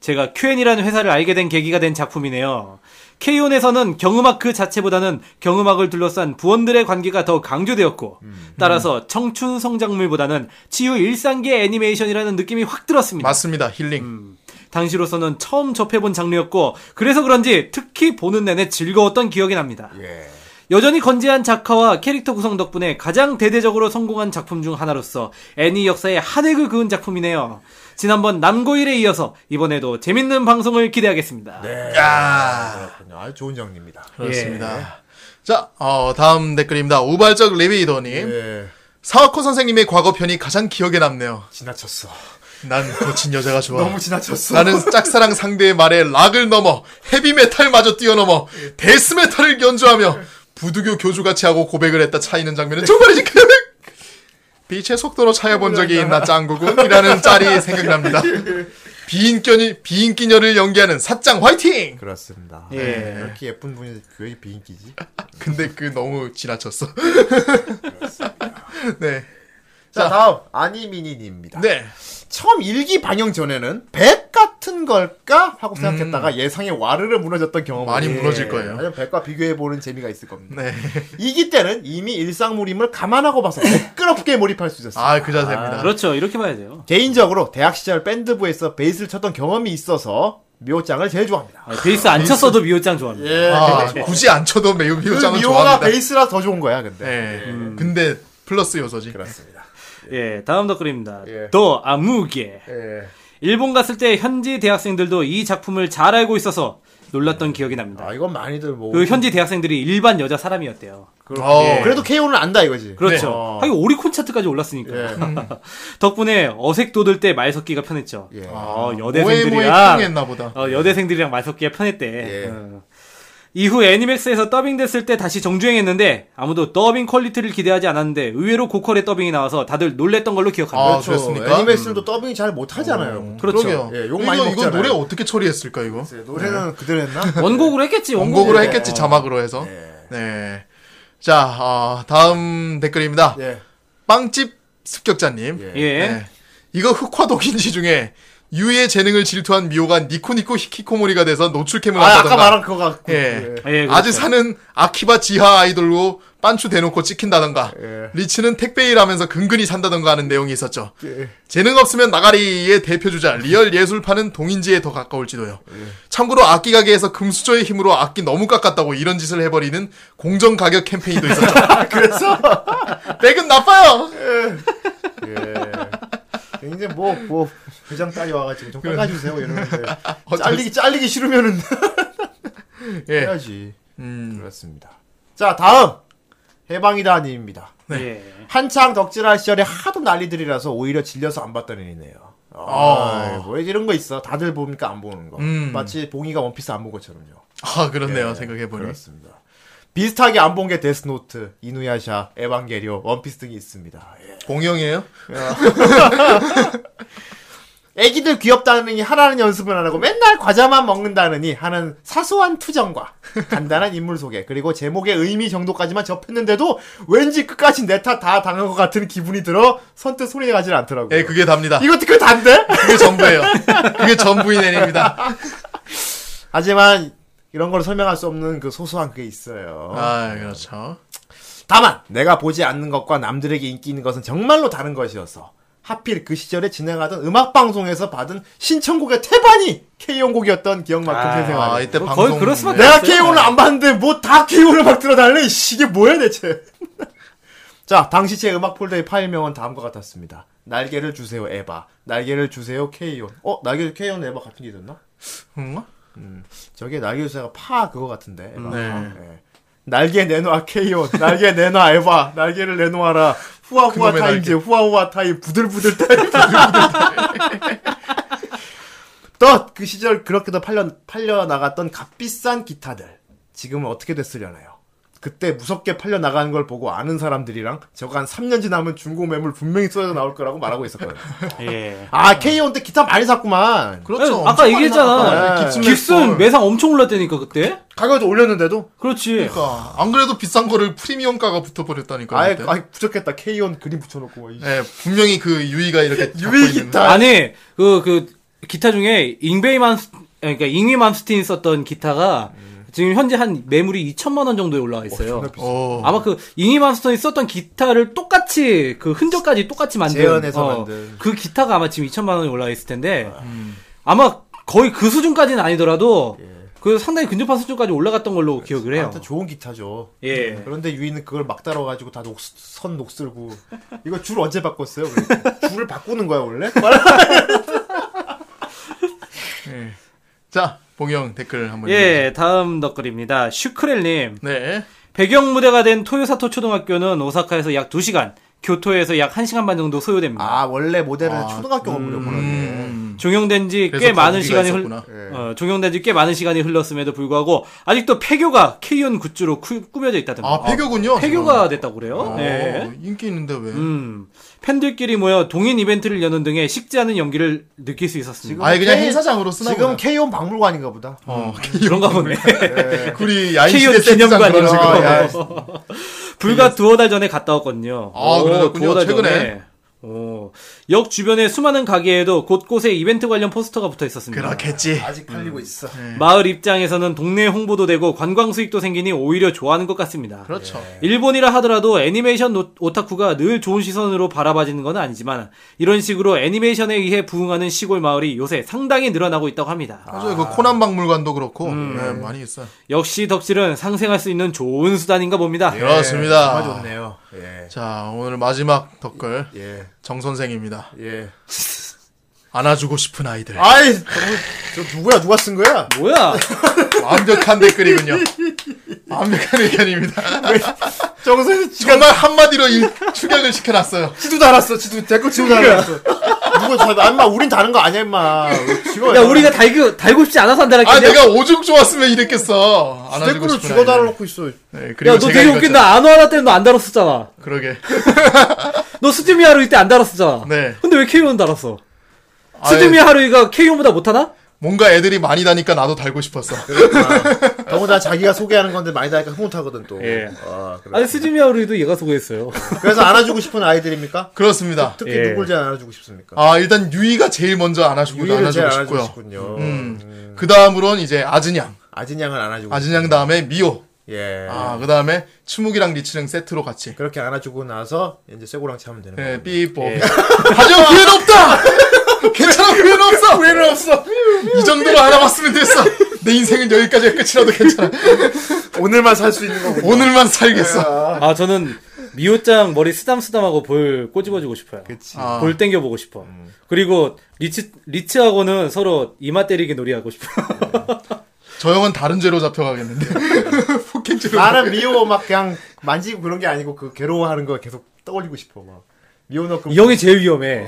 [SPEAKER 6] 제가 QN이라는 회사를 알게 된 계기가 된 작품이네요. K-ON에서는 경음악 그 자체보다는 경음악을 둘러싼 부원들의 관계가 더 강조되었고, 따라서 청춘 성장물보다는 치유 일상계 애니메이션이라는 느낌이 확 들었습니다.
[SPEAKER 7] 맞습니다. 힐링.
[SPEAKER 5] 음.
[SPEAKER 6] 당시로서는 처음 접해본 장르였고 그래서 그런지 특히 보는 내내 즐거웠던 기억이 납니다.
[SPEAKER 5] 예.
[SPEAKER 6] 여전히 건재한 작화와 캐릭터 구성 덕분에 가장 대대적으로 성공한 작품 중 하나로서 애니 역사에 한 획을 그은 작품이네요. 지난번 남고일에 이어서 이번에도 재밌는 방송을 기대하겠습니다.
[SPEAKER 5] 네. 그렇군요. 아주 좋은 정리입니다.
[SPEAKER 7] 네.
[SPEAKER 5] 예.
[SPEAKER 7] 그렇습니다. 자, 어, 다음 댓글입니다. 우발적 레베이더님.
[SPEAKER 5] 예.
[SPEAKER 7] 사와코 선생님의 과거편이 가장 기억에 남네요.
[SPEAKER 5] 지나쳤어.
[SPEAKER 7] 난 거친 여자가 좋아.
[SPEAKER 5] 너무 지나쳤어.
[SPEAKER 7] 나는 짝사랑 상대의 말에 락을 넘어 헤비메탈마저 뛰어넘어 데스메탈을 연주하며 부두교 교주같이 하고 고백을 했다 차이는 장면은 정말이지 (laughs) 그냥 빛의 속도로 차여본 적이 있나 짱구군이라는 짤이 생각납니다. 비인견이 비인기녀를 연기하는 사짱 화이팅!
[SPEAKER 5] 그렇습니다.
[SPEAKER 6] 예.
[SPEAKER 5] 예. 이렇게 예쁜 분이 왜 비인기지?
[SPEAKER 7] 근데 그 너무 지나쳤어. (laughs) 네,
[SPEAKER 5] 자, 다음 아니미니님입니다.
[SPEAKER 7] 네,
[SPEAKER 5] 처음 일기 방영 전에는 백 같은 걸까 하고 생각했다가 예상에 와르르 무너졌던 경험
[SPEAKER 7] 음. 많이 무너질 거예요.
[SPEAKER 5] 하지만 백과 비교해 보는 재미가 있을 겁니다.
[SPEAKER 7] 네.
[SPEAKER 5] (laughs) 이기 때는 이미 일상물임을 감안하고 봐서 매끄럽게 몰입할 수 있었어요.
[SPEAKER 7] 아 그 자세입니다.
[SPEAKER 6] 그렇죠. 이렇게 봐야 돼요.
[SPEAKER 5] 개인적으로 대학 시절 밴드부에서 베이스를 쳤던 경험이 있어서 묘짱을 제일 좋아합니다.
[SPEAKER 6] 아, 베이스 안 쳤어도 미호짱 좋아합니다.
[SPEAKER 5] 예.
[SPEAKER 7] 아, 굳이 안 쳐도 매우
[SPEAKER 5] 그
[SPEAKER 7] 미호짱은
[SPEAKER 5] 묘가
[SPEAKER 7] 좋아합니다.
[SPEAKER 5] 베이스라 더 좋은 거야, 근데.
[SPEAKER 7] 네, 근데 플러스 요소지.
[SPEAKER 5] 그렇습니다.
[SPEAKER 6] 예, 다음 덧글입니다.
[SPEAKER 5] 예.
[SPEAKER 6] 더 아무개. 일본 갔을 때 현지 대학생들도 이 작품을 잘 알고 있어서 놀랐던 기억이 납니다.
[SPEAKER 5] 아 이건 많이들 뭐.
[SPEAKER 6] 그 현지 대학생들이 일반 여자 사람이었대요.
[SPEAKER 7] 어,
[SPEAKER 5] 예. 그래도 KO는 안다 이거지.
[SPEAKER 6] 그렇죠.
[SPEAKER 5] 네. 어.
[SPEAKER 6] 하긴 오리콘 차트까지 올랐으니까.
[SPEAKER 7] 예.
[SPEAKER 6] (laughs) 덕분에 어색 돋을 때 말 섞기가 편했죠.
[SPEAKER 5] 예.
[SPEAKER 6] 어,
[SPEAKER 7] 모에 모에
[SPEAKER 6] 여대생들이랑
[SPEAKER 7] 통했나 네. 보다.
[SPEAKER 6] 어, 여대생들이랑 말 섞기가 편했대.
[SPEAKER 5] 예.
[SPEAKER 6] 어. 이후 애니맥스에서 더빙됐을 때 다시 정주행했는데 아무도 더빙 퀄리티를 기대하지 않았는데 의외로 고퀄의 더빙이 나와서 다들 놀랬던 걸로 기억합니다.
[SPEAKER 7] 아, 그랬습니까?
[SPEAKER 5] 어,
[SPEAKER 7] 음.
[SPEAKER 5] 애니메이션도 더빙이 잘 못하잖아요.
[SPEAKER 6] 그렇죠.
[SPEAKER 7] 그러게요.
[SPEAKER 5] 예, 욕
[SPEAKER 7] 이거
[SPEAKER 5] 많이
[SPEAKER 7] 이거
[SPEAKER 5] 먹잖아요.
[SPEAKER 7] 노래 네. 어떻게 처리했을까 이거?
[SPEAKER 5] 예, 노래는 그대로 했나?
[SPEAKER 7] (laughs)
[SPEAKER 6] 원곡으로 했겠지. 원곡으로,
[SPEAKER 5] 예.
[SPEAKER 7] 원곡으로 했겠지 자막으로 해서. 네. 자 어, 다음 댓글입니다.
[SPEAKER 5] 예.
[SPEAKER 7] 빵집 습격자님.
[SPEAKER 5] 예.
[SPEAKER 6] 예.
[SPEAKER 7] 네. 이거 흑화독인지 중에 유의 재능을 질투한 미호가 니코니코 히키코모리가 돼서 노출캠을
[SPEAKER 5] 아
[SPEAKER 7] 한다던가.
[SPEAKER 5] 아까 말한 그거 같고.
[SPEAKER 7] 예.
[SPEAKER 6] 예, 그렇죠.
[SPEAKER 7] 아주 사는 아키바 지하 아이돌로 빤추 대놓고 찍힌다던가
[SPEAKER 5] 예.
[SPEAKER 7] 리치는 택배 일하면서 근근히 산다던가 하는 내용이 있었죠.
[SPEAKER 5] 예.
[SPEAKER 7] 재능 없으면 나가리의 대표주자 리얼 예술파는 동인지에 더 가까울지도요. 참고로 악기 가게에서 금수저의 힘으로 악기 너무 깎았다고 이런 짓을 해버리는 공정 가격 캠페인도 있었죠. 그래서 백은 나빠요.
[SPEAKER 5] 예. 이제 뭐뭐 부장 딸이 와가지고 좀 깎아주세요 이러는데
[SPEAKER 7] (laughs) 어,
[SPEAKER 5] 잘리기 잘리기 싫으면은
[SPEAKER 7] 예.
[SPEAKER 5] 해야지.
[SPEAKER 7] 음.
[SPEAKER 5] 그렇습니다. 자 다음 해방이다님입니다.
[SPEAKER 7] 네.
[SPEAKER 6] 예.
[SPEAKER 5] 한창 덕질할 시절에 하도 난리들이라서 오히려 질려서 안 봤던 애이네요. 아, 뭐 이런 거 있어. 다들 보니까 안 보는 거.
[SPEAKER 7] 음.
[SPEAKER 5] 마치 봉이가 원피스 안 본 것처럼요.
[SPEAKER 7] 아 그렇네요. 생각해보니.
[SPEAKER 5] 그렇습니다. 비슷하게 안 본 게 데스노트, 이누야샤, 에반게리오, 원피스 등이 있습니다. 예.
[SPEAKER 7] 공영이에요?
[SPEAKER 5] 애기들 귀엽다느니 하라는 연습을 안 하고 맨날 과자만 먹는다느니 하는 사소한 투정과 간단한 인물 소개 그리고 제목의 의미 정도까지만 접했는데도 왠지 끝까지 내 탓 다 당한 것 같은 기분이 들어 선뜻 손이 가질 않더라고요.
[SPEAKER 7] 예, 그게 답니다.
[SPEAKER 5] 이거 그단데
[SPEAKER 7] 그게 전부예요. 그게 전부인 애입니다.
[SPEAKER 5] 하지만 이런 걸 설명할 수 없는 그 소소한 그게 있어요.
[SPEAKER 7] 아 그렇죠.
[SPEAKER 5] 다만 내가 보지 않는 것과 남들에게 인기 있는 것은 정말로 다른 것이어서 하필 그 시절에 진행하던 음악 방송에서 받은 신청곡의 태반이 K-1곡이었던 기억만큼
[SPEAKER 6] 아,
[SPEAKER 5] 생생하네요.
[SPEAKER 7] 아 이때
[SPEAKER 6] 뭐
[SPEAKER 7] 방송
[SPEAKER 6] 거의 그럴 수밖에
[SPEAKER 5] 내가
[SPEAKER 6] 없어요.
[SPEAKER 5] K-1을 안 봤는데 뭐 다 K-1을 막 들어달래? 이씨, 이게 뭐야 대체? (laughs) 자, 당시 제 음악 폴더의 파일명은 다음과 같았습니다. 날개를 주세요 에바, 날개를 주세요 K-1. 어, 날개 K-1 에바 같은 게 있었나?
[SPEAKER 7] 응?
[SPEAKER 5] 저게 날개 주세요가 파 그거 같은데. 에바.
[SPEAKER 7] 네.
[SPEAKER 5] 예. 날개 내놔 K-1, 날개 내놔 에바, 날개를 내놓아라. 후아후아
[SPEAKER 7] 그놈의
[SPEAKER 5] 타임즈, 후아후아 타임, 부들부들
[SPEAKER 7] (laughs)
[SPEAKER 5] 타임. (laughs) 또 그 시절 그렇게도 팔려 팔려 나갔던 값비싼 기타들 지금은 어떻게 됐으려나요? 그때 무섭게 팔려 나가는 걸 보고 아는 사람들이랑 저거 한 3년 지나면 중고 매물 분명히 쏟아져 나올 거라고 말하고 있었거든요.
[SPEAKER 6] 예.
[SPEAKER 5] 아 K-1 때 기타 많이 샀구만.
[SPEAKER 7] 음. 네. 그렇죠.
[SPEAKER 6] 아까
[SPEAKER 7] 엄청 많이
[SPEAKER 6] 네, 얘기했잖아.
[SPEAKER 7] 나갔다. 네,
[SPEAKER 5] 깁슨
[SPEAKER 6] 깁슨 매상 엄청 올랐다니까 그때.
[SPEAKER 5] 가격도 올렸는데도
[SPEAKER 6] 그렇지.
[SPEAKER 7] 그러니까 안 그래도 비싼 거를 프리미엄가가 붙어버렸다니까요.
[SPEAKER 5] 아예
[SPEAKER 7] 그때.
[SPEAKER 5] 아예 부족했다 K-1 그림 붙여놓고 막 이-
[SPEAKER 7] 예, 분명히 그 유이가
[SPEAKER 5] (laughs)
[SPEAKER 7] 이렇게 잡고
[SPEAKER 5] 유이
[SPEAKER 7] 있는-
[SPEAKER 5] 기타.
[SPEAKER 6] 아니 그 그 기타 중에 잉베이만 그러니까 잉위 맘스틴 썼던 기타가 지금 현재 한 매물이 2천만 원 정도에 올라와 있어요.
[SPEAKER 7] 어.
[SPEAKER 6] 아마 그 잉위 맘스틴이 썼던 기타를 똑같이 그 흔적까지 똑같이 만든
[SPEAKER 5] 재현해서 만든. 아. 음.
[SPEAKER 6] 그 기타가 아마 지금 2천만 원에 올라와 있을 텐데 아마 거의 그 수준까지는 아니더라도 그 상당히 근접한 수준까지 올라갔던 걸로 기억을 해요.
[SPEAKER 5] 예. 아무튼 좋은 기타죠.
[SPEAKER 6] 예.
[SPEAKER 5] 그런데 유이는 그걸 막 따라와가지고 다 녹, 선 녹슬고 이거 줄 언제 바꿨어요? 그러니까. 줄을 바꾸는 거야
[SPEAKER 6] (laughs)
[SPEAKER 5] 원래?
[SPEAKER 7] 예. 자, 봉영 댓글 한번. 읽어주세요.
[SPEAKER 6] 예, 다음 덧글입니다. 슈크렐님.
[SPEAKER 7] 네.
[SPEAKER 6] 배경 무대가 된 토요사토 초등학교는 오사카에서 약 2시간, 교토에서 약 1시간 반 정도 소요됩니다.
[SPEAKER 5] 아 원래 모델은 초등학교 건물이었구나. 예.
[SPEAKER 7] 음.
[SPEAKER 6] 종영된 지
[SPEAKER 7] 그래서
[SPEAKER 6] 꽤 많은
[SPEAKER 7] 분위기가
[SPEAKER 6] 시간이 흘,
[SPEAKER 7] 있었구나. 예.
[SPEAKER 6] 어, 종영된 지 꽤 많은 시간이 흘렀음에도 불구하고 아직도 폐교가 K-ON 굿즈로 쿠- 꾸며져 있다던데.
[SPEAKER 7] 아, 폐교군요.
[SPEAKER 6] 가 됐다고 그래요?
[SPEAKER 7] 어,
[SPEAKER 6] 네.
[SPEAKER 7] 인기 있는데 왜?
[SPEAKER 6] 음. 팬들끼리 모여 동인 이벤트를 여는 등의 식지 않은 연기를 느낄 수 있었습니다.
[SPEAKER 7] 아예 그냥
[SPEAKER 5] K-
[SPEAKER 7] 행사장으로 쓰나
[SPEAKER 5] 지금
[SPEAKER 7] 보다.
[SPEAKER 5] K-1 박물관인가 보다.
[SPEAKER 7] 어,
[SPEAKER 6] 그런가 보네.
[SPEAKER 7] 우리
[SPEAKER 6] K-ON
[SPEAKER 7] 야인시대
[SPEAKER 6] 음. 기념관이요.
[SPEAKER 7] 세트장
[SPEAKER 5] 아,
[SPEAKER 7] 그런
[SPEAKER 5] 야.
[SPEAKER 7] 식으로. 예.
[SPEAKER 6] (laughs) 불과 두어 달 전에 갔다 왔거든요.
[SPEAKER 7] 아, 그러셨군요. 최근에.
[SPEAKER 6] 오, 역 주변의 수많은 가게에도 곳곳에 이벤트 관련 포스터가 붙어 있었습니다.
[SPEAKER 7] 그렇겠지.
[SPEAKER 5] 아직 팔리고 있어.
[SPEAKER 7] 네.
[SPEAKER 6] 마을 입장에서는 동네 홍보도 되고 관광 수익도 생기니 오히려 좋아하는 것 같습니다.
[SPEAKER 7] 그렇죠.
[SPEAKER 5] 네.
[SPEAKER 6] 일본이라 하더라도 애니메이션 노- 오타쿠가 늘 좋은 시선으로 바라봐지는 건 아니지만 이런 식으로 애니메이션에 의해 부흥하는 시골 마을이 요새 상당히 늘어나고 있다고 합니다.
[SPEAKER 7] 맞아요. 그 코난 박물관도 그렇고
[SPEAKER 6] 음.
[SPEAKER 7] 예, 많이 있어요.
[SPEAKER 6] 역시 덕질은 상생할 수 있는 좋은 수단인가 봅니다.
[SPEAKER 7] 예. 그렇습니다.
[SPEAKER 5] 예. 정말 좋네요. 예.
[SPEAKER 7] 자, 오늘 마지막 댓글
[SPEAKER 5] 예.
[SPEAKER 7] 정 선생입니다.
[SPEAKER 5] 예.
[SPEAKER 7] 안아주고 싶은 아이들.
[SPEAKER 5] 아이 너무- 저 누구야 누가 쓴 거야?
[SPEAKER 6] 뭐야?
[SPEAKER 5] (laughs)
[SPEAKER 7] 완벽한 댓글이군요. 완벽한 의견입니다. (laughs)
[SPEAKER 5] 정선이
[SPEAKER 7] 정말 한마디로 이 축약을 시켜놨어요.
[SPEAKER 5] 지도도 알았어. 지도 내거 지도도 알았어. 누구 저 인마 우린 다른 거 아니야 인마. 지워.
[SPEAKER 6] 야 우리가 달고 달고 싶지 않아서 한다니까.
[SPEAKER 7] 아, 내가 오죽 좋았으면 이랬겠어. 안아주고
[SPEAKER 5] 댓글을
[SPEAKER 7] 싶은
[SPEAKER 5] 죽어
[SPEAKER 7] 아이들.
[SPEAKER 5] 달아놓고 있어.
[SPEAKER 7] 네, 그리고
[SPEAKER 6] 야너
[SPEAKER 7] 제가
[SPEAKER 6] 되게
[SPEAKER 7] 읽었죠.
[SPEAKER 6] 웃긴 다 안호 하나 때문에 너 안 달았었잖아.
[SPEAKER 7] 그러게.
[SPEAKER 6] 너 스즈미 하루 이때 안 달았었잖아.
[SPEAKER 7] 네.
[SPEAKER 6] 근데 왜 K1 달았어?
[SPEAKER 7] 아,
[SPEAKER 6] 스즈미 하루이가 K1보다 못하나?
[SPEAKER 7] 뭔가 애들이 많이 다니까 나도 달고 싶었어.
[SPEAKER 5] 더군다나 자기가 소개하는 건데 많이 다니까 흐뭇하거든 또.
[SPEAKER 6] 예.
[SPEAKER 5] 아, 그래.
[SPEAKER 6] 아니 스즈미 하루이도 얘가 소개했어요.
[SPEAKER 5] 그래서 안아주고 싶은 아이들입니까?
[SPEAKER 7] 그렇습니다.
[SPEAKER 5] 특히
[SPEAKER 6] 예.
[SPEAKER 5] 누굴 잘 안아주고 싶습니까?
[SPEAKER 7] 아, 일단 유이가 제일 먼저 안아주고
[SPEAKER 5] 유이를 잘
[SPEAKER 7] 안아주고
[SPEAKER 5] 안아주고
[SPEAKER 7] 싶고요.
[SPEAKER 5] 싶군요. 음.
[SPEAKER 7] 그 다음으론 이제 아진양.
[SPEAKER 5] 아진양을 안아주고.
[SPEAKER 7] 아진양 다음에 미호.
[SPEAKER 5] 예.
[SPEAKER 7] 아, 그 다음에 추묵이랑 리치랑 세트로 같이.
[SPEAKER 5] 그렇게 안아주고 나서 이제 쇠고랑 차면 되는 거예요.
[SPEAKER 7] 네, 삐뽀. (laughs) 하지만 기회는
[SPEAKER 5] (laughs)
[SPEAKER 7] 없다! 괜찮아, 기회는 없어! 기회는 없어! 이 정도로 알아봤으면 됐어! 내 인생은 여기까지가 끝이라도 괜찮아.
[SPEAKER 5] (laughs) 오늘만 살 수 있는 예. 거고.
[SPEAKER 7] 오늘만 살겠어.
[SPEAKER 6] 아 저는 미호짱 머리 쓰담쓰담하고 볼 꼬집어주고 싶어요.
[SPEAKER 7] 아.
[SPEAKER 6] 볼 땡겨보고 싶어. 그리고 리치 리치하고는 서로 이마 때리기 놀이하고 싶어.
[SPEAKER 7] 저 형은 다른 죄로 잡혀가겠는데. 폭행죄로.
[SPEAKER 5] 나는 미호 막 그냥 만지고 그런 게 아니고 그 괴로워하는 거 계속 떠올리고 싶어 막. 미호 너 그럼
[SPEAKER 6] 이 형이 제일 위험해.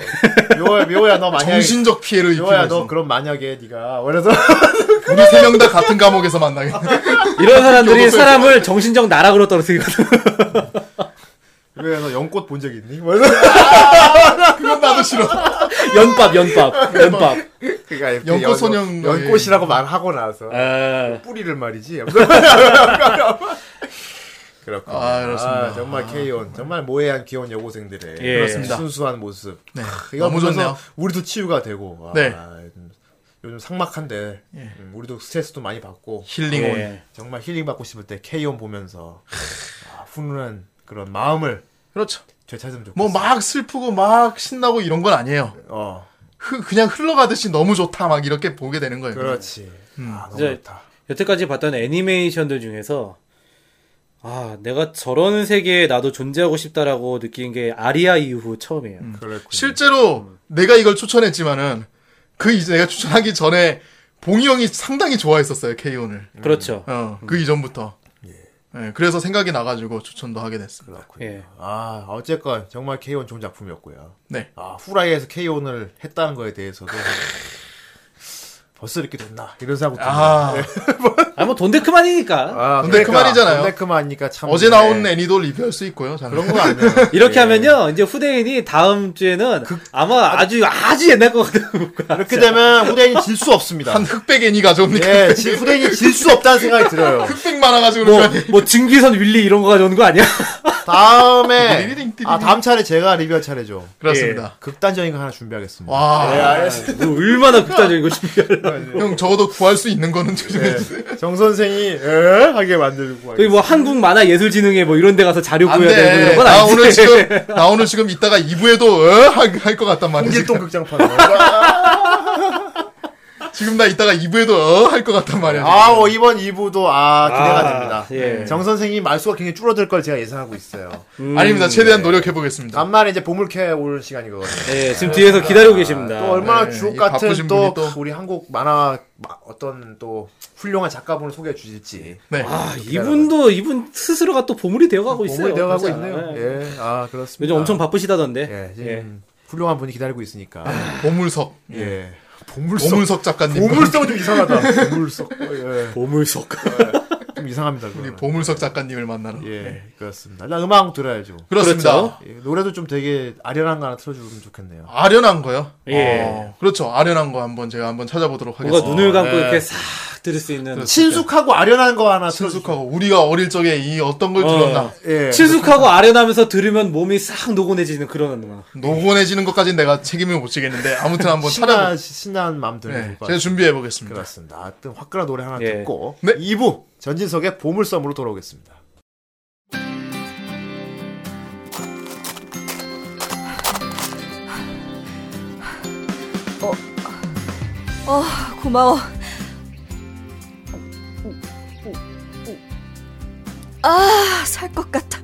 [SPEAKER 5] 미호야 미호야 너 (laughs) 만약에
[SPEAKER 7] 정신적 피해를 입히고
[SPEAKER 5] 미호야 너
[SPEAKER 7] 있어.
[SPEAKER 5] 그럼 만약에 네가 그래서 (laughs)
[SPEAKER 7] 우리 세 명 다 같은 감옥에서 만나겠네.
[SPEAKER 6] (laughs) 이런 사람들이 사람을 정신적 나락으로 떨어뜨리거든. (laughs)
[SPEAKER 5] 그래서 연꽃 본 적 있니? 뭐 이러면서 (laughs)
[SPEAKER 7] 그건 나도 싫어.
[SPEAKER 6] 연밥 연밥 연밥.
[SPEAKER 5] 그러니까 이렇게
[SPEAKER 7] 연꽃
[SPEAKER 5] 연-
[SPEAKER 7] 소년 예.
[SPEAKER 5] 연꽃이라고 말하고 나서
[SPEAKER 6] 아,
[SPEAKER 5] 뿌리를 말이지. (laughs) 그렇군.
[SPEAKER 7] 아, 그렇습니다. 아.
[SPEAKER 5] 정말 케이온 정말 모해한 귀여운 여고생들의
[SPEAKER 6] 예. 그렇습니다.
[SPEAKER 5] 순수한 모습. 네.
[SPEAKER 7] 너무 좋네요.
[SPEAKER 5] 우리도 치유가 되고. 아,
[SPEAKER 7] 네. 예.
[SPEAKER 5] 요즘- 요즘 삭막한데 음, 우리도 스트레스도 많이 받고
[SPEAKER 7] 힐링 온.
[SPEAKER 6] 예.
[SPEAKER 5] 정말 힐링 받고 싶을 때 케이온 보면서 아, 훈훈한 그런 마음을
[SPEAKER 7] 그렇죠.
[SPEAKER 5] 되찾으면 좋겠어.
[SPEAKER 7] 뭐 막 슬프고 막 신나고 이런 건 아니에요.
[SPEAKER 5] 어,
[SPEAKER 7] 흐, 그냥 흘러가듯이 너무 좋다 막 이렇게 보게 되는 거예요.
[SPEAKER 5] 그렇지.
[SPEAKER 7] 음.
[SPEAKER 5] 아, 너무
[SPEAKER 6] 이제-
[SPEAKER 5] 좋다.
[SPEAKER 6] 여태까지 봤던 애니메이션들 중에서 아 내가 저런 세계에 나도 존재하고 싶다라고 느낀 게 아리아 이후 처음이에요.
[SPEAKER 5] 그렇군.
[SPEAKER 7] 실제로 내가 이걸 추천했지만은 그 이제 내가 추천하기 전에 봉이 형이 상당히 좋아했었어요 케이온을.
[SPEAKER 6] 그렇죠.
[SPEAKER 7] 어, 그
[SPEAKER 5] 음.
[SPEAKER 7] 이전부터. 예. 그래서 생각이 나가지고 추천도 하게 됐습니다.
[SPEAKER 5] 그렇군요.
[SPEAKER 6] 예.
[SPEAKER 5] 아, 어쨌건 정말 케이온 좋은 작품이었고요.
[SPEAKER 7] 네.
[SPEAKER 5] 아, 후라이에서 케이온을 했다는 거에 대해서도 벌써 이렇게 됐나 이런 생각도
[SPEAKER 7] 아,
[SPEAKER 5] 네.
[SPEAKER 6] 아뭐 돈데크만이니까
[SPEAKER 5] 아,
[SPEAKER 7] 근데 그만이잖아요.
[SPEAKER 5] 근데 그만이니까 참
[SPEAKER 7] 어제 나온
[SPEAKER 5] 네.
[SPEAKER 7] 애니도 리뷰할 수 있고요. 자,
[SPEAKER 5] 그런 거 (laughs) 아니에요.
[SPEAKER 6] 이렇게 하면요 이제 후대인이 다음 주에는 아마 아주 아주 옛날 거 같은 거
[SPEAKER 5] 이렇게 되면 후대인이 질 수 없습니다.
[SPEAKER 7] (laughs) 한 흑백 애니 가져옵니까?
[SPEAKER 5] 예, 지- 후대인이 질 수 없다는 생각이
[SPEAKER 7] (laughs)
[SPEAKER 5] 들어요.
[SPEAKER 7] 흑백 만화 가지고
[SPEAKER 6] 뭐,
[SPEAKER 7] 그런 거 아니에요?
[SPEAKER 6] 뭐 증기선 윌리 이런 거 가져오는 거 아니야?
[SPEAKER 7] 그
[SPEAKER 5] 다음에 아 다음 차례 제가 리뷰할 차례죠. 예,
[SPEAKER 7] 그렇습니다.
[SPEAKER 5] 극단적인 거 하나 준비하겠습니다.
[SPEAKER 7] 와,
[SPEAKER 6] (laughs) 뭐 얼마나 극단적이고
[SPEAKER 5] 네,
[SPEAKER 6] 싶냐.
[SPEAKER 7] 형 적어도 구할 수 있는 거는 조심해 주세요.
[SPEAKER 5] 정 선생이 에? 하게 만들고
[SPEAKER 6] 저기 뭐 한국 만화 예술진흥회 뭐 이런 데 가서 자료
[SPEAKER 7] (laughs) 안
[SPEAKER 6] 구해야 되고 이런
[SPEAKER 7] 돼.
[SPEAKER 6] 건
[SPEAKER 7] 나
[SPEAKER 6] 아니지.
[SPEAKER 7] 오늘 지금, 나 오늘 지금 이따가 2부에도, 어? 할 것 같단 말이야.
[SPEAKER 5] (laughs) 홍길동
[SPEAKER 7] 지금.
[SPEAKER 5] 극장판. 아,
[SPEAKER 7] 지금 나 이따가 2부에도, 어? 할 것 같단 말이야. 지금.
[SPEAKER 5] 아, 어, 이번 2부도 아 기대가
[SPEAKER 6] 아,
[SPEAKER 5] 됩니다.
[SPEAKER 6] 예.
[SPEAKER 5] 정 선생이 말수가 굉장히 줄어들 걸 제가 예상하고 있어요.
[SPEAKER 7] 음. 아닙니다. 최대한
[SPEAKER 5] 네.
[SPEAKER 7] 노력해보겠습니다.
[SPEAKER 5] 간만에 이제 보물캐 올 시간이거든요.
[SPEAKER 6] (laughs) 예, 지금 뒤에서 기다리고 계십니다.
[SPEAKER 5] 또 얼마나
[SPEAKER 7] 네,
[SPEAKER 5] 주옥
[SPEAKER 7] 이
[SPEAKER 5] 같은
[SPEAKER 7] 바쁘신
[SPEAKER 5] 또,
[SPEAKER 7] 분이 또-
[SPEAKER 5] 우리 한국 만화 마- 어떤 또 훌륭한 작가분을 소개해 주실지
[SPEAKER 7] 네.
[SPEAKER 6] 아, 이분도 이분 스스로가 또 보물이 되어가고 있어요.
[SPEAKER 5] 몸을 되어가고
[SPEAKER 6] 그렇지
[SPEAKER 5] 있네요.
[SPEAKER 6] 않아요?
[SPEAKER 5] 예, 아 그렇습니다.
[SPEAKER 6] 요즘 엄청 바쁘시다던데.
[SPEAKER 5] 예, 지금
[SPEAKER 6] 예. 네.
[SPEAKER 5] 훌륭한 분이 기다리고 있으니까
[SPEAKER 7] 보물석.
[SPEAKER 5] 예, 보물석
[SPEAKER 7] 보물석 작가님.
[SPEAKER 5] 보물석 좀
[SPEAKER 6] (laughs)
[SPEAKER 5] 이상하다. 보물석 예,
[SPEAKER 6] 네. 보물석.
[SPEAKER 5] 좀 이상합니다. 그거는.
[SPEAKER 7] 보물석 작가님을 만나러.
[SPEAKER 5] 예, 그렇습니다. 일단 음악 한곡 들어야죠.
[SPEAKER 7] 그렇습니다.
[SPEAKER 6] 네. 그렇죠.
[SPEAKER 5] 예, 노래도 좀 되게 아련한 거 하나 틀어주면 좋겠네요.
[SPEAKER 7] 아련한 거요?
[SPEAKER 6] 예.
[SPEAKER 7] 어, 그렇죠. 아련한 거 한번 제가 한번 찾아보도록 하겠습니다.
[SPEAKER 6] 뭔가 눈을 감고
[SPEAKER 5] 네.
[SPEAKER 6] 이렇게 싹 들을 수 있는.
[SPEAKER 5] 친숙하고 아련한 거 하나 틀어주.
[SPEAKER 7] 친숙하고, 우리가 어릴 적에 이 어떤 걸 들었나.
[SPEAKER 6] 어.
[SPEAKER 5] 예,
[SPEAKER 6] 친숙하고 아련하면서 들으면 몸이 싹 노곤해지는 그런 음악.
[SPEAKER 7] 노곤해지는 것까지는 내가 책임을 못 지겠는데, 아무튼 한번
[SPEAKER 5] 신나
[SPEAKER 7] 찾아보
[SPEAKER 5] 신나는 마음 드는
[SPEAKER 7] 네,
[SPEAKER 5] 것 같아요.
[SPEAKER 7] 제가 준비해보겠습니다.
[SPEAKER 5] 그렇습니다. 하여튼 화끈한 노래 하나
[SPEAKER 6] 예.
[SPEAKER 5] 듣고
[SPEAKER 7] 네.
[SPEAKER 5] 2부 전진석의 보물섬으로 돌아오겠습니다.
[SPEAKER 1] 어, 고마워. 아, 살 것 같아.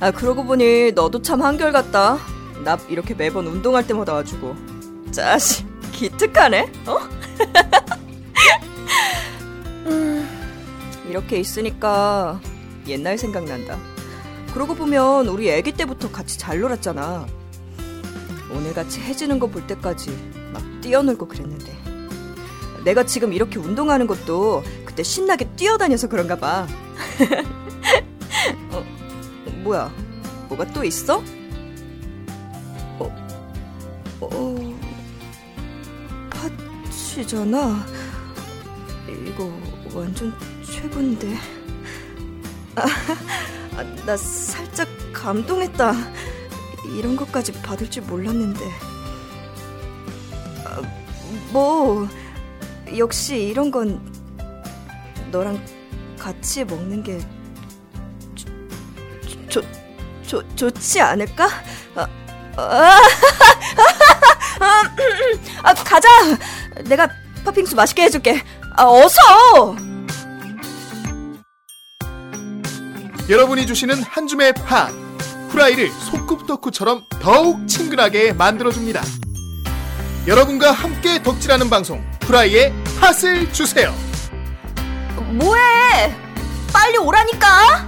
[SPEAKER 1] 아, 그러고 보니 너도 참 한결같다. 나 이렇게 매번 운동할 때마다 와주고 짜식 기특하네 어? 음, 이렇게 있으니까 옛날 생각난다 그러고 보면 우리 애기 때부터 같이 잘 놀았잖아 오늘같이 해지는 거 볼 때까지 막 뛰어놀고 그랬는데 내가 지금 이렇게 운동하는 것도 그때 신나게 뛰어다녀서 그런가 봐 (laughs) 어, 뭐야 뭐가 또 있어? 어, 파치잖아. 이거 완전 최고인데. (laughs) 아, 아, 나 살짝 감동했다. 이런 것까지 받을 줄 몰랐는데. 아, 뭐, 역시 이런 건 너랑 같이 먹는 게 좋, 좋, 좋, 좋지 않을까? 아, 아. (laughs) 아, 가자. 내가 팥빙수 맛있게 해줄게. 아, 어서.
[SPEAKER 7] 여러분이 주시는 한 줌의 팥 후라이를 소꿉 덕후처럼 더욱 친근하게 만들어줍니다. 여러분과 함께 덕질하는 방송 후라이의 팥을 주세요.
[SPEAKER 1] 뭐해? 빨리 오라니까.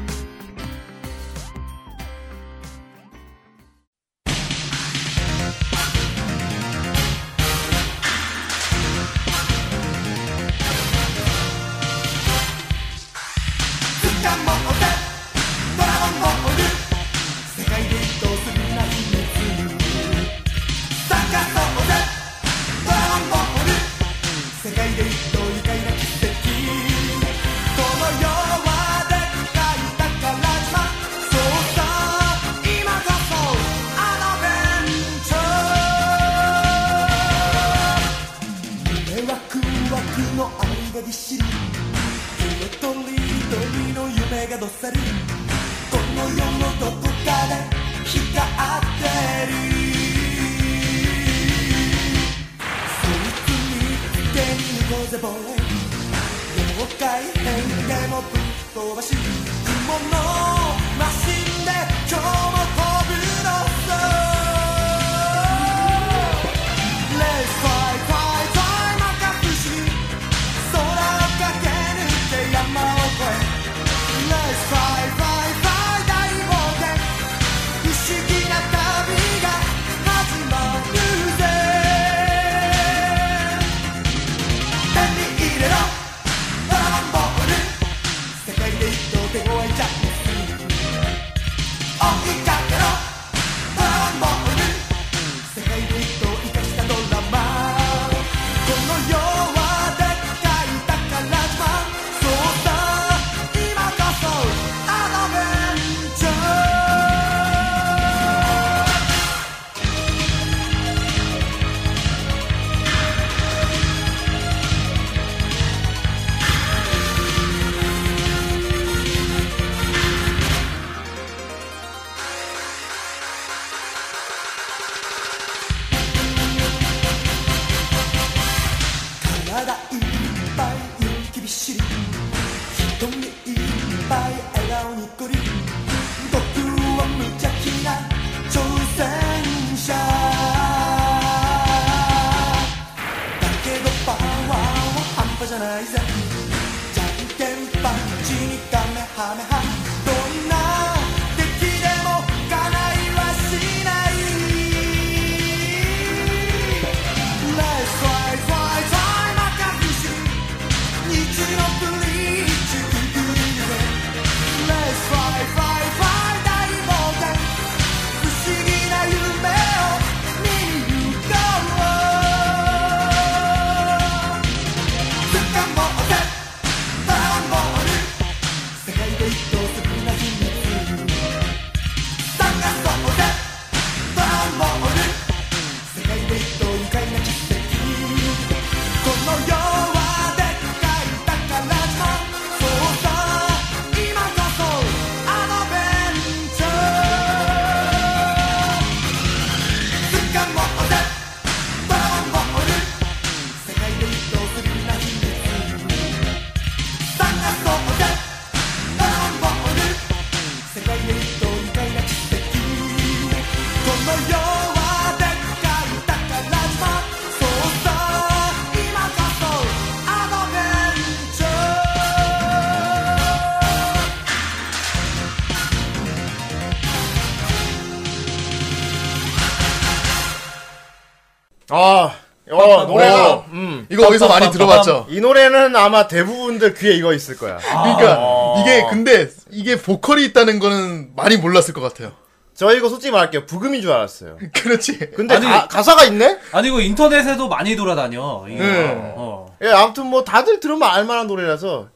[SPEAKER 10] 「ドラゴンボール」
[SPEAKER 5] 아, 어, 노래가 음.
[SPEAKER 7] 이거 어디서 많이 들어봤죠?
[SPEAKER 5] 이 노래는 아마 대부분들 귀에 이거 있을 거야.
[SPEAKER 7] 그러니까
[SPEAKER 6] 아.
[SPEAKER 7] 이게 근데 이게 보컬이 있다는 거는 많이 몰랐을 것 같아요. (laughs)
[SPEAKER 5] 저 이거 솔직히 말할게요. 부금인 줄 알았어요.
[SPEAKER 7] 그렇지.
[SPEAKER 5] 근데
[SPEAKER 6] 아니.
[SPEAKER 5] 가, 가사가 있네?
[SPEAKER 6] 아니 이거 인터넷에도 많이 돌아다녀. 이거.
[SPEAKER 7] 네.
[SPEAKER 6] 어.
[SPEAKER 5] 예, 아무튼 뭐 다들 들으면 알만한 노래라서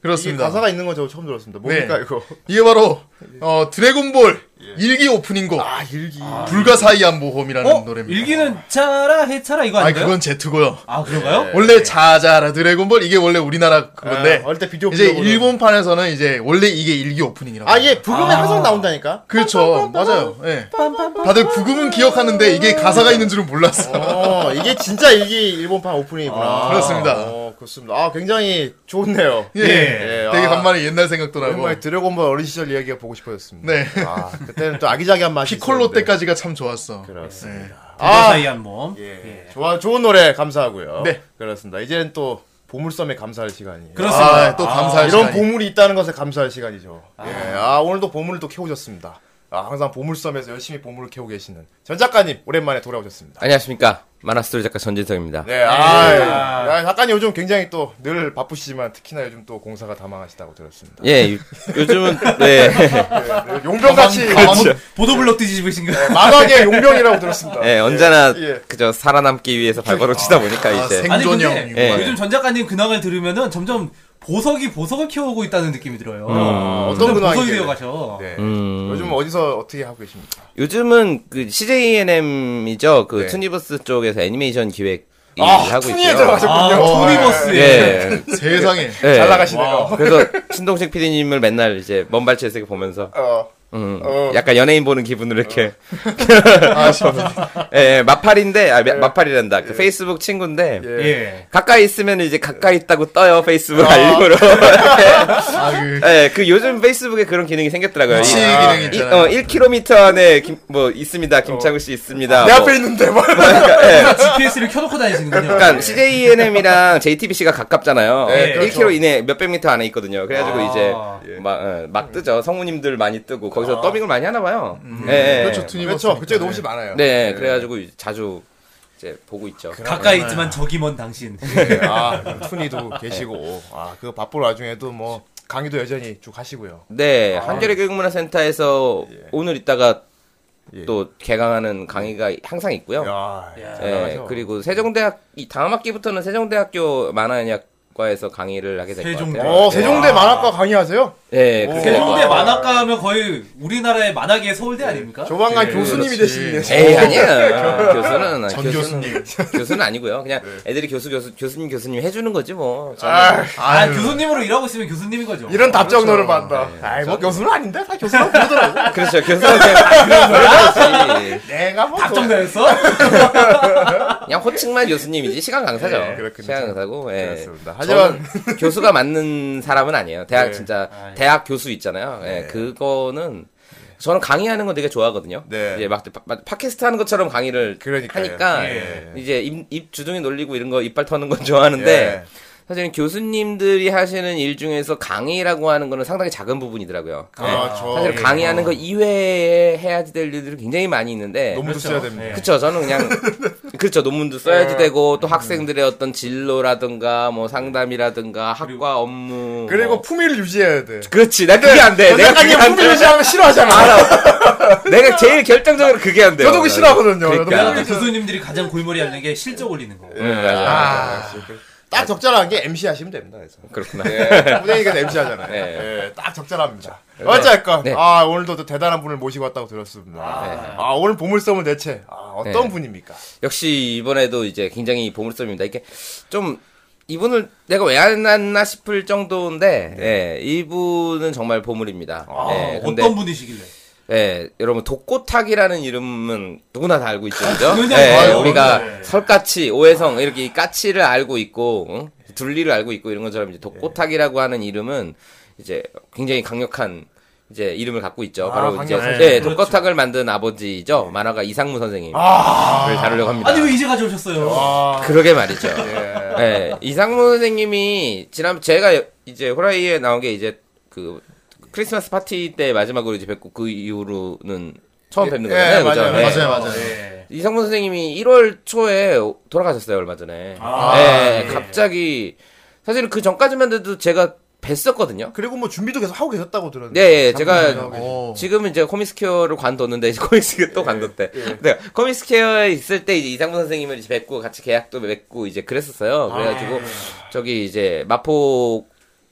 [SPEAKER 5] 이게
[SPEAKER 7] 그렇습니다.
[SPEAKER 5] 가사가 있는 건 저 처음 들었습니다. 뭡니까
[SPEAKER 7] 네.
[SPEAKER 5] 이거? 예.
[SPEAKER 7] 이게 바로 어, 드래곤볼 일기 오프닝곡
[SPEAKER 5] 아 일기.
[SPEAKER 7] 불가사의한 모험이라는
[SPEAKER 6] 어?
[SPEAKER 7] 음, 노래입니다.
[SPEAKER 6] 일기는 차라 해차라 이거
[SPEAKER 7] 아
[SPEAKER 6] 아닌가요?
[SPEAKER 7] 그건 예. 제트고요.
[SPEAKER 6] 아 그런가요?
[SPEAKER 7] 원래 자자라 드래곤볼 이게 원래 우리나라 그건데
[SPEAKER 5] 네. 아, 어릴 때 비디오
[SPEAKER 7] 이제
[SPEAKER 5] 불러보는.
[SPEAKER 7] 일본판에서는 이제 원래 이게 일기 오프닝이라고.
[SPEAKER 5] 아
[SPEAKER 7] 합니다.
[SPEAKER 5] 예, 부금에 항상 나온다니까.
[SPEAKER 7] 그렇죠. 맞아요. 예. 다들 부금은 기억하는데 이게 가사가 있는 줄은 몰랐어.
[SPEAKER 5] 어, 이게 진짜 일기 일본판 오프닝이구나.
[SPEAKER 7] 아, 그렇습니다.
[SPEAKER 5] 어, 그렇습니다. 아, 굉장히 좋네요.
[SPEAKER 7] 예.
[SPEAKER 5] 예,
[SPEAKER 7] 되게
[SPEAKER 5] 아.
[SPEAKER 7] 간만에 옛날 생각도 나고.
[SPEAKER 5] 정말 드래곤볼 어린 시절 이야기가 보고 싶어졌습니다.
[SPEAKER 7] 네.
[SPEAKER 5] 아, 그때는 또 아기자기한 맛이
[SPEAKER 7] 피콜로
[SPEAKER 5] 있었는데.
[SPEAKER 7] 때까지가 참 좋았어.
[SPEAKER 5] 그렇습니다.
[SPEAKER 7] 예.
[SPEAKER 5] 아,
[SPEAKER 6] 불가사의한 몸.
[SPEAKER 5] 예. 좋아, 좋은 노래 감사하고요.
[SPEAKER 7] 네.
[SPEAKER 5] 그렇습니다. 이제는 또 보물섬에 감사할 시간이에요.
[SPEAKER 6] 그렇습니다.
[SPEAKER 7] 아, 또 감사할
[SPEAKER 5] 이런
[SPEAKER 7] 시간이.
[SPEAKER 5] 보물이 있다는 것에 감사할 시간이죠. 예. 아, 오늘도 보물을 또 캐오셨습니다. 아, 항상 보물섬에서 열심히 보물을 캐고 계시는 전 작가님 오랜만에 돌아오셨습니다.
[SPEAKER 10] 안녕하십니까. 만화스토리 작가 전진성입니다.
[SPEAKER 5] 네, 아, 예. 아, 작가님 요즘 굉장히 또 늘 바쁘시지만 특히나 요즘 또 공사가 다망하시다고 들었습니다.
[SPEAKER 10] 예, 요- 요즘은, 네. (laughs)
[SPEAKER 7] 아,
[SPEAKER 5] 용병같이
[SPEAKER 6] 아, 뭐 보도블록 뒤집으신 거.
[SPEAKER 7] 예. (laughs)
[SPEAKER 5] 만화계 용병이라고 들었습니다.
[SPEAKER 10] 예, 언제나,
[SPEAKER 5] 예.
[SPEAKER 10] 그저 살아남기 위해서 발버둥 치다 보니까
[SPEAKER 7] 아,
[SPEAKER 10] 이제.
[SPEAKER 7] 생-
[SPEAKER 6] 아니 근데
[SPEAKER 7] 행전형.
[SPEAKER 10] 예.
[SPEAKER 6] 요즘 전 작가님 근황을 들으면은 점점 보석이 보석을 키워오고 있다는 느낌이 들어요.
[SPEAKER 7] 음.
[SPEAKER 5] 어떤
[SPEAKER 6] 점점 보석이
[SPEAKER 5] 근황이길래.
[SPEAKER 6] 되어 가셔.
[SPEAKER 5] 네.
[SPEAKER 10] 음.
[SPEAKER 5] 요즘 어디서 어떻게 하고 계십니까?
[SPEAKER 10] 요즘은 그 CJNM이죠. 그
[SPEAKER 5] 네.
[SPEAKER 10] 투니버스 쪽에서 애니메이션 기획. 을
[SPEAKER 5] 아,
[SPEAKER 10] 하고
[SPEAKER 5] 투니에
[SPEAKER 10] 있고요.
[SPEAKER 6] 아,
[SPEAKER 5] 들어가셨군요.
[SPEAKER 6] 투니버스.
[SPEAKER 10] 예.
[SPEAKER 5] 그렇죠.
[SPEAKER 7] 세상에.
[SPEAKER 10] 예.
[SPEAKER 5] 잘 나가시네요.
[SPEAKER 10] 그래서 신동식 PD님을 맨날 이제 먼발치에 서 보면서
[SPEAKER 5] 어.
[SPEAKER 10] 음,
[SPEAKER 5] 어.
[SPEAKER 10] 약간 연예인 보는 기분으로 이렇게 (laughs)
[SPEAKER 7] 아, 싶어.
[SPEAKER 10] 예, 예, 마팔인데 아, 마팔이란다. 그 페이스북 친구인데
[SPEAKER 5] 예.
[SPEAKER 6] 예.
[SPEAKER 10] 가까이 있으면 이제 가까이 있다고 떠요 페이스북 알림으로.
[SPEAKER 7] 아, 그
[SPEAKER 10] 예, 그 요즘 페이스북에 그런 기능이 생겼더라고요.
[SPEAKER 7] 위치
[SPEAKER 10] 이-
[SPEAKER 7] 기능
[SPEAKER 10] 이-
[SPEAKER 7] 있잖아요.
[SPEAKER 10] 어, 1km 안에 김, 뭐 있습니다. 김창우 씨 있습니다.
[SPEAKER 5] 내
[SPEAKER 10] 뭐.
[SPEAKER 5] 앞에 있는데 뭐.
[SPEAKER 6] 아, GPS를 켜놓고 다니시는군요.
[SPEAKER 10] 그러니까 CJNM이랑 JTBC가 가깝잖아요.
[SPEAKER 6] 네, 그렇죠.
[SPEAKER 10] 1km 이내 몇백 미터 안에 있거든요. 그래가지고
[SPEAKER 6] 아.
[SPEAKER 10] 이제 막, 어, 막 뜨죠. 성우님들 많이 뜨고 거기서 더빙을 많이 하나 봐요. 예, 예.
[SPEAKER 7] 그렇죠. 투니버스.
[SPEAKER 5] 그렇죠. 그쪽에 너무 많아요.
[SPEAKER 10] 네, 그래가지고 이제 자주 이제 보고 있죠.
[SPEAKER 6] 가까이 있지만 적이 먼 당신.
[SPEAKER 5] 네. 아, 투니도 계시고. 아, 그거 바쁜 와중에도 뭐 강의도 여전히 쭉 하시고요.
[SPEAKER 10] 네, 한겨레 교육문화센터에서 오늘 있다가
[SPEAKER 5] 예.
[SPEAKER 10] 또 개강하는 강의가 항상 있고요.
[SPEAKER 5] 야, 잘
[SPEAKER 10] 예,
[SPEAKER 5] 나가셔.
[SPEAKER 10] 그리고 세종대학 이 다음 학기부터는 세종대학교 만화연약과에서 강의를 하게 될 것
[SPEAKER 6] 세종대.
[SPEAKER 10] 같아요.
[SPEAKER 5] 어, 세종대 만화과 강의하세요?
[SPEAKER 10] 예, 그렇게 될것
[SPEAKER 6] 세종대
[SPEAKER 10] 같아요.
[SPEAKER 6] 만화가 하면 거의 우리나라의 만화계의 서울대 아닙니까?
[SPEAKER 5] 조만간 교수님이 되시겠네요.
[SPEAKER 6] (laughs)
[SPEAKER 10] 에이 아니야 교수는
[SPEAKER 7] 전
[SPEAKER 10] 교수는 교수는 아니고요 그냥 애들이 교수 교수 교수님 교수님 해주는 거지 뭐 저는
[SPEAKER 5] 아,
[SPEAKER 6] 아,
[SPEAKER 7] 아유.
[SPEAKER 6] 교수님으로 일하고 있으면 교수님인 거죠.
[SPEAKER 5] 이런 답정너를 받다.
[SPEAKER 10] 네.
[SPEAKER 5] 아이, 뭐 교수는 아닌데? 다
[SPEAKER 7] (laughs)
[SPEAKER 5] 교수라고 부르더라고.
[SPEAKER 10] 그렇죠 교수는 그냥 그런 거지
[SPEAKER 5] 내가 뭐.
[SPEAKER 6] 답정대였어?
[SPEAKER 10] 그냥 호칭만 교수님이지 시간 강사죠
[SPEAKER 5] 예, 그렇군요.
[SPEAKER 10] 시간 강사고 예.
[SPEAKER 5] 그렇습니다.
[SPEAKER 10] 하지만
[SPEAKER 5] 하지만-
[SPEAKER 10] (laughs) 교수가 맞는 사람은 아니에요 대학
[SPEAKER 5] 네.
[SPEAKER 10] 진짜
[SPEAKER 6] 아, 예.
[SPEAKER 10] 대학 교수 있잖아요 예, 그거는 저는 강의하는 거 되게 좋아하거든요.
[SPEAKER 5] 네.
[SPEAKER 10] 이제 막, 파- 막 팟캐스트 하는 것처럼 강의를
[SPEAKER 5] 그러니까요.
[SPEAKER 10] 하니까
[SPEAKER 5] 예.
[SPEAKER 10] 이제 입, 입 주둥이 놀리고 이런 거 이빨 터는 건
[SPEAKER 5] 예.
[SPEAKER 10] 좋아하는데 사실은 교수님들이 하시는 일 중에서 강의라고 하는 거는 상당히 작은 부분이더라고요.
[SPEAKER 5] 아, 저.
[SPEAKER 10] 사실
[SPEAKER 5] 예.
[SPEAKER 10] 강의하는 거 이외에 해야지 될 일들이 굉장히 많이 있는데
[SPEAKER 5] 너무 도 써야 됩니다.
[SPEAKER 10] 예. 그쵸
[SPEAKER 5] (laughs)
[SPEAKER 10] 저는 그냥 그쵸 논문도 써야지
[SPEAKER 5] 예.
[SPEAKER 10] 되고 또
[SPEAKER 5] 음.
[SPEAKER 10] 학생들의 어떤 진로라든가 뭐 상담이라든가 학과 업무
[SPEAKER 5] 그리고 네.
[SPEAKER 10] 뭐.
[SPEAKER 5] 품위를 유지해야 돼.
[SPEAKER 10] 그렇지 난 그게 안돼 내가 그게
[SPEAKER 5] 작가님 품위
[SPEAKER 10] 안돼
[SPEAKER 5] 유지하면 싫어하잖아. (laughs)
[SPEAKER 10] 내가 제일 결정적으로 그게 안돼
[SPEAKER 5] 저도 그 싫어하거든요. 저도
[SPEAKER 10] 그러니까.
[SPEAKER 5] 품위
[SPEAKER 6] 그래서 교수님들이 가장 골머리 앓는 게 실적 올리는 거.
[SPEAKER 10] 음, 맞아.
[SPEAKER 5] 딱 적절한 게 MC 하시면 됩니다. 그래서.
[SPEAKER 10] 그렇구나
[SPEAKER 5] 네. 부대니까 MC 하잖아요.
[SPEAKER 10] 네.
[SPEAKER 5] 예, 딱 적절합니다. 어쨌건
[SPEAKER 10] 네.
[SPEAKER 5] 아 오늘도 또 대단한 분을 모시고 왔다고 들었습니다. 아, 오늘 보물섬은 대체 아, 어떤
[SPEAKER 10] 네.
[SPEAKER 5] 분입니까?
[SPEAKER 10] 역시 이번에도 이제 굉장히 보물섬입니다. 이게 좀 이분을 내가 왜 안 했나 싶을 정도인데
[SPEAKER 5] 네.
[SPEAKER 10] 예, 이분은 정말 보물입니다.
[SPEAKER 5] 아,
[SPEAKER 10] 예, 근데
[SPEAKER 6] 어떤 분이시길래?
[SPEAKER 10] 예, 여러분 독고탁이라는 이름은 누구나 다 알고 있죠, 그죠?
[SPEAKER 6] 그냥
[SPEAKER 10] 예,
[SPEAKER 6] 봐요.
[SPEAKER 10] 우리가
[SPEAKER 6] 네.
[SPEAKER 10] 설까치, 오해성 이렇게 이 까치를 알고 있고 응? 둘리를 알고 있고 이런 것처럼 이제 독고탁이라고 하는 이름은 이제 굉장히 강력한 이제 이름을 갖고 있죠. 바로 이제
[SPEAKER 5] 강력하죠.
[SPEAKER 10] 예, 독고탁을 만든 아버지죠. 만화가 이상무 선생님을 다루려고 합니다.
[SPEAKER 6] 아니 왜 이제 가져오셨어요?
[SPEAKER 10] 그러게 말이죠. 예, 이상무 선생님이 지난 제가 이제 호라이에 나온 게 이제 그 크리스마스 파티 때 마지막으로 이제 뵙고 그 이후로는 처음 뵙는
[SPEAKER 5] 예, 네,
[SPEAKER 10] 거잖아요.
[SPEAKER 5] 맞아요,
[SPEAKER 10] 그죠? 예.
[SPEAKER 7] 맞아요, 맞아요.
[SPEAKER 6] 네.
[SPEAKER 10] 이상문 선생님이 1월 초에 돌아가셨어요 얼마 전에.
[SPEAKER 5] 아,
[SPEAKER 10] 예,
[SPEAKER 5] 예.
[SPEAKER 10] 갑자기 사실 그 전까지만 해도 제가 뵀었거든요.
[SPEAKER 5] 그리고 뭐 준비도 계속 하고 계셨다고 들었는데.
[SPEAKER 10] 네, 예,
[SPEAKER 5] 잠깐만요.
[SPEAKER 10] 제가
[SPEAKER 5] 어.
[SPEAKER 7] 어.
[SPEAKER 10] 지금은 이제 코미스케어를 관뒀는데 이제 코미스케어 또 관뒀대. 네, 코미스케어에 있을 때 이제 이상문 선생님을 이제 뵙고 같이 계약도 맺고 이제 그랬었어요. 그래가지고 저기 이제 마포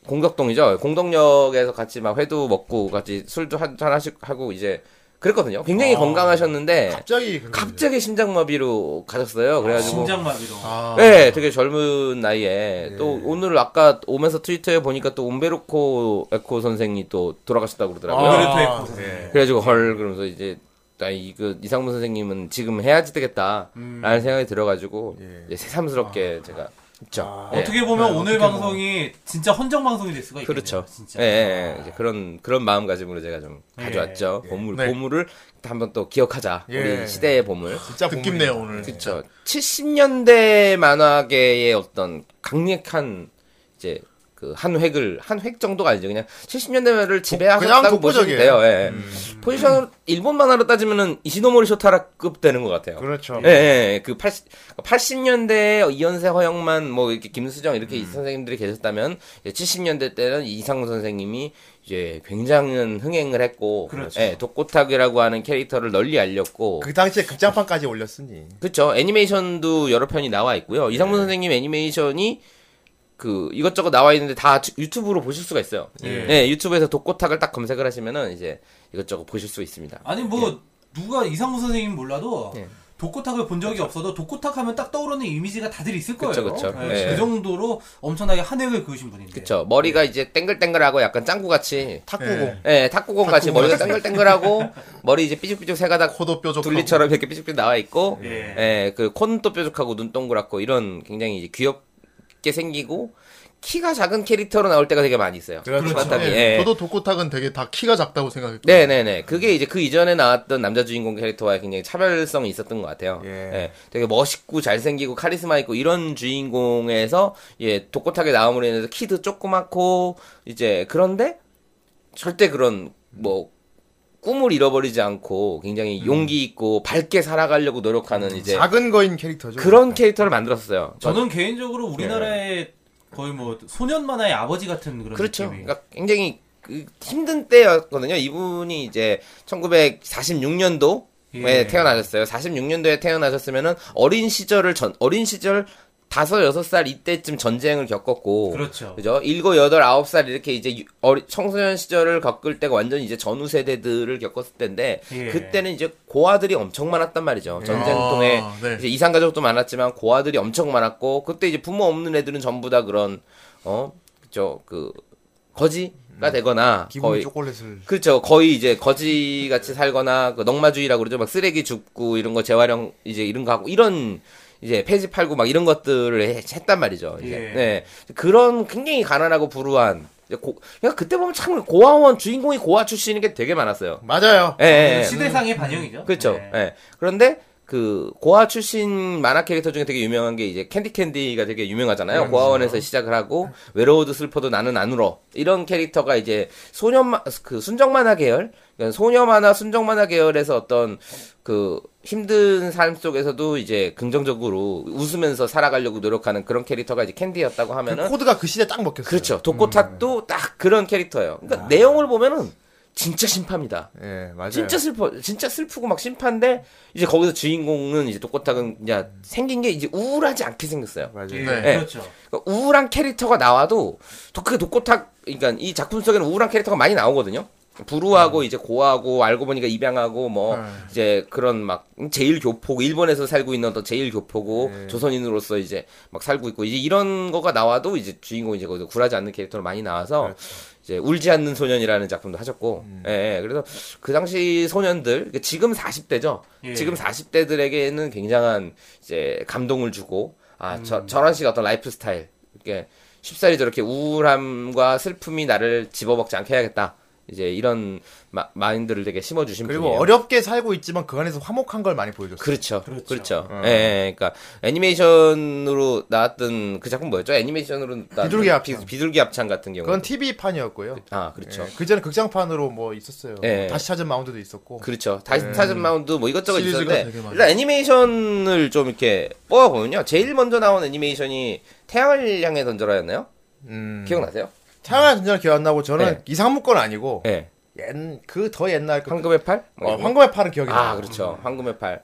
[SPEAKER 10] 공덕동이죠. 공덕역에서 같이 막 회도 먹고 같이 술도 한 잔 하시 하고 이제 그랬거든요. 굉장히 건강하셨는데
[SPEAKER 5] 갑자기 그런
[SPEAKER 10] 갑자기 심장마비로 가셨어요. 그래가지고
[SPEAKER 6] 심장마비로.
[SPEAKER 5] 아.
[SPEAKER 10] 네, 되게 젊은 나이에 또 오늘 아까 오면서 트위터에 보니까 또 온베르코 에코 선생이 또 돌아가셨다고 그러더라고요. 네.
[SPEAKER 5] 아.
[SPEAKER 6] 그래도 예.
[SPEAKER 10] 그래가지고 헐 그러면서 이제 나 이거 이상문 선생님은 지금 해야지 되겠다라는
[SPEAKER 6] 음.
[SPEAKER 10] 생각이 들어가지고 이제 새삼스럽게 제가
[SPEAKER 5] 자.
[SPEAKER 10] 예.
[SPEAKER 6] 예. 아. 어떻게 보면 오늘 방송이 진짜 헌정 방송이 될 수가 있겠네요.
[SPEAKER 10] 그렇죠.
[SPEAKER 6] 진짜. 예.
[SPEAKER 10] 예, 예, 예. 이제 그런 그런 마음가짐으로 제가 좀 가져왔죠. 보물
[SPEAKER 7] 네.
[SPEAKER 10] 보물을 한번 또 기억하자.
[SPEAKER 5] 예.
[SPEAKER 10] 우리 시대의 보물.
[SPEAKER 5] 진짜 보물이다.
[SPEAKER 7] 뜻깊네요 오늘.
[SPEAKER 10] 그렇죠. 70년대 만화계의 어떤 강력한 이제 그 한 획을 한 획 정도가 아니죠. 그냥 70년대를
[SPEAKER 5] 뭐, 그냥
[SPEAKER 10] 지배하고 보시면
[SPEAKER 5] 독보적이에요. 음.
[SPEAKER 10] 돼요. 예. 포지션 으로 일본 만화로 따지면은 이시노모리 쇼타라급 되는 것 같아요.
[SPEAKER 5] 그렇죠.
[SPEAKER 10] 예, 예, 예. 그 80, 80년대 이연세 허영만 뭐 이렇게 김수정 이렇게
[SPEAKER 5] 음.
[SPEAKER 10] 선생님들이 계셨다면 이제 70년대 때는 이상우 선생님이 이제 굉장한 흥행을 했고
[SPEAKER 6] 그렇죠.
[SPEAKER 10] 예, 독고탁이라고 하는 캐릭터를 널리 알렸고
[SPEAKER 5] 그 당시에 극장판까지 올렸으니.
[SPEAKER 10] 그렇죠. 애니메이션도 여러 편이 나와 있고요. 이상문 선생님 애니메이션이 그 이것저것 나와 있는데 다 주- 유튜브로 보실 수가 있어요.
[SPEAKER 6] 예.
[SPEAKER 10] 네, 유튜브에서 독고탁을 딱 검색을 하시면은 이제 이것저것 보실 수 있습니다.
[SPEAKER 6] 아니 뭐 누가 이상무 선생님 몰라도
[SPEAKER 10] 예. 그렇죠.
[SPEAKER 6] 독고탁을 본 적이 없어도 독고탁 하면 딱 떠오르는 이미지가 다들 있을 거예요.
[SPEAKER 10] 그쵸, 그쵸.
[SPEAKER 6] 예,
[SPEAKER 10] 예.
[SPEAKER 6] 그 정도로 엄청나게 한 획을 그으신 분인데.
[SPEAKER 10] 그렇죠. 머리가 이제 땡글땡글하고 약간 짱구같이
[SPEAKER 5] 탁구공.
[SPEAKER 10] 예, 탁구공 같이 머리가 땡글땡글하고 머리 이제 삐죽삐죽 새가닥
[SPEAKER 7] 코도 뾰족.
[SPEAKER 10] 둘리처럼 이렇게 삐죽삐죽 나와 있고
[SPEAKER 6] 예.
[SPEAKER 10] 예, 그 콘도 뾰족하고 눈 동그랗고 이런 굉장히 이제 귀엽게 생기고 키가 작은 캐릭터로 나올 때가 되게 많이 있어요.
[SPEAKER 5] 그렇죠.
[SPEAKER 10] 스마트하게. 예.
[SPEAKER 7] 저도 독고탁은 되게 다 키가 작다고 생각했고.
[SPEAKER 10] 네네네. 그게 이제 그 이전에 나왔던 남자 주인공 캐릭터와 굉장히 차별성이 있었던 것 같아요.
[SPEAKER 5] 예.
[SPEAKER 10] 예. 되게 멋있고 잘생기고 카리스마 있고 이런 주인공에서 예, 독고타게 나옴으로 인해서 키도 조그맣고 이제 그런데 절대 그런 뭐 꿈을 잃어버리지 않고 굉장히
[SPEAKER 6] 음.
[SPEAKER 10] 용기 있고 밝게 살아가려고 노력하는 이제
[SPEAKER 5] 작은 거인 캐릭터죠. 그러니까.
[SPEAKER 10] 그런 캐릭터를 만들었어요.
[SPEAKER 6] 저는 개인적으로 우리나라의 거의 뭐 소년 만화의 아버지 같은 그런
[SPEAKER 10] 예. 그렇죠.
[SPEAKER 6] 느낌이.
[SPEAKER 10] 그러니까 굉장히 그 힘든 때였거든요. 이분이 이제 1946년도에
[SPEAKER 6] 예.
[SPEAKER 10] 태어나셨어요. 46년도에 태어나셨으면은 어린 시절을 전 어린 시절 다섯 여섯 살 이때쯤 전쟁을 겪었고
[SPEAKER 6] 그렇죠.
[SPEAKER 10] 그죠? 일곱 여덟 아홉 살 이렇게 이제 유- 어리- 청소년 시절을 겪을 때가 완전 이제 전후 세대들을 겪었을 때인데
[SPEAKER 6] 예. 음.
[SPEAKER 10] 그때는 이제 고아들이 엄청 많았단 말이죠. 전쟁통에
[SPEAKER 7] 아, 네.
[SPEAKER 10] 이제 이상 가족도 많았지만 고아들이 엄청 많았고 그때 이제 부모 없는 애들은 전부 다 그런 어 그죠 그
[SPEAKER 6] 음.
[SPEAKER 10] 거지가 되거나
[SPEAKER 5] 기본
[SPEAKER 10] 거의
[SPEAKER 5] 초콜릿을.
[SPEAKER 10] 그렇죠 거의 이제 거지 같이 살거나 그 넉마주의라고 그러죠 막 쓰레기 줍고 이런 거 재활용 이제 이런 거 하고 이런 이제 폐지 팔고 막 이런 것들을 해- 했단 말이죠 이제
[SPEAKER 6] 예.
[SPEAKER 10] 네 그런 굉장히 가난하고 불우한 이제 고, 그러니까 그때 보면 참 고아원 주인공이 고아 출신인 게 되게 많았어요
[SPEAKER 5] 맞아요.
[SPEAKER 10] 예, 예, 예.
[SPEAKER 6] 시대상의 반영이죠.
[SPEAKER 10] 그렇죠.
[SPEAKER 6] 네.
[SPEAKER 10] 예. 그런데 그 고아 출신 만화 캐릭터 중에 되게 유명한 게 이제 캔디 캔디가 되게 유명하잖아요.
[SPEAKER 5] 그렇죠.
[SPEAKER 10] 고아원에서 시작을 하고
[SPEAKER 5] 네.
[SPEAKER 10] 외로워도 슬퍼도 나는 안 울어 이런 캐릭터가 이제 소년 마- 그 순정 만화 계열, 그러니까 소녀 만화 순정 만화 계열에서 어떤 그 힘든 삶 속에서도 이제 긍정적으로 웃으면서 살아가려고 노력하는 그런 캐릭터가 이제 캔디였다고
[SPEAKER 5] 그
[SPEAKER 10] 하면은
[SPEAKER 5] 코드가 음. 그 시대 딱 먹혔어요.
[SPEAKER 10] 그렇죠. 독고탁도 딱 그런 캐릭터예요. 그러니까
[SPEAKER 5] 아.
[SPEAKER 10] 내용을 보면은 진짜 심파입니다.
[SPEAKER 5] 예, 맞아요.
[SPEAKER 10] 진짜 슬퍼, 진짜 슬프고 막 심판데 이제 거기서 주인공은 이제 독고탁은 그냥 생긴 게 이제 우울하지 않게 생겼어요.
[SPEAKER 5] 맞아요.
[SPEAKER 6] 예,
[SPEAKER 7] 네.
[SPEAKER 6] 그렇죠.
[SPEAKER 10] 그러니까 우울한 캐릭터가 나와도 또 그게 독고탁, 그러니까 이 작품 속에는 우울한 캐릭터가 많이 나오거든요. 불우하고 이제 고하고 알고 보니까 입양하고 뭐 이제 그런 막 제일 교포고 일본에서 살고 있는 어떤 제일 교포고 조선인으로서 이제 막 살고 있고 이제 이런 거가 나와도 이제 주인공이 이제 거기서 굴하지 않는 캐릭터로 많이 나와서 이제 울지 않는 소년이라는 작품도 하셨고 예, 예. 그래서 그 당시 소년들 그러니까 지금 40대죠
[SPEAKER 6] 예.
[SPEAKER 10] 지금 40대들에게는 굉장한 이제 감동을 주고 아 저, 저런 식의 어떤 라이프 스타일 이렇게 쉽사리 저렇게 우울함과 슬픔이 나를 집어먹지 않게 해야겠다 이제 이런 마, 마인드를 되게 심어주신
[SPEAKER 5] 그리고
[SPEAKER 10] 분이에요.
[SPEAKER 5] 어렵게 살고 있지만 그 안에서 화목한 걸 많이 보여줬어요.
[SPEAKER 10] 그렇죠. 그렇죠.
[SPEAKER 5] 어.
[SPEAKER 10] 예, 예, 그러니까 애니메이션으로 나왔던 그 작품 뭐였죠? 애니메이션으로 나
[SPEAKER 5] 비둘기 합창.
[SPEAKER 10] 비둘기 합창 같은 경우.
[SPEAKER 5] 그건 TV 판이었고요.
[SPEAKER 10] 아, 그렇죠.
[SPEAKER 5] 예, 그 전에 극장판으로 뭐 있었어요.
[SPEAKER 10] 예.
[SPEAKER 5] 다시 찾은 마운드도 있었고.
[SPEAKER 10] 그렇죠.
[SPEAKER 5] 예.
[SPEAKER 10] 다시 찾은 마운드 뭐 이것저것
[SPEAKER 7] 시리즈가
[SPEAKER 10] 있었는데
[SPEAKER 7] 되게 많아요.
[SPEAKER 10] 일단 애니메이션을 좀 이렇게 뽑아 보면요. 제일 먼저 나온 애니메이션이 태양을 향해 던져라였나요?
[SPEAKER 5] 음.
[SPEAKER 10] 기억나세요?
[SPEAKER 5] 태양의 전쟁 기억 안 나고 저는
[SPEAKER 10] 예.
[SPEAKER 5] 이상한 건 아니고
[SPEAKER 10] 예.
[SPEAKER 5] 그 더 옛날 그
[SPEAKER 10] 황금의 팔? 뭐
[SPEAKER 5] 어,
[SPEAKER 10] 이런 거?
[SPEAKER 5] 황금의 팔은 기억이 나요. 음. 예.
[SPEAKER 10] 아, 그렇죠. 황금의 팔.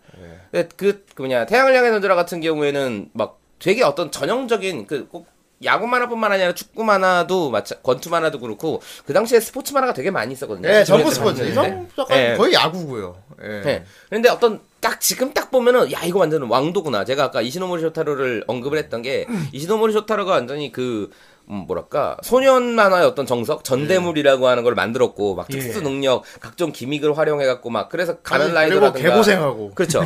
[SPEAKER 10] 근데 그, 그 뭐냐, 태양을 향해 던져라 같은 경우에는 막 되게 어떤 전형적인 그 꼭 야구 만화뿐만 아니라 축구 만화도 마찬 권투 만화도 그렇고 그 당시에 스포츠 만화가 되게 많이 있었거든요.
[SPEAKER 5] 예, 전부
[SPEAKER 10] 그래서
[SPEAKER 5] 스포츠.
[SPEAKER 10] 봤는데.
[SPEAKER 5] 이성 작가
[SPEAKER 10] 예.
[SPEAKER 5] 거의 야구고요. 예.
[SPEAKER 10] 예. 그런데 어떤 딱 지금 딱 보면은 야 이거 완전 왕도구나. 제가 아까 이시노모리 쇼타로를 언급을 했던 게
[SPEAKER 5] 음.
[SPEAKER 10] 이시노모리 쇼타로가 완전히 그 음, 뭐랄까 소년 만화의 어떤 정석 전대물이라고 하는 걸 만들었고 막 특수 능력 각종 기믹을 활용해갖고 막 그래서 가면
[SPEAKER 5] 예. 아니, 그리고
[SPEAKER 10] 라이더라든가
[SPEAKER 5] 개고생하고.
[SPEAKER 10] (laughs) 그렇죠.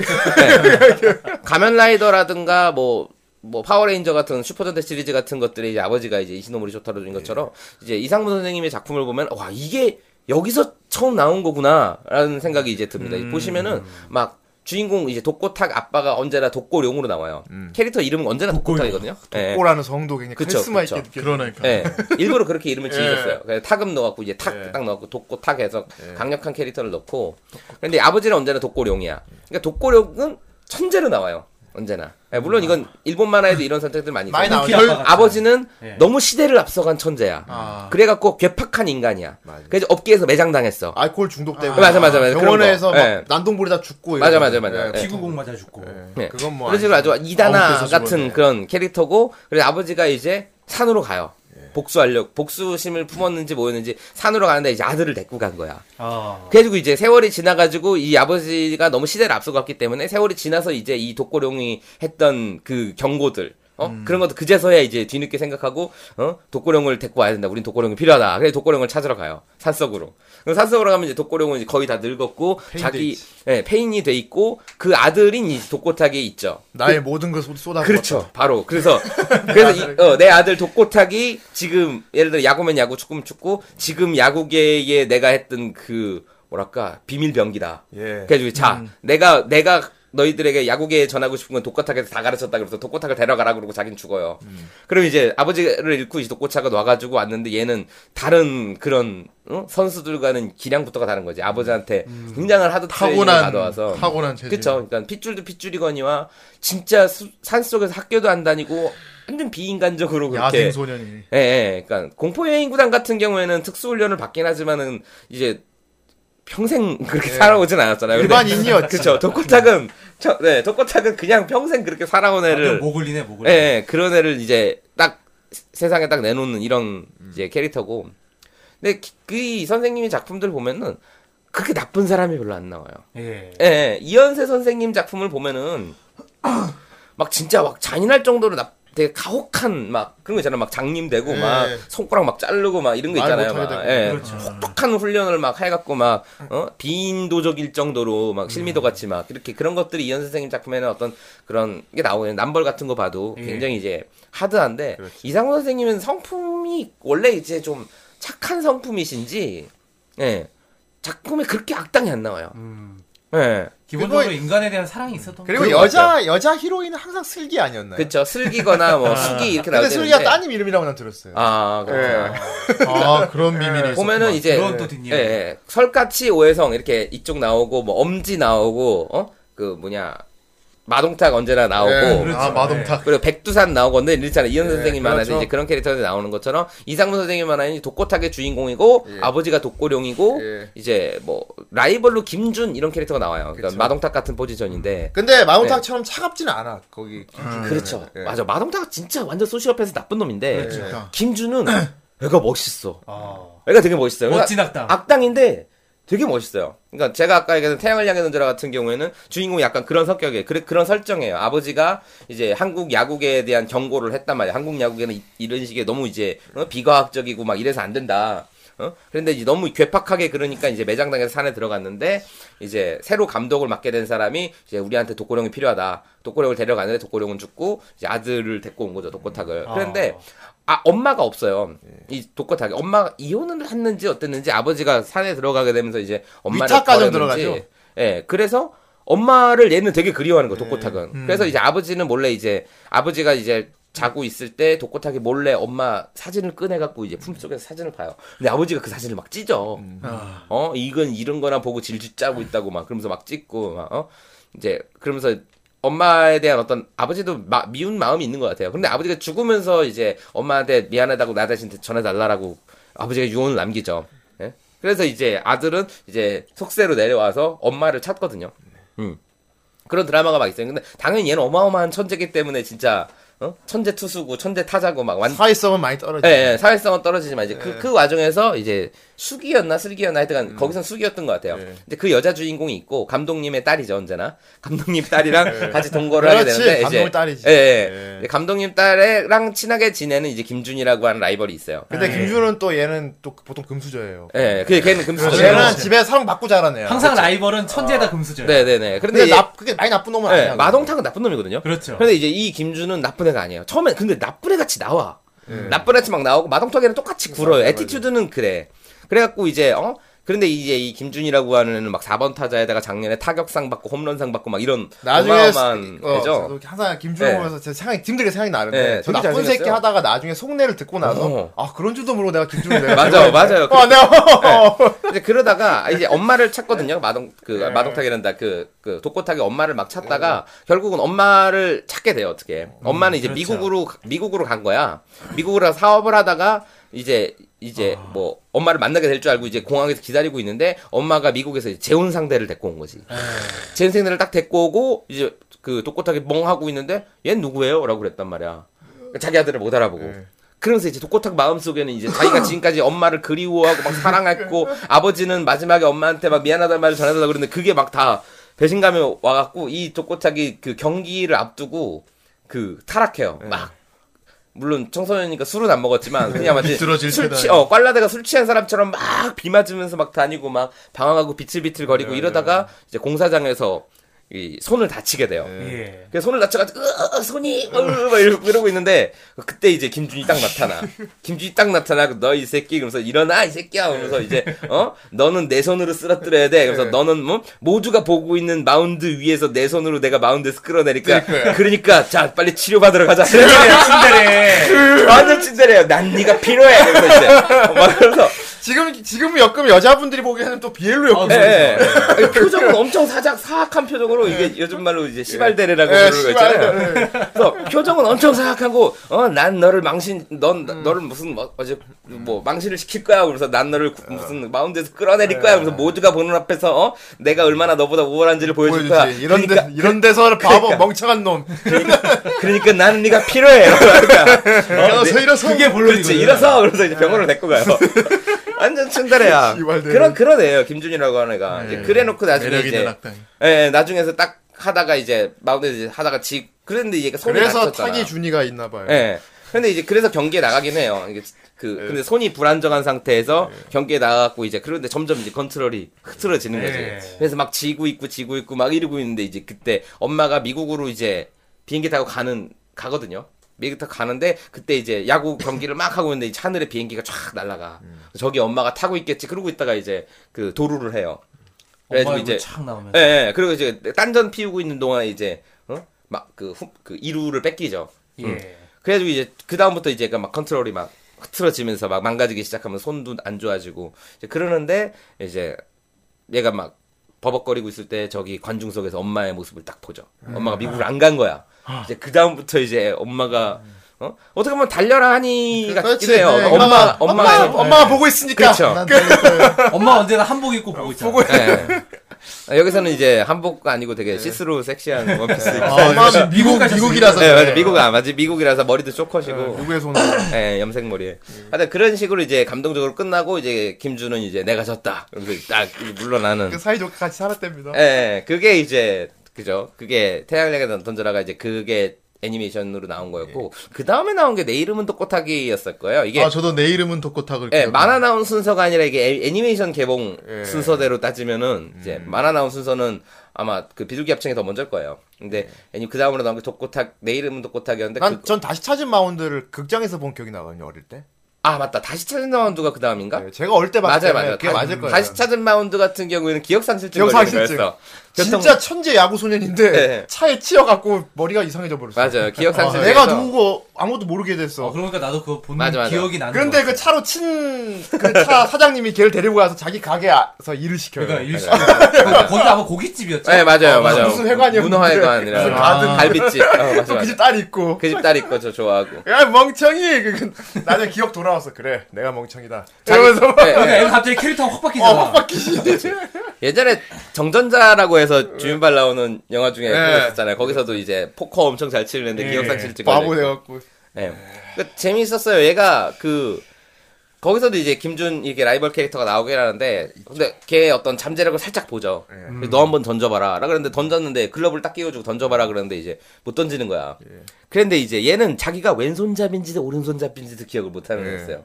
[SPEAKER 10] 네. 가면 라이더라든가 뭐, 뭐 파워레인저 같은 슈퍼전대 시리즈 같은 것들의 이제 아버지가 이제 이시노모리 쇼타로인 것처럼 이제 이상문 선생님의 작품을 보면 와 이게 여기서 처음 나온 거구나라는 생각이 이제 듭니다. 보시면은 막 주인공 이제 독고탁 아빠가 언제나 독고룡으로 나와요. 캐릭터 이름은 언제나 음. 독고탁이거든요. 예.
[SPEAKER 5] 꼬라는 성도 굉장히
[SPEAKER 10] 그쵸,
[SPEAKER 5] 카리스마
[SPEAKER 10] 그쵸.
[SPEAKER 5] 있게 느껴.
[SPEAKER 7] 그러니까.
[SPEAKER 10] 예. 일부러 그렇게 이름을 지으셨어요.
[SPEAKER 5] 예.
[SPEAKER 10] 그래서 타금 넣어갖고 이제 탁
[SPEAKER 5] 예.
[SPEAKER 10] 딱 넣고 독고 탁 해서 강력한 캐릭터를 넣고. 그런데 아버지는 언제나 독고룡이야. 그러니까 독고룡은 천재로 나와요. 언제나. 예, 물론 이건 일본 만화에도 이런 선택들 많이 있어요.
[SPEAKER 5] 많이 예, 나오죠.
[SPEAKER 6] 별-
[SPEAKER 5] 별-
[SPEAKER 10] 아버지는
[SPEAKER 6] 예.
[SPEAKER 10] 너무 시대를 앞서간 천재야.
[SPEAKER 5] 아.
[SPEAKER 10] 그래갖고 괴팍한 인간이야.
[SPEAKER 5] 맞아.
[SPEAKER 10] 그래서 업계에서 매장당했어.
[SPEAKER 5] 알코올 중독되고
[SPEAKER 10] 아, 맞아, 맞아, 맞아. 그런
[SPEAKER 5] 병원에서
[SPEAKER 10] 거.
[SPEAKER 5] 막
[SPEAKER 10] 예.
[SPEAKER 5] 난동불이 다 죽고
[SPEAKER 10] 맞아,
[SPEAKER 5] 이런
[SPEAKER 10] 맞아,
[SPEAKER 5] 거.
[SPEAKER 10] 맞아.
[SPEAKER 5] 예.
[SPEAKER 10] 예.
[SPEAKER 6] 피구공 맞아 죽고.
[SPEAKER 5] 예.
[SPEAKER 10] 예.
[SPEAKER 5] 그건 뭐
[SPEAKER 10] 그런 식으로 아주 이단아
[SPEAKER 5] 아웃돼서
[SPEAKER 10] 같은
[SPEAKER 5] 죽었네.
[SPEAKER 10] 그런 캐릭터고 그래서 아버지가 이제 산으로 가요.
[SPEAKER 5] 예.
[SPEAKER 10] 복수하려 복수심을 품었는지 뭐였는지 산으로 가는데 이제 아들을 데리고 간 거야.
[SPEAKER 6] 아.
[SPEAKER 10] 그래가지고 이제 세월이 지나가지고 이 아버지가 너무 시대를 앞서갔기 때문에 세월이 지나서 이제 이 독고룡이 했던 그 경고들 어 그런 것도 그제서야 이제 뒤늦게 생각하고 어 독고룡을 데리고 와야 된다 우린 독고룡이 필요하다 그래 독고룡을 찾으러 가요 산속으로 그럼 산속으로 가면 이제 독고룡은 이제 거의 다 늙었고 자기 예, 페인이 돼 있고 그 아들인 이 독고탁이 있죠
[SPEAKER 5] 나의 모든 걸 쏟- 쏟아
[SPEAKER 10] 그렇죠. 바로. 그래서, 그래서 이- 어, 내 아들 독고탁이 지금, 예를 들어 야구면 야구, 축구면 축구, 지금 야구계에 내가 했던 그, 뭐랄까, 비밀병기다.
[SPEAKER 5] 예.
[SPEAKER 10] 그래가지고, 자, 내가, 내가 너희들에게 야구계에 전하고 싶은 건 독고탁에서 다 가르쳤다. 그래서 독고탁을 데려가라. 그러고 자기는 죽어요. 그럼 이제 아버지를 잃고 이제 독고차가 와가지고 왔는데 얘는 다른 그런, 어? 선수들과는 기량부터가 다른 거지. 아버지한테 굉장한 하드 트레이닝을
[SPEAKER 7] 타고난
[SPEAKER 10] 받아와서.
[SPEAKER 7] 타고난 체질.
[SPEAKER 10] 그쵸. 그러니까 핏줄도 핏줄이거니와 진짜 수- 산속에서 학교도 안 다니고 완전 비인간적으로
[SPEAKER 7] 야생
[SPEAKER 10] 그렇게.
[SPEAKER 7] 소년이.
[SPEAKER 10] 예, 예. 그러니까 공포 여행 구단 같은 경우에는 특수 훈련을 받긴 하지만은 이제 평생 그렇게 살아오진 않았잖아요. 근데-
[SPEAKER 5] 일반인이었지.
[SPEAKER 10] (laughs) 그쵸. 독고탁은 저- 네, 독고탁은 그냥 평생 그렇게 살아온 애를
[SPEAKER 6] 모글리네 모글리.
[SPEAKER 10] 예, 예, 그런 애를 이제 딱 세- 세상에 딱 내놓는 이런 이제 캐릭터고. 근데 기- 그이 선생님이 작품들 보면은 그렇게 나쁜 사람이 별로 안 나와요.
[SPEAKER 6] 예.
[SPEAKER 10] 예, 이현세 선생님 작품을 보면은 막 진짜 막 잔인할 정도로 나 되게 가혹한 막 그런 거 있잖아요. 막 장님되고 막 손가락 막 자르고 막 이런 거
[SPEAKER 5] 말
[SPEAKER 10] 있잖아요.
[SPEAKER 5] 못하게 그렇죠.
[SPEAKER 10] 막.
[SPEAKER 5] 되고.
[SPEAKER 10] 예. 혹독한 훈련을 막 해갖고 막 어? 비인도적일 정도로 막 실미도 같이 막 이렇게 그런 것들이 이현 선생님 작품에는 어떤 그런 게 나오는 남벌 같은 거 봐도
[SPEAKER 5] 예.
[SPEAKER 10] 굉장히 이제 하드한데
[SPEAKER 5] 그렇죠.
[SPEAKER 10] 이상호 선생님은 성품이 원래 이제 좀 착한 성품이신지 예. 작품에 그렇게 악당이 안 나와요. 예.
[SPEAKER 6] 기본적으로 인간에 대한 사랑이 있었던. 거.
[SPEAKER 5] 음. 그리고
[SPEAKER 10] 그런 거
[SPEAKER 5] 여자 여자 히로인은 항상 슬기 아니었나요?
[SPEAKER 10] 그쵸 슬기거나 뭐 수기 이렇게 나올
[SPEAKER 5] 아. 근데
[SPEAKER 10] 때
[SPEAKER 5] 슬기가 따님 이름이라고 난 들었어요.
[SPEAKER 10] 아
[SPEAKER 5] 예.
[SPEAKER 10] 그렇구나.
[SPEAKER 7] 아 그런 비밀이 있어.
[SPEAKER 10] 예, 보면은 이제
[SPEAKER 6] 그건 또 뒷이야기.
[SPEAKER 10] 예, 예. 설까치 오해성 이렇게 이쪽 나오고 뭐 엄지 나오고 어 그 뭐냐 마동탁 언제나 나오고
[SPEAKER 6] 그렇죠.
[SPEAKER 5] 네.
[SPEAKER 7] 아 마동탁.
[SPEAKER 10] 그리고 백두산 나오고 근데 일잖아 이현 선생님 만화에
[SPEAKER 5] 예. 그렇죠.
[SPEAKER 10] 이제 그런 캐릭터들이 나오는 것처럼 이상문 선생님 만화에는 독고탁의 주인공이고 아버지가 독고룡이고
[SPEAKER 5] 예.
[SPEAKER 10] 이제 뭐 라이벌로 김준 이런 캐릭터가 나와요. 그러니까
[SPEAKER 5] 그렇죠.
[SPEAKER 10] 마동탁 같은 포지션인데
[SPEAKER 5] 근데 마운탁처럼
[SPEAKER 10] 네.
[SPEAKER 5] 차갑지는 않아. 거기 김준호는.
[SPEAKER 10] 그렇죠.
[SPEAKER 5] 예. 그렇죠.
[SPEAKER 10] 맞아 마동탁 진짜 완전 소시오패스 나쁜 놈인데
[SPEAKER 7] 그러니까.
[SPEAKER 10] 김준은 애가 멋있어.
[SPEAKER 6] 네. 아.
[SPEAKER 10] 애가 되게 멋있어요. 그러니까
[SPEAKER 6] 멋진 악당.
[SPEAKER 10] 악당인데 되게 멋있어요. 그러니까 제가 아까 얘기했던 태양을 향해 던져라 같은 경우에는 주인공이 약간 그런 성격이에요. 그래, 그런 설정이에요. 아버지가 이제 한국 야구계에 대한 경고를 했단 말이에요. 한국 야구계는 이- 이런 식의 너무 이제 어, 비과학적이고 막 이래서 안 된다. 어? 그런데 이제 너무 괴팍하게 그러니까 이제 매장당해서 산에 들어갔는데 이제 새로 감독을 맡게 된 사람이 이제 우리한테 독고령이 필요하다. 독고령을 데려가는데 독고령은 죽고 이제 아들을 데리고 온 거죠 독고탁을. 그런데 아 엄마가 없어요.
[SPEAKER 5] 예.
[SPEAKER 10] 이 독고탁이 엄마가 이혼을 했는지 어땠는지 아버지가 산에 들어가게 되면서 이제 엄마를
[SPEAKER 5] 위탁가정
[SPEAKER 10] 버렸는지.
[SPEAKER 5] 들어가죠.
[SPEAKER 10] 예, 그래서 엄마를 얘는 되게 그리워하는 거예요, 독고탁은.
[SPEAKER 5] 음.
[SPEAKER 10] 그래서 이제 아버지는 몰래 이제, 아버지가 이제 자고 있을 때 독고탁이 몰래 엄마 사진을 꺼내갖고 이제 품속에서 사진을 봐요. 근데 아버지가 그 사진을 막 찢어.
[SPEAKER 5] 음.
[SPEAKER 10] 어, 이건 이런 거나 보고 질질 짜고 있다고 막 그러면서 막 찍고 막, 어? 이제 그러면서 엄마에 대한 어떤 아버지도 마- 미운 마음이 있는 것 같아요. 근데 아버지가 죽으면서 이제 엄마한테 미안하다고 나 대신 전해달라라고 아버지가 유언을 남기죠. 예? 그래서 이제 아들은 이제 속세로 내려와서 엄마를 찾거든요. 음. 그런 드라마가 막 있어요. 근데 당연히 얘는 어마어마한 천재기 때문에 진짜 어? 천재 투수고 천재 타자고 막 완.
[SPEAKER 5] 사회성은 많이 떨어지죠.
[SPEAKER 10] 예, 예, 사회성은 떨어지지만 이제 그, 그 와중에서 이제 숙이었나 슬기였나 하여튼간
[SPEAKER 5] 음.
[SPEAKER 10] 거기선 숙이었던 것 같아요.
[SPEAKER 5] 예.
[SPEAKER 10] 근데 그 여자 주인공이 있고 감독님의 딸이죠 언제나 (laughs) 감독님 딸이랑 같이 동거를 하게
[SPEAKER 5] 예. 그렇지,
[SPEAKER 10] 되는데
[SPEAKER 5] 감독님
[SPEAKER 10] 이제
[SPEAKER 5] 딸이지.
[SPEAKER 10] 예, 예.
[SPEAKER 5] 예.
[SPEAKER 10] 이제 감독님 딸이랑 친하게 지내는 이제 김준이라고 하는 라이벌이 있어요.
[SPEAKER 5] 근데 김준은 또 얘는 또 보통 금수저예요.
[SPEAKER 10] 예, 그 걔는 금수저.
[SPEAKER 5] 얘는 집에 사랑받고 자라네요.
[SPEAKER 6] 항상 라이벌은
[SPEAKER 5] 아.
[SPEAKER 6] 천재다 금수저예요.
[SPEAKER 10] 네, 네,
[SPEAKER 5] 근데
[SPEAKER 10] 네. 그런데 얘-
[SPEAKER 5] 나, 그게 많이 나쁜 놈은
[SPEAKER 10] 예,
[SPEAKER 5] 아니야.
[SPEAKER 10] 마동탁은 나쁜 놈이거든요.
[SPEAKER 6] 그렇죠.
[SPEAKER 10] 근데 이제 이 김준은 나쁜 애가 아니에요. 처음엔 근데 나쁜 애 같이 나와. 나쁜 애 같이 막 나오고 마동탁이랑 똑같이 굴어요. 에티튜드는 그래. 그래갖고 이제 어 그런데 이제 이 김준이라고 하는 애는 막 4번 타자에다가 작년에 타격상 받고 홈런상 받고 막 이런
[SPEAKER 5] 나중에
[SPEAKER 10] 어마어마한
[SPEAKER 5] 어,
[SPEAKER 10] 애죠.
[SPEAKER 5] 저도 항상 김준호
[SPEAKER 10] 네.
[SPEAKER 5] 보면서 제 생각이 힘들게 생각이 나는데
[SPEAKER 10] 네,
[SPEAKER 5] 저
[SPEAKER 10] 되게
[SPEAKER 5] 나쁜
[SPEAKER 10] 잘생겼어요.
[SPEAKER 5] 새끼 하다가 나중에 속내를 듣고 나서
[SPEAKER 10] 어.
[SPEAKER 5] 아 그런 줄도 모르고 내가 김준호 내가
[SPEAKER 10] 맞아요, 맞아요.
[SPEAKER 5] 어, 내가
[SPEAKER 10] 이제 그러다가 아, 이제 엄마를 찾거든요. 마동 그 마동탁이란다 그, 그 독고탁이 엄마를 막 찾다가 결국은 엄마를 찾게 돼요. 어떻게? 엄마는 이제 미국으로 가- 미국으로 간 거야. 미국으로 가서 사업을 하다가 이제 이제 뭐 엄마를 만나게 될 줄 알고 이제 공항에서 기다리고 있는데 엄마가 미국에서 이제 재혼 상대를 데리고 온 거지. 재혼 상대를 딱 데리고 오고 이제 그 독고탁이 멍 하고 있는데 얘 누구예요?라고 그랬단 말이야. 그러니까 자기 아들을 못 알아보고. 그러면서 이제 독고탁 마음속에는 이제 자기가 지금까지 엄마를 그리워하고 막 사랑했고 아버지는 마지막에 엄마한테 막 미안하다는 말을 전해달라고 그러는데 그게 막 다 배신감이 와갖고 이 독고탁이 그 경기를 앞두고 그 타락해요. 막 물론 청소년이니까 술은 안 먹었지만 그냥 마치
[SPEAKER 7] 비뚤어질
[SPEAKER 10] 술
[SPEAKER 7] 때다.
[SPEAKER 10] 취, 어, 꽐라다가 술 취한 사람처럼 막 비 맞으면서 막 다니고 막 방황하고 비틀비틀 거리고 이러다가 이제 공사장에서 이 손을 다치게 돼요.
[SPEAKER 6] 예.
[SPEAKER 10] 그래서 손을 낮춰가지고 으, 손이 으, 막 이러고, 이러고 있는데 그때 이제 김준이 딱 나타나 김준이 딱 나타나 너 이 새끼 그러면서 일어나 이 새끼야 그러면서 이제 어 너는 내 손으로 쓰러뜨려야 돼 그래서 너는 뭐 모두가 보고 있는 마운드 위에서 내 손으로 내가 마운드에서 끌어내니까 그러니까 자 빨리 치료받으러 가자 (laughs) 완전 찐데레요 난 네가 필요해 그래서 이제 막 그래서
[SPEAKER 5] 지금 지금 역금 여자분들이 보기에는 또 비엘로 역금
[SPEAKER 10] 예, 예. 이 표정은 엄청 사작 사악한 표정으로 이게 요즘 말로 이제 네. 시발대래라고
[SPEAKER 5] 예,
[SPEAKER 10] 부르는 거 네. 있잖아요. 그래서 표정은 엄청 사악하고 어 난 너를 망신 넌 너를 무슨 뭐, 어제 뭐 망신을 시킬 거야 그래서 난 너를 구- 무슨 마운드에서 끌어내릴 거야 그래서 모두가 보는 앞에서 어 내가 얼마나 너보다 우월한지를 보여줄 거야.
[SPEAKER 5] 보여주지 이런
[SPEAKER 10] 그러니까
[SPEAKER 5] 데 이런 데서 바보 멍청한 놈
[SPEAKER 10] 그러니까 나는 네가 필요해. (laughs) 그러니까. 어,
[SPEAKER 7] 일어서 일어서
[SPEAKER 6] 그게
[SPEAKER 5] 뭐.
[SPEAKER 10] 그렇지
[SPEAKER 6] 본론이지.
[SPEAKER 10] 일어서 그래서 이제 병원을 데리고 가요. 완전 츤다래야.
[SPEAKER 7] 씨발대는.
[SPEAKER 10] 그런 그런 애예요 김준이라고 하는 애가. 이제 그래놓고 나중에
[SPEAKER 7] 매력 있는
[SPEAKER 10] 이제
[SPEAKER 7] 악당.
[SPEAKER 10] 예, 예, 나중에서 딱 하다가 이제 마운드에 이제 하다가 지 그랬는데 얘가 손이
[SPEAKER 7] 그래서
[SPEAKER 10] 다쳤잖아.
[SPEAKER 7] 타기 준이가 있나 봐요.
[SPEAKER 10] 예. 근데 이제 그래서 경기에 나가긴 해요. 이게 그 근데 손이 불안정한 상태에서 경기에 나가고 이제 그런데 점점 이제 컨트롤이 흐트러지는 거지.
[SPEAKER 6] 예.
[SPEAKER 10] 그래서 막 지고 있고 지고 있고 막 이러고 있는데 이제 그때 엄마가 미국으로 이제 비행기 타고 가는 가거든요. 미국 타고 가는데 그때 이제 야구 경기를 막 하고 있는데 이제 하늘에 비행기가 쫙 날아가. 저기 엄마가 타고 있겠지. 그러고 있다가 이제 그 도루를 해요.
[SPEAKER 6] 엄마
[SPEAKER 10] 그래가지고
[SPEAKER 6] 이제
[SPEAKER 10] 이제
[SPEAKER 6] 착 나오면.
[SPEAKER 10] 예, 예. 그리고 이제 딴전 피우고 있는 동안에 이제 어막그 그 이루를 뺏기죠.
[SPEAKER 6] 예.
[SPEAKER 10] 그래가지고 이제 그 다음부터 이제 막 컨트롤이 막 흐트러지면서 막 망가지기 시작하면 손도 안 좋아지고 이제 그러는데 이제 얘가 막 버벅거리고 있을 때 저기 관중석에서 엄마의 모습을 딱 보죠. 엄마가 미국을 안 간 거야. 이제 그 다음부터 이제 엄마가 어? 어떻게 보면 달려라 하니
[SPEAKER 5] (laughs)
[SPEAKER 10] 같긴 해요.
[SPEAKER 5] 네.
[SPEAKER 10] 그러니까 엄마, 엄마,
[SPEAKER 5] 엄마 엄마가 보고 있으니까
[SPEAKER 10] 그렇죠.
[SPEAKER 7] 난 되게
[SPEAKER 6] 음. 엄마 언제나 한복 입고 보고 있잖아. 보고
[SPEAKER 10] 예. 여기서는 이제 한복 아니고
[SPEAKER 5] 네.
[SPEAKER 10] 되게 시스루 섹시한
[SPEAKER 5] 어,
[SPEAKER 10] 원피스. 입고
[SPEAKER 7] 아, 역시 미국 미국이라서
[SPEAKER 10] 네, 맞아.
[SPEAKER 7] 그래.
[SPEAKER 10] 미국, 아, 맞지. 미국이라서 머리도 쇼컷이고.
[SPEAKER 7] 누구의 손을
[SPEAKER 10] 예, 염색머리에. 하여튼 그런 식으로 이제 감동적으로 끝나고 이제 김준은 이제 내가 졌다. 그래서 딱 물러나는.
[SPEAKER 7] 그 사이좋게 같이 살았답니다.
[SPEAKER 10] 예, 예, 그게 이제 그죠. 그게 태양에게 던져라가 이제 그게 애니메이션으로 나온 거였고 그 다음에 나온 게 내 이름은 똑꼬타기였을 거예요. 이게
[SPEAKER 7] 예. 아, 저도 네, 내 이름은 독고탁을.
[SPEAKER 10] 예,
[SPEAKER 7] 기억해요. 예.
[SPEAKER 10] 만화 나온 순서가 아니라 이게 애- 애니메이션 개봉 순서대로 따지면은 이제
[SPEAKER 7] 음.
[SPEAKER 10] 만화 나온 순서는 아마 그 비둘기 합창이 더 먼저일 거예요. 근데 애니 그 다음으로 나온 게 독고탁 내 이름은 독고탁이었는데
[SPEAKER 5] 난
[SPEAKER 10] 그,
[SPEAKER 5] 전 다시 찾은 마운드를 극장에서 본 기억이 나거든요 어릴 때.
[SPEAKER 10] 아 맞다 다시 찾은 마운드가 그 다음인가?
[SPEAKER 5] 네, 제가 어릴 때 봤기
[SPEAKER 10] 맞아요
[SPEAKER 5] 때문에
[SPEAKER 10] 맞아요.
[SPEAKER 5] 그게
[SPEAKER 10] 다-
[SPEAKER 5] 맞을 거예요.
[SPEAKER 10] 다시 찾은 마운드 같은 경우에는 기억 상실증
[SPEAKER 5] 기억
[SPEAKER 10] 걸리는
[SPEAKER 5] 상실증.
[SPEAKER 10] 거였어. 교통-
[SPEAKER 5] 진짜 천재 야구 소년인데
[SPEAKER 10] 네.
[SPEAKER 5] 차에 치여갖고 머리가 이상해져 버렸어.
[SPEAKER 10] 맞아요 기억 상실증.
[SPEAKER 5] 내가 누구고 아무도 모르게 됐어.
[SPEAKER 6] 어, 그러니까 나도 그거 본
[SPEAKER 10] 맞아, 맞아.
[SPEAKER 6] 기억이 나는
[SPEAKER 5] 그런데 그 차로 친 그 차 (laughs) 사장님이 걔를 데리고 가서 자기 가게에서 일을 시켜요.
[SPEAKER 6] 그러니까 일시 거기 아마 고깃집이었죠.
[SPEAKER 10] 네 맞아요
[SPEAKER 5] 아, 무슨-
[SPEAKER 10] 맞아요.
[SPEAKER 5] 무슨 회관이었는데.
[SPEAKER 10] 문어회관이라
[SPEAKER 5] 무슨 가든.
[SPEAKER 10] 갈비집. 어, 맞아
[SPEAKER 5] 그 집
[SPEAKER 10] 맞아.
[SPEAKER 5] 딸이 있고.
[SPEAKER 10] 그 집 딸 있고 저 좋아하고.
[SPEAKER 5] 야 멍청이. 그- 그- (laughs) 나중에 기억 돌아와서 그래 내가 멍청이다.
[SPEAKER 10] 자기-
[SPEAKER 5] 이러면서
[SPEAKER 10] 네,
[SPEAKER 6] 그러니까
[SPEAKER 10] 네.
[SPEAKER 6] 애가 갑자기 캐릭터가 확 바뀌잖아.
[SPEAKER 10] 예전에 정전자라고 해서 주윤발 나오는 영화 중에
[SPEAKER 5] 네.
[SPEAKER 10] 그거였잖아요. 거기서도 이제 포커 엄청 잘 치는데 기억상실증
[SPEAKER 5] 바보
[SPEAKER 10] 걸려.
[SPEAKER 5] 돼갖고.
[SPEAKER 10] 예. 그 재미있었어요. 얘가 그 거기서도 이제 김준 이렇게 라이벌 캐릭터가 나오긴 하는데 근데 걔 어떤 잠재력을 살짝 보죠.
[SPEAKER 5] 예.
[SPEAKER 10] 그래서 너 한번 던져봐라. 라 그랬는데 던졌는데 글러브를 딱 끼워주고 던져봐라 그랬는데 이제 못 던지는 거야.
[SPEAKER 5] 예.
[SPEAKER 10] 그런데 이제 얘는 자기가 왼손잡인지도 오른손잡인지도 기억을 못 하는 거였어요.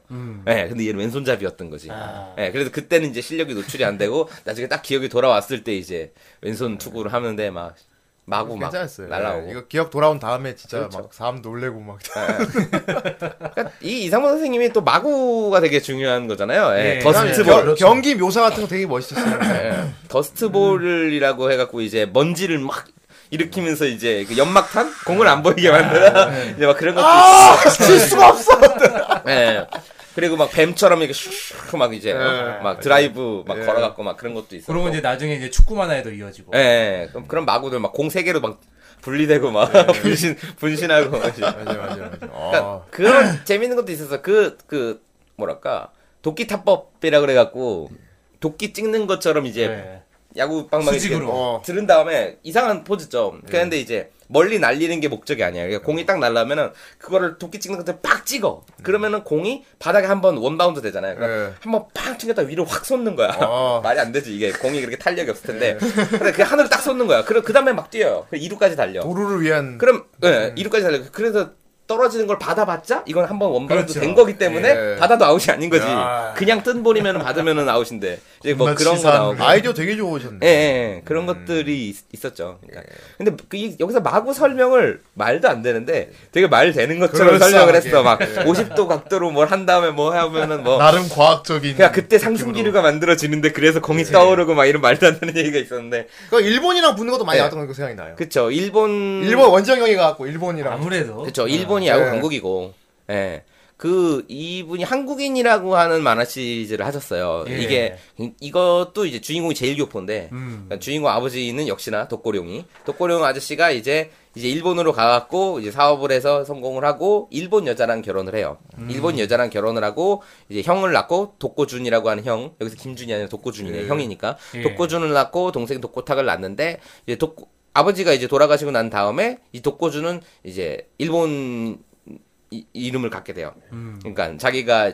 [SPEAKER 10] 예, 근데 얘는 왼손잡이였던 거지. 예, 그래서 그때는 이제 실력이 노출이 안 되고 (laughs) 나중에 딱 기억이 돌아왔을 때 이제 왼손 투구를 하는데 막 마구 막
[SPEAKER 5] 괜찮았어요.
[SPEAKER 10] 날라오고.
[SPEAKER 5] 예, 이거 기억 돌아온 다음에 진짜
[SPEAKER 10] 그렇죠. 예.
[SPEAKER 5] 막 사람 놀래고 막.
[SPEAKER 10] 그러니까 이 이상호 선생님이 또 마구가 되게 중요한 거잖아요. 예,
[SPEAKER 5] 네,
[SPEAKER 6] 예.
[SPEAKER 5] 경-
[SPEAKER 10] 더스트볼.
[SPEAKER 5] 경기 묘사 같은 거 되게 멋있었어요.
[SPEAKER 10] 예, 더스트볼이라고 해갖고 이제 먼지를 막 일으키면서 이제 그 연막탄 공을 안 보이게 만드는 이제 막 그런 것도
[SPEAKER 5] 아, 네. 질 수가 없어.
[SPEAKER 10] 있- 예. 그리고 막 뱀처럼 이렇게 슉슉 막 이제
[SPEAKER 5] 네.
[SPEAKER 10] 막 드라이브 막 걸어갖고 막 그런 것도 있어.
[SPEAKER 6] 그러고 이제 나중에 이제 축구 만화에도 이어지고.
[SPEAKER 10] 예. 그럼 그런 마구들 막 공 세 개로 막 분리되고 막 (laughs) 분신 분신하고 막 이제.
[SPEAKER 5] 맞아 맞아 맞아.
[SPEAKER 10] 그러니까 그런 재밌는 것도 있어서 그 그 뭐랄까 도끼 타법이라 그래갖고 도끼 찍는 것처럼 이제
[SPEAKER 6] 네.
[SPEAKER 10] 야구 빵망이 이렇게
[SPEAKER 6] 수직으로.
[SPEAKER 10] 어, 들은 다음에 이상한 포즈죠. 그런데 이제 멀리 날리는 게 목적이 아니야. 그러니까 공이 딱 날라면은 그거를 도끼 찍는 것처럼 빡 찍어. 그러면은 공이 바닥에 한 번 원바운드 되잖아요. 그럼
[SPEAKER 5] 네.
[SPEAKER 10] 한번 팍 튕겼다 위로 확 솟는 거야.
[SPEAKER 5] 어.
[SPEAKER 10] (laughs) 말이 안 되지 이게 공이 그렇게 탄력이 없을 텐데.
[SPEAKER 5] 네.
[SPEAKER 10] 근데 그 하늘을 딱 솟는 거야. 그럼 그 다음에 막 뛰어요. 그 2루까지 달려.
[SPEAKER 5] (laughs) 도루를 위한
[SPEAKER 10] 그럼
[SPEAKER 5] 네.
[SPEAKER 10] 예, 이루까지 달려. 그래서 떨어지는 걸 받아봤자 이건 한번 원바운드
[SPEAKER 6] 그렇죠.
[SPEAKER 10] 된 거기 때문에
[SPEAKER 5] 예.
[SPEAKER 10] 받아도 아웃이 아닌 거지.
[SPEAKER 5] 야.
[SPEAKER 10] 그냥 뜬 볼이면 받으면은 아웃인데 이제 뭐
[SPEAKER 7] 겁나
[SPEAKER 10] 그런 거
[SPEAKER 7] 치사한
[SPEAKER 10] 나오고.
[SPEAKER 5] 아이디어 음. 되게 좋으셨네.
[SPEAKER 10] 예, 예, 예. 그런 것들이 있, 있었죠.
[SPEAKER 5] 예.
[SPEAKER 10] 그러니까. 근데 그 이- 여기서 마구 설명을 말도 안 되는데 되게 말 되는 것처럼
[SPEAKER 5] 그럴싸하게. 예.
[SPEAKER 10] 설명을 했어. 막 50도 각도로 뭘 한 다음에 뭐 하면은 뭐
[SPEAKER 7] 나름 과학적인.
[SPEAKER 10] 그러니까 그냥 그때
[SPEAKER 7] 느낌으로.
[SPEAKER 10] 상승기류가 만들어지는데 그래서 공이 떠오르고 막 이런 말도 안 되는 얘기가 있었는데
[SPEAKER 5] 그 일본이랑 붙는 것도 많이
[SPEAKER 10] 네.
[SPEAKER 5] 나왔던 거 생각이 나요.
[SPEAKER 10] 그쵸 일본
[SPEAKER 5] 일본 원정 형이 가갖고 일본이랑
[SPEAKER 6] 아무래도
[SPEAKER 10] 그렇죠. 일본이 야구
[SPEAKER 5] 네.
[SPEAKER 10] 강국이고. 예. 그 이분이 한국인이라고 하는 만화 시리즈를 하셨어요.
[SPEAKER 6] 예.
[SPEAKER 10] 이게 이- 이것도 이제 주인공이 제일 교포인데
[SPEAKER 6] 음.
[SPEAKER 10] 그러니까 주인공 아버지는 역시나 독고룡이 독고룡 아저씨가 이제 이제 일본으로 가갖고 이제 사업을 해서 성공을 하고 일본 여자랑 결혼을 해요.
[SPEAKER 6] 음.
[SPEAKER 10] 일본 여자랑 결혼을 하고 이제 형을 낳고 독고준이라고 하는 형 여기서 김준이 아니라 독고준이네 형이니까
[SPEAKER 6] 예.
[SPEAKER 10] 독고준을 낳고 동생 독고탁을 낳는데 이제 독 아버지가 이제 돌아가시고 난 다음에 이 독고준은 이제 일본 이, 이름을 갖게 돼요.
[SPEAKER 6] 음.
[SPEAKER 10] 그러니까 자기가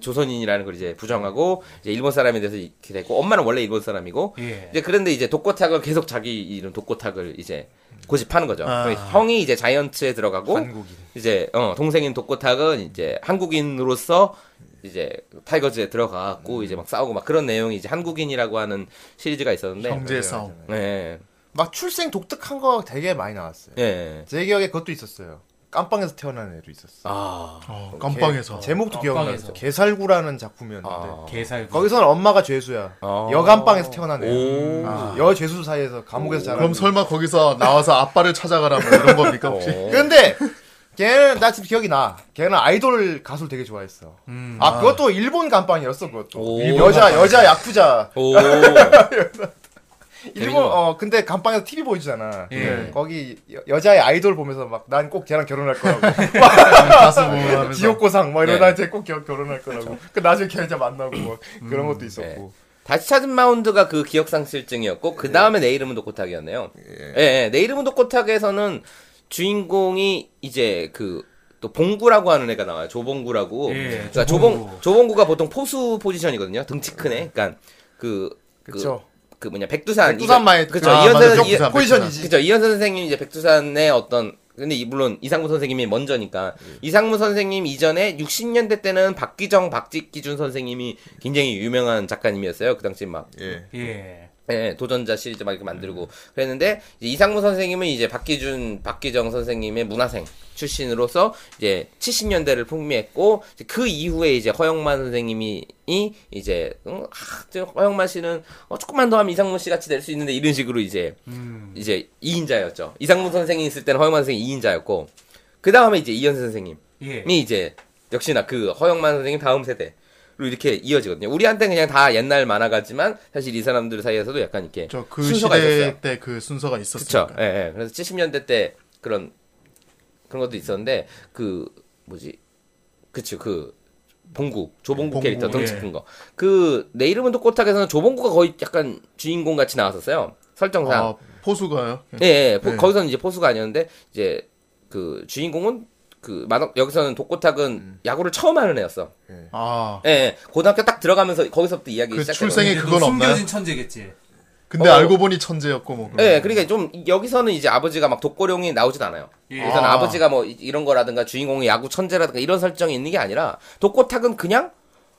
[SPEAKER 10] 조선인이라는 걸 이제 부정하고 이제 일본 사람이 돼서 이렇게 되고 엄마는 원래 일본 사람이고
[SPEAKER 6] 예.
[SPEAKER 10] 이제 그런데 이제 독고탁을 계속 자기 이름 독고탁을 이제 고집하는 거죠. 그래서 형이 이제 자이언츠에 들어가고 이제 어, 동생인 독고탁은 이제 한국인으로서 이제 타이거즈에 들어가고 이제 막 싸우고 막 그런 내용이 이제 한국인이라고 하는 시리즈가 있었는데
[SPEAKER 7] 형제의 싸움.
[SPEAKER 10] 예.
[SPEAKER 5] 막 출생 독특한 거 되게 많이 나왔어요.
[SPEAKER 10] 예.
[SPEAKER 5] 제 기억에 그것도 있었어요. 깜빵에서 태어난 애도 있었어. 요
[SPEAKER 10] 아.
[SPEAKER 7] 어, 깜빵에서.
[SPEAKER 5] 제목도
[SPEAKER 6] 깜빵에서.
[SPEAKER 5] 기억나요. 개살구라는 작품이었는데
[SPEAKER 10] 아.
[SPEAKER 6] 개살.
[SPEAKER 5] 거기서는 엄마가 죄수야.
[SPEAKER 10] 아.
[SPEAKER 5] 여감빵에서 태어난 애.
[SPEAKER 10] 오.
[SPEAKER 5] 아. 여 죄수 사이에서 감옥에서 자란.
[SPEAKER 7] 그럼 설마 거기서 나와서 아빠를 찾아가라 뭐 이런 겁니까 혹시?
[SPEAKER 10] 어.
[SPEAKER 5] 근데 걔는 나 지금 기억이 나. 걔는 아이돌 가수를 되게 좋아했어.
[SPEAKER 7] 음.
[SPEAKER 5] 아 그것도 일본 감빵이었어 그것도.
[SPEAKER 10] 오.
[SPEAKER 5] 여자 여자 야쿠자.
[SPEAKER 10] (laughs) 오.
[SPEAKER 5] 일본
[SPEAKER 10] 재밌어.
[SPEAKER 5] 어 근데 감방에서 TV 보여주잖아. 네.
[SPEAKER 6] 예.
[SPEAKER 5] 거기 여, 여자의 아이돌 보면서 막 난 꼭 걔랑 결혼할
[SPEAKER 10] (laughs) 어,
[SPEAKER 5] 거라고.
[SPEAKER 7] 가수 보면서.
[SPEAKER 5] 지옥고상 막
[SPEAKER 10] 네.
[SPEAKER 5] 이러다 이제 꼭 결- 결혼할 거라고. 그 나중에 걔 여자 만나고 막 그런
[SPEAKER 10] 음.
[SPEAKER 5] 것도 있었고.
[SPEAKER 10] 다시 찾은 마운드가 그 기억상실증이었고 그 다음에 내 이름은 독고탁이었네요. 예. 예, 내 이름은 독고탁에서는 주인공이 이제 그 또 봉구라고 하는 애가 나와요. 조봉구라고.
[SPEAKER 6] 예,
[SPEAKER 10] 그러니까 조봉
[SPEAKER 6] 조봉구.
[SPEAKER 10] 조봉구가 보통 포수 포지션이거든요. 덩치 큰 애. 그러니까 그 그,
[SPEAKER 5] 그쵸.
[SPEAKER 10] 그 뭐냐 백두산
[SPEAKER 5] 백두산
[SPEAKER 10] 이건-
[SPEAKER 5] 마에
[SPEAKER 10] 그쵸
[SPEAKER 7] 아,
[SPEAKER 10] 이현
[SPEAKER 7] 맞아,
[SPEAKER 10] 선
[SPEAKER 7] 백두산,
[SPEAKER 10] 이
[SPEAKER 7] 백두산.
[SPEAKER 5] 포지션이지.
[SPEAKER 10] 그죠 이현 선생님이 이제 백두산의 어떤 근데 이- 물론 이상무 선생님이 먼저니까 이상무 선생님 이전에 60년대 때는 박기정, 박직기준 선생님이 굉장히 유명한 작가님이었어요. 그 당시 막
[SPEAKER 5] 예.
[SPEAKER 6] 예.
[SPEAKER 10] 예, 도전자 시리즈 막 이렇게 만들고 그랬는데 이제 이상무 선생님은 이제 박기준, 박기정 선생님의 문화생 출신으로서 이제 70년대를 풍미했고 이제 그 이후에 이제 허영만 선생님이 이 이제 음, 아, 저 허영만 씨는 어, 조금만 더 하면 이상무 씨 같이 될 수 있는데 이런 식으로 이제 이제 2인자였죠. 이상무 선생이 있을 때는 허영만 선생이 2인자였고 그 다음에 이제 이현 선생님
[SPEAKER 6] 예.
[SPEAKER 10] 이 이제 역시나 그 허영만 선생님 다음 세대로 이렇게 이어지거든요. 우리한테 그냥 다 옛날 만화 같지만 사실 이 사람들 사이에서도 약간 이렇게
[SPEAKER 7] 저그
[SPEAKER 10] 순서가 있었어요.
[SPEAKER 7] 시대 때 그 순서가
[SPEAKER 10] 그쵸?
[SPEAKER 7] 있었으니까.
[SPEAKER 10] 예, 예. 그래서 70년대 때 그런 그런 것도 있었는데 그 뭐지? 그쵸 그 봉구 조봉구
[SPEAKER 7] 봉구,
[SPEAKER 10] 캐릭터 덩치
[SPEAKER 6] 예.
[SPEAKER 10] 큰 거. 그 내 이름은 똑같하게서는 조봉구가 거의 약간 주인공 같이 나왔었어요. 설정상.
[SPEAKER 7] 아, 포수가요.
[SPEAKER 10] 예, 예. 포-
[SPEAKER 7] 네.
[SPEAKER 10] 거기서는 이제 포수가 아니었는데 이제 그 주인공은 그 만화 여기서는 독고탁은 야구를 처음 하는 애였어.
[SPEAKER 7] 아,
[SPEAKER 10] 예, 예. 고등학교 딱 들어가면서 거기서부터 이야기
[SPEAKER 7] 그
[SPEAKER 10] 시작해요.
[SPEAKER 7] 출생의 그건 없나요?
[SPEAKER 6] 숨겨진 천재겠지.
[SPEAKER 7] 근데
[SPEAKER 10] 어.
[SPEAKER 7] 알고 보니 천재였고 뭐.
[SPEAKER 10] 예, 그러니까 좀 여기서는 이제 아버지가 막 독고룡이 나오진 않아요.
[SPEAKER 6] 예.
[SPEAKER 10] 일단
[SPEAKER 7] 아.
[SPEAKER 10] 아. 버지가뭐 이- 이런 거라든가 주인공이 야구 천재라든가 이런 설정이 있는 게 아니라 독고탁은 그냥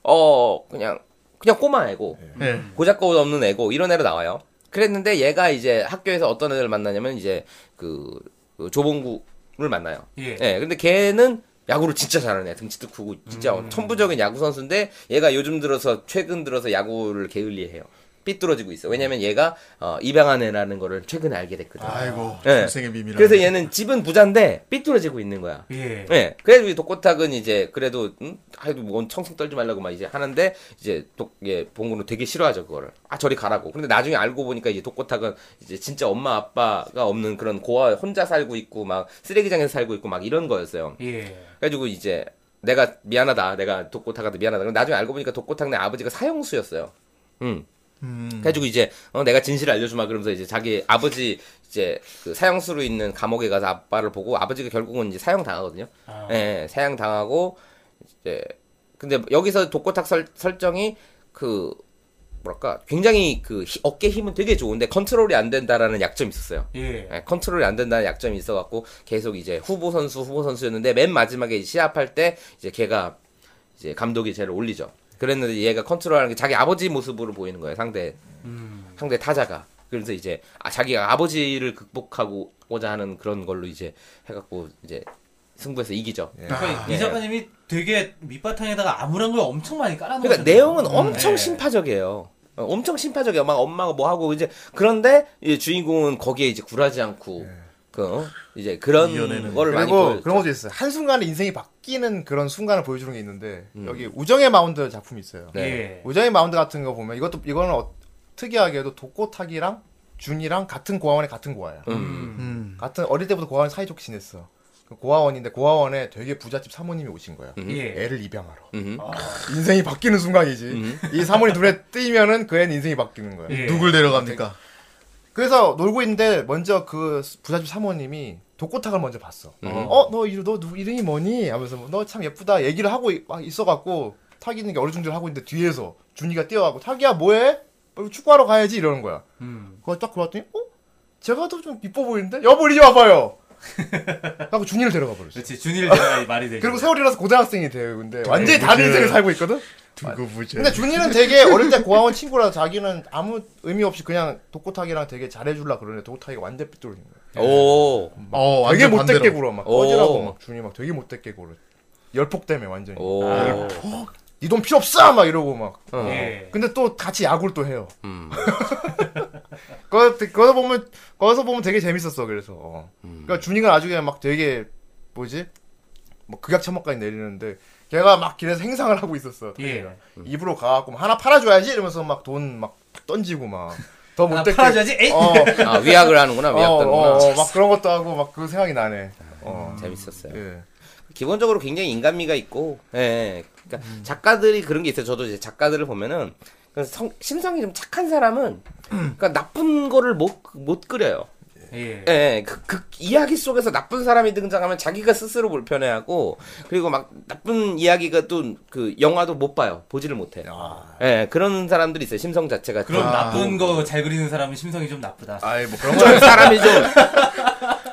[SPEAKER 10] 어 그냥 그냥 꼬마 애고
[SPEAKER 7] 예.
[SPEAKER 10] 고작거운 없는 애고 이런 애로 나와요. 그랬는데 얘가 이제 학교에서 어떤 애를 만나냐면 이제 그, 그 조봉구를 만나요.
[SPEAKER 6] 예.
[SPEAKER 10] 예, 근데 걔는 야구를 진짜 잘하는 애, 등치도 크고 진짜 천부적인 야구 선수인데 얘가 요즘 들어서 최근 들어서 야구를 게을리해요. 삐뚤어지고 있어. 왜냐면 얘가 어, 입양한 애라는 거를 최근에 알게 됐거든. 요
[SPEAKER 7] 아이고
[SPEAKER 10] 예.
[SPEAKER 7] 출생의 비밀. 음.
[SPEAKER 10] 그래서 얘는 집은 부자인데 삐뚤어지고 있는 거야.
[SPEAKER 6] 예.
[SPEAKER 10] 예. 그래도 이 독고탁은 이제 그래도 음, 아이도 뭔 청승 떨지 말라고 막 이제 하는데 이제 독예 봉구는 되게 싫어하죠 그거를. 아 저리 가라고. 근데 나중에 알고 보니까 이제 독고탁은 이제 진짜 엄마 아빠가 없는 그런 고아 혼자 살고 있고 막 쓰레기장에서 살고 있고 막 이런 거였어요.
[SPEAKER 6] 예.
[SPEAKER 10] 그래가지고 이제 내가 미안하다. 내가 독고탁한테 미안하다. 근데 나중에 알고 보니까 독고탁네 아버지가 사형수였어요. 음. 그래가지고 이제 어, 내가 진실을 알려주마 그러면서 이제 자기 아버지 이제 그 사형수로 있는 감옥에 가서 아빠를 보고 아버지가 결국은 이제 사형 당하거든요.
[SPEAKER 6] 아.
[SPEAKER 10] 예, 사형 당하고 이제 근데 여기서 독고탁 설, 설정이 그 뭐랄까 굉장히 그 히- 어깨 힘은 되게 좋은데 컨트롤이 안 된다라는 약점이 있었어요.
[SPEAKER 6] 예.
[SPEAKER 10] 예, 컨트롤이 안 된다는 약점이 있어갖고 계속 이제 후보 선수 후보 선수였는데 맨 마지막에 시합할 때 이제 걔가 이제 감독이 쟤를 올리죠. 그랬는데 얘가 컨트롤하는 게 자기 아버지 모습으로 보이는 거예요 상대 상대 타자가. 그래서 이제 아, 자기가 아버지를 극복하고자 하는 그런 걸로 이제 해갖고 이제 승부해서 이기죠.
[SPEAKER 6] 그러니까
[SPEAKER 10] 예.
[SPEAKER 6] 이 작가님이 되게 밑바탕에다가 암울한 걸 엄청 많이 깔아놓은
[SPEAKER 10] 그러니까
[SPEAKER 6] 거잖아요.
[SPEAKER 10] 내용은 엄청
[SPEAKER 6] 예.
[SPEAKER 10] 심파적이에요. 어, 엄청 심파적이에요. 막 엄마가 뭐 하고 이제 그런데 이 주인공은 거기에 이제 굴하지 않고 그 어? 이제 그런 거를 많이
[SPEAKER 5] 그리고
[SPEAKER 10] 보여.
[SPEAKER 5] 그런 것도 있어요. 한순간에 인생이 바뀌는 그런 순간을 보여주는 게 있는데 여기 우정의 마운드 작품이 있어요.
[SPEAKER 10] 음. 네.
[SPEAKER 6] 예.
[SPEAKER 5] 우정의 마운드 같은 거 보면 이것도 이거는 어- 특이하게도 독고탁이랑 준이랑 같은 고아원에 같은 고아야.
[SPEAKER 10] 음.
[SPEAKER 7] 음.
[SPEAKER 5] 같은 어릴 때부터 고아원 사이좋게 지냈어. 그 고아원인데 고아원에 되게 부잣집 사모님이 오신 거야.
[SPEAKER 10] 네.
[SPEAKER 6] 예.
[SPEAKER 5] 애를 입양하러. 아,
[SPEAKER 10] 음.
[SPEAKER 5] 인생이 바뀌는 순간이지. 이 사모님 눈에 뜨면은 그 애는 인생이 바뀌는 거야.
[SPEAKER 6] 예.
[SPEAKER 7] 누굴 데려갑니까?
[SPEAKER 5] 그래서 놀고 있는데 먼저 그 부잣집 사모님이 독고탁을 먼저 봤어. 어, 너 이름 너 누구 이름이 뭐니? 하면서 너 참 예쁘다 얘기를 하고 이- 막 있어갖고 탁이 있는 게 어리둥절 하고 있는데 뒤에서 준이가 뛰어가고 탁이야 뭐해? 빨리 축구하러 가야지 이러는 거야.
[SPEAKER 6] 음.
[SPEAKER 5] 그거 딱 그러더니 어? 제가 더 좀 이뻐 보이는데 여보 이리 와봐요. (laughs) 하고 준이를 데려가 버렸어.
[SPEAKER 6] 그렇지 준일 대가 말이 되죠.
[SPEAKER 5] 그리고 세월이라서 고등학생이 돼요. 근데
[SPEAKER 7] 네,
[SPEAKER 5] 완전히 다른
[SPEAKER 7] 그죠.
[SPEAKER 5] 인생을 살고 있거든. 아,
[SPEAKER 7] 누구 부재?
[SPEAKER 5] 근데 준이는 되게 어릴 때 고아원 친구라 자기는 아무 의미 없이 그냥 독고타기랑 되게 잘해줄라 그러는데 독고타기가 완전 삐뚤어진 거야.
[SPEAKER 10] 오.
[SPEAKER 7] 어,
[SPEAKER 5] 되게
[SPEAKER 7] 완전
[SPEAKER 5] 못됐게
[SPEAKER 7] 반대로.
[SPEAKER 5] 굴어 어. 막
[SPEAKER 10] 오.
[SPEAKER 5] 꺼지라고 막 준이 막 되게 못됐게 굴어. 열폭 때문에 완전히.
[SPEAKER 10] 오.
[SPEAKER 5] 아. 니 돈 필요 없어 막 이러고 막.
[SPEAKER 6] 예.
[SPEAKER 5] 근데 또 같이 야구를 또 해요. (laughs)
[SPEAKER 10] 음.
[SPEAKER 5] 거- 거기서 보면 거기서 보면 되게 재밌었어 그래서. 어.
[SPEAKER 10] 음.
[SPEAKER 5] 그러니까 준이가 나중에 막 되게 뭐지? 뭐 극약 천막까지 내리는데 걔가 막 길에서 행상을 하고 있었어.
[SPEAKER 6] 예.
[SPEAKER 10] 음.
[SPEAKER 5] 입으로 가갖고 막 하나 팔아줘야지 이러면서 막 돈 막 던지고 막 더
[SPEAKER 6] 아,
[SPEAKER 5] 못됐게
[SPEAKER 6] 팔아줘야지. 에이.
[SPEAKER 5] 어,
[SPEAKER 10] (laughs) 아, 위약을 하는구나.
[SPEAKER 5] 어,
[SPEAKER 10] 위약
[SPEAKER 5] 어,
[SPEAKER 10] 따는구나.
[SPEAKER 5] 어,
[SPEAKER 10] (laughs)
[SPEAKER 5] 막 그런 것도 하고 막 그 생각이 나네. 어,
[SPEAKER 10] 재밌었어요.
[SPEAKER 5] 예.
[SPEAKER 10] 기본적으로 굉장히 인간미가 있고, 예, 예. 그러니까
[SPEAKER 5] 음.
[SPEAKER 10] 작가들이 그런 게 있어요. 저도 이제 작가들을 보면은
[SPEAKER 5] 음.
[SPEAKER 10] 그 성- 심성이 좀 착한 사람은 그러니까 나쁜 거를 못 못 그려요. 예.
[SPEAKER 6] 예.
[SPEAKER 10] 예, 그, 그 이야기 속에서 나쁜 사람이 등장하면 자기가 스스로 불편해하고 그리고 막 나쁜 이야기가 또 그 영화도 못 봐요 보지를 못해.
[SPEAKER 5] 아.
[SPEAKER 10] 예, 그런 사람들이 있어요 심성 자체가.
[SPEAKER 6] 그럼
[SPEAKER 10] 좀
[SPEAKER 6] 나쁜 거 잘 그리는 사람은 심성이 좀 나쁘다.
[SPEAKER 7] 아이 뭐 그런
[SPEAKER 10] 좀 사람이 좀 (laughs)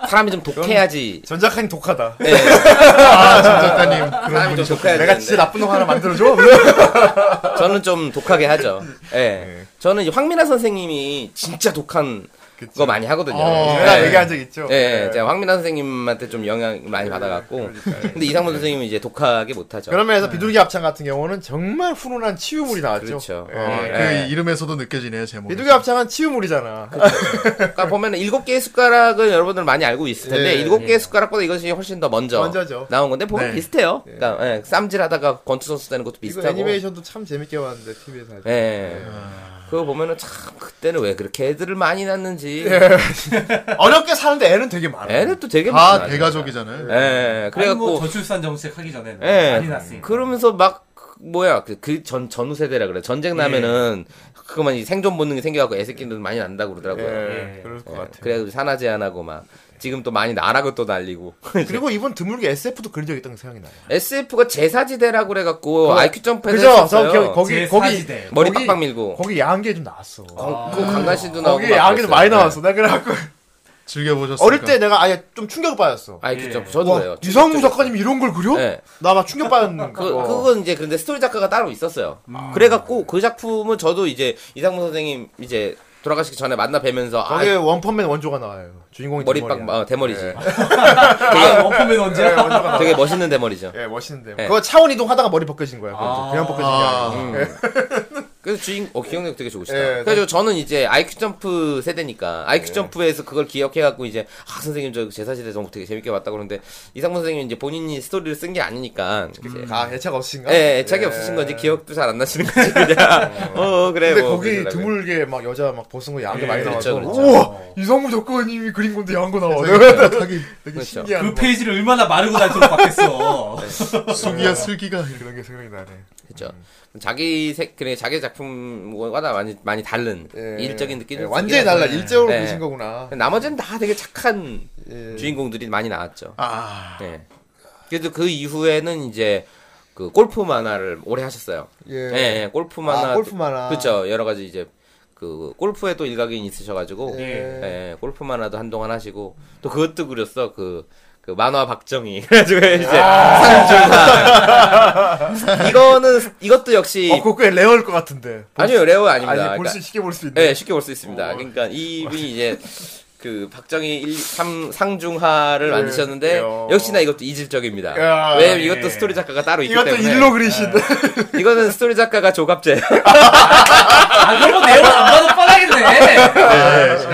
[SPEAKER 10] 사람이 좀 독해야지.
[SPEAKER 5] 전작한이 독하다. (laughs)
[SPEAKER 10] 예,
[SPEAKER 7] 거아 작가님
[SPEAKER 10] 사람이 좀 독해야지.
[SPEAKER 5] 내가 진짜 나쁜 놈 하나 만들어줘?
[SPEAKER 10] 저는 좀 독하게 하죠. 예,
[SPEAKER 5] 네.
[SPEAKER 10] 저는 이 황민아 선생님이 진짜 독한 거 많이 하거든요.
[SPEAKER 7] 어,
[SPEAKER 10] 예.
[SPEAKER 5] 내가 얘기한 네. 적 있죠.
[SPEAKER 10] 예, 예, 제가 황민아 선생님한테 좀 영향 많이 받아갖고. 근데 이상문 선생님은 이제 독하게 못하죠. 네.
[SPEAKER 5] 그런 면에서 비둘기 합창 같은 경우는 정말 훈훈한 치유물이 나왔죠.
[SPEAKER 10] 그렇죠.
[SPEAKER 5] 예.
[SPEAKER 10] 어,
[SPEAKER 7] 그
[SPEAKER 10] 예.
[SPEAKER 7] 이름에서도 느껴지네요 제목이
[SPEAKER 5] 비둘기 합창은 치유물이잖아.
[SPEAKER 10] 그러니까 보면 일곱 개의 숟가락은 여러분들 많이 알고 있을 텐데
[SPEAKER 5] 예.
[SPEAKER 10] 일곱 개의 숟가락보다 이것이 훨씬 더 먼저
[SPEAKER 5] 먼저죠.
[SPEAKER 10] 나온 건데 보면
[SPEAKER 7] 네.
[SPEAKER 10] 비슷해요. 그러니까 예, 쌈질하다가 권투 선수 되는 것도
[SPEAKER 5] 이거
[SPEAKER 10] 비슷하고.
[SPEAKER 5] 애니메이션도 참 재밌게 봤는데 TV에서.
[SPEAKER 10] 예. 그거 보면은 참 그때는 왜 그렇게 애들을 많이 낳는지
[SPEAKER 5] 네. 어렵게 사는데 애는 되게 많아.
[SPEAKER 10] 애들 또 되게
[SPEAKER 7] 다
[SPEAKER 10] 많아요.
[SPEAKER 7] 대가족이잖아요
[SPEAKER 10] 예.
[SPEAKER 6] 아니, 뭐
[SPEAKER 10] 그래갖고
[SPEAKER 6] 저출산 정책 하기 전에 는
[SPEAKER 10] 예.
[SPEAKER 6] 많이 났으니까.
[SPEAKER 10] 그러면서 막 그- 뭐야 그 전 전후 세대라 그래
[SPEAKER 5] 예.
[SPEAKER 10] 전쟁 나면은 그거만 이 생존 본능이 생겨갖고 애새끼들 많이 난다고 그러더라고요.
[SPEAKER 5] 예,
[SPEAKER 6] 예.
[SPEAKER 5] 그럴 것
[SPEAKER 10] 예,
[SPEAKER 5] 같아.
[SPEAKER 10] 그래가지고 산화 제한하고 막 지금 또 많이 나라고 또 날리고
[SPEAKER 5] 그리고 이번 드물게 SF도 그린 적 있던 생각이 나요.
[SPEAKER 10] SF가 제사지대라고 그래갖고
[SPEAKER 5] 그거-
[SPEAKER 10] IQ 점프해서
[SPEAKER 5] 그죠? 저
[SPEAKER 10] 했었어요.
[SPEAKER 5] 기억, 거기,
[SPEAKER 6] 제
[SPEAKER 5] 거기,
[SPEAKER 6] 사지대.
[SPEAKER 10] 네, 머리
[SPEAKER 5] 거기-
[SPEAKER 10] 빡빡 밀고
[SPEAKER 5] 거기 야한 게 좀 나왔어.
[SPEAKER 10] 강- 그 강간씨도 나오고
[SPEAKER 5] 거기
[SPEAKER 10] 막
[SPEAKER 5] 야한 게
[SPEAKER 10] 그랬어요. 예.
[SPEAKER 5] 많이 나왔어. 나 그래갖고
[SPEAKER 7] 즐겨보셨습니까?
[SPEAKER 5] 어릴 때 내가 아예 좀 충격 받았어.
[SPEAKER 10] 네. IQ 점프
[SPEAKER 5] 와,
[SPEAKER 10] 저도 그래요.
[SPEAKER 5] 유성무 작가님 이런 걸 그려?
[SPEAKER 10] 예.
[SPEAKER 5] 나 막 충격 받았는
[SPEAKER 10] 그, 그건 이제 근데 스토리 작가가 따로 있었어요.
[SPEAKER 5] 음.
[SPEAKER 10] 그래갖고 그 작품은 저도 이제 이상문 선생님 이제 돌아가시기 전에 만나 뵈면서 아,
[SPEAKER 5] 거기에 원펀맨 원조가 나와요. 주인공이
[SPEAKER 10] 머리
[SPEAKER 5] 대머리야. 예. 네,
[SPEAKER 10] 빡, 어, 대머리지.
[SPEAKER 6] 아, 원펀맨 언제야?
[SPEAKER 10] 예. 되게 멋있는 대머리죠.
[SPEAKER 5] 예, 멋있는데.
[SPEAKER 10] 예.
[SPEAKER 5] 그거 차원 이동하다가 머리 벗겨진 거야. 그것도.
[SPEAKER 6] 아.
[SPEAKER 5] 그냥 벗겨진 게 아니고.
[SPEAKER 10] 음. 그래서 주인, 어, 기억력 되게 좋으시다.
[SPEAKER 5] 예,
[SPEAKER 10] 그래가지고 저는 이제 IQ 점프 세대니까, IQ 점프에서 그걸 기억해갖고 이제, 아, 선생님 저 제사시대 정말 되게 재밌게 봤다고 그러는데, 이상문 선생님 이제 본인이 스토리를 쓴 게 아니니까, 이제
[SPEAKER 5] 아, 예차가 없으신가?
[SPEAKER 10] 예, 예, 자기 없으신 건지 기억도 잘 안 나시는 건지 그냥
[SPEAKER 5] (laughs)
[SPEAKER 10] 어, 어, 그래
[SPEAKER 5] 근데
[SPEAKER 10] 뭐
[SPEAKER 5] 거기
[SPEAKER 10] 그러더라고요.
[SPEAKER 5] 드물게 막 여자 막 벗은 거 야한 게
[SPEAKER 6] 예,
[SPEAKER 5] 많이
[SPEAKER 10] 그렇죠,
[SPEAKER 5] 나와서
[SPEAKER 10] 그렇죠.
[SPEAKER 5] 우와 이성무 작가님이 그린 건데 야한 거 나와.
[SPEAKER 7] 되게, 되게
[SPEAKER 5] (laughs) 되게
[SPEAKER 10] 그렇죠.
[SPEAKER 5] 신기한
[SPEAKER 6] 그
[SPEAKER 5] 거.
[SPEAKER 6] 페이지를 얼마나 마르고 날도록 바뀌었어.
[SPEAKER 7] 수기야 슬기가
[SPEAKER 5] 그런 게 생각이 나네.
[SPEAKER 10] 그렇죠. 자기 색 그래 자기 작품과 다 많이 많이 다른
[SPEAKER 5] 예.
[SPEAKER 10] 일적인 느낌이
[SPEAKER 5] 예,
[SPEAKER 10] 있긴
[SPEAKER 5] 완전히
[SPEAKER 10] 한데.
[SPEAKER 5] 달라. 일적으로
[SPEAKER 10] 예.
[SPEAKER 5] 보신 거구나.
[SPEAKER 10] 나머지는 다 되게 착한
[SPEAKER 5] 예.
[SPEAKER 10] 주인공들이 많이 나왔죠.
[SPEAKER 7] 아
[SPEAKER 10] 예. 그래도 그 이후에는 이제 그 골프 만화를 오래 하셨어요.
[SPEAKER 5] 예.
[SPEAKER 10] 예, 예, 골프 만화.
[SPEAKER 5] 아, 골프 만화.
[SPEAKER 10] 그렇죠. 여러 가지 이제 그 골프에 또 일각인 있으셔가지고
[SPEAKER 5] 예.
[SPEAKER 10] 예, 예, 골프 만화도 한동안 하시고 또 그것도 그렸어 그. 그 만화 박정희 (laughs) 그래가지고 이제 산중사
[SPEAKER 5] 아.
[SPEAKER 10] 이거는 이것도 역시
[SPEAKER 5] 어, 그거 꽤 레어일 것 같은데.
[SPEAKER 10] 아니요 레오 아닙니다.
[SPEAKER 5] 아니,
[SPEAKER 10] 그러니까-
[SPEAKER 5] 볼수 쉽게 볼 수 있네.
[SPEAKER 10] 네, 쉽게 볼 수 있습니다.
[SPEAKER 5] 어.
[SPEAKER 10] 그러니까
[SPEAKER 5] (laughs)
[SPEAKER 10] 이분이 이제 그 박정희 1, 3 상중하를 만드셨는데
[SPEAKER 5] 야.
[SPEAKER 10] 역시나 이것도 이질적입니다.
[SPEAKER 5] 예, 어. 야.
[SPEAKER 10] 왜냐면 이것도
[SPEAKER 6] 예.
[SPEAKER 10] 스토리 작가가 따로 있기
[SPEAKER 5] 이것도
[SPEAKER 10] 때문에 예.
[SPEAKER 5] 일로 그리신.
[SPEAKER 10] 이거는 스토리 작가가 조갑제.
[SPEAKER 6] 아, 그런 거 내용 안 봐도
[SPEAKER 10] 예.
[SPEAKER 6] 뻔하겠네. 네,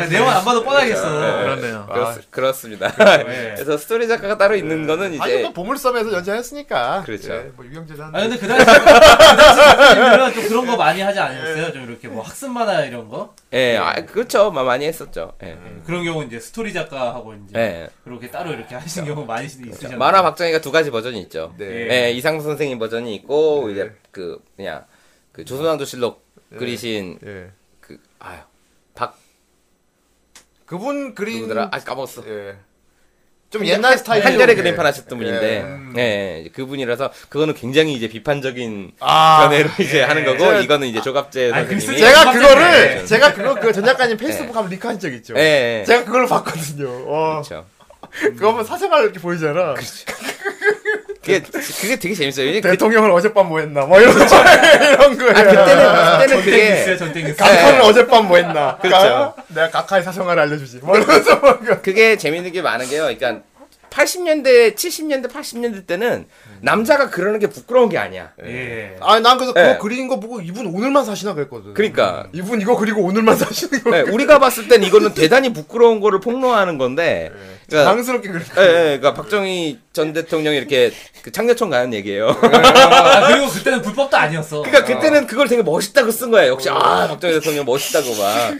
[SPEAKER 6] 내용 안
[SPEAKER 10] 그렇죠.
[SPEAKER 6] 봐도 뻔하겠어.
[SPEAKER 7] 그렇네요
[SPEAKER 10] (laughs) 그렇, 습니다 (laughs)
[SPEAKER 6] 예.
[SPEAKER 10] 그래서 스토리 작가가 따로 있는 거는
[SPEAKER 5] 예. 아니
[SPEAKER 10] 이제
[SPEAKER 5] 또 보물섬에서 연재했으니까.
[SPEAKER 10] 그렇죠.
[SPEAKER 5] 예, 뭐 유경재도
[SPEAKER 6] 아
[SPEAKER 5] 한데.
[SPEAKER 6] 근데 그 당시 그 당시 좀 그런 거 많이 하지 않으셨어요? 좀 이렇게 뭐 학습 만화 이런 거
[SPEAKER 10] 예, 아, 그렇죠. 마- 많이 했었죠. 예.
[SPEAKER 5] 음.
[SPEAKER 6] 그런 경우 이제 스토리 작가하고 이제
[SPEAKER 10] 예. 그렇죠.
[SPEAKER 6] 그렇게 따로 이렇게 하신 경우 많이 있으셨나요?
[SPEAKER 10] 만화 박정희가 두 가지 버전이 있죠.
[SPEAKER 5] 네.
[SPEAKER 10] 예, 이상수 선생님 버전이 있고 이제 그 그냥 그 조선왕조실록 그리신
[SPEAKER 5] 예.
[SPEAKER 10] 그 아유 박
[SPEAKER 5] 그분 그린
[SPEAKER 10] 누구더라? 아 까먹었어.
[SPEAKER 5] 예. 좀 옛날 스타일
[SPEAKER 10] 한결의 그림판 하셨던 분인데, 예, 이제 그분이라서, 그거는 굉장히 이제 비판적인
[SPEAKER 5] 아.
[SPEAKER 10] 견해로 (laughs) 이제 하는 거고,
[SPEAKER 5] 제가-
[SPEAKER 10] 이거는 이제 조갑재
[SPEAKER 6] 아니,
[SPEAKER 10] 선생님이.
[SPEAKER 6] 글쓰기-
[SPEAKER 5] 제가
[SPEAKER 6] 예,
[SPEAKER 5] 그거를
[SPEAKER 10] 예.
[SPEAKER 5] 제가 그거 그
[SPEAKER 10] 네.
[SPEAKER 5] 전작가님 페이스북 한번 링크한 적 있죠.
[SPEAKER 10] 예, 예.
[SPEAKER 5] 제가 그걸 봤거든요. 와,
[SPEAKER 10] 그렇죠.
[SPEAKER 5] 그거 보면 사생활 이렇게 보이잖아.
[SPEAKER 10] 그게, 그게 되게
[SPEAKER 5] (laughs)
[SPEAKER 10] 재밌어요. 왜냐면 그,
[SPEAKER 5] 대통령을 어젯밤 뭐 했나? 뭐 이런 거 (laughs) 이런 거야.
[SPEAKER 10] 그렇죠. 아, 그때는, 그때는
[SPEAKER 6] 전쟁 있어요,
[SPEAKER 10] 그게,
[SPEAKER 6] 전쟁 있어요.
[SPEAKER 5] 각하를 어젯밤 뭐 했나?
[SPEAKER 10] 그렇죠.
[SPEAKER 5] 가- 내가 각하의 사생활을 알려주지. 뭐 이러면서 막 이거.
[SPEAKER 10] 그게 재밌는 게 많은 게요. 그러니까, 80년대, 70년대, 80년대 때는, 남자가 그러는 게 부끄러운 게 아니야.
[SPEAKER 6] 예.
[SPEAKER 5] 아, 난 그래서
[SPEAKER 10] 예.
[SPEAKER 5] 그거 그린 거 보고 이분 오늘만 사시나 그랬거든.
[SPEAKER 10] 그러니까.
[SPEAKER 5] 이분 이거 그리고 오늘만 사시는 거.
[SPEAKER 10] 예, 우리가 봤을 땐 이거는 대단히 부끄러운 거를 폭로하는 건데,
[SPEAKER 5] 예.
[SPEAKER 10] 그러니까
[SPEAKER 5] 당스럽게 그린
[SPEAKER 10] 예,
[SPEAKER 5] 거.
[SPEAKER 10] 예, 그러니까 박정희 전 대통령이 이렇게 그 창녀촌 가는 얘기예요. (laughs)
[SPEAKER 6] 아, 그리고 그때는 불법도 아니었어.
[SPEAKER 10] 그러니까 그때는 그걸 되게 멋있다고 쓴 거야. 역시 아 박정희 대통령 멋있다고 막.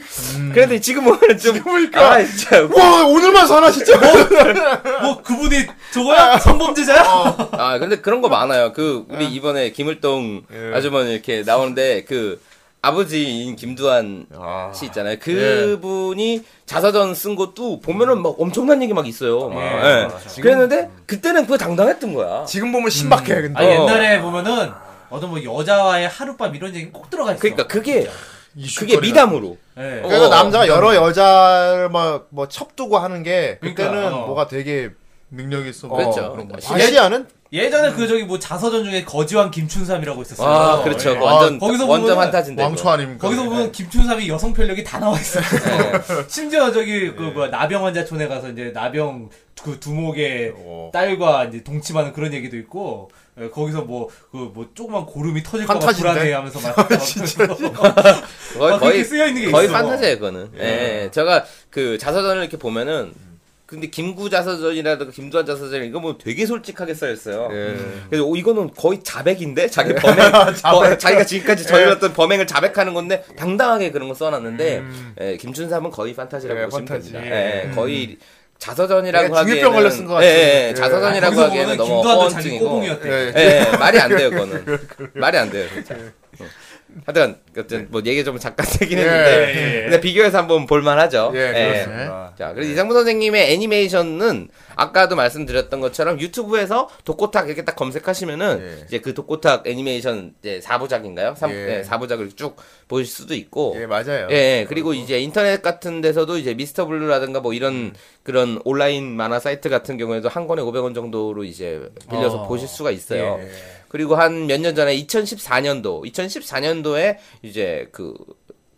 [SPEAKER 10] 그런데 지금 보면 좀
[SPEAKER 5] 보니까.
[SPEAKER 10] 아, 진짜
[SPEAKER 5] 와, 오늘만 사나 진짜.
[SPEAKER 10] 그러니까
[SPEAKER 6] 뭐 그분이 저거야 성범죄자야?
[SPEAKER 10] 아 근데 그런 거 많아요. 그 우리 이번에 김을동 아주머니 이렇게 나오는데 그 아버지인 김두한 씨 있잖아요. 그분이 자서전 쓴 것도 보면은 막 엄청난 얘기 막 있어요. 막. 예. 그랬는데 그때는 그거 당당했던 거야.
[SPEAKER 7] 지금
[SPEAKER 5] 음,
[SPEAKER 7] 보면 신박해 근데
[SPEAKER 10] 아,
[SPEAKER 6] 아
[SPEAKER 10] 어.
[SPEAKER 6] 옛날에 보면은 어떤 뭐 여자와의 하룻밤 이런 얘기 꼭 들어가 있어.
[SPEAKER 10] 그러니까 그게 그게
[SPEAKER 7] 이슈거리라.
[SPEAKER 10] 미담으로.
[SPEAKER 6] 예.
[SPEAKER 10] 어.
[SPEAKER 5] 그래서 남자가 여러 여자를 막, 뭐, 첩두고 하는 게, 그때는
[SPEAKER 6] 그러니까, 어.
[SPEAKER 5] 뭐가 되게,
[SPEAKER 7] 능력 있어 뭐
[SPEAKER 10] 그렇죠.
[SPEAKER 7] 그런 거.
[SPEAKER 5] 아시아는?
[SPEAKER 6] 예전에 그 저기 뭐 자서전 중에 거지왕 김춘삼이라고 있었어요.
[SPEAKER 10] 아, 그렇죠.
[SPEAKER 6] 예.
[SPEAKER 10] 그거 완전
[SPEAKER 6] 아, 거기서
[SPEAKER 10] 완전
[SPEAKER 6] 보면은
[SPEAKER 10] 판타지인데.
[SPEAKER 7] 왕초 아닙니까?
[SPEAKER 6] 거기서 보면 김춘삼이 여성 편력이 다 나와 있어요. 예. 심지어
[SPEAKER 10] 예.
[SPEAKER 6] 저기 그 뭐야 나병 환자촌에 가서 이제 나병 그 두목의
[SPEAKER 10] 어.
[SPEAKER 5] 어.
[SPEAKER 6] 딸과 이제 동침하는 그런 얘기도 있고 예, 거기서 뭐 그 뭐 조그만 고름이 터질 거봐
[SPEAKER 5] 판타지인데?
[SPEAKER 6] 불안해하면서 막
[SPEAKER 10] (laughs) 그거
[SPEAKER 6] 아, 그렇게
[SPEAKER 10] 거의
[SPEAKER 6] 쓰여 있는 게
[SPEAKER 10] 거의
[SPEAKER 6] 있어.
[SPEAKER 10] 판타지예요, 그거는. 예. 제가 그 자서전을 이렇게 보면은 근데 김구 자서전이라든가 김두한 자서전 이거 보면 되게 솔직하게 써 있어요.
[SPEAKER 6] 예.
[SPEAKER 10] 그래서 오, 이거는 거의 자백인데 자기
[SPEAKER 6] (laughs)
[SPEAKER 10] 범행 거- 자기가 지금까지
[SPEAKER 6] 예.
[SPEAKER 10] 저질렀던 범행을 자백하는 건데 당당하게 그런 거 써놨는데
[SPEAKER 6] 음.
[SPEAKER 10] 예, 김춘삼은 거의 판타지라고
[SPEAKER 7] 예,
[SPEAKER 10] 보시면
[SPEAKER 7] 판타지.
[SPEAKER 10] 됩니다. 예, 거의 자서전이라고
[SPEAKER 5] 되게 중이병
[SPEAKER 10] 하기에는
[SPEAKER 5] 걸렸을 것
[SPEAKER 10] 예,
[SPEAKER 5] 같은.
[SPEAKER 10] 예,
[SPEAKER 5] 예.
[SPEAKER 10] 자서전이라고
[SPEAKER 6] 거기서 보면
[SPEAKER 10] 하기에는 너무
[SPEAKER 6] 김두한도 자기
[SPEAKER 10] 허언증이고
[SPEAKER 6] 꼬봉이었대.
[SPEAKER 7] 예.
[SPEAKER 10] 예, 말이 안 돼요,
[SPEAKER 7] (laughs)
[SPEAKER 10] 그거는. 말이 안 돼요, 진짜. 어. 하여튼, 하여튼, 뭐, 얘기 좀 잠깐 (laughs) 되긴 했는데,
[SPEAKER 6] 예, 예.
[SPEAKER 10] 근데 비교해서 한번 볼만하죠.
[SPEAKER 7] 예, 그렇습니다.
[SPEAKER 10] 자, 그리고 이상무 선생님의 애니메이션은, 아까도 말씀드렸던 것처럼 유튜브에서 독고탁 이렇게 딱 검색하시면은,
[SPEAKER 7] 예.
[SPEAKER 10] 이제 그 독고탁 애니메이션, 이제 4부작인가요? 3,
[SPEAKER 7] 예.
[SPEAKER 10] 예. 4부작을 쭉 보실 수도 있고,
[SPEAKER 7] 예 맞아요.
[SPEAKER 10] 예, 그리고 이제 인터넷 같은 데서도 이제 미스터 블루라든가 뭐
[SPEAKER 5] 음.
[SPEAKER 10] 이런 그런 온라인 만화 사이트 같은 경우에도 한 권에 500원 정도로 이제
[SPEAKER 5] 아,
[SPEAKER 10] 빌려서 보실 수가
[SPEAKER 5] 예,
[SPEAKER 10] 있어요. 그리고 한 몇 년 전에 2014년도, 2014년도에 이제 그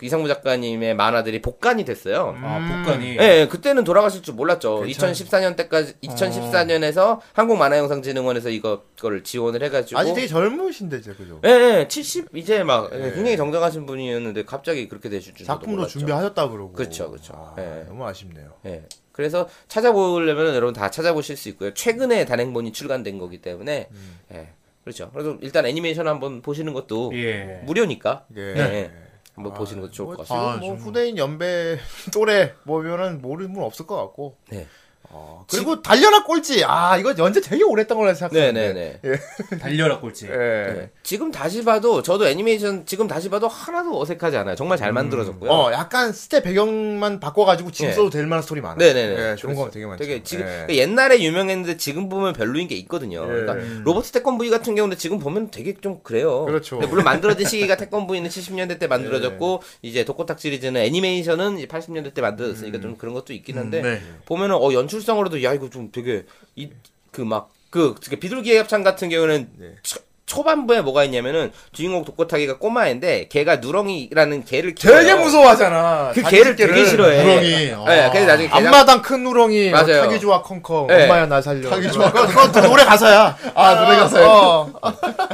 [SPEAKER 10] 이상무 작가님의 만화들이 복간이 됐어요.
[SPEAKER 5] 음.
[SPEAKER 6] 아 복관이
[SPEAKER 10] 예, 예, 그때는 돌아가실 줄
[SPEAKER 5] 그렇죠.
[SPEAKER 10] 몰랐죠. 2014년
[SPEAKER 5] 어.
[SPEAKER 10] 때까지 2014년에서 한국 만화영상진흥원에서 이거 거를 지원을 해가지고
[SPEAKER 5] 아직 되게 젊으신데, 이제, 그죠?
[SPEAKER 10] 예, 예, 70 이제 막 예, 굉장히 정정하신 분이었는데 갑자기 그렇게 되실 줄 저도
[SPEAKER 5] 작품도
[SPEAKER 10] 몰랐죠.
[SPEAKER 5] 준비하셨다 그러고.
[SPEAKER 10] 그렇죠, 그렇죠.
[SPEAKER 5] 아,
[SPEAKER 10] 예.
[SPEAKER 5] 너무 아쉽네요.
[SPEAKER 10] 예. 그래서 찾아보려면 여러분 다 찾아보실 수 있고요. 최근에 단행본이 출간된 거기 때문에
[SPEAKER 5] 음.
[SPEAKER 10] 예. 그렇죠. 그래서 일단 애니메이션 한번 보시는 것도
[SPEAKER 6] 예.
[SPEAKER 10] 무료니까
[SPEAKER 5] 예.
[SPEAKER 10] 예. 한번 보시는 것도 좋을
[SPEAKER 5] 뭐
[SPEAKER 10] 것 음.
[SPEAKER 5] 지금
[SPEAKER 10] 같습니다.
[SPEAKER 5] 뭐 후대인 연배 (laughs) 또래 보면은 모르는 분 없을 것 같고.
[SPEAKER 10] 네.
[SPEAKER 5] 어, 그리고 달려라 꼴찌. 아 이거 연재 되게 오랫동안 걸로
[SPEAKER 10] 네,
[SPEAKER 5] 생각했는데.
[SPEAKER 10] 네, 네.
[SPEAKER 6] 달려라 꼴찌.
[SPEAKER 5] 예.
[SPEAKER 10] 지금 다시 봐도 저도 애니메이션 지금 다시 봐도 하나도 어색하지 않아요. 정말 잘 만들어졌고요.
[SPEAKER 5] 어 약간 스텝 배경만 바꿔가지고 지금
[SPEAKER 10] 예.
[SPEAKER 5] 써도 될 만한 스토리 많아.
[SPEAKER 10] 네네네.
[SPEAKER 5] 예, 좋은
[SPEAKER 10] 그래서
[SPEAKER 5] 거 되게 많죠.
[SPEAKER 10] 되게 지금
[SPEAKER 5] 예.
[SPEAKER 10] 그러니까 옛날에 유명했는데 지금 보면 별로인 게 있거든요. 그러니까 로버트 태권브이 같은 경우는 지금 보면 되게 좀 그래요.
[SPEAKER 5] 그렇죠.
[SPEAKER 10] 근데 물론 만들어진 시기가 태권브이는 70년대 때 만들어졌고 이제 독고탁 시리즈는 애니메이션은 이제 80년대 때 만들어졌으니까 좀 그런 것도 있긴
[SPEAKER 5] 음,
[SPEAKER 10] 한데
[SPEAKER 7] 네.
[SPEAKER 10] 보면은 어 연출성으로도 야 이거 좀 되게 이 그 막 그 비둘기의 협찬 같은 경우는 초- 초반부에 뭐가 있냐면은 주인공 독고타기가 꼬마인데 걔가 누렁이라는 개를
[SPEAKER 7] 되게
[SPEAKER 10] 키워요.
[SPEAKER 7] 무서워하잖아.
[SPEAKER 10] 그
[SPEAKER 7] 자기
[SPEAKER 10] 개를
[SPEAKER 7] 개를.
[SPEAKER 10] 되게 싫어해.
[SPEAKER 7] 누렁이.
[SPEAKER 10] 예, 네, 그래서 나중에 걔가
[SPEAKER 5] 앞마당 큰 누렁이 뭐
[SPEAKER 10] 맞아요.
[SPEAKER 5] 타기 좋아 컹컹
[SPEAKER 10] 예.
[SPEAKER 5] 엄마야 나 살려 어.
[SPEAKER 7] 타기 좋아.
[SPEAKER 5] 그거- 그거 노래 가사야
[SPEAKER 7] 아, 노래 가사야.
[SPEAKER 5] 어.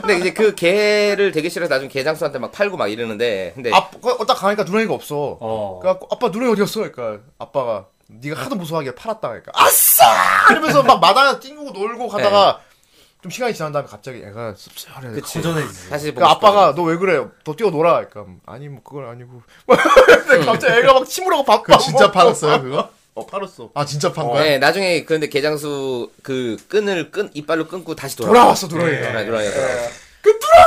[SPEAKER 10] 근데 이제 그 개를 되게 싫어서 나중에 개장수한테 막 팔고 막 이러는데
[SPEAKER 7] 예.
[SPEAKER 10] 근데
[SPEAKER 5] 아딱 가니까 누렁이가 없어
[SPEAKER 6] 어.
[SPEAKER 5] 그래갖고 아빠 누렁이 어디 갔어 그러니까 아빠가 네가 하도 무서워하게 팔았다 그러니까 아싸 이러면서 막 마당에 뒹구고
[SPEAKER 10] 예.
[SPEAKER 5] 놀고 하다가 좀 시간이 지난 다음에 갑자기 애가 씁쓸해
[SPEAKER 10] 그치.
[SPEAKER 6] 도전해지.
[SPEAKER 10] 사실
[SPEAKER 5] 그 아빠가 너 왜 그래? 더 뛰어놀아. 그러니까 아니 뭐 그건 아니고. 근데
[SPEAKER 10] 음.
[SPEAKER 5] 갑자기 애가 막 침울하고 바빠.
[SPEAKER 7] 그거 진짜 팔았어요 그거?
[SPEAKER 5] 어 팔았어.
[SPEAKER 7] 아 진짜 판 거야?
[SPEAKER 10] 네 나중에 그런데 개장수 그 끈을 끈 이빨로 끊고 다시 돌아
[SPEAKER 5] 돌아왔어 누렁이가.
[SPEAKER 10] 돌아 돌아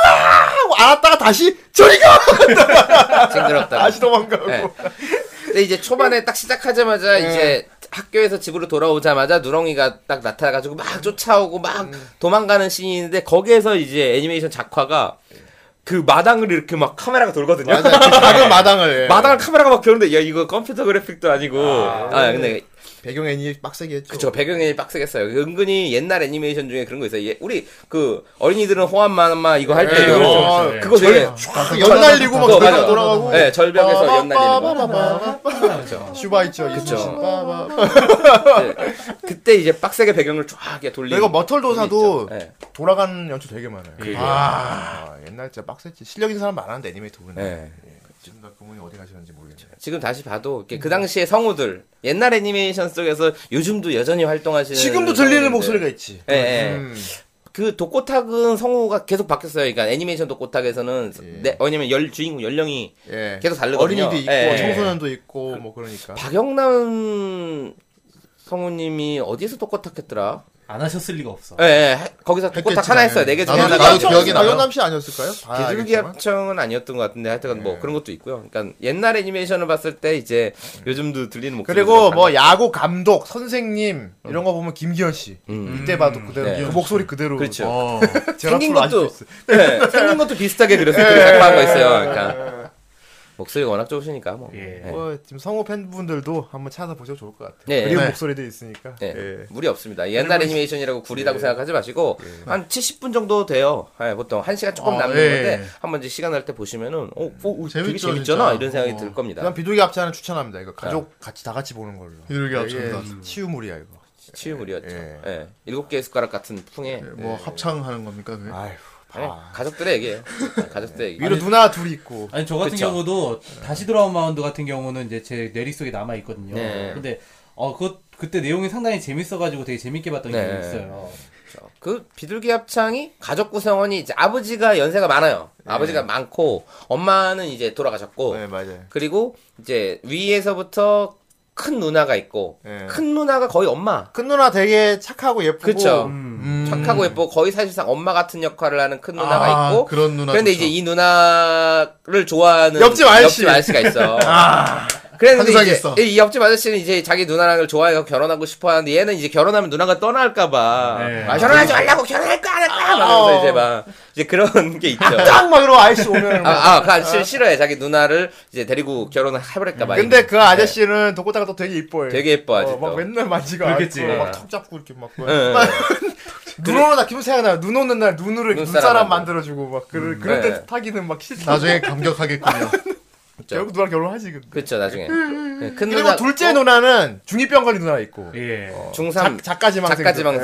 [SPEAKER 5] 하고 알았다가 다시 저리 가.
[SPEAKER 10] (laughs) 징그럽다
[SPEAKER 5] 다시
[SPEAKER 7] (laughs)
[SPEAKER 5] 도망가고. 네.
[SPEAKER 10] 네. 근데 이제 초반에 딱 시작하자마자 이제 학교에서 집으로 돌아오자마자 누렁이가 딱 나타나가지고 막 쫓아오고 막
[SPEAKER 5] 음.
[SPEAKER 10] 도망가는 씬이 있는데 거기에서 이제 애니메이션 작화가 그 마당을 이렇게 막 카메라가 돌거든요.
[SPEAKER 5] 맞아. 작은 마당을. 예.
[SPEAKER 10] 마당을 카메라가 막 겨는데 야 이거 컴퓨터 그래픽도 아니고 아 근데
[SPEAKER 5] 배경 애니 빡세게 했죠.
[SPEAKER 10] 그쵸 배경이 빡세겠어요. 은근히 옛날 애니메이션 중에 그런 거 있어요. 예, 우리 그 어린이들은 호환만마 이거 할 때도
[SPEAKER 5] 그렇죠, 그렇죠.
[SPEAKER 10] 예, 그거 되게
[SPEAKER 5] 연날리고 막
[SPEAKER 10] 그거 맞아.
[SPEAKER 5] 돌아 돌아가고.
[SPEAKER 10] 네, 절벽에서 연날리는 거.
[SPEAKER 5] 거. 슈바 있죠.
[SPEAKER 10] 그쵸.
[SPEAKER 5] 이순신. 빠바바.
[SPEAKER 10] (laughs) 네. 그때 이제 빡세게 배경을 쫙 이렇게 돌리고
[SPEAKER 5] 내가 머털도사도
[SPEAKER 10] 있죠. 네.
[SPEAKER 5] 돌아가는 연출 되게 많아요.
[SPEAKER 10] 그러게요.
[SPEAKER 5] 아, 옛날 진짜 빡셌지. 실력 있는 사람 많았는데 애니메이터 분들.
[SPEAKER 10] 네.
[SPEAKER 5] 지금 나 그분이 어디 가시는지 모르겠네.
[SPEAKER 10] 지금 다시 봐도 이렇게 그 당시의 성우들 옛날 애니메이션 속에서 요즘도 여전히 활동하시는
[SPEAKER 5] 지금도 들리는 목소리가 있지.
[SPEAKER 10] 예, 예.
[SPEAKER 5] 음.
[SPEAKER 10] 그 독고탁은 성우가 계속 바뀌었어요. 그러니까 애니메이션 독고탁에서는 네, 왜냐면 열 주인공 연령이
[SPEAKER 5] 예.
[SPEAKER 10] 계속 다르거든요.
[SPEAKER 5] 어린이도 있고
[SPEAKER 10] 예, 예.
[SPEAKER 5] 청소년도 있고 뭐 그러니까.
[SPEAKER 10] 박영남 성우님이 어디에서 똑같았겠더라?
[SPEAKER 6] 안 하셨을 리가 없어.
[SPEAKER 10] 예, 예. 거기서 독고탁 하나 했어요. 네 개 중에
[SPEAKER 7] 나도,
[SPEAKER 10] 하나가.
[SPEAKER 7] 나도 기억이 나요.
[SPEAKER 5] 연남씨 아니었을까요? 봐야 알겠지만.
[SPEAKER 10] 기술기합청은 아니었던 것 같은데 하여튼 뭐 그런 것도 있고요. 그러니까 옛날 애니메이션을 봤을 때 이제 요즘도 들리는 목소리
[SPEAKER 5] 그리고 뭐 야구 감독, 선생님 이런 거 보면 김기현 씨 이때 봐도 그대로
[SPEAKER 10] 네.
[SPEAKER 5] 그 목소리 그대로
[SPEAKER 10] 그렇죠. (laughs)
[SPEAKER 5] 어, 제가
[SPEAKER 10] 생긴
[SPEAKER 5] 앞으로 아직도
[SPEAKER 10] 것도
[SPEAKER 5] 있어요.
[SPEAKER 10] 네, 생긴 것도 비슷하게 그려서 그 작가한 거 있어요. 그러니까 목소리가 워낙 좋으시니까 뭐.
[SPEAKER 6] 예.
[SPEAKER 10] 네.
[SPEAKER 5] 뭐 지금 성우 팬분들도 한번 찾아보셔도 좋을 것 같아요.
[SPEAKER 10] 네.
[SPEAKER 5] 그리고
[SPEAKER 7] 네.
[SPEAKER 5] 목소리도 있으니까.
[SPEAKER 10] 예,
[SPEAKER 5] 예.
[SPEAKER 10] 무리 없습니다. 옛날 애니메이션이라고 구리다고
[SPEAKER 7] 예.
[SPEAKER 10] 생각하지 마시고 한 70분 정도 돼요. 예, 보통 한 시간 조금
[SPEAKER 7] 아,
[SPEAKER 10] 남는
[SPEAKER 7] 예.
[SPEAKER 10] 건데 한번 이제 시간 날 때 보시면은 어, 어, 되게
[SPEAKER 7] 재밌죠,
[SPEAKER 10] 재밌잖아
[SPEAKER 7] 진짜.
[SPEAKER 10] 이런 생각이
[SPEAKER 7] 어.
[SPEAKER 10] 들 겁니다.
[SPEAKER 5] 난 비둘기 합체하는 추천합니다. 이거 가족 같이 다 같이 보는 걸로.
[SPEAKER 7] 비둘기 합체
[SPEAKER 5] 이게
[SPEAKER 7] 감사합니다.
[SPEAKER 5] 치유물이야 이거.
[SPEAKER 10] 치유물이었죠.
[SPEAKER 5] 예.
[SPEAKER 10] 예, 일곱 개의 숟가락 같은 풍에
[SPEAKER 7] 뭐 합창하는 겁니까? 그게?
[SPEAKER 5] 아휴,
[SPEAKER 10] 아니,
[SPEAKER 5] 봐.
[SPEAKER 10] 가족들의 얘기예요. 가족들의 얘기.
[SPEAKER 5] 위로 누나 둘이 있고.
[SPEAKER 6] 아니 저 같은
[SPEAKER 10] 그쵸.
[SPEAKER 6] 경우도 다시 돌아온 마운드 같은 경우는 이제 제 내리 속에 남아 있거든요.
[SPEAKER 10] 네.
[SPEAKER 6] 근데 어 그 그때 내용이 상당히 재밌어가지고 되게 재밌게 봤던
[SPEAKER 10] 네.
[SPEAKER 6] 기억이 있어요.
[SPEAKER 10] 그렇죠. 그 비둘기 합창이 가족 구성원이 이제 아버지가 연세가 많아요.
[SPEAKER 7] 예.
[SPEAKER 10] 아버지가 많고 엄마는 이제 돌아가셨고
[SPEAKER 5] 네 맞아요.
[SPEAKER 10] 그리고 이제 위에서부터 큰 누나가 있고
[SPEAKER 7] 예.
[SPEAKER 5] 네.
[SPEAKER 10] 큰 누나가 거의 엄마.
[SPEAKER 5] 큰 누나 되게 착하고 예쁘고.
[SPEAKER 10] 그쵸.
[SPEAKER 7] 음.
[SPEAKER 10] 착하고 예쁘고 거의 사실상 엄마 같은 역할을 하는 큰 누나가
[SPEAKER 7] 아,
[SPEAKER 10] 있고
[SPEAKER 7] 그런 누나.
[SPEAKER 10] 그런데
[SPEAKER 7] 좋죠.
[SPEAKER 10] 이제 이 누나를 좋아하는
[SPEAKER 5] 옆집 아저씨.
[SPEAKER 10] 옆집
[SPEAKER 5] (laughs)
[SPEAKER 10] 아저씨가 있어. 그런데
[SPEAKER 7] 항상
[SPEAKER 10] 이제
[SPEAKER 7] 있어.
[SPEAKER 10] 이 옆집 아저씨는 이제 자기 누나랑 좋아해서 결혼하고 싶어하는데 얘는 이제 결혼하면 누나가 떠날까봐 아,
[SPEAKER 6] 네.
[SPEAKER 10] 결혼하지 말라고 결혼할 거야 안 할 거야
[SPEAKER 5] 아,
[SPEAKER 10] 그래서
[SPEAKER 5] 어. 아,
[SPEAKER 10] 이제 막 이제 그런 게 있죠.
[SPEAKER 5] 딱막 이러고 아저씨 오면.
[SPEAKER 10] 아, 아, 그 아저씨 싫어해. 자기 누나를 이제 데리고 결혼을 해버릴까봐.
[SPEAKER 5] 근데 어, 뭐 그 아저씨는
[SPEAKER 10] 네.
[SPEAKER 5] 독고다가 또 되게 이뻐요.
[SPEAKER 10] 되게 예뻐 아직도.
[SPEAKER 5] 막 맨날 만지고
[SPEAKER 6] 그렇겠지.
[SPEAKER 10] 네.
[SPEAKER 5] 안고 막턱 잡고 이렇게 막.
[SPEAKER 10] 예, 예.
[SPEAKER 5] (laughs) 눈 오는 날 기분 생각나요. 눈 오는 날 눈으로 이렇게
[SPEAKER 10] 눈사람
[SPEAKER 5] 눈사람
[SPEAKER 10] 만들어.
[SPEAKER 5] 만들어주고 막 그런 그런
[SPEAKER 10] 네.
[SPEAKER 5] 때 타기는 막 싫다.
[SPEAKER 7] 나중에 감격하겠군요.
[SPEAKER 5] (laughs) 결국 누나랑 결혼하지 근데.
[SPEAKER 10] 그쵸 나중에. 예, 큰
[SPEAKER 5] 음, 그리고
[SPEAKER 10] 누나 어,
[SPEAKER 5] 둘째 누나는 중이병 걸린 누나 있고
[SPEAKER 6] 예.
[SPEAKER 10] 중삼
[SPEAKER 5] 작, 작가지망생
[SPEAKER 10] 작가지망생.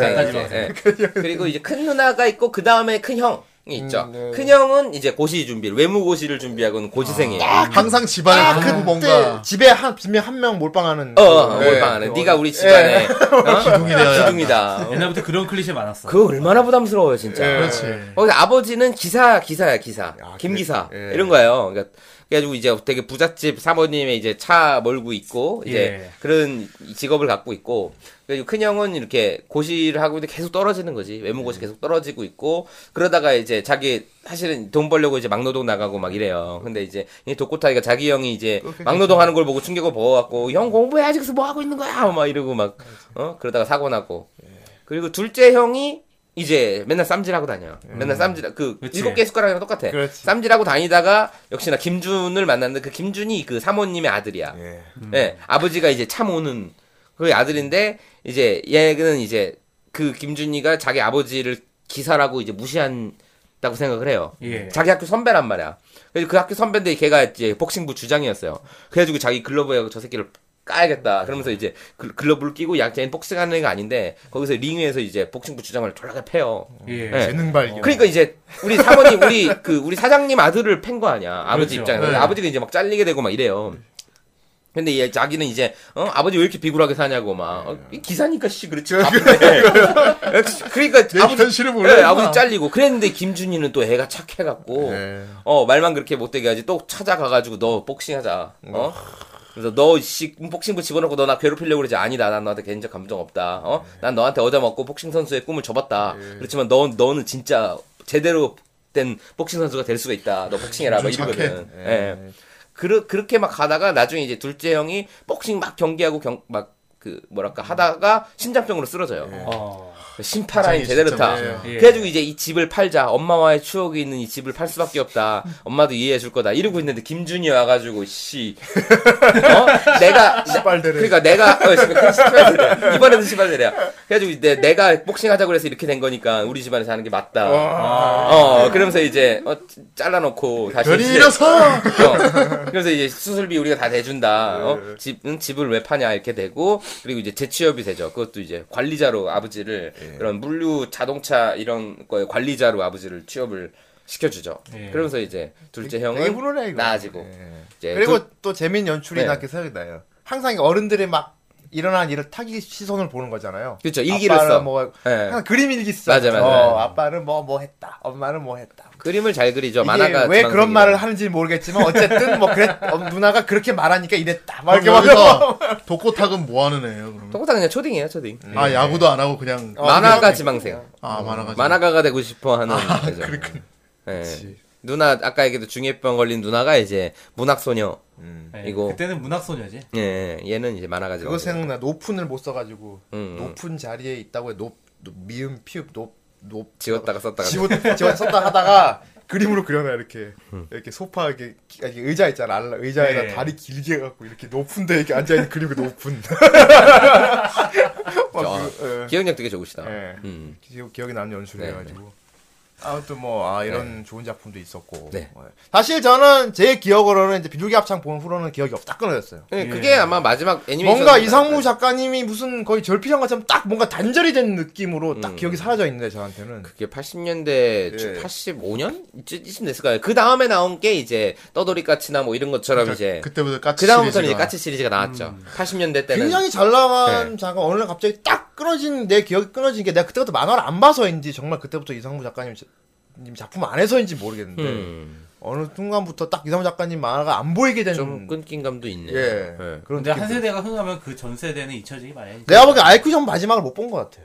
[SPEAKER 5] 네.
[SPEAKER 10] 예.
[SPEAKER 5] (laughs)
[SPEAKER 10] 그리고 이제 큰 누나가 있고 그 다음에 큰 형이 있죠.
[SPEAKER 5] 음, 네.
[SPEAKER 10] 큰 형은 이제 고시 준비를 외무고시를 준비하고는 고시생이에요.
[SPEAKER 5] 네.
[SPEAKER 7] 항상 집안에
[SPEAKER 5] 아,
[SPEAKER 7] 누구
[SPEAKER 5] 그때
[SPEAKER 7] 뭔가
[SPEAKER 5] 집에 한 집에 한 명 몰빵하는
[SPEAKER 10] 어, 어,
[SPEAKER 5] 네. 네.
[SPEAKER 10] 몰빵 안 해. 네가 우리 집안의 어?
[SPEAKER 7] 기둥이 되어야
[SPEAKER 10] 기둥이다.
[SPEAKER 6] 네. 옛날부터 그런 클리셰 많았어.
[SPEAKER 10] 그거 얼마나 부담스러워요, 진짜.
[SPEAKER 7] 그렇지.
[SPEAKER 10] 어, 근데 아버지는 기사, 기사야, 기사. 김기사. 이런 거예요. 그러니까, 그래가지고 이제 되게 부잣집 사모님의 이제 차 몰고 있고, 이제
[SPEAKER 6] 예.
[SPEAKER 10] 그런 직업을 갖고 있고, 그리고 큰형은 이렇게 고시를 하고 있는데 계속 떨어지는 거지. 외모고시 계속 떨어지고 있고, 그러다가 이제 자기, 사실은 돈 벌려고 이제 막노동 나가고 막 이래요. 근데 이제 이 독고타이가 자기 형이 이제 막노동 하는 걸 보고 충격을 먹어갖고, 형 공부해야지, 그래서 뭐 하고 있는 거야! 막 이러고 막, 어? 그러다가 사고 나고. 그리고 둘째 형이 이제 맨날 쌈질하고 다녀. 맨날 쌈질, 그
[SPEAKER 6] 그치.
[SPEAKER 10] 일곱 개 숟가락이랑 똑같아.
[SPEAKER 5] 그렇지.
[SPEAKER 10] 쌈질하고 다니다가 역시나 김준을 만났는데 그 김준이 그 사모님의 아들이야. 예. 아버지가 이제 차 모는 그 아들인데 이제 얘는 이제 그 김준이가 자기 아버지를 기사라고 이제 무시한다고 생각을 해요.
[SPEAKER 6] 예.
[SPEAKER 10] 그 자기 학교 선배란 말이야. 그래서 그 학교 선배인데 걔가 이제 복싱부 주장이었어요. 그래가지고 자기 글러브에 저 새끼를 까야겠다. 그러면서 이제 글- 글러브를 끼고 약자인 복싱하는 애가 아닌데 거기서 링 위에서 이제 복싱부 주장을 졸라게 패요.
[SPEAKER 6] 예.
[SPEAKER 10] 예.
[SPEAKER 5] 재능 발견.
[SPEAKER 10] 그러니까 이제 우리 사모님 우리 그 우리 사장님 아들을 팬 거 아니야 아버지
[SPEAKER 6] 그렇죠.
[SPEAKER 10] 입장에서
[SPEAKER 6] 네.
[SPEAKER 10] 아버지가 이제 막 잘리게 되고 막 이래요. 근데 얘 자기는 이제 어 아버지 왜 이렇게 비굴하게 사냐고 막 어, 이 기사니까 씨 그렇지
[SPEAKER 6] 네. (laughs)
[SPEAKER 10] 바쁜데. 그러니까
[SPEAKER 7] 아무
[SPEAKER 10] 아버지
[SPEAKER 7] 현실을 몰라.
[SPEAKER 10] 예, 아버지 잘리고 그랬는데 김준이는 또 애가 착해갖고
[SPEAKER 6] 네.
[SPEAKER 5] 네.
[SPEAKER 10] 어 말만 그렇게 못되게 하지 또 찾아가가지고 너 복싱하자 어 그래서 너씨 복싱부 집어넣고 너 나 괴롭히려고 그러지 아니다 난 너한테 개인적 감정 없다
[SPEAKER 7] 네.
[SPEAKER 10] 어난 너한테 얻어먹고 복싱 선수의 꿈을 접었다 그렇지만 너 너는 진짜 제대로 된 복싱 선수가 될 수가 있다 너 복싱해라 막
[SPEAKER 7] 착해. 네.
[SPEAKER 10] 이러거든 예. 그르, 그렇게 막 가다가 나중에 이제 둘째 형이 복싱 막 경기하고 경, 막 그, 뭐랄까, 하다가 신장병으로 쓰러져요.
[SPEAKER 7] 네.
[SPEAKER 6] 어.
[SPEAKER 10] 그 심파라인 제대로 타.
[SPEAKER 6] 예.
[SPEAKER 10] 그래가지고 이제 이 집을 팔자. 엄마와의 추억이 있는 이 집을 팔 수밖에 없다. 엄마도 이해해 줄 거다. 이러고 있는데 김준이 와가지고 씨, 어? 내가
[SPEAKER 5] 빨대를.
[SPEAKER 10] 그러니까 내가 어, 씨발, 씨발들이야. 이번에도 시발대래야. 그래가지고 이제 내가 복싱하자고 그래서 이렇게 된 거니까 우리 집안에서 하는 게 맞다. 어, 그러면서 이제 어, 잘라놓고 다시
[SPEAKER 7] 별이
[SPEAKER 10] 이제-
[SPEAKER 7] 일어서
[SPEAKER 10] 어. 그래서 이제 수술비 우리가 다 대준다. 어?
[SPEAKER 5] 네.
[SPEAKER 10] 집은 집을 왜 파냐 이렇게 되고 그리고 이제 재취업이 되죠. 그것도 이제 관리자로 아버지를
[SPEAKER 5] 네.
[SPEAKER 10] 그런 물류 자동차 이런 거에 관리자로 아버지를 취업을 시켜주죠.
[SPEAKER 6] 예.
[SPEAKER 10] 그러면서 이제 둘째
[SPEAKER 5] 되게
[SPEAKER 10] 형은
[SPEAKER 5] 훈훈해 이거. 네.
[SPEAKER 10] 나아지고 이제
[SPEAKER 5] 그리고
[SPEAKER 10] 둘-
[SPEAKER 5] 또 재민 연출이
[SPEAKER 10] 네.
[SPEAKER 5] 나 이렇게 생각이 나요. 항상 이 어른들이 막 일어난 일을 타기 시선을 보는 거잖아요.
[SPEAKER 10] 그렇죠 일기를
[SPEAKER 5] 아빠는
[SPEAKER 10] 써.
[SPEAKER 5] 뭐
[SPEAKER 10] 예.
[SPEAKER 5] 항상 그림 일기 쓰죠.
[SPEAKER 10] 맞아, 음. 맞아.
[SPEAKER 5] 어, 아빠는 뭐 뭐 했다. 엄마는 뭐 했다.
[SPEAKER 10] 그림을 잘 그리죠.
[SPEAKER 5] 이게
[SPEAKER 10] 만화가
[SPEAKER 5] 왜 그런 말을
[SPEAKER 10] 하...
[SPEAKER 5] 하는지 모르겠지만 어쨌든 뭐 그랬 어, 누나가 그렇게 말하니까 이랬다 막 이렇게
[SPEAKER 7] 그럼
[SPEAKER 5] 말해서
[SPEAKER 7] 여기서
[SPEAKER 5] (laughs)
[SPEAKER 7] 독고탁은 뭐 하는 애예요, 그러면?
[SPEAKER 10] 토코타 그냥 초딩이에요, 초딩.
[SPEAKER 5] 네.
[SPEAKER 7] 아, 야구도 안 하고 그냥
[SPEAKER 10] 어,
[SPEAKER 5] 어,
[SPEAKER 10] 만화가 지망생.
[SPEAKER 7] 아, 만화가. 지망-
[SPEAKER 10] 만화가가 되고 싶어 하는 거죠.
[SPEAKER 7] 그렇군.
[SPEAKER 10] 예. 누나 아까 얘기도 중이병 걸린 누나가 이제 문학 소녀.
[SPEAKER 6] 예,
[SPEAKER 10] 음, 이거.
[SPEAKER 6] 그때는 문학소녀지.
[SPEAKER 10] 예, 예, 얘는 이제 만화가 지망생.
[SPEAKER 5] 그거 생각나 높은을 못 써가지고
[SPEAKER 10] 음,
[SPEAKER 5] 높은 자리에 있다고 해높 미음 피읍 높높
[SPEAKER 10] 지웠다가 썼다가
[SPEAKER 5] 지워
[SPEAKER 10] (laughs)
[SPEAKER 5] 지워 썼다 하다가 그림으로 그려놔 이렇게 이렇게 소파 이렇게, 기- 이렇게 의자 있잖아 알라- 의자에다
[SPEAKER 6] 네.
[SPEAKER 5] 다리 길게 갖고 이렇게 높은데 이렇게 앉아 있는 그림이
[SPEAKER 10] (laughs)
[SPEAKER 5] 높은 막
[SPEAKER 10] 저-
[SPEAKER 5] 그- 예.
[SPEAKER 10] 기억력 되게 좋으시다.
[SPEAKER 5] 예.
[SPEAKER 10] 음.
[SPEAKER 5] 기억, 기억에 남는 연출을
[SPEAKER 10] 네,
[SPEAKER 5] 해가지고 아무튼 뭐 아 이런 좋은 작품도 있었고
[SPEAKER 10] 네.
[SPEAKER 5] 예. 사실 저는 제 기억으로는 이제 비둘기 합창 본 후로는 기억이 없다 끊어졌어요
[SPEAKER 10] 예, 그게 아마 마지막 애니메이션
[SPEAKER 5] 뭔가
[SPEAKER 10] 네.
[SPEAKER 5] 이상무 작가님이 무슨 거의 절필한 것처럼 딱 뭔가 단절이 된 느낌으로 딱
[SPEAKER 10] 음.
[SPEAKER 5] 기억이 사라져 있는데 저한테는
[SPEAKER 10] 그게 80년대
[SPEAKER 5] 예.
[SPEAKER 10] 85년 이쯤 됐을 까요그 다음에 나온 게 이제 떠돌이 까치나 뭐 이런
[SPEAKER 5] 그러니까
[SPEAKER 10] 것처럼 이제
[SPEAKER 7] 그때부터 까치
[SPEAKER 10] 그 다음부터는 이제
[SPEAKER 7] 시리즈가-
[SPEAKER 10] 까치 시리즈가 나왔죠. 80년대 때는 네.
[SPEAKER 5] 굉장히 잘 나간 작가 어느 날 갑자기 딱 끊어진 내 기억이 끊어진 게 내가 그때부터 만화를 안 봐서인지 정말 그때부터 이상무 작가님 자- 님 작품 안에서인지 모르겠는데
[SPEAKER 10] 음,
[SPEAKER 5] 어느 순간부터 딱 이상무 작가님 만화가 안 보이게 된
[SPEAKER 10] 좀 끊긴 감도 있네.
[SPEAKER 5] 음. 예, 그런
[SPEAKER 6] 근데 한
[SPEAKER 5] 느낌.
[SPEAKER 6] 세대가 흥하면 그 전 세대는 잊혀지기 마련이지.
[SPEAKER 5] 내가 보기엔 아이쿠 전 마지막을 못 본 것 같아.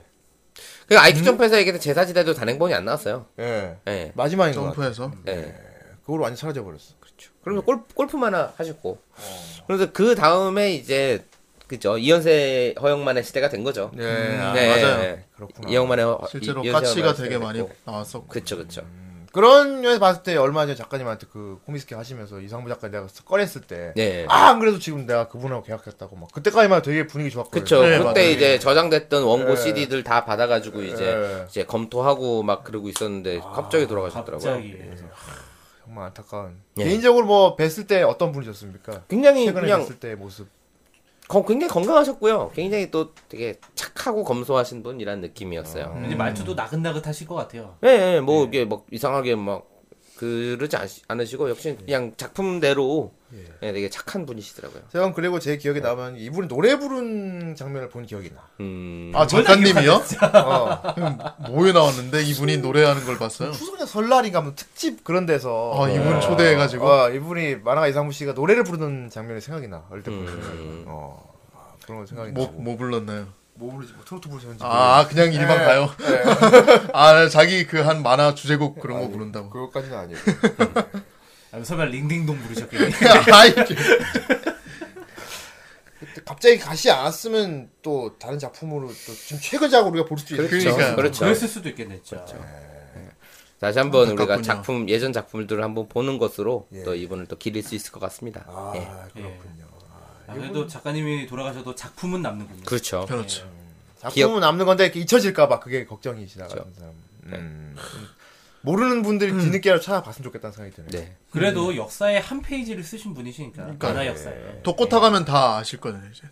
[SPEAKER 10] 그 아이큐 점프에서 얘기했던 제사지대도 단행본이 안 나왔어요.
[SPEAKER 5] 예.
[SPEAKER 10] 예.
[SPEAKER 5] 마지막인 것 같아. 네.
[SPEAKER 7] 점프해서
[SPEAKER 10] 예.
[SPEAKER 5] 그걸로 완전 사라져 버렸어. 그렇죠.
[SPEAKER 10] 그러면서 골, 골프만 하- 하셨고. 그래서 그 다음에 이제 그죠 이현세 허영만의 시대가 된 거죠.
[SPEAKER 5] 예. 아,
[SPEAKER 10] 예,
[SPEAKER 5] 맞아요.
[SPEAKER 10] 예.
[SPEAKER 5] 그렇구나.
[SPEAKER 10] 이영만의 허-
[SPEAKER 7] 음, 네. 실제로
[SPEAKER 10] 이- 이현세
[SPEAKER 7] 까치가
[SPEAKER 10] 허영만의
[SPEAKER 7] 되게
[SPEAKER 10] 시대가
[SPEAKER 7] 많이
[SPEAKER 10] 됐고.
[SPEAKER 7] 나왔었고.
[SPEAKER 10] 그쵸 그쵸.
[SPEAKER 5] 그런 면에서 봤을 때 얼마 전에 작가님한테 그 코미스케 하시면서 이상무 작가 내가 꺼냈을 때
[SPEAKER 10] 예.
[SPEAKER 5] 아, 안 그래도 지금 내가 그분하고 계약했다고 막 그때까지만 되게 분위기 좋았거든요.
[SPEAKER 10] 그쵸.
[SPEAKER 7] 네,
[SPEAKER 10] 그때
[SPEAKER 7] 맞아요.
[SPEAKER 10] 이제 저장됐던 원고
[SPEAKER 5] 예.
[SPEAKER 10] CD들 다 받아가지고 이제
[SPEAKER 5] 예.
[SPEAKER 10] 이제 검토하고 막 그러고 있었는데 아, 갑자기 돌아가셨더라고요.
[SPEAKER 6] 아,
[SPEAKER 10] 네.
[SPEAKER 6] 갑자기. 그래서.
[SPEAKER 5] 정말 안타까운.
[SPEAKER 10] 예.
[SPEAKER 5] 개인적으로 뭐 뵀을 때 어떤 분이셨습니까?
[SPEAKER 10] 굉장히
[SPEAKER 5] 최근에
[SPEAKER 10] 그냥
[SPEAKER 5] 뵀을 때 모습.
[SPEAKER 10] 거- 굉장히 건강하셨고요. 굉장히 또 되게 착하고 검소하신 분이란 느낌이었어요.
[SPEAKER 6] 왠지 말투도 나긋나긋하실 것 같아요.
[SPEAKER 10] 예, 예, 뭐 이게 막 이상하게 막 그러지 않, 않으시고 역시 그냥 작품대로 예, 되게 착한 분이시더라고요.
[SPEAKER 5] 저는 그리고 제 기억에
[SPEAKER 10] 예.
[SPEAKER 5] 남은 이분이 노래 부른 장면을 본 기억이 나.
[SPEAKER 10] 음,
[SPEAKER 7] 아, 작가님이요?
[SPEAKER 5] 어.
[SPEAKER 7] 뭐에 나왔는데 이분이 노래하는 걸
[SPEAKER 10] 음.
[SPEAKER 7] 봤어요?
[SPEAKER 5] 추석이나 설날인가 뭐 특집 그런 데서
[SPEAKER 7] 아, 이분 초대해가지고.
[SPEAKER 5] 어, 이분이 만화가 이상무 씨가 노래를 부르는 장면이 생각이 나. 어릴 때 부르는
[SPEAKER 10] 음.
[SPEAKER 5] 어. 아, 그런 거 생각이
[SPEAKER 7] 뭐,
[SPEAKER 5] 나고.
[SPEAKER 7] 뭐 불렀나요?
[SPEAKER 5] 뭐 부르지? 뭐 트로트 부르셨는지.
[SPEAKER 7] 아, 그냥 일반
[SPEAKER 5] 예.
[SPEAKER 7] 가요?
[SPEAKER 5] 네.
[SPEAKER 7] (laughs) 아, 자기 그 한 만화 주제곡 그런
[SPEAKER 5] 아, 예.
[SPEAKER 7] 거 부른다고. (laughs)
[SPEAKER 5] 그것까지는 아니고.
[SPEAKER 6] 아, 설마 링딩동 부르셨겠네.
[SPEAKER 7] 아, 이게.
[SPEAKER 5] 갑자기 가시 않았으면 또 다른 작품으로 또 지금 최근작 우리가 볼 수도 있
[SPEAKER 7] 그러니까요.
[SPEAKER 10] (laughs) 그렇죠.
[SPEAKER 6] 그랬을 수도 있겠네, 진짜.
[SPEAKER 10] 다시 한번 우리가
[SPEAKER 7] 안타깝군요.
[SPEAKER 10] 작품 예전 작품들을 한번 보는 것으로 또 이분을 또 기릴 수 있을 것 같습니다. 예.
[SPEAKER 5] 예. 아, 그렇군요.
[SPEAKER 6] 아, 그래도 작가님이 돌아가셔도 작품은 남는군요.
[SPEAKER 10] 그렇죠.
[SPEAKER 7] 그렇죠.
[SPEAKER 5] 작품은
[SPEAKER 10] 기억-
[SPEAKER 5] 남는 건데 이렇게 잊혀질까봐 그게 걱정이시다. 는 사람. 음. 모르는 분들이 뒤늦게라도 찾아봤으면 좋겠다는 생각이 드네요. 네.
[SPEAKER 10] 네.
[SPEAKER 6] 그래도 역사의 한 페이지를 쓰신 분이시니까 만화 역사에.
[SPEAKER 7] 독고타 가면 다 아실 거예요, 이제.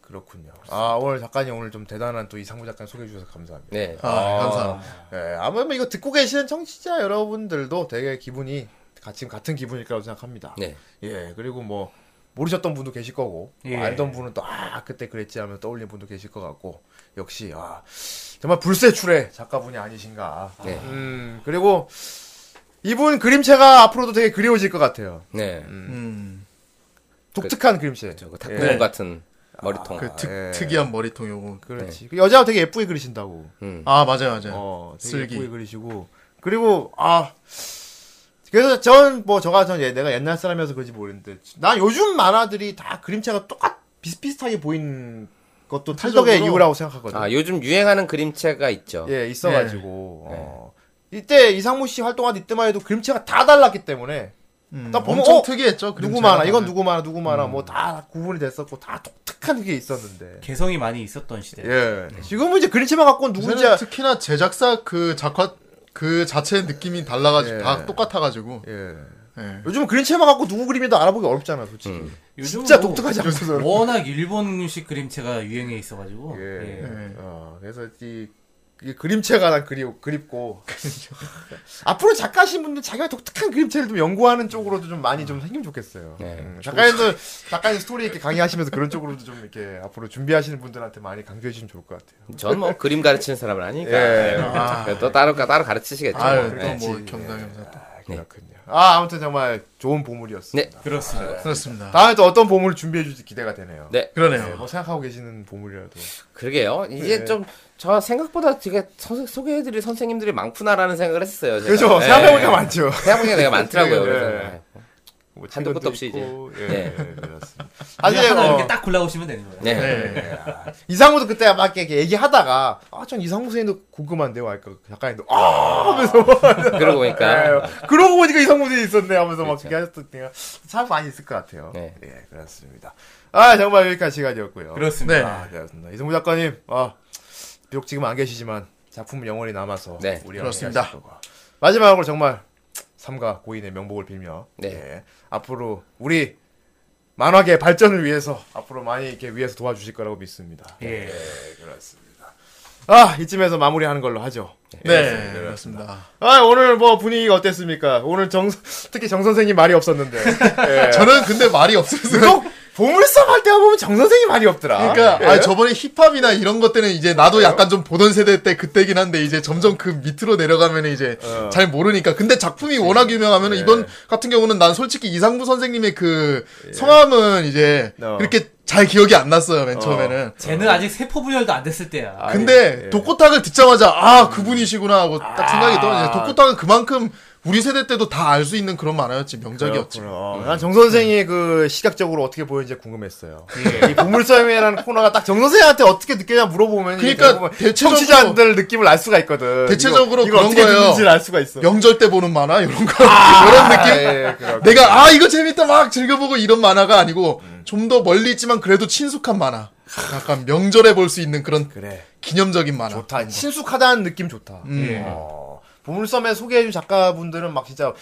[SPEAKER 5] 그렇군요. 아 오늘 작가님 오늘 좀 대단한 또 이상무 작가님 소개해 주셔서 감사합니다.
[SPEAKER 10] 네.
[SPEAKER 7] 아, 감사합니다.
[SPEAKER 5] 예, 아무튼 이거 듣고 계시는 청취자 여러분들도 되게 기분이 가- 지금 같은 기분일 거라고 생각합니다.
[SPEAKER 10] 네.
[SPEAKER 5] 예, 그리고 뭐 모르셨던 분도 계실 거고 뭐
[SPEAKER 6] 예.
[SPEAKER 5] 알던 분은 또 아 그때 그랬지 하면 떠올린 분도 계실 것 같고 역시 아 정말 불세출의 작가분이 아니신가.
[SPEAKER 10] 네.
[SPEAKER 5] 음 그리고 이분 그림체가 앞으로도 되게 그리워질 것 같아요.
[SPEAKER 10] 네.
[SPEAKER 7] 음.
[SPEAKER 5] 독특한 그림체.
[SPEAKER 10] 저거
[SPEAKER 5] 예.
[SPEAKER 10] 탁구공 같은 머리통.
[SPEAKER 7] 그 특,
[SPEAKER 5] 예.
[SPEAKER 7] 특이한 머리통 요거.
[SPEAKER 5] 그렇지. 그 여자가 되게 예쁘게 그리신다고.
[SPEAKER 10] 음.
[SPEAKER 7] 아, 맞아요, 맞아요.
[SPEAKER 5] 어, 되게
[SPEAKER 7] 슬기.
[SPEAKER 5] 예쁘게 그리시고 그리고 아 그래서 전 뭐 저가 전 예, 내가 옛날 사람이어서 그런지 모르는데 난 요즘 만화들이 다 그림체가 똑같 비슷비슷하게 보이는 것도 탈덕의
[SPEAKER 7] 대체적으로-
[SPEAKER 5] 이유라고 생각하거든.
[SPEAKER 10] 아, 요즘 유행하는 그림체가 있죠.
[SPEAKER 5] 예, 있어가지고
[SPEAKER 7] 네.
[SPEAKER 5] 어. 이때 이상무 씨 활동할 이때만 해도 그림체가 다 달랐기 때문에
[SPEAKER 7] 음,
[SPEAKER 5] 나 보면,
[SPEAKER 7] 엄청
[SPEAKER 5] 어?
[SPEAKER 7] 특이했죠.
[SPEAKER 5] 누구
[SPEAKER 7] 그림체가 음.
[SPEAKER 5] 만화 이건
[SPEAKER 7] 다들.
[SPEAKER 5] 누구 만화 누구 만화 뭐 다 구분이 됐었고 다 독특한 게 있었는데.
[SPEAKER 6] 개성이 많이 있었던 시대.
[SPEAKER 5] 예. 지금은 이제 그림체만 갖고
[SPEAKER 7] 요새는
[SPEAKER 5] 누군지 알-
[SPEAKER 7] 특히나 제작사 그 작화 그 자체 느낌이 달라가지고
[SPEAKER 5] 예.
[SPEAKER 7] 다 똑같아가지고
[SPEAKER 5] 예.
[SPEAKER 7] 예. 음.
[SPEAKER 5] 요즘은 그림체만 갖고 누구 그림이도 알아보기 어렵잖아, 솔직히.
[SPEAKER 6] 요즘은
[SPEAKER 5] 진짜
[SPEAKER 6] 뭐
[SPEAKER 5] 독특하지 않아서.
[SPEAKER 6] 워낙 일본식 그림체가 유행해 있어가지고.
[SPEAKER 5] 예.
[SPEAKER 6] 예.
[SPEAKER 5] 어, 그래서 이 이게 그림체가 난 그리, 그립고 (laughs) 앞으로 작가신 분들 자기가 독특한 그림체를 좀 연구하는 쪽으로도 좀 많이 좀 생기면 좋겠어요.
[SPEAKER 10] 네.
[SPEAKER 5] 음, 작가님들 작가님 스토리 이렇게 강의하시면서 그런 쪽으로도 좀 이렇게 앞으로 준비하시는 분들한테 많이 강조해 주시면 좋을 것 같아요.
[SPEAKER 10] 전 뭐 그림 가르치는 사람은 아니니까.
[SPEAKER 5] 예.
[SPEAKER 10] 예. 또 따로 따로
[SPEAKER 6] 네.
[SPEAKER 10] 가르치시겠죠.
[SPEAKER 7] 아유,
[SPEAKER 10] 뭐. 예.
[SPEAKER 7] 또 뭐 겸사겸사. 또.
[SPEAKER 5] 아, 그렇군요. 아 아무튼 정말 좋은
[SPEAKER 6] 네.
[SPEAKER 5] 보물이었습니다.
[SPEAKER 6] 그렇습니다.
[SPEAKER 5] 아,
[SPEAKER 7] 그렇습니다.
[SPEAKER 5] 다음에 또 어떤 보물을 준비해 주실지 기대가 되네요.
[SPEAKER 10] 네.
[SPEAKER 5] 네,
[SPEAKER 7] 그러네요.
[SPEAKER 5] 뭐 생각하고 계시는 보물이라도.
[SPEAKER 10] 그러게요. 이게
[SPEAKER 5] 예.
[SPEAKER 10] 좀 저 생각보다 되게 서- 소개해드릴 선생님들이 많구나라는 생각을 했어요. 제가.
[SPEAKER 5] 그렇죠.
[SPEAKER 10] 예.
[SPEAKER 5] 생각해보니까 많죠.
[SPEAKER 10] 생각해보니까
[SPEAKER 5] (laughs)
[SPEAKER 10] 내가
[SPEAKER 5] 네.
[SPEAKER 10] 많더라고요. 그래서.
[SPEAKER 5] 뭐
[SPEAKER 10] 한도 끝도 없이
[SPEAKER 5] 이제. 예,
[SPEAKER 10] 네.
[SPEAKER 5] 예, 그렇습니다.
[SPEAKER 6] 아니,
[SPEAKER 5] 아니,
[SPEAKER 6] 하나
[SPEAKER 5] 어,
[SPEAKER 6] 이렇게 딱 골라오시면 되는 거예요.
[SPEAKER 10] 네.
[SPEAKER 5] 아, 이상우도 그때 막 이렇게 얘기하다가 아 전 이상우 선생님도 궁금한데요. 아까 작가님도 아 하면서
[SPEAKER 10] 그러고 보니까.
[SPEAKER 5] 예, 그러고 보니까 이상우 선생님 있었네 하면서 막
[SPEAKER 10] 그렇죠.
[SPEAKER 5] 얘기하셨던데요. 참 많이 있을 것 같아요.
[SPEAKER 10] 네.
[SPEAKER 5] 예 그렇습니다. 아 정말 여기까지 시간이었고요.
[SPEAKER 6] 그렇습니다.
[SPEAKER 5] 아, 그렇습니다. 이승우 작가님 아 비록 지금 안 계시지만 작품은 영원히 남아서
[SPEAKER 10] 네,
[SPEAKER 5] 우리
[SPEAKER 7] 그렇습니다.
[SPEAKER 5] 마지막으로 정말 삼가 고인의 명복을 빌며
[SPEAKER 10] 네.
[SPEAKER 5] 예, 앞으로 우리 만화계 발전을 위해서 앞으로 많이 이렇게 위해서 도와주실 거라고 믿습니다.
[SPEAKER 6] 예.
[SPEAKER 5] 아 이쯤에서 마무리하는 걸로 하죠.
[SPEAKER 7] 네, 그렇습니다.
[SPEAKER 5] 아 오늘 뭐 분위기가 어땠습니까? 오늘 정 특히 정 선생님 말이 없었는데 예.
[SPEAKER 7] 저는 근데 말이 없어서.
[SPEAKER 5] 유독 보물섬 할 때 보면 정 선생님 말이 없더라.
[SPEAKER 7] 그러니까
[SPEAKER 5] 예.
[SPEAKER 7] 아 저번에 힙합이나 이런 것 때는 이제 나도 약간 좀 보던 세대 때 그때긴 한데 이제 점점 그 밑으로 내려가면 이제 잘 모르니까 근데 작품이 워낙 유명하면 은 이번 같은 경우는 난 솔직히 이상부 선생님의 그 성함은 이제
[SPEAKER 5] 어.
[SPEAKER 7] 그렇게 잘 기억이 안 났어요 맨 처음에는
[SPEAKER 6] 쟤는 아직 세포 분열도 안 됐을 때야.
[SPEAKER 7] 근데 독고탕을 듣자마자 아 그분이시구나 하고 딱 생각이 떠요 독고탕은 그만큼 우리 세대 때도 다 알 수 있는 그런 만화였지 명작이었지
[SPEAKER 5] 난정 선생이 그 시각적으로 어떻게 보였는지 궁금했어요.
[SPEAKER 7] 예.
[SPEAKER 5] 이 보물섬이라는 코너가 딱 정 선생한테 어떻게 느껴냐 물어보면 이게
[SPEAKER 7] 그러니까
[SPEAKER 5] 대부분
[SPEAKER 7] 대체적으로-
[SPEAKER 5] 청취자들 느낌을 알 수가 있거든. 이거,
[SPEAKER 7] 대체적으로
[SPEAKER 5] 이거
[SPEAKER 7] 그런
[SPEAKER 5] 어떻게
[SPEAKER 7] 거예요.
[SPEAKER 5] 듣는지를 알 수가 있어.
[SPEAKER 7] 명절 때 보는 만화 이런 거 이런 느낌
[SPEAKER 5] 예, 그렇-
[SPEAKER 7] 아, 내가 아 이거 재밌다 막 즐겨보고 이런 만화가 아니고 좀 더 멀리 있지만 그래도 친숙한 만화 약간 명절에 볼 수 있는 그런
[SPEAKER 5] 그래.
[SPEAKER 7] 기념적인 만화
[SPEAKER 5] 좋다. 친숙하다는 느낌 좋다.
[SPEAKER 7] 음. 예.
[SPEAKER 5] 어, 보물섬에 소개해준 작가분들은 막 진짜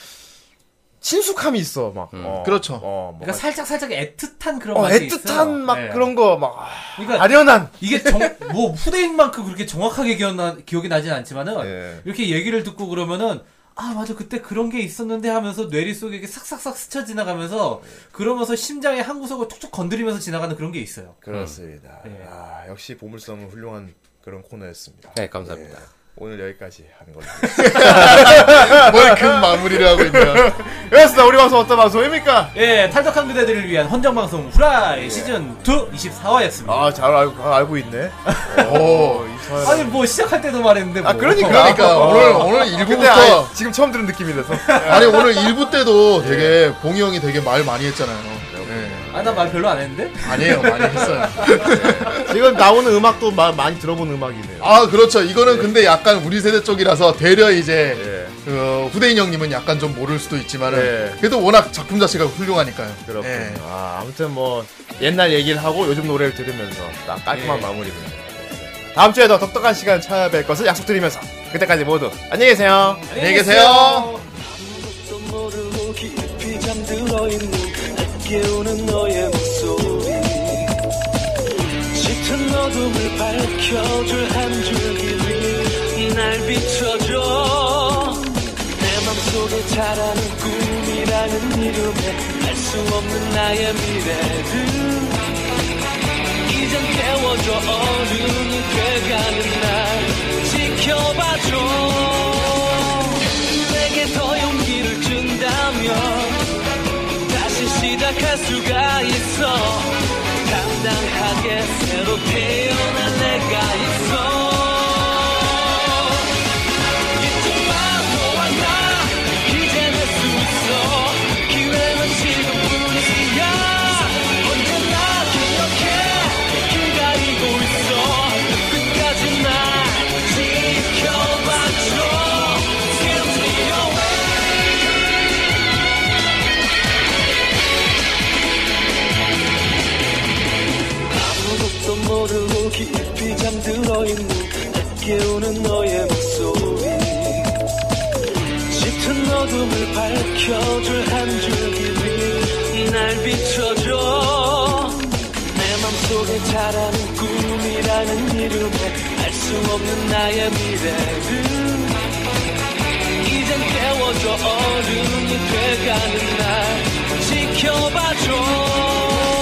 [SPEAKER 5] 친숙함이 있어. 막. 어,
[SPEAKER 7] 그렇죠.
[SPEAKER 5] 어, 뭐.
[SPEAKER 6] 그러니까 살짝 살짝 애틋한 그런
[SPEAKER 5] 어,
[SPEAKER 6] 맛이 있어요.
[SPEAKER 5] 애틋한 막
[SPEAKER 6] 예.
[SPEAKER 5] 그런 거, 막, 아,
[SPEAKER 6] 그러니까
[SPEAKER 5] 아련한.
[SPEAKER 6] 이게 정 뭐 후대인만큼 그렇게 정확하게 기억나 기억이 나진 않지만은
[SPEAKER 5] 예.
[SPEAKER 6] 이렇게 얘기를 듣고 그러면은 아 맞아 그때 그런 게 있었는데 하면서 뇌리 속에 이렇게 싹싹싹 스쳐
[SPEAKER 5] 예.
[SPEAKER 6] 지나가면서 그러면서 심장의 한 구석을 툭툭 건드리면서 지나가는 그런 게 있어요.
[SPEAKER 5] 그렇습니다.
[SPEAKER 6] 예.
[SPEAKER 5] 아, 역시 보물섬은 훌륭한 그런 코너였습니다.
[SPEAKER 10] 네, 감사합니다.
[SPEAKER 5] 오늘 여기까지 하는 걸로.
[SPEAKER 7] 뭘그 마무리를 하고 있냐
[SPEAKER 5] 그렇습니다. 우리 방송 어떤 방송입니까?
[SPEAKER 6] 예, 탈덕한 그대들을 위한 헌정 방송 후라이 시즌 2 24화였습니다. 아,
[SPEAKER 5] 아, 잘 알고, 아, 알고 있네. 오, 이 사람.
[SPEAKER 6] 니뭐 시작할 때도 말했는데 뭐.
[SPEAKER 5] 아, 그러니까.
[SPEAKER 7] 어. 그러니까
[SPEAKER 5] 어.
[SPEAKER 7] 오늘 오늘
[SPEAKER 5] 근데
[SPEAKER 7] 일부부터
[SPEAKER 5] 아, 지금 처음 들은 느낌이라서.
[SPEAKER 7] 아니 오늘 일부
[SPEAKER 5] 예.
[SPEAKER 7] 때도 되게 봉이 형이 되게 말 많이 했잖아요 네.
[SPEAKER 6] 아, 나 말 별로 안 했는데.
[SPEAKER 7] 아니에요 많이 했어요
[SPEAKER 5] (laughs) 지금 나오는 음악도 마- 많이 들어본 음악이네요.
[SPEAKER 7] 아 그렇죠
[SPEAKER 5] 예.
[SPEAKER 7] 이거는 근데 약간 우리 세대 쪽이라서 되려 이제 그 후대인 형님은 약간 좀 모를 수도 있지만은
[SPEAKER 5] 예.
[SPEAKER 7] 그래도 워낙 작품 자체가 훌륭하니까요
[SPEAKER 5] 그렇군요.
[SPEAKER 7] 예.
[SPEAKER 5] 아, 아무튼 뭐 옛날 얘기를 하고 요즘 노래를 들으면서 딱 깔끔한
[SPEAKER 7] 예.
[SPEAKER 5] 마무리입니다. 다음 주에도 독특한 시간 찾아뵐 것을 약속드리면서 그때까지 모두 안녕히 계세요.
[SPEAKER 7] 안녕히 계세요.
[SPEAKER 11] 모르고 깊이 잠들어 있는 깨우는 너의 목소리 짙은 어둠을 밝혀줄 한 줄기를 날 비춰줘 내 맘속에 자라는 꿈이라는 이름에 알 수 없는 나의 미래를 이젠 깨워줘 어른이 돼가는 날 지켜봐줘 내게 더 용기를 준다면 다시 시작할 수가 있어 당당하게 새로 태어난 내가 있어 잊지 마 너와 나 이제 낼 수 있어 기회는 지금뿐이야 언제나 기억해 기다리고 있어 끝까지 날 지켜봐줘 Give me your 아무것도 모르고 깊이 잠들어 있는 깨우는 너의 목소리 짙은 어둠을 밝혀줄 한 줄기를 날 비춰줘 내 맘속에 자라는 꿈
[SPEAKER 10] 꿈이라는 이름에 알 수 없는 나의 미래를 이젠 깨워줘 어른이 돼가는 날 지켜봐줘